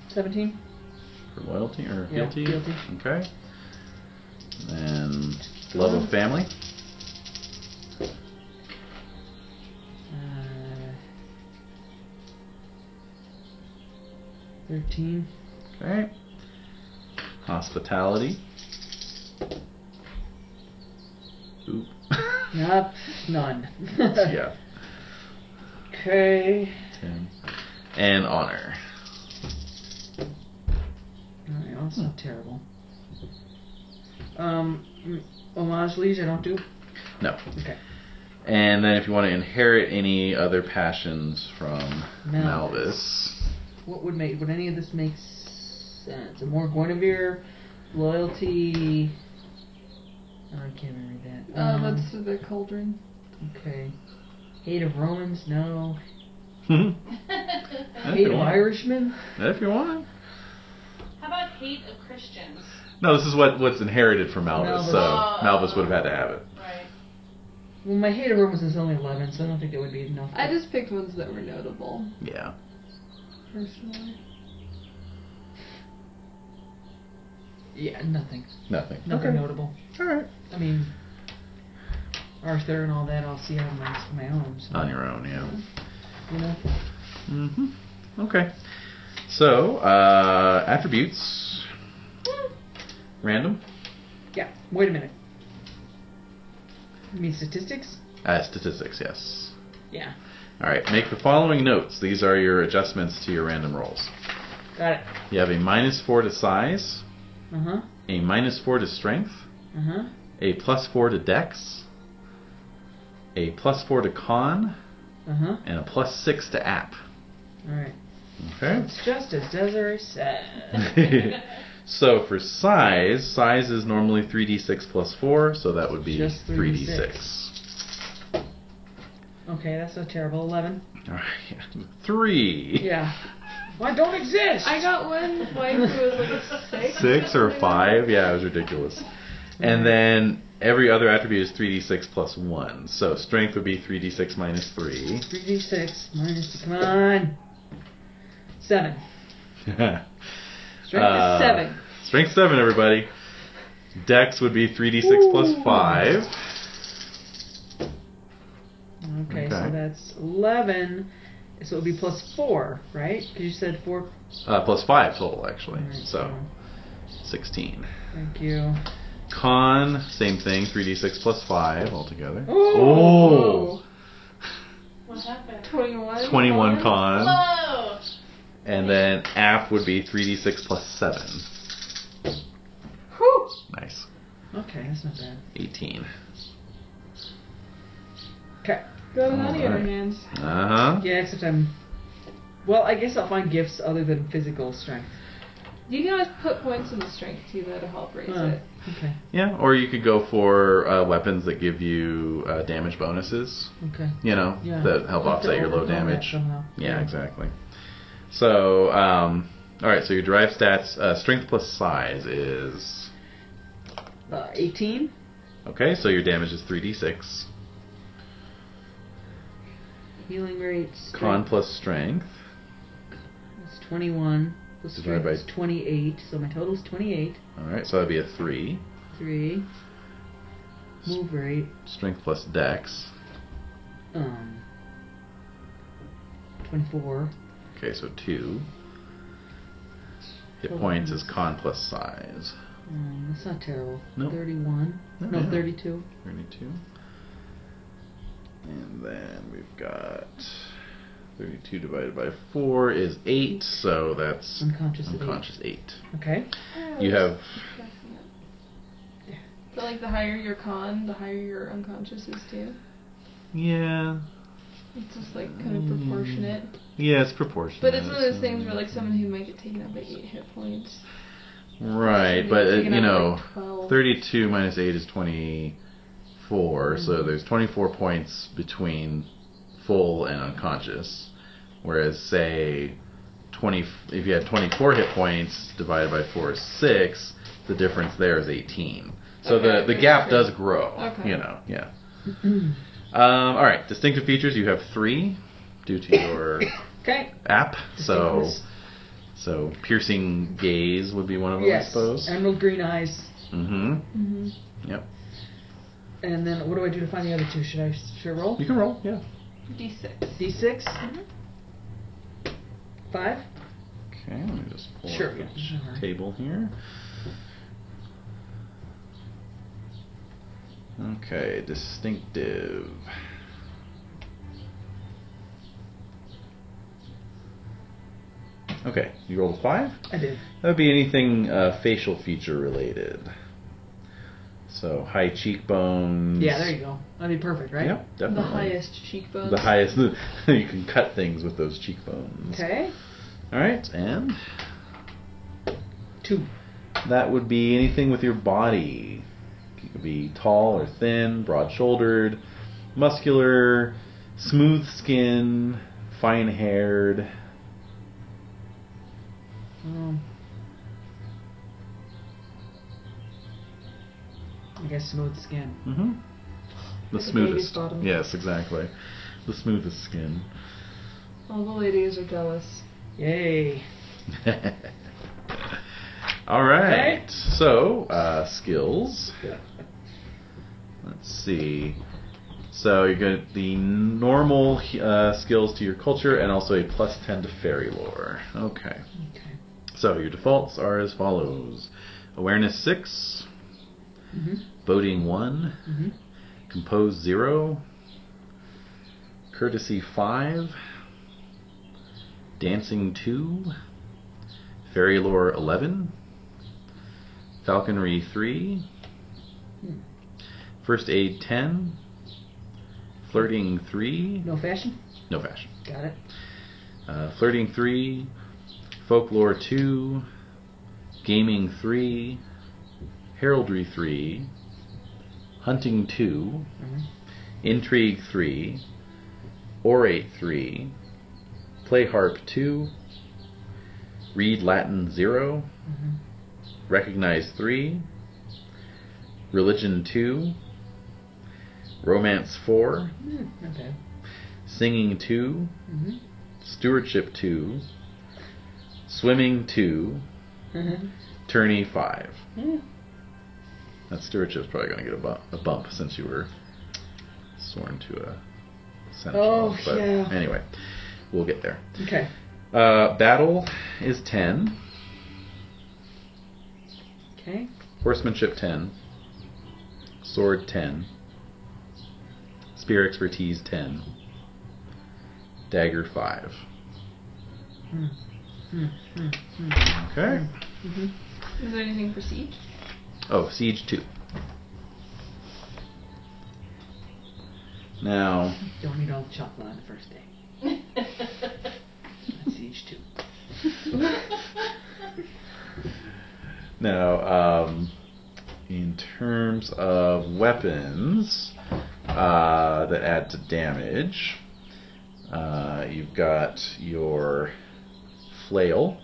[SPEAKER 3] 17.
[SPEAKER 7] For loyalty or
[SPEAKER 3] Yeah,
[SPEAKER 7] guilty?
[SPEAKER 3] guilty.
[SPEAKER 7] Okay. And love of family.
[SPEAKER 3] Uh, 13.
[SPEAKER 7] Okay. Hospitality. Oop. <laughs>
[SPEAKER 3] Nope. None. <laughs>
[SPEAKER 7] yeah.
[SPEAKER 3] Okay.
[SPEAKER 7] Ten. And honor.
[SPEAKER 3] All right, also
[SPEAKER 2] Hmm.
[SPEAKER 3] terrible. Um, mm, homage liege, I don't do.
[SPEAKER 7] No.
[SPEAKER 3] Okay.
[SPEAKER 7] And then if you want to inherit any other passions from
[SPEAKER 3] Malvis.
[SPEAKER 7] Malvis.
[SPEAKER 3] What would make? Would any of this make sense? A more Guinevere, loyalty. Oh, I can't remember that.
[SPEAKER 2] Uh,
[SPEAKER 3] Um,
[SPEAKER 2] that's the cauldron.
[SPEAKER 3] okay. Hate of Romans, no.
[SPEAKER 7] If
[SPEAKER 3] Hate
[SPEAKER 7] you
[SPEAKER 3] of
[SPEAKER 7] want.
[SPEAKER 3] Irishmen.
[SPEAKER 7] If you want.
[SPEAKER 4] How about hate of Christians?
[SPEAKER 7] No, this is what, what's inherited from Malvis,
[SPEAKER 3] Malvis.
[SPEAKER 7] so
[SPEAKER 4] Oh.
[SPEAKER 7] Malvis would have had to have it.
[SPEAKER 4] Right.
[SPEAKER 3] Well, my hate of Romans is only eleven, so I don't think that would be enough.
[SPEAKER 2] I just picked ones that were notable,
[SPEAKER 7] Yeah.
[SPEAKER 2] personally.
[SPEAKER 3] yeah, nothing.
[SPEAKER 7] Nothing.
[SPEAKER 3] Nothing notable.
[SPEAKER 7] All right.
[SPEAKER 3] I mean, Arthur and all that, I'll see on my my own. So,
[SPEAKER 7] On your own, yeah.
[SPEAKER 3] you know.
[SPEAKER 7] hmm Okay. So, uh, attributes.
[SPEAKER 4] Hmm.
[SPEAKER 7] Random.
[SPEAKER 3] Yeah. Wait a minute. You mean statistics?
[SPEAKER 7] Uh, statistics, yes.
[SPEAKER 3] Yeah.
[SPEAKER 7] All right. Make the following notes. These are your adjustments to your random rolls.
[SPEAKER 3] Got it.
[SPEAKER 7] You have a minus four to size,
[SPEAKER 3] Uh huh.
[SPEAKER 7] a minus four to strength,
[SPEAKER 3] Uh huh.
[SPEAKER 7] a plus four to dex, a plus four to con,
[SPEAKER 3] Uh huh.
[SPEAKER 7] and a plus six to app.
[SPEAKER 3] All right.
[SPEAKER 7] Okay. <laughs>
[SPEAKER 3] It's just as Desiree said.
[SPEAKER 7] so for size, size is normally 3d6 plus 4, so that would be
[SPEAKER 3] Just 3d6.
[SPEAKER 7] 3d6.
[SPEAKER 3] Okay, that's a terrible eleven.
[SPEAKER 7] Alright. <laughs> 3.
[SPEAKER 3] Yeah. I don't exist.
[SPEAKER 2] I got one wife who was like a six.
[SPEAKER 7] six or five. Yeah, it was ridiculous. And then every other attribute is 3d6 plus one. So strength would be 3d6 minus three. <laughs>
[SPEAKER 3] Three d six minus. Come on. Seven.
[SPEAKER 7] Strength
[SPEAKER 3] Strength
[SPEAKER 7] Uh,
[SPEAKER 3] is seven.
[SPEAKER 7] Strength seven, everybody. Dex would be 3d6 plus five.
[SPEAKER 3] Okay,
[SPEAKER 7] okay.
[SPEAKER 3] so that's eleven. So it would be plus four, right? Because you said four.
[SPEAKER 7] Uh, plus five total, actually.
[SPEAKER 3] All right,
[SPEAKER 7] So 16.
[SPEAKER 3] Thank you.
[SPEAKER 7] Con, same thing, 3d6 plus five altogether.
[SPEAKER 3] Ooh.
[SPEAKER 7] Oh!
[SPEAKER 4] What happened?
[SPEAKER 2] 21.
[SPEAKER 7] 21 con.
[SPEAKER 4] Hello.
[SPEAKER 7] And then app would be 3d6 plus seven.
[SPEAKER 2] Whew.
[SPEAKER 7] Nice.
[SPEAKER 3] Okay, that's not bad.
[SPEAKER 7] 18.
[SPEAKER 3] Okay.
[SPEAKER 2] Go with honey in her
[SPEAKER 7] Alright.
[SPEAKER 2] hands.
[SPEAKER 7] Uh huh.
[SPEAKER 3] Yeah, except I'm. Well, I guess I'll find gifts other than physical strength.
[SPEAKER 2] You can always put points in the strength too, though, to help raise
[SPEAKER 3] Huh.
[SPEAKER 2] it.
[SPEAKER 3] Okay.
[SPEAKER 7] Yeah, or you could go for uh, weapons that give you uh, damage bonuses,
[SPEAKER 3] Okay.
[SPEAKER 7] you know,
[SPEAKER 3] Yeah.
[SPEAKER 7] that help
[SPEAKER 3] Have to
[SPEAKER 7] offset your low
[SPEAKER 3] overcome that
[SPEAKER 7] damage.
[SPEAKER 3] somehow.
[SPEAKER 7] Yeah, exactly. So, um, all right, so your drive stats, uh, strength plus size is.
[SPEAKER 3] Uh, 18.
[SPEAKER 7] Okay, so your damage is 3d6.
[SPEAKER 3] Healing rates.
[SPEAKER 7] Con plus strength.
[SPEAKER 3] That's 21. Plus
[SPEAKER 7] Divided
[SPEAKER 3] strength is 28. So my total is 28.
[SPEAKER 7] All right, so that'd be a 3.
[SPEAKER 3] 3. Move rate.
[SPEAKER 7] Strength plus dex.
[SPEAKER 3] Um. 24.
[SPEAKER 7] Okay, so 2. Hit points is con plus size.
[SPEAKER 3] Mm, that's not terrible.
[SPEAKER 7] No.
[SPEAKER 3] 31.
[SPEAKER 7] No,
[SPEAKER 3] No,
[SPEAKER 7] yeah.
[SPEAKER 3] 32.
[SPEAKER 7] 32. And then we've got 32 divided by 4 is 8, so that's
[SPEAKER 3] Unconscious. at eight.
[SPEAKER 7] unconscious 8.
[SPEAKER 3] Okay.
[SPEAKER 9] Oh.
[SPEAKER 7] You have
[SPEAKER 2] But like the higher your con, the higher your unconscious is too.
[SPEAKER 7] yeah,
[SPEAKER 2] It's just like kind of
[SPEAKER 7] Mm.
[SPEAKER 2] proportionate.
[SPEAKER 7] yeah, it's proportional.
[SPEAKER 2] But it's one of those things where like someone who might get taken up by eight hit points.
[SPEAKER 7] right,
[SPEAKER 2] Somebody
[SPEAKER 7] but uh,
[SPEAKER 2] taken
[SPEAKER 7] you
[SPEAKER 2] up by,
[SPEAKER 7] know,
[SPEAKER 2] like, 12.
[SPEAKER 7] 32 minus 8 is 24,
[SPEAKER 2] Mm-hmm.
[SPEAKER 7] so there's 24 points between full and unconscious. Whereas, say, 20, if you had 24 hit points divided by 4 is 6, the difference there is 18. So
[SPEAKER 2] Okay,
[SPEAKER 7] the, the
[SPEAKER 2] okay,
[SPEAKER 7] gap
[SPEAKER 2] okay.
[SPEAKER 7] does grow.
[SPEAKER 2] Okay.
[SPEAKER 7] You know, yeah. um, all right, distinctive features. You have three due to
[SPEAKER 2] <laughs>
[SPEAKER 7] your
[SPEAKER 3] Okay.
[SPEAKER 7] app. So,
[SPEAKER 3] Distinctness.
[SPEAKER 7] so piercing gaze would be one of them, I
[SPEAKER 3] Yes.
[SPEAKER 7] suppose.
[SPEAKER 3] Emerald green eyes.
[SPEAKER 7] Mm-hmm.
[SPEAKER 2] Mm-hmm.
[SPEAKER 7] Yep.
[SPEAKER 3] And then what do I do to find the other two? Should I should I roll?
[SPEAKER 7] You can roll. Yeah.
[SPEAKER 2] D6.
[SPEAKER 3] D6? Mm-hmm. Five?
[SPEAKER 7] Okay, let me just pull
[SPEAKER 3] Sure,
[SPEAKER 7] up
[SPEAKER 3] yeah,
[SPEAKER 7] each
[SPEAKER 3] sure.
[SPEAKER 7] table here. Okay, distinctive. Okay, you rolled a five.
[SPEAKER 3] I did.
[SPEAKER 7] That would be anything uh, facial feature related. So high cheekbones.
[SPEAKER 3] Yeah, there you go. That'd be perfect, right?
[SPEAKER 7] Yep, definitely.
[SPEAKER 2] The highest cheekbone.
[SPEAKER 7] The highest. <laughs> you can cut things with those cheekbones.
[SPEAKER 3] Okay.
[SPEAKER 7] All right, and
[SPEAKER 3] Two.
[SPEAKER 7] That would be anything with your body. You could be tall or thin, broad shouldered, muscular, smooth skin, fine haired. Mm.
[SPEAKER 3] Um, I guess smooth skin.
[SPEAKER 7] Mm-hmm.
[SPEAKER 2] Like
[SPEAKER 7] The
[SPEAKER 2] a baby's
[SPEAKER 7] smoothest.
[SPEAKER 2] bottom.
[SPEAKER 7] Yes, exactly. The smoothest skin.
[SPEAKER 2] All the ladies are jealous.
[SPEAKER 3] Yay.
[SPEAKER 7] <laughs> All right. So, uh, skills. Let's see. So you're going to the normal uh, skills to your culture and also a plus 10 to fairy lore. Okay.
[SPEAKER 3] Okay.
[SPEAKER 7] So your defaults are as follows: awareness six,
[SPEAKER 3] Mm-hmm.
[SPEAKER 7] voting one,
[SPEAKER 3] Mm-hmm.
[SPEAKER 7] compose zero, courtesy five, dancing two, fairy lore eleven, falconry three,
[SPEAKER 3] Hmm.
[SPEAKER 7] first aid ten, flirting three,
[SPEAKER 3] No fashion?
[SPEAKER 7] no fashion.
[SPEAKER 3] Got it.
[SPEAKER 7] Uh, Flirting 3, Folklore 2, Gaming 3, Heraldry 3, Hunting 2,
[SPEAKER 3] Mhm.
[SPEAKER 7] Intrigue 3, Orate 3, Play Harp 2, Read Latin 0,
[SPEAKER 3] Mm-hmm.
[SPEAKER 7] Recognize 3, Religion 2, Romance 4,
[SPEAKER 3] Mm, not bad.
[SPEAKER 7] Singing 2,
[SPEAKER 3] Mm-hmm.
[SPEAKER 7] Stewardship 2, Swimming 2,
[SPEAKER 3] Mm-hmm.
[SPEAKER 7] Tourney 5.
[SPEAKER 3] Mm.
[SPEAKER 7] That stewardship's probably going to get a bump, a bump since you were sworn to a seneschal.
[SPEAKER 3] Oh, yeah.
[SPEAKER 7] anyway, we'll get there.
[SPEAKER 3] Okay.
[SPEAKER 7] Uh, battle is 10,
[SPEAKER 3] Okay.
[SPEAKER 7] horsemanship 10, sword 10, spear expertise 10, dagger 5.
[SPEAKER 3] Mm. Mm. Mm. Mm.
[SPEAKER 7] Okay.
[SPEAKER 3] Mm-hmm.
[SPEAKER 2] Is there anything for siege?
[SPEAKER 7] Oh, siege 2. Now,
[SPEAKER 3] Don't eat all the chocolate on the first day.
[SPEAKER 7] <laughs>
[SPEAKER 3] That's siege two.
[SPEAKER 7] Now, um, in terms of weapons uh, that add to damage, uh, you've got your flail,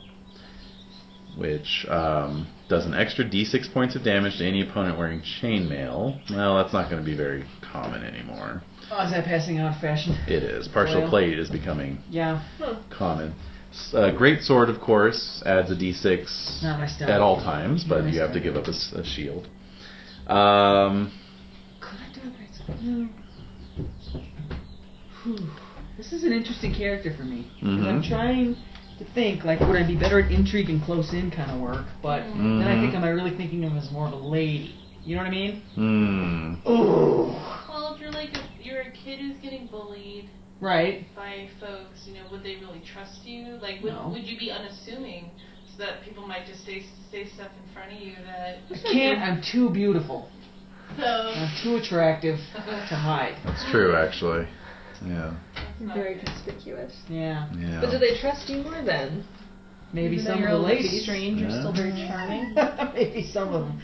[SPEAKER 7] which um, does an extra d6 points of damage to any opponent wearing chainmail. Well, that's not going to be very common anymore.
[SPEAKER 3] Oh, is that passing out of fashion?
[SPEAKER 7] It is. Partial
[SPEAKER 3] Flail?
[SPEAKER 7] plate is becoming
[SPEAKER 3] Yeah.
[SPEAKER 7] common. S- Uh, great sword, of course, adds a d6
[SPEAKER 3] Not my style.
[SPEAKER 7] at all times, but
[SPEAKER 3] Nice
[SPEAKER 7] you have to
[SPEAKER 3] guy.
[SPEAKER 7] give up a, s- a shield. Um,
[SPEAKER 3] Could I do a great sword? No. Whew. This is an interesting character for me. 'cause I'm
[SPEAKER 7] Mhm.
[SPEAKER 3] trying to think, like, would I be better at intrigue and close in kind of work? But then I
[SPEAKER 7] Mm-hmm.
[SPEAKER 3] think, am I really thinking of him as more of a lady? You know what I mean?
[SPEAKER 7] Hmm.
[SPEAKER 3] Oh.
[SPEAKER 4] Well, if you're like a, you're a kid who's getting bullied
[SPEAKER 3] Right.
[SPEAKER 4] by folks, you know, would they really trust you? Like, would,
[SPEAKER 3] No.
[SPEAKER 4] would you be unassuming so that people might just say say stuff in front of you that
[SPEAKER 3] I can't. I'm too beautiful.
[SPEAKER 4] so
[SPEAKER 3] I'm too attractive to hide.
[SPEAKER 7] That's true, actually. Yeah.
[SPEAKER 4] that's not
[SPEAKER 2] Very
[SPEAKER 4] good.
[SPEAKER 2] conspicuous.
[SPEAKER 3] Yeah.
[SPEAKER 7] Yeah.
[SPEAKER 9] But do they trust you more then?
[SPEAKER 3] Maybe
[SPEAKER 2] Even though
[SPEAKER 3] some
[SPEAKER 2] you're
[SPEAKER 3] of
[SPEAKER 2] a
[SPEAKER 3] the
[SPEAKER 2] little
[SPEAKER 3] ladies. <laughs>
[SPEAKER 2] Strange, you're still very charming.
[SPEAKER 3] Maybe some of them.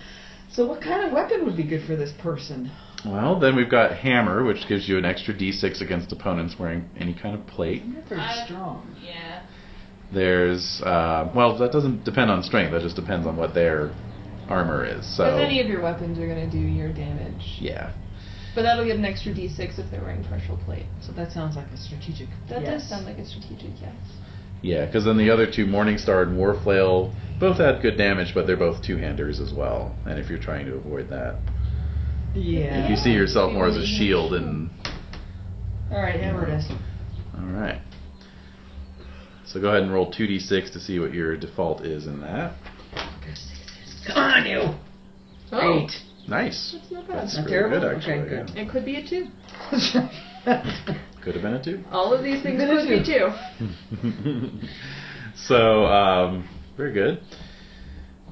[SPEAKER 3] So, what kind of weapon would be good for this person?
[SPEAKER 7] Well, then we've got hammer, which gives you an extra d6 against opponents wearing any kind of plate.
[SPEAKER 3] I'm not very
[SPEAKER 4] I-
[SPEAKER 3] strong.
[SPEAKER 4] Yeah.
[SPEAKER 7] There's, uh, well, that doesn't depend on strength. That just depends on what their armor is.
[SPEAKER 2] But
[SPEAKER 7] So,
[SPEAKER 2] any of your weapons are gonna do your damage.
[SPEAKER 7] yeah.
[SPEAKER 2] But that'll get an extra d6 if they're wearing pressure plate.
[SPEAKER 3] So that sounds like a strategic.
[SPEAKER 2] That
[SPEAKER 3] yes.
[SPEAKER 2] does sound like a strategic yes.
[SPEAKER 7] Yeah, because then the other two, Morningstar and Warflail, both add good damage, but they're both two-handers as well. And if you're trying to avoid that,
[SPEAKER 3] Yeah.
[SPEAKER 7] if you see
[SPEAKER 3] Uh,
[SPEAKER 7] yourself more as a shield, and
[SPEAKER 3] All right, hammer it is.
[SPEAKER 7] all right. So go ahead and roll 2d6 to see what your default is in that.
[SPEAKER 3] Come on, you. Eight.
[SPEAKER 7] Nice.
[SPEAKER 2] Oh, That's not bad.
[SPEAKER 7] That's
[SPEAKER 3] Not
[SPEAKER 7] really
[SPEAKER 3] terrible?
[SPEAKER 7] good,
[SPEAKER 3] Okay,
[SPEAKER 7] actually.
[SPEAKER 3] good.
[SPEAKER 7] yeah.
[SPEAKER 2] It could be a two.
[SPEAKER 7] <laughs>
[SPEAKER 3] <laughs>
[SPEAKER 7] Could have been a two.
[SPEAKER 2] All of these things
[SPEAKER 3] Could be
[SPEAKER 2] could be two.
[SPEAKER 7] <laughs> so, um, very good.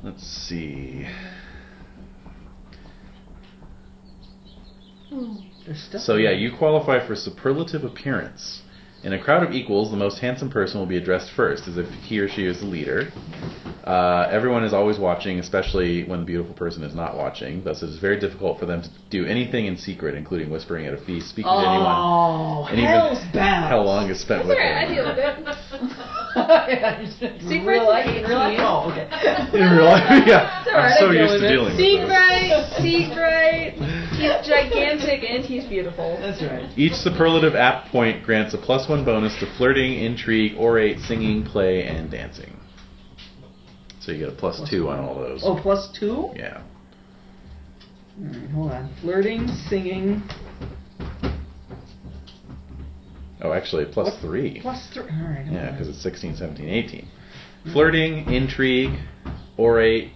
[SPEAKER 7] Let's see.
[SPEAKER 3] There's stuff.
[SPEAKER 7] So, yeah, you qualify for superlative appearance. In a crowd of equals, the most handsome person will be addressed first, as if he or she is the leader. Uh, everyone is always watching, especially when the beautiful person is not watching. Thus, it is very difficult for them to do anything in secret, including whispering at a feast, speaking to anyone,
[SPEAKER 3] Oh,
[SPEAKER 7] and even
[SPEAKER 3] hell's bad.
[SPEAKER 7] how long is spent with them.
[SPEAKER 2] I deal with it.
[SPEAKER 3] <laughs> yeah, you said in
[SPEAKER 2] Secrets
[SPEAKER 3] real life,
[SPEAKER 2] is
[SPEAKER 3] in real life?
[SPEAKER 2] easy.
[SPEAKER 3] Oh, <laughs> okay.
[SPEAKER 7] <laughs> In real life, yeah.
[SPEAKER 2] all right,
[SPEAKER 7] I'm so
[SPEAKER 2] I deal
[SPEAKER 7] used
[SPEAKER 2] with
[SPEAKER 7] to
[SPEAKER 2] it.
[SPEAKER 7] dealing with those.
[SPEAKER 2] Seagrite,
[SPEAKER 3] <laughs>
[SPEAKER 2] Seagrite. He's gigantic and he's beautiful.
[SPEAKER 3] That's right.
[SPEAKER 7] Each superlative app point grants a plus one bonus to flirting, intrigue, orate, singing, play, and dancing. So you get a plus,
[SPEAKER 3] Plus
[SPEAKER 7] two
[SPEAKER 3] one.
[SPEAKER 7] on all those.
[SPEAKER 3] Oh, plus two?
[SPEAKER 7] Yeah.
[SPEAKER 3] Alright, hold on. Flirting, singing,
[SPEAKER 7] Oh, actually, plus three.
[SPEAKER 3] plus three. Alright, hold
[SPEAKER 7] Yeah,
[SPEAKER 3] on.
[SPEAKER 7] because it's 16, 17, 18. Flirting, intrigue, orate,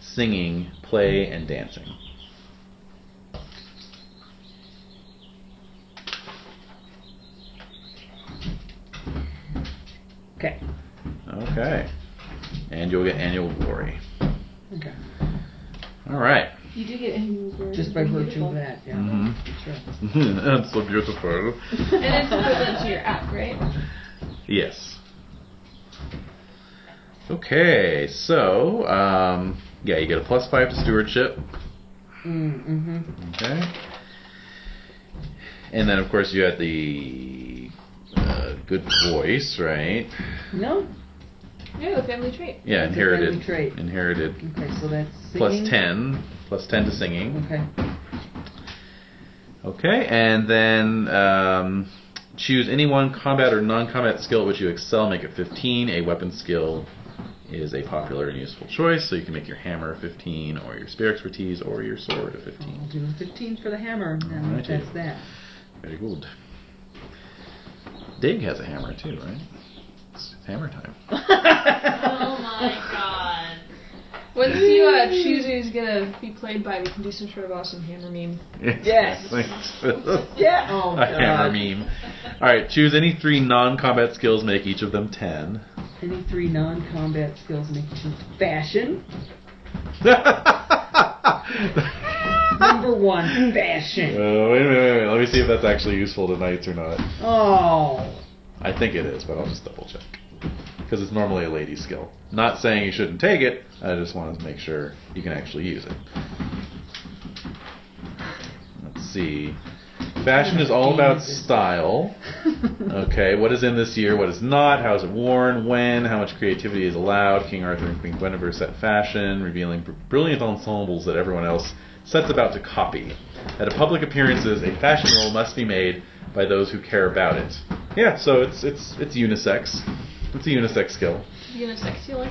[SPEAKER 7] singing, play, and dancing.
[SPEAKER 3] Okay.
[SPEAKER 7] Okay. And you'll get annual glory.
[SPEAKER 3] Okay.
[SPEAKER 7] All right. <laughs>
[SPEAKER 2] You do get angry.
[SPEAKER 3] Just by virtue of that, yeah. <laughs>
[SPEAKER 7] Mhm.
[SPEAKER 3] Sure.
[SPEAKER 7] That's so beautiful.
[SPEAKER 2] And it's equivalent to your app, right?
[SPEAKER 7] Yes. Okay, so um, yeah, you get a plus five to stewardship.
[SPEAKER 3] Mm-hmm.
[SPEAKER 7] Okay. And then, of course, you had the uh, good voice, right?
[SPEAKER 3] No?
[SPEAKER 2] Yeah, the family trait.
[SPEAKER 7] Yeah,
[SPEAKER 3] It's a
[SPEAKER 7] inherited.
[SPEAKER 3] family trait.
[SPEAKER 7] Inherited.
[SPEAKER 3] Okay, so that's singing.
[SPEAKER 7] Plus ten. Plus ten to singing.
[SPEAKER 3] Okay.
[SPEAKER 7] Okay, and then um, choose any one combat or non-combat skill at which you excel. Make it 15. A weapon skill is a popular and useful choice, so you can make your hammer a 15, or your spear expertise, or your sword a
[SPEAKER 3] Well,
[SPEAKER 7] 15.
[SPEAKER 3] I'll do 15 for the hammer, and
[SPEAKER 7] Alrighty.
[SPEAKER 3] that's that.
[SPEAKER 7] Very good. Dig has a hammer too, right? It's hammer time. <laughs>
[SPEAKER 3] <laughs>
[SPEAKER 4] Oh my
[SPEAKER 2] Once you uh, choose who's gonna be played by, we can do some sort of awesome hammer meme.
[SPEAKER 3] Yes.
[SPEAKER 7] Thanks.
[SPEAKER 3] Yeah. Oh,
[SPEAKER 7] a hammer
[SPEAKER 3] God.
[SPEAKER 7] meme. All right, choose any three non-combat skills. Make each of them <laughs> 10.
[SPEAKER 3] Any three non-combat skills make you fashion. Number one, fashion.
[SPEAKER 7] Oh, wait, wait, wait, wait. Let me see if that's actually useful to knights or not.
[SPEAKER 3] Oh.
[SPEAKER 7] I think it is, but I'll just double check. Because it's normally a lady skill. Not saying you shouldn't take it, I just want to make sure you can actually use it. Let's see. Fashion is all about style. Okay, what is in this year, what is not, how is it worn, when, how much creativity is allowed. King Arthur and Queen Guinevere set fashion, revealing br- brilliant ensembles that everyone else sets about to copy. At a public appearances, a fashion role must be made by those who care about it. Yeah, so it's it's it's unisex. It's a unisex skill.
[SPEAKER 2] Unisex healer.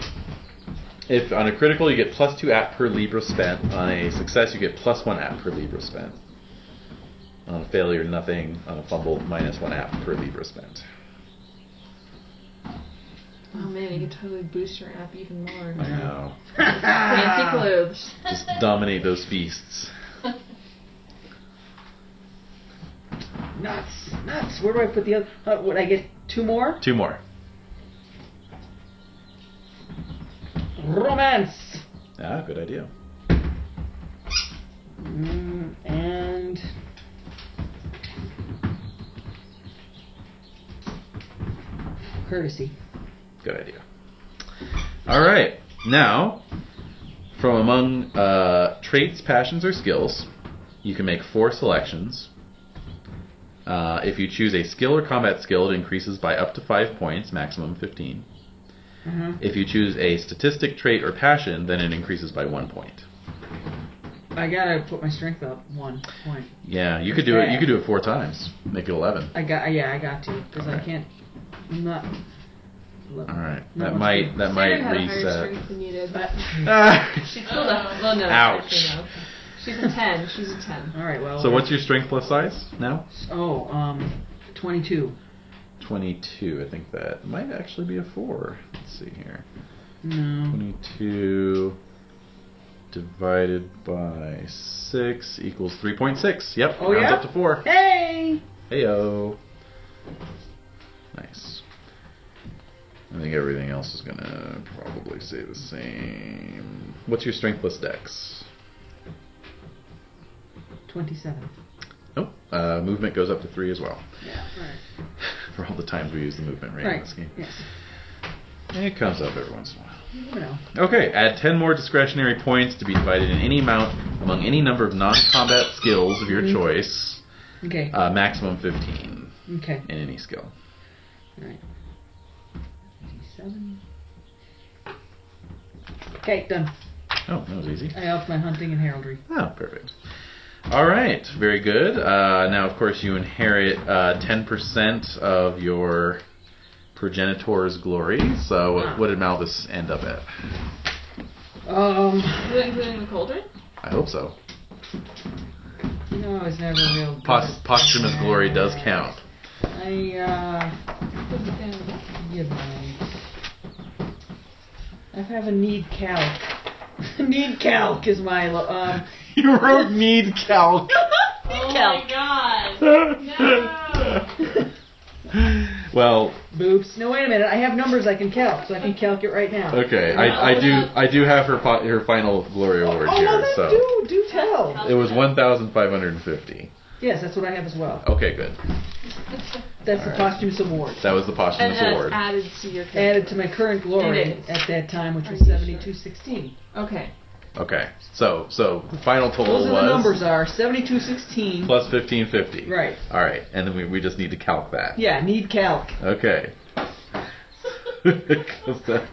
[SPEAKER 7] If on a critical you get plus two app per Libra spent, on a success you get plus one app per Libra spent. On a failure, nothing. On a fumble, minus one app per Libra spent.
[SPEAKER 9] Oh man, you could totally boost her up even more.
[SPEAKER 7] I know.
[SPEAKER 9] Fancy clothes.
[SPEAKER 7] Just dominate those feasts.
[SPEAKER 3] Nuts, nuts. Where do I put the other? How, would I get two more?
[SPEAKER 7] Two more.
[SPEAKER 3] Romance.
[SPEAKER 7] Ah, good idea.
[SPEAKER 3] Mm, and courtesy.
[SPEAKER 7] Good idea. All right. Now, from among uh, traits, passions, or skills, you can make four selections. Uh, if you choose a skill or combat skill, it increases by up to five points, maximum 15.
[SPEAKER 3] Uh-huh.
[SPEAKER 9] Mm-hmm.
[SPEAKER 7] If you choose a statistic, trait, or passion, then it increases by one point.
[SPEAKER 3] I gotta put my strength up one point.
[SPEAKER 7] Yeah, you could do it. You could do it four times. Make it eleven.
[SPEAKER 3] I got yeah, I got to because I
[SPEAKER 7] Okay.
[SPEAKER 3] can't. I'm not. All
[SPEAKER 7] All right.
[SPEAKER 3] Not
[SPEAKER 7] That
[SPEAKER 3] much
[SPEAKER 7] might. That might
[SPEAKER 9] had a higher
[SPEAKER 7] reset.
[SPEAKER 9] strength than you did.
[SPEAKER 3] But,
[SPEAKER 7] Ah.
[SPEAKER 9] She's still a well, no,
[SPEAKER 7] Ouch.
[SPEAKER 9] actually no. She's a ten. She's a ten.
[SPEAKER 3] all right. Well.
[SPEAKER 7] <laughs> So what's your strength plus size now?
[SPEAKER 3] Oh, um, twenty-two.
[SPEAKER 7] 22. I think that might actually be a 4. Let's see here.
[SPEAKER 3] No.
[SPEAKER 7] 22 divided by 6 equals 3.6. Yep,
[SPEAKER 3] Oh,
[SPEAKER 7] rounds
[SPEAKER 3] yeah?
[SPEAKER 7] up to 4.
[SPEAKER 3] Hey.
[SPEAKER 7] Heyo. Nice. I think everything else is going to probably stay the same. What's your strength plus dex?
[SPEAKER 3] Twenty-seven.
[SPEAKER 7] Nope. Uh, movement goes up to 3 as well. <laughs>
[SPEAKER 3] Yeah. All right.
[SPEAKER 7] For all the times we use the movement rate in
[SPEAKER 3] Right.
[SPEAKER 7] this game.
[SPEAKER 3] Yes.
[SPEAKER 7] It comes up every once in a while.
[SPEAKER 3] You know.
[SPEAKER 7] Okay, add 10 more discretionary points to be divided in any amount among any number of non combat skills of your
[SPEAKER 1] Mm-hmm.
[SPEAKER 3] Mhm.
[SPEAKER 7] choice,
[SPEAKER 3] Okay.
[SPEAKER 7] uh, maximum 15
[SPEAKER 3] Okay.
[SPEAKER 7] in any skill.
[SPEAKER 3] All right. Twenty-seven. Okay, done.
[SPEAKER 7] Oh, that was easy.
[SPEAKER 3] I upped my hunting and heraldry.
[SPEAKER 7] Oh, perfect. All right, very good. Uh, now, of course, you inherit uh, 10% of your progenitor's glory, so
[SPEAKER 3] Ah.
[SPEAKER 7] what, what did Malthus end up at?
[SPEAKER 3] Um,
[SPEAKER 9] Is it including the cauldron?
[SPEAKER 7] I hope so.
[SPEAKER 3] you know, I was never real. good
[SPEAKER 7] Pos-
[SPEAKER 3] at
[SPEAKER 7] posthumous
[SPEAKER 3] that.
[SPEAKER 7] glory does count.
[SPEAKER 3] I uh,
[SPEAKER 9] Who's the family?
[SPEAKER 3] you know, I have a need calc. <laughs> need calc is my lo- um.
[SPEAKER 1] <laughs> You wrote need
[SPEAKER 7] <laughs>
[SPEAKER 1] calc. <laughs>
[SPEAKER 9] Oh
[SPEAKER 3] Kel.
[SPEAKER 9] my god.
[SPEAKER 7] Well,
[SPEAKER 3] Boops. No, wait a minute. I have numbers I can calc, so I can calc it right now.
[SPEAKER 7] Okay, I, I do I do have her po- her final glory award
[SPEAKER 3] Oh, well
[SPEAKER 7] here.
[SPEAKER 3] then
[SPEAKER 7] So
[SPEAKER 3] do do tell.
[SPEAKER 7] it was one thousand five hundred and fifty.
[SPEAKER 3] Yes, that's what I have as well.
[SPEAKER 7] Okay, good.
[SPEAKER 3] That's the
[SPEAKER 7] Alright.
[SPEAKER 3] posthumous award
[SPEAKER 7] That was the
[SPEAKER 9] And
[SPEAKER 7] posthumous
[SPEAKER 9] that's
[SPEAKER 7] award.
[SPEAKER 9] added to your
[SPEAKER 3] added to my current glory
[SPEAKER 9] It is.
[SPEAKER 3] at that time, which
[SPEAKER 9] Are
[SPEAKER 3] was
[SPEAKER 9] you sure?
[SPEAKER 3] seventy-two sixteen.
[SPEAKER 9] Okay.
[SPEAKER 7] Okay, so so the final total
[SPEAKER 3] Those are
[SPEAKER 7] was
[SPEAKER 3] the numbers are seventy-two sixteen.
[SPEAKER 7] plus fifteen fifty.
[SPEAKER 3] Right.
[SPEAKER 7] All right, and then we, we just need to calc that.
[SPEAKER 3] Yeah, need calc.
[SPEAKER 7] Okay. <laughs> comes out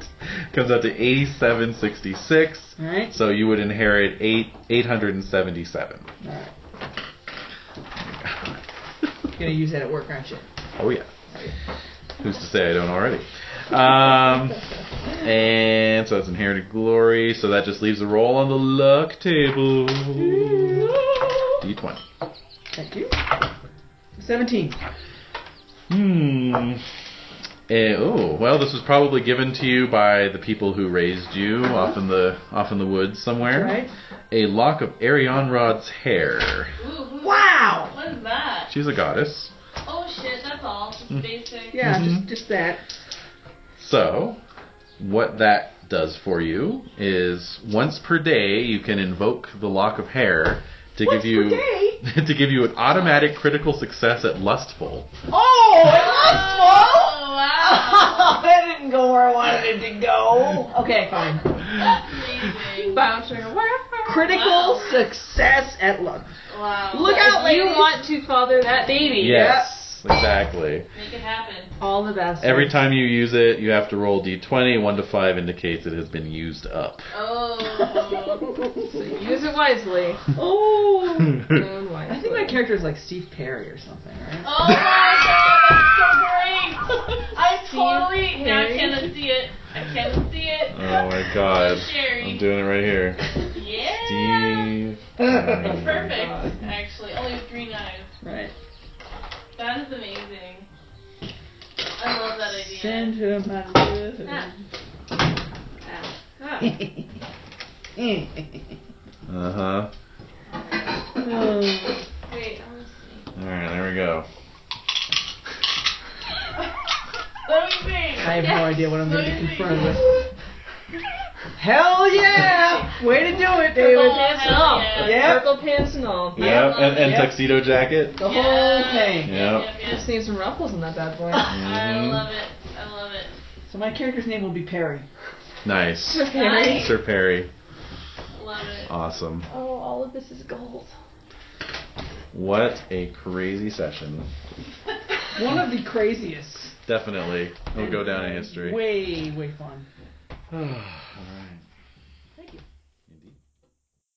[SPEAKER 7] comes out to eighty seven sixty six.
[SPEAKER 3] All right.
[SPEAKER 7] So you would inherit eight eight hundred and seventy seven.
[SPEAKER 3] All right. Gonna use that at work, aren't you?
[SPEAKER 7] Oh yeah. Who's to say I don't already? Um, and so that's inherited glory. So that just leaves a roll on the luck table. D20.
[SPEAKER 3] Thank you. Seventeen.
[SPEAKER 1] Hmm.
[SPEAKER 7] Eh, oh well, this was probably given to you by the people who raised you off in the off in the woods somewhere.
[SPEAKER 3] Right.
[SPEAKER 7] A lock of Arion Rod's hair.
[SPEAKER 3] Wow.
[SPEAKER 4] What is that?
[SPEAKER 7] She's a goddess.
[SPEAKER 4] Oh shit, that's all. Just basic.
[SPEAKER 3] Yeah,
[SPEAKER 1] Mhm.
[SPEAKER 7] Mm-hmm.
[SPEAKER 3] just just that.
[SPEAKER 7] So, what that does for you is once per day you can invoke the lock of hair to give you
[SPEAKER 3] Today.
[SPEAKER 7] <laughs> to give you an automatic critical success at lustful.
[SPEAKER 3] Oh, it <laughs> was full.
[SPEAKER 4] Oh wow.
[SPEAKER 3] <laughs> that didn't go where I wanted it to go. Okay, fine.
[SPEAKER 4] Amazing.
[SPEAKER 9] Bouncing away.
[SPEAKER 3] Critical
[SPEAKER 4] Wow.
[SPEAKER 3] success at luck.
[SPEAKER 4] Wow.
[SPEAKER 3] Look out,
[SPEAKER 9] If you
[SPEAKER 3] ladies.
[SPEAKER 9] want to father that baby.
[SPEAKER 7] Yes, exactly.
[SPEAKER 4] Make it happen.
[SPEAKER 9] All the best.
[SPEAKER 7] Every time you use it, you have to roll d20. One to five indicates it has been
[SPEAKER 4] <laughs>
[SPEAKER 7] used up.
[SPEAKER 4] Oh.
[SPEAKER 9] Use it wisely.
[SPEAKER 3] oh.
[SPEAKER 4] <laughs>
[SPEAKER 9] Learn wisely.
[SPEAKER 3] I think my character is like Steve Perry or something, <laughs> right?
[SPEAKER 4] Oh my god, that's so great! I totally now I
[SPEAKER 9] Harry?
[SPEAKER 4] cannot see it. I cannot see it.
[SPEAKER 7] Oh my god!
[SPEAKER 4] Sherry.
[SPEAKER 7] I'm doing it right here.
[SPEAKER 4] yeah.
[SPEAKER 7] Steve.
[SPEAKER 4] It's perfect, actually.
[SPEAKER 3] Oh,
[SPEAKER 4] Only with green eyes.
[SPEAKER 3] Right.
[SPEAKER 4] That is amazing. I love that idea.
[SPEAKER 3] pretend to him how to do
[SPEAKER 2] Ah.
[SPEAKER 3] this.
[SPEAKER 2] Ah. Ah.
[SPEAKER 3] Ah.
[SPEAKER 7] Uh huh.
[SPEAKER 3] <laughs> Oh.
[SPEAKER 2] Wait, I wanna see.
[SPEAKER 7] All right, there we go.
[SPEAKER 9] Let me see.
[SPEAKER 3] I have no idea what I'm going to be confronted with. Hell yeah! Way to do it,
[SPEAKER 2] Purple
[SPEAKER 3] David.
[SPEAKER 2] pants and all.
[SPEAKER 3] Yeah.
[SPEAKER 2] Purple pants and all.
[SPEAKER 7] Yeah, and, and
[SPEAKER 3] Yeah.
[SPEAKER 7] tuxedo
[SPEAKER 9] <laughs>
[SPEAKER 7] jacket.
[SPEAKER 3] The whole thing.
[SPEAKER 7] Yeah.
[SPEAKER 2] Just need some ruffles in that bad boy.
[SPEAKER 9] I
[SPEAKER 7] Mhm.
[SPEAKER 9] love it. I love it.
[SPEAKER 3] So my character's name will be Perry.
[SPEAKER 9] <laughs>
[SPEAKER 7] Nice.
[SPEAKER 9] Nice.
[SPEAKER 7] Sir Perry.
[SPEAKER 9] Love it.
[SPEAKER 7] Awesome.
[SPEAKER 2] Oh, all of this is gold.
[SPEAKER 7] What a crazy session.
[SPEAKER 3] One of the craziest.
[SPEAKER 7] Definitely. It'll go down in history.
[SPEAKER 3] Way, way fun.
[SPEAKER 7] All right.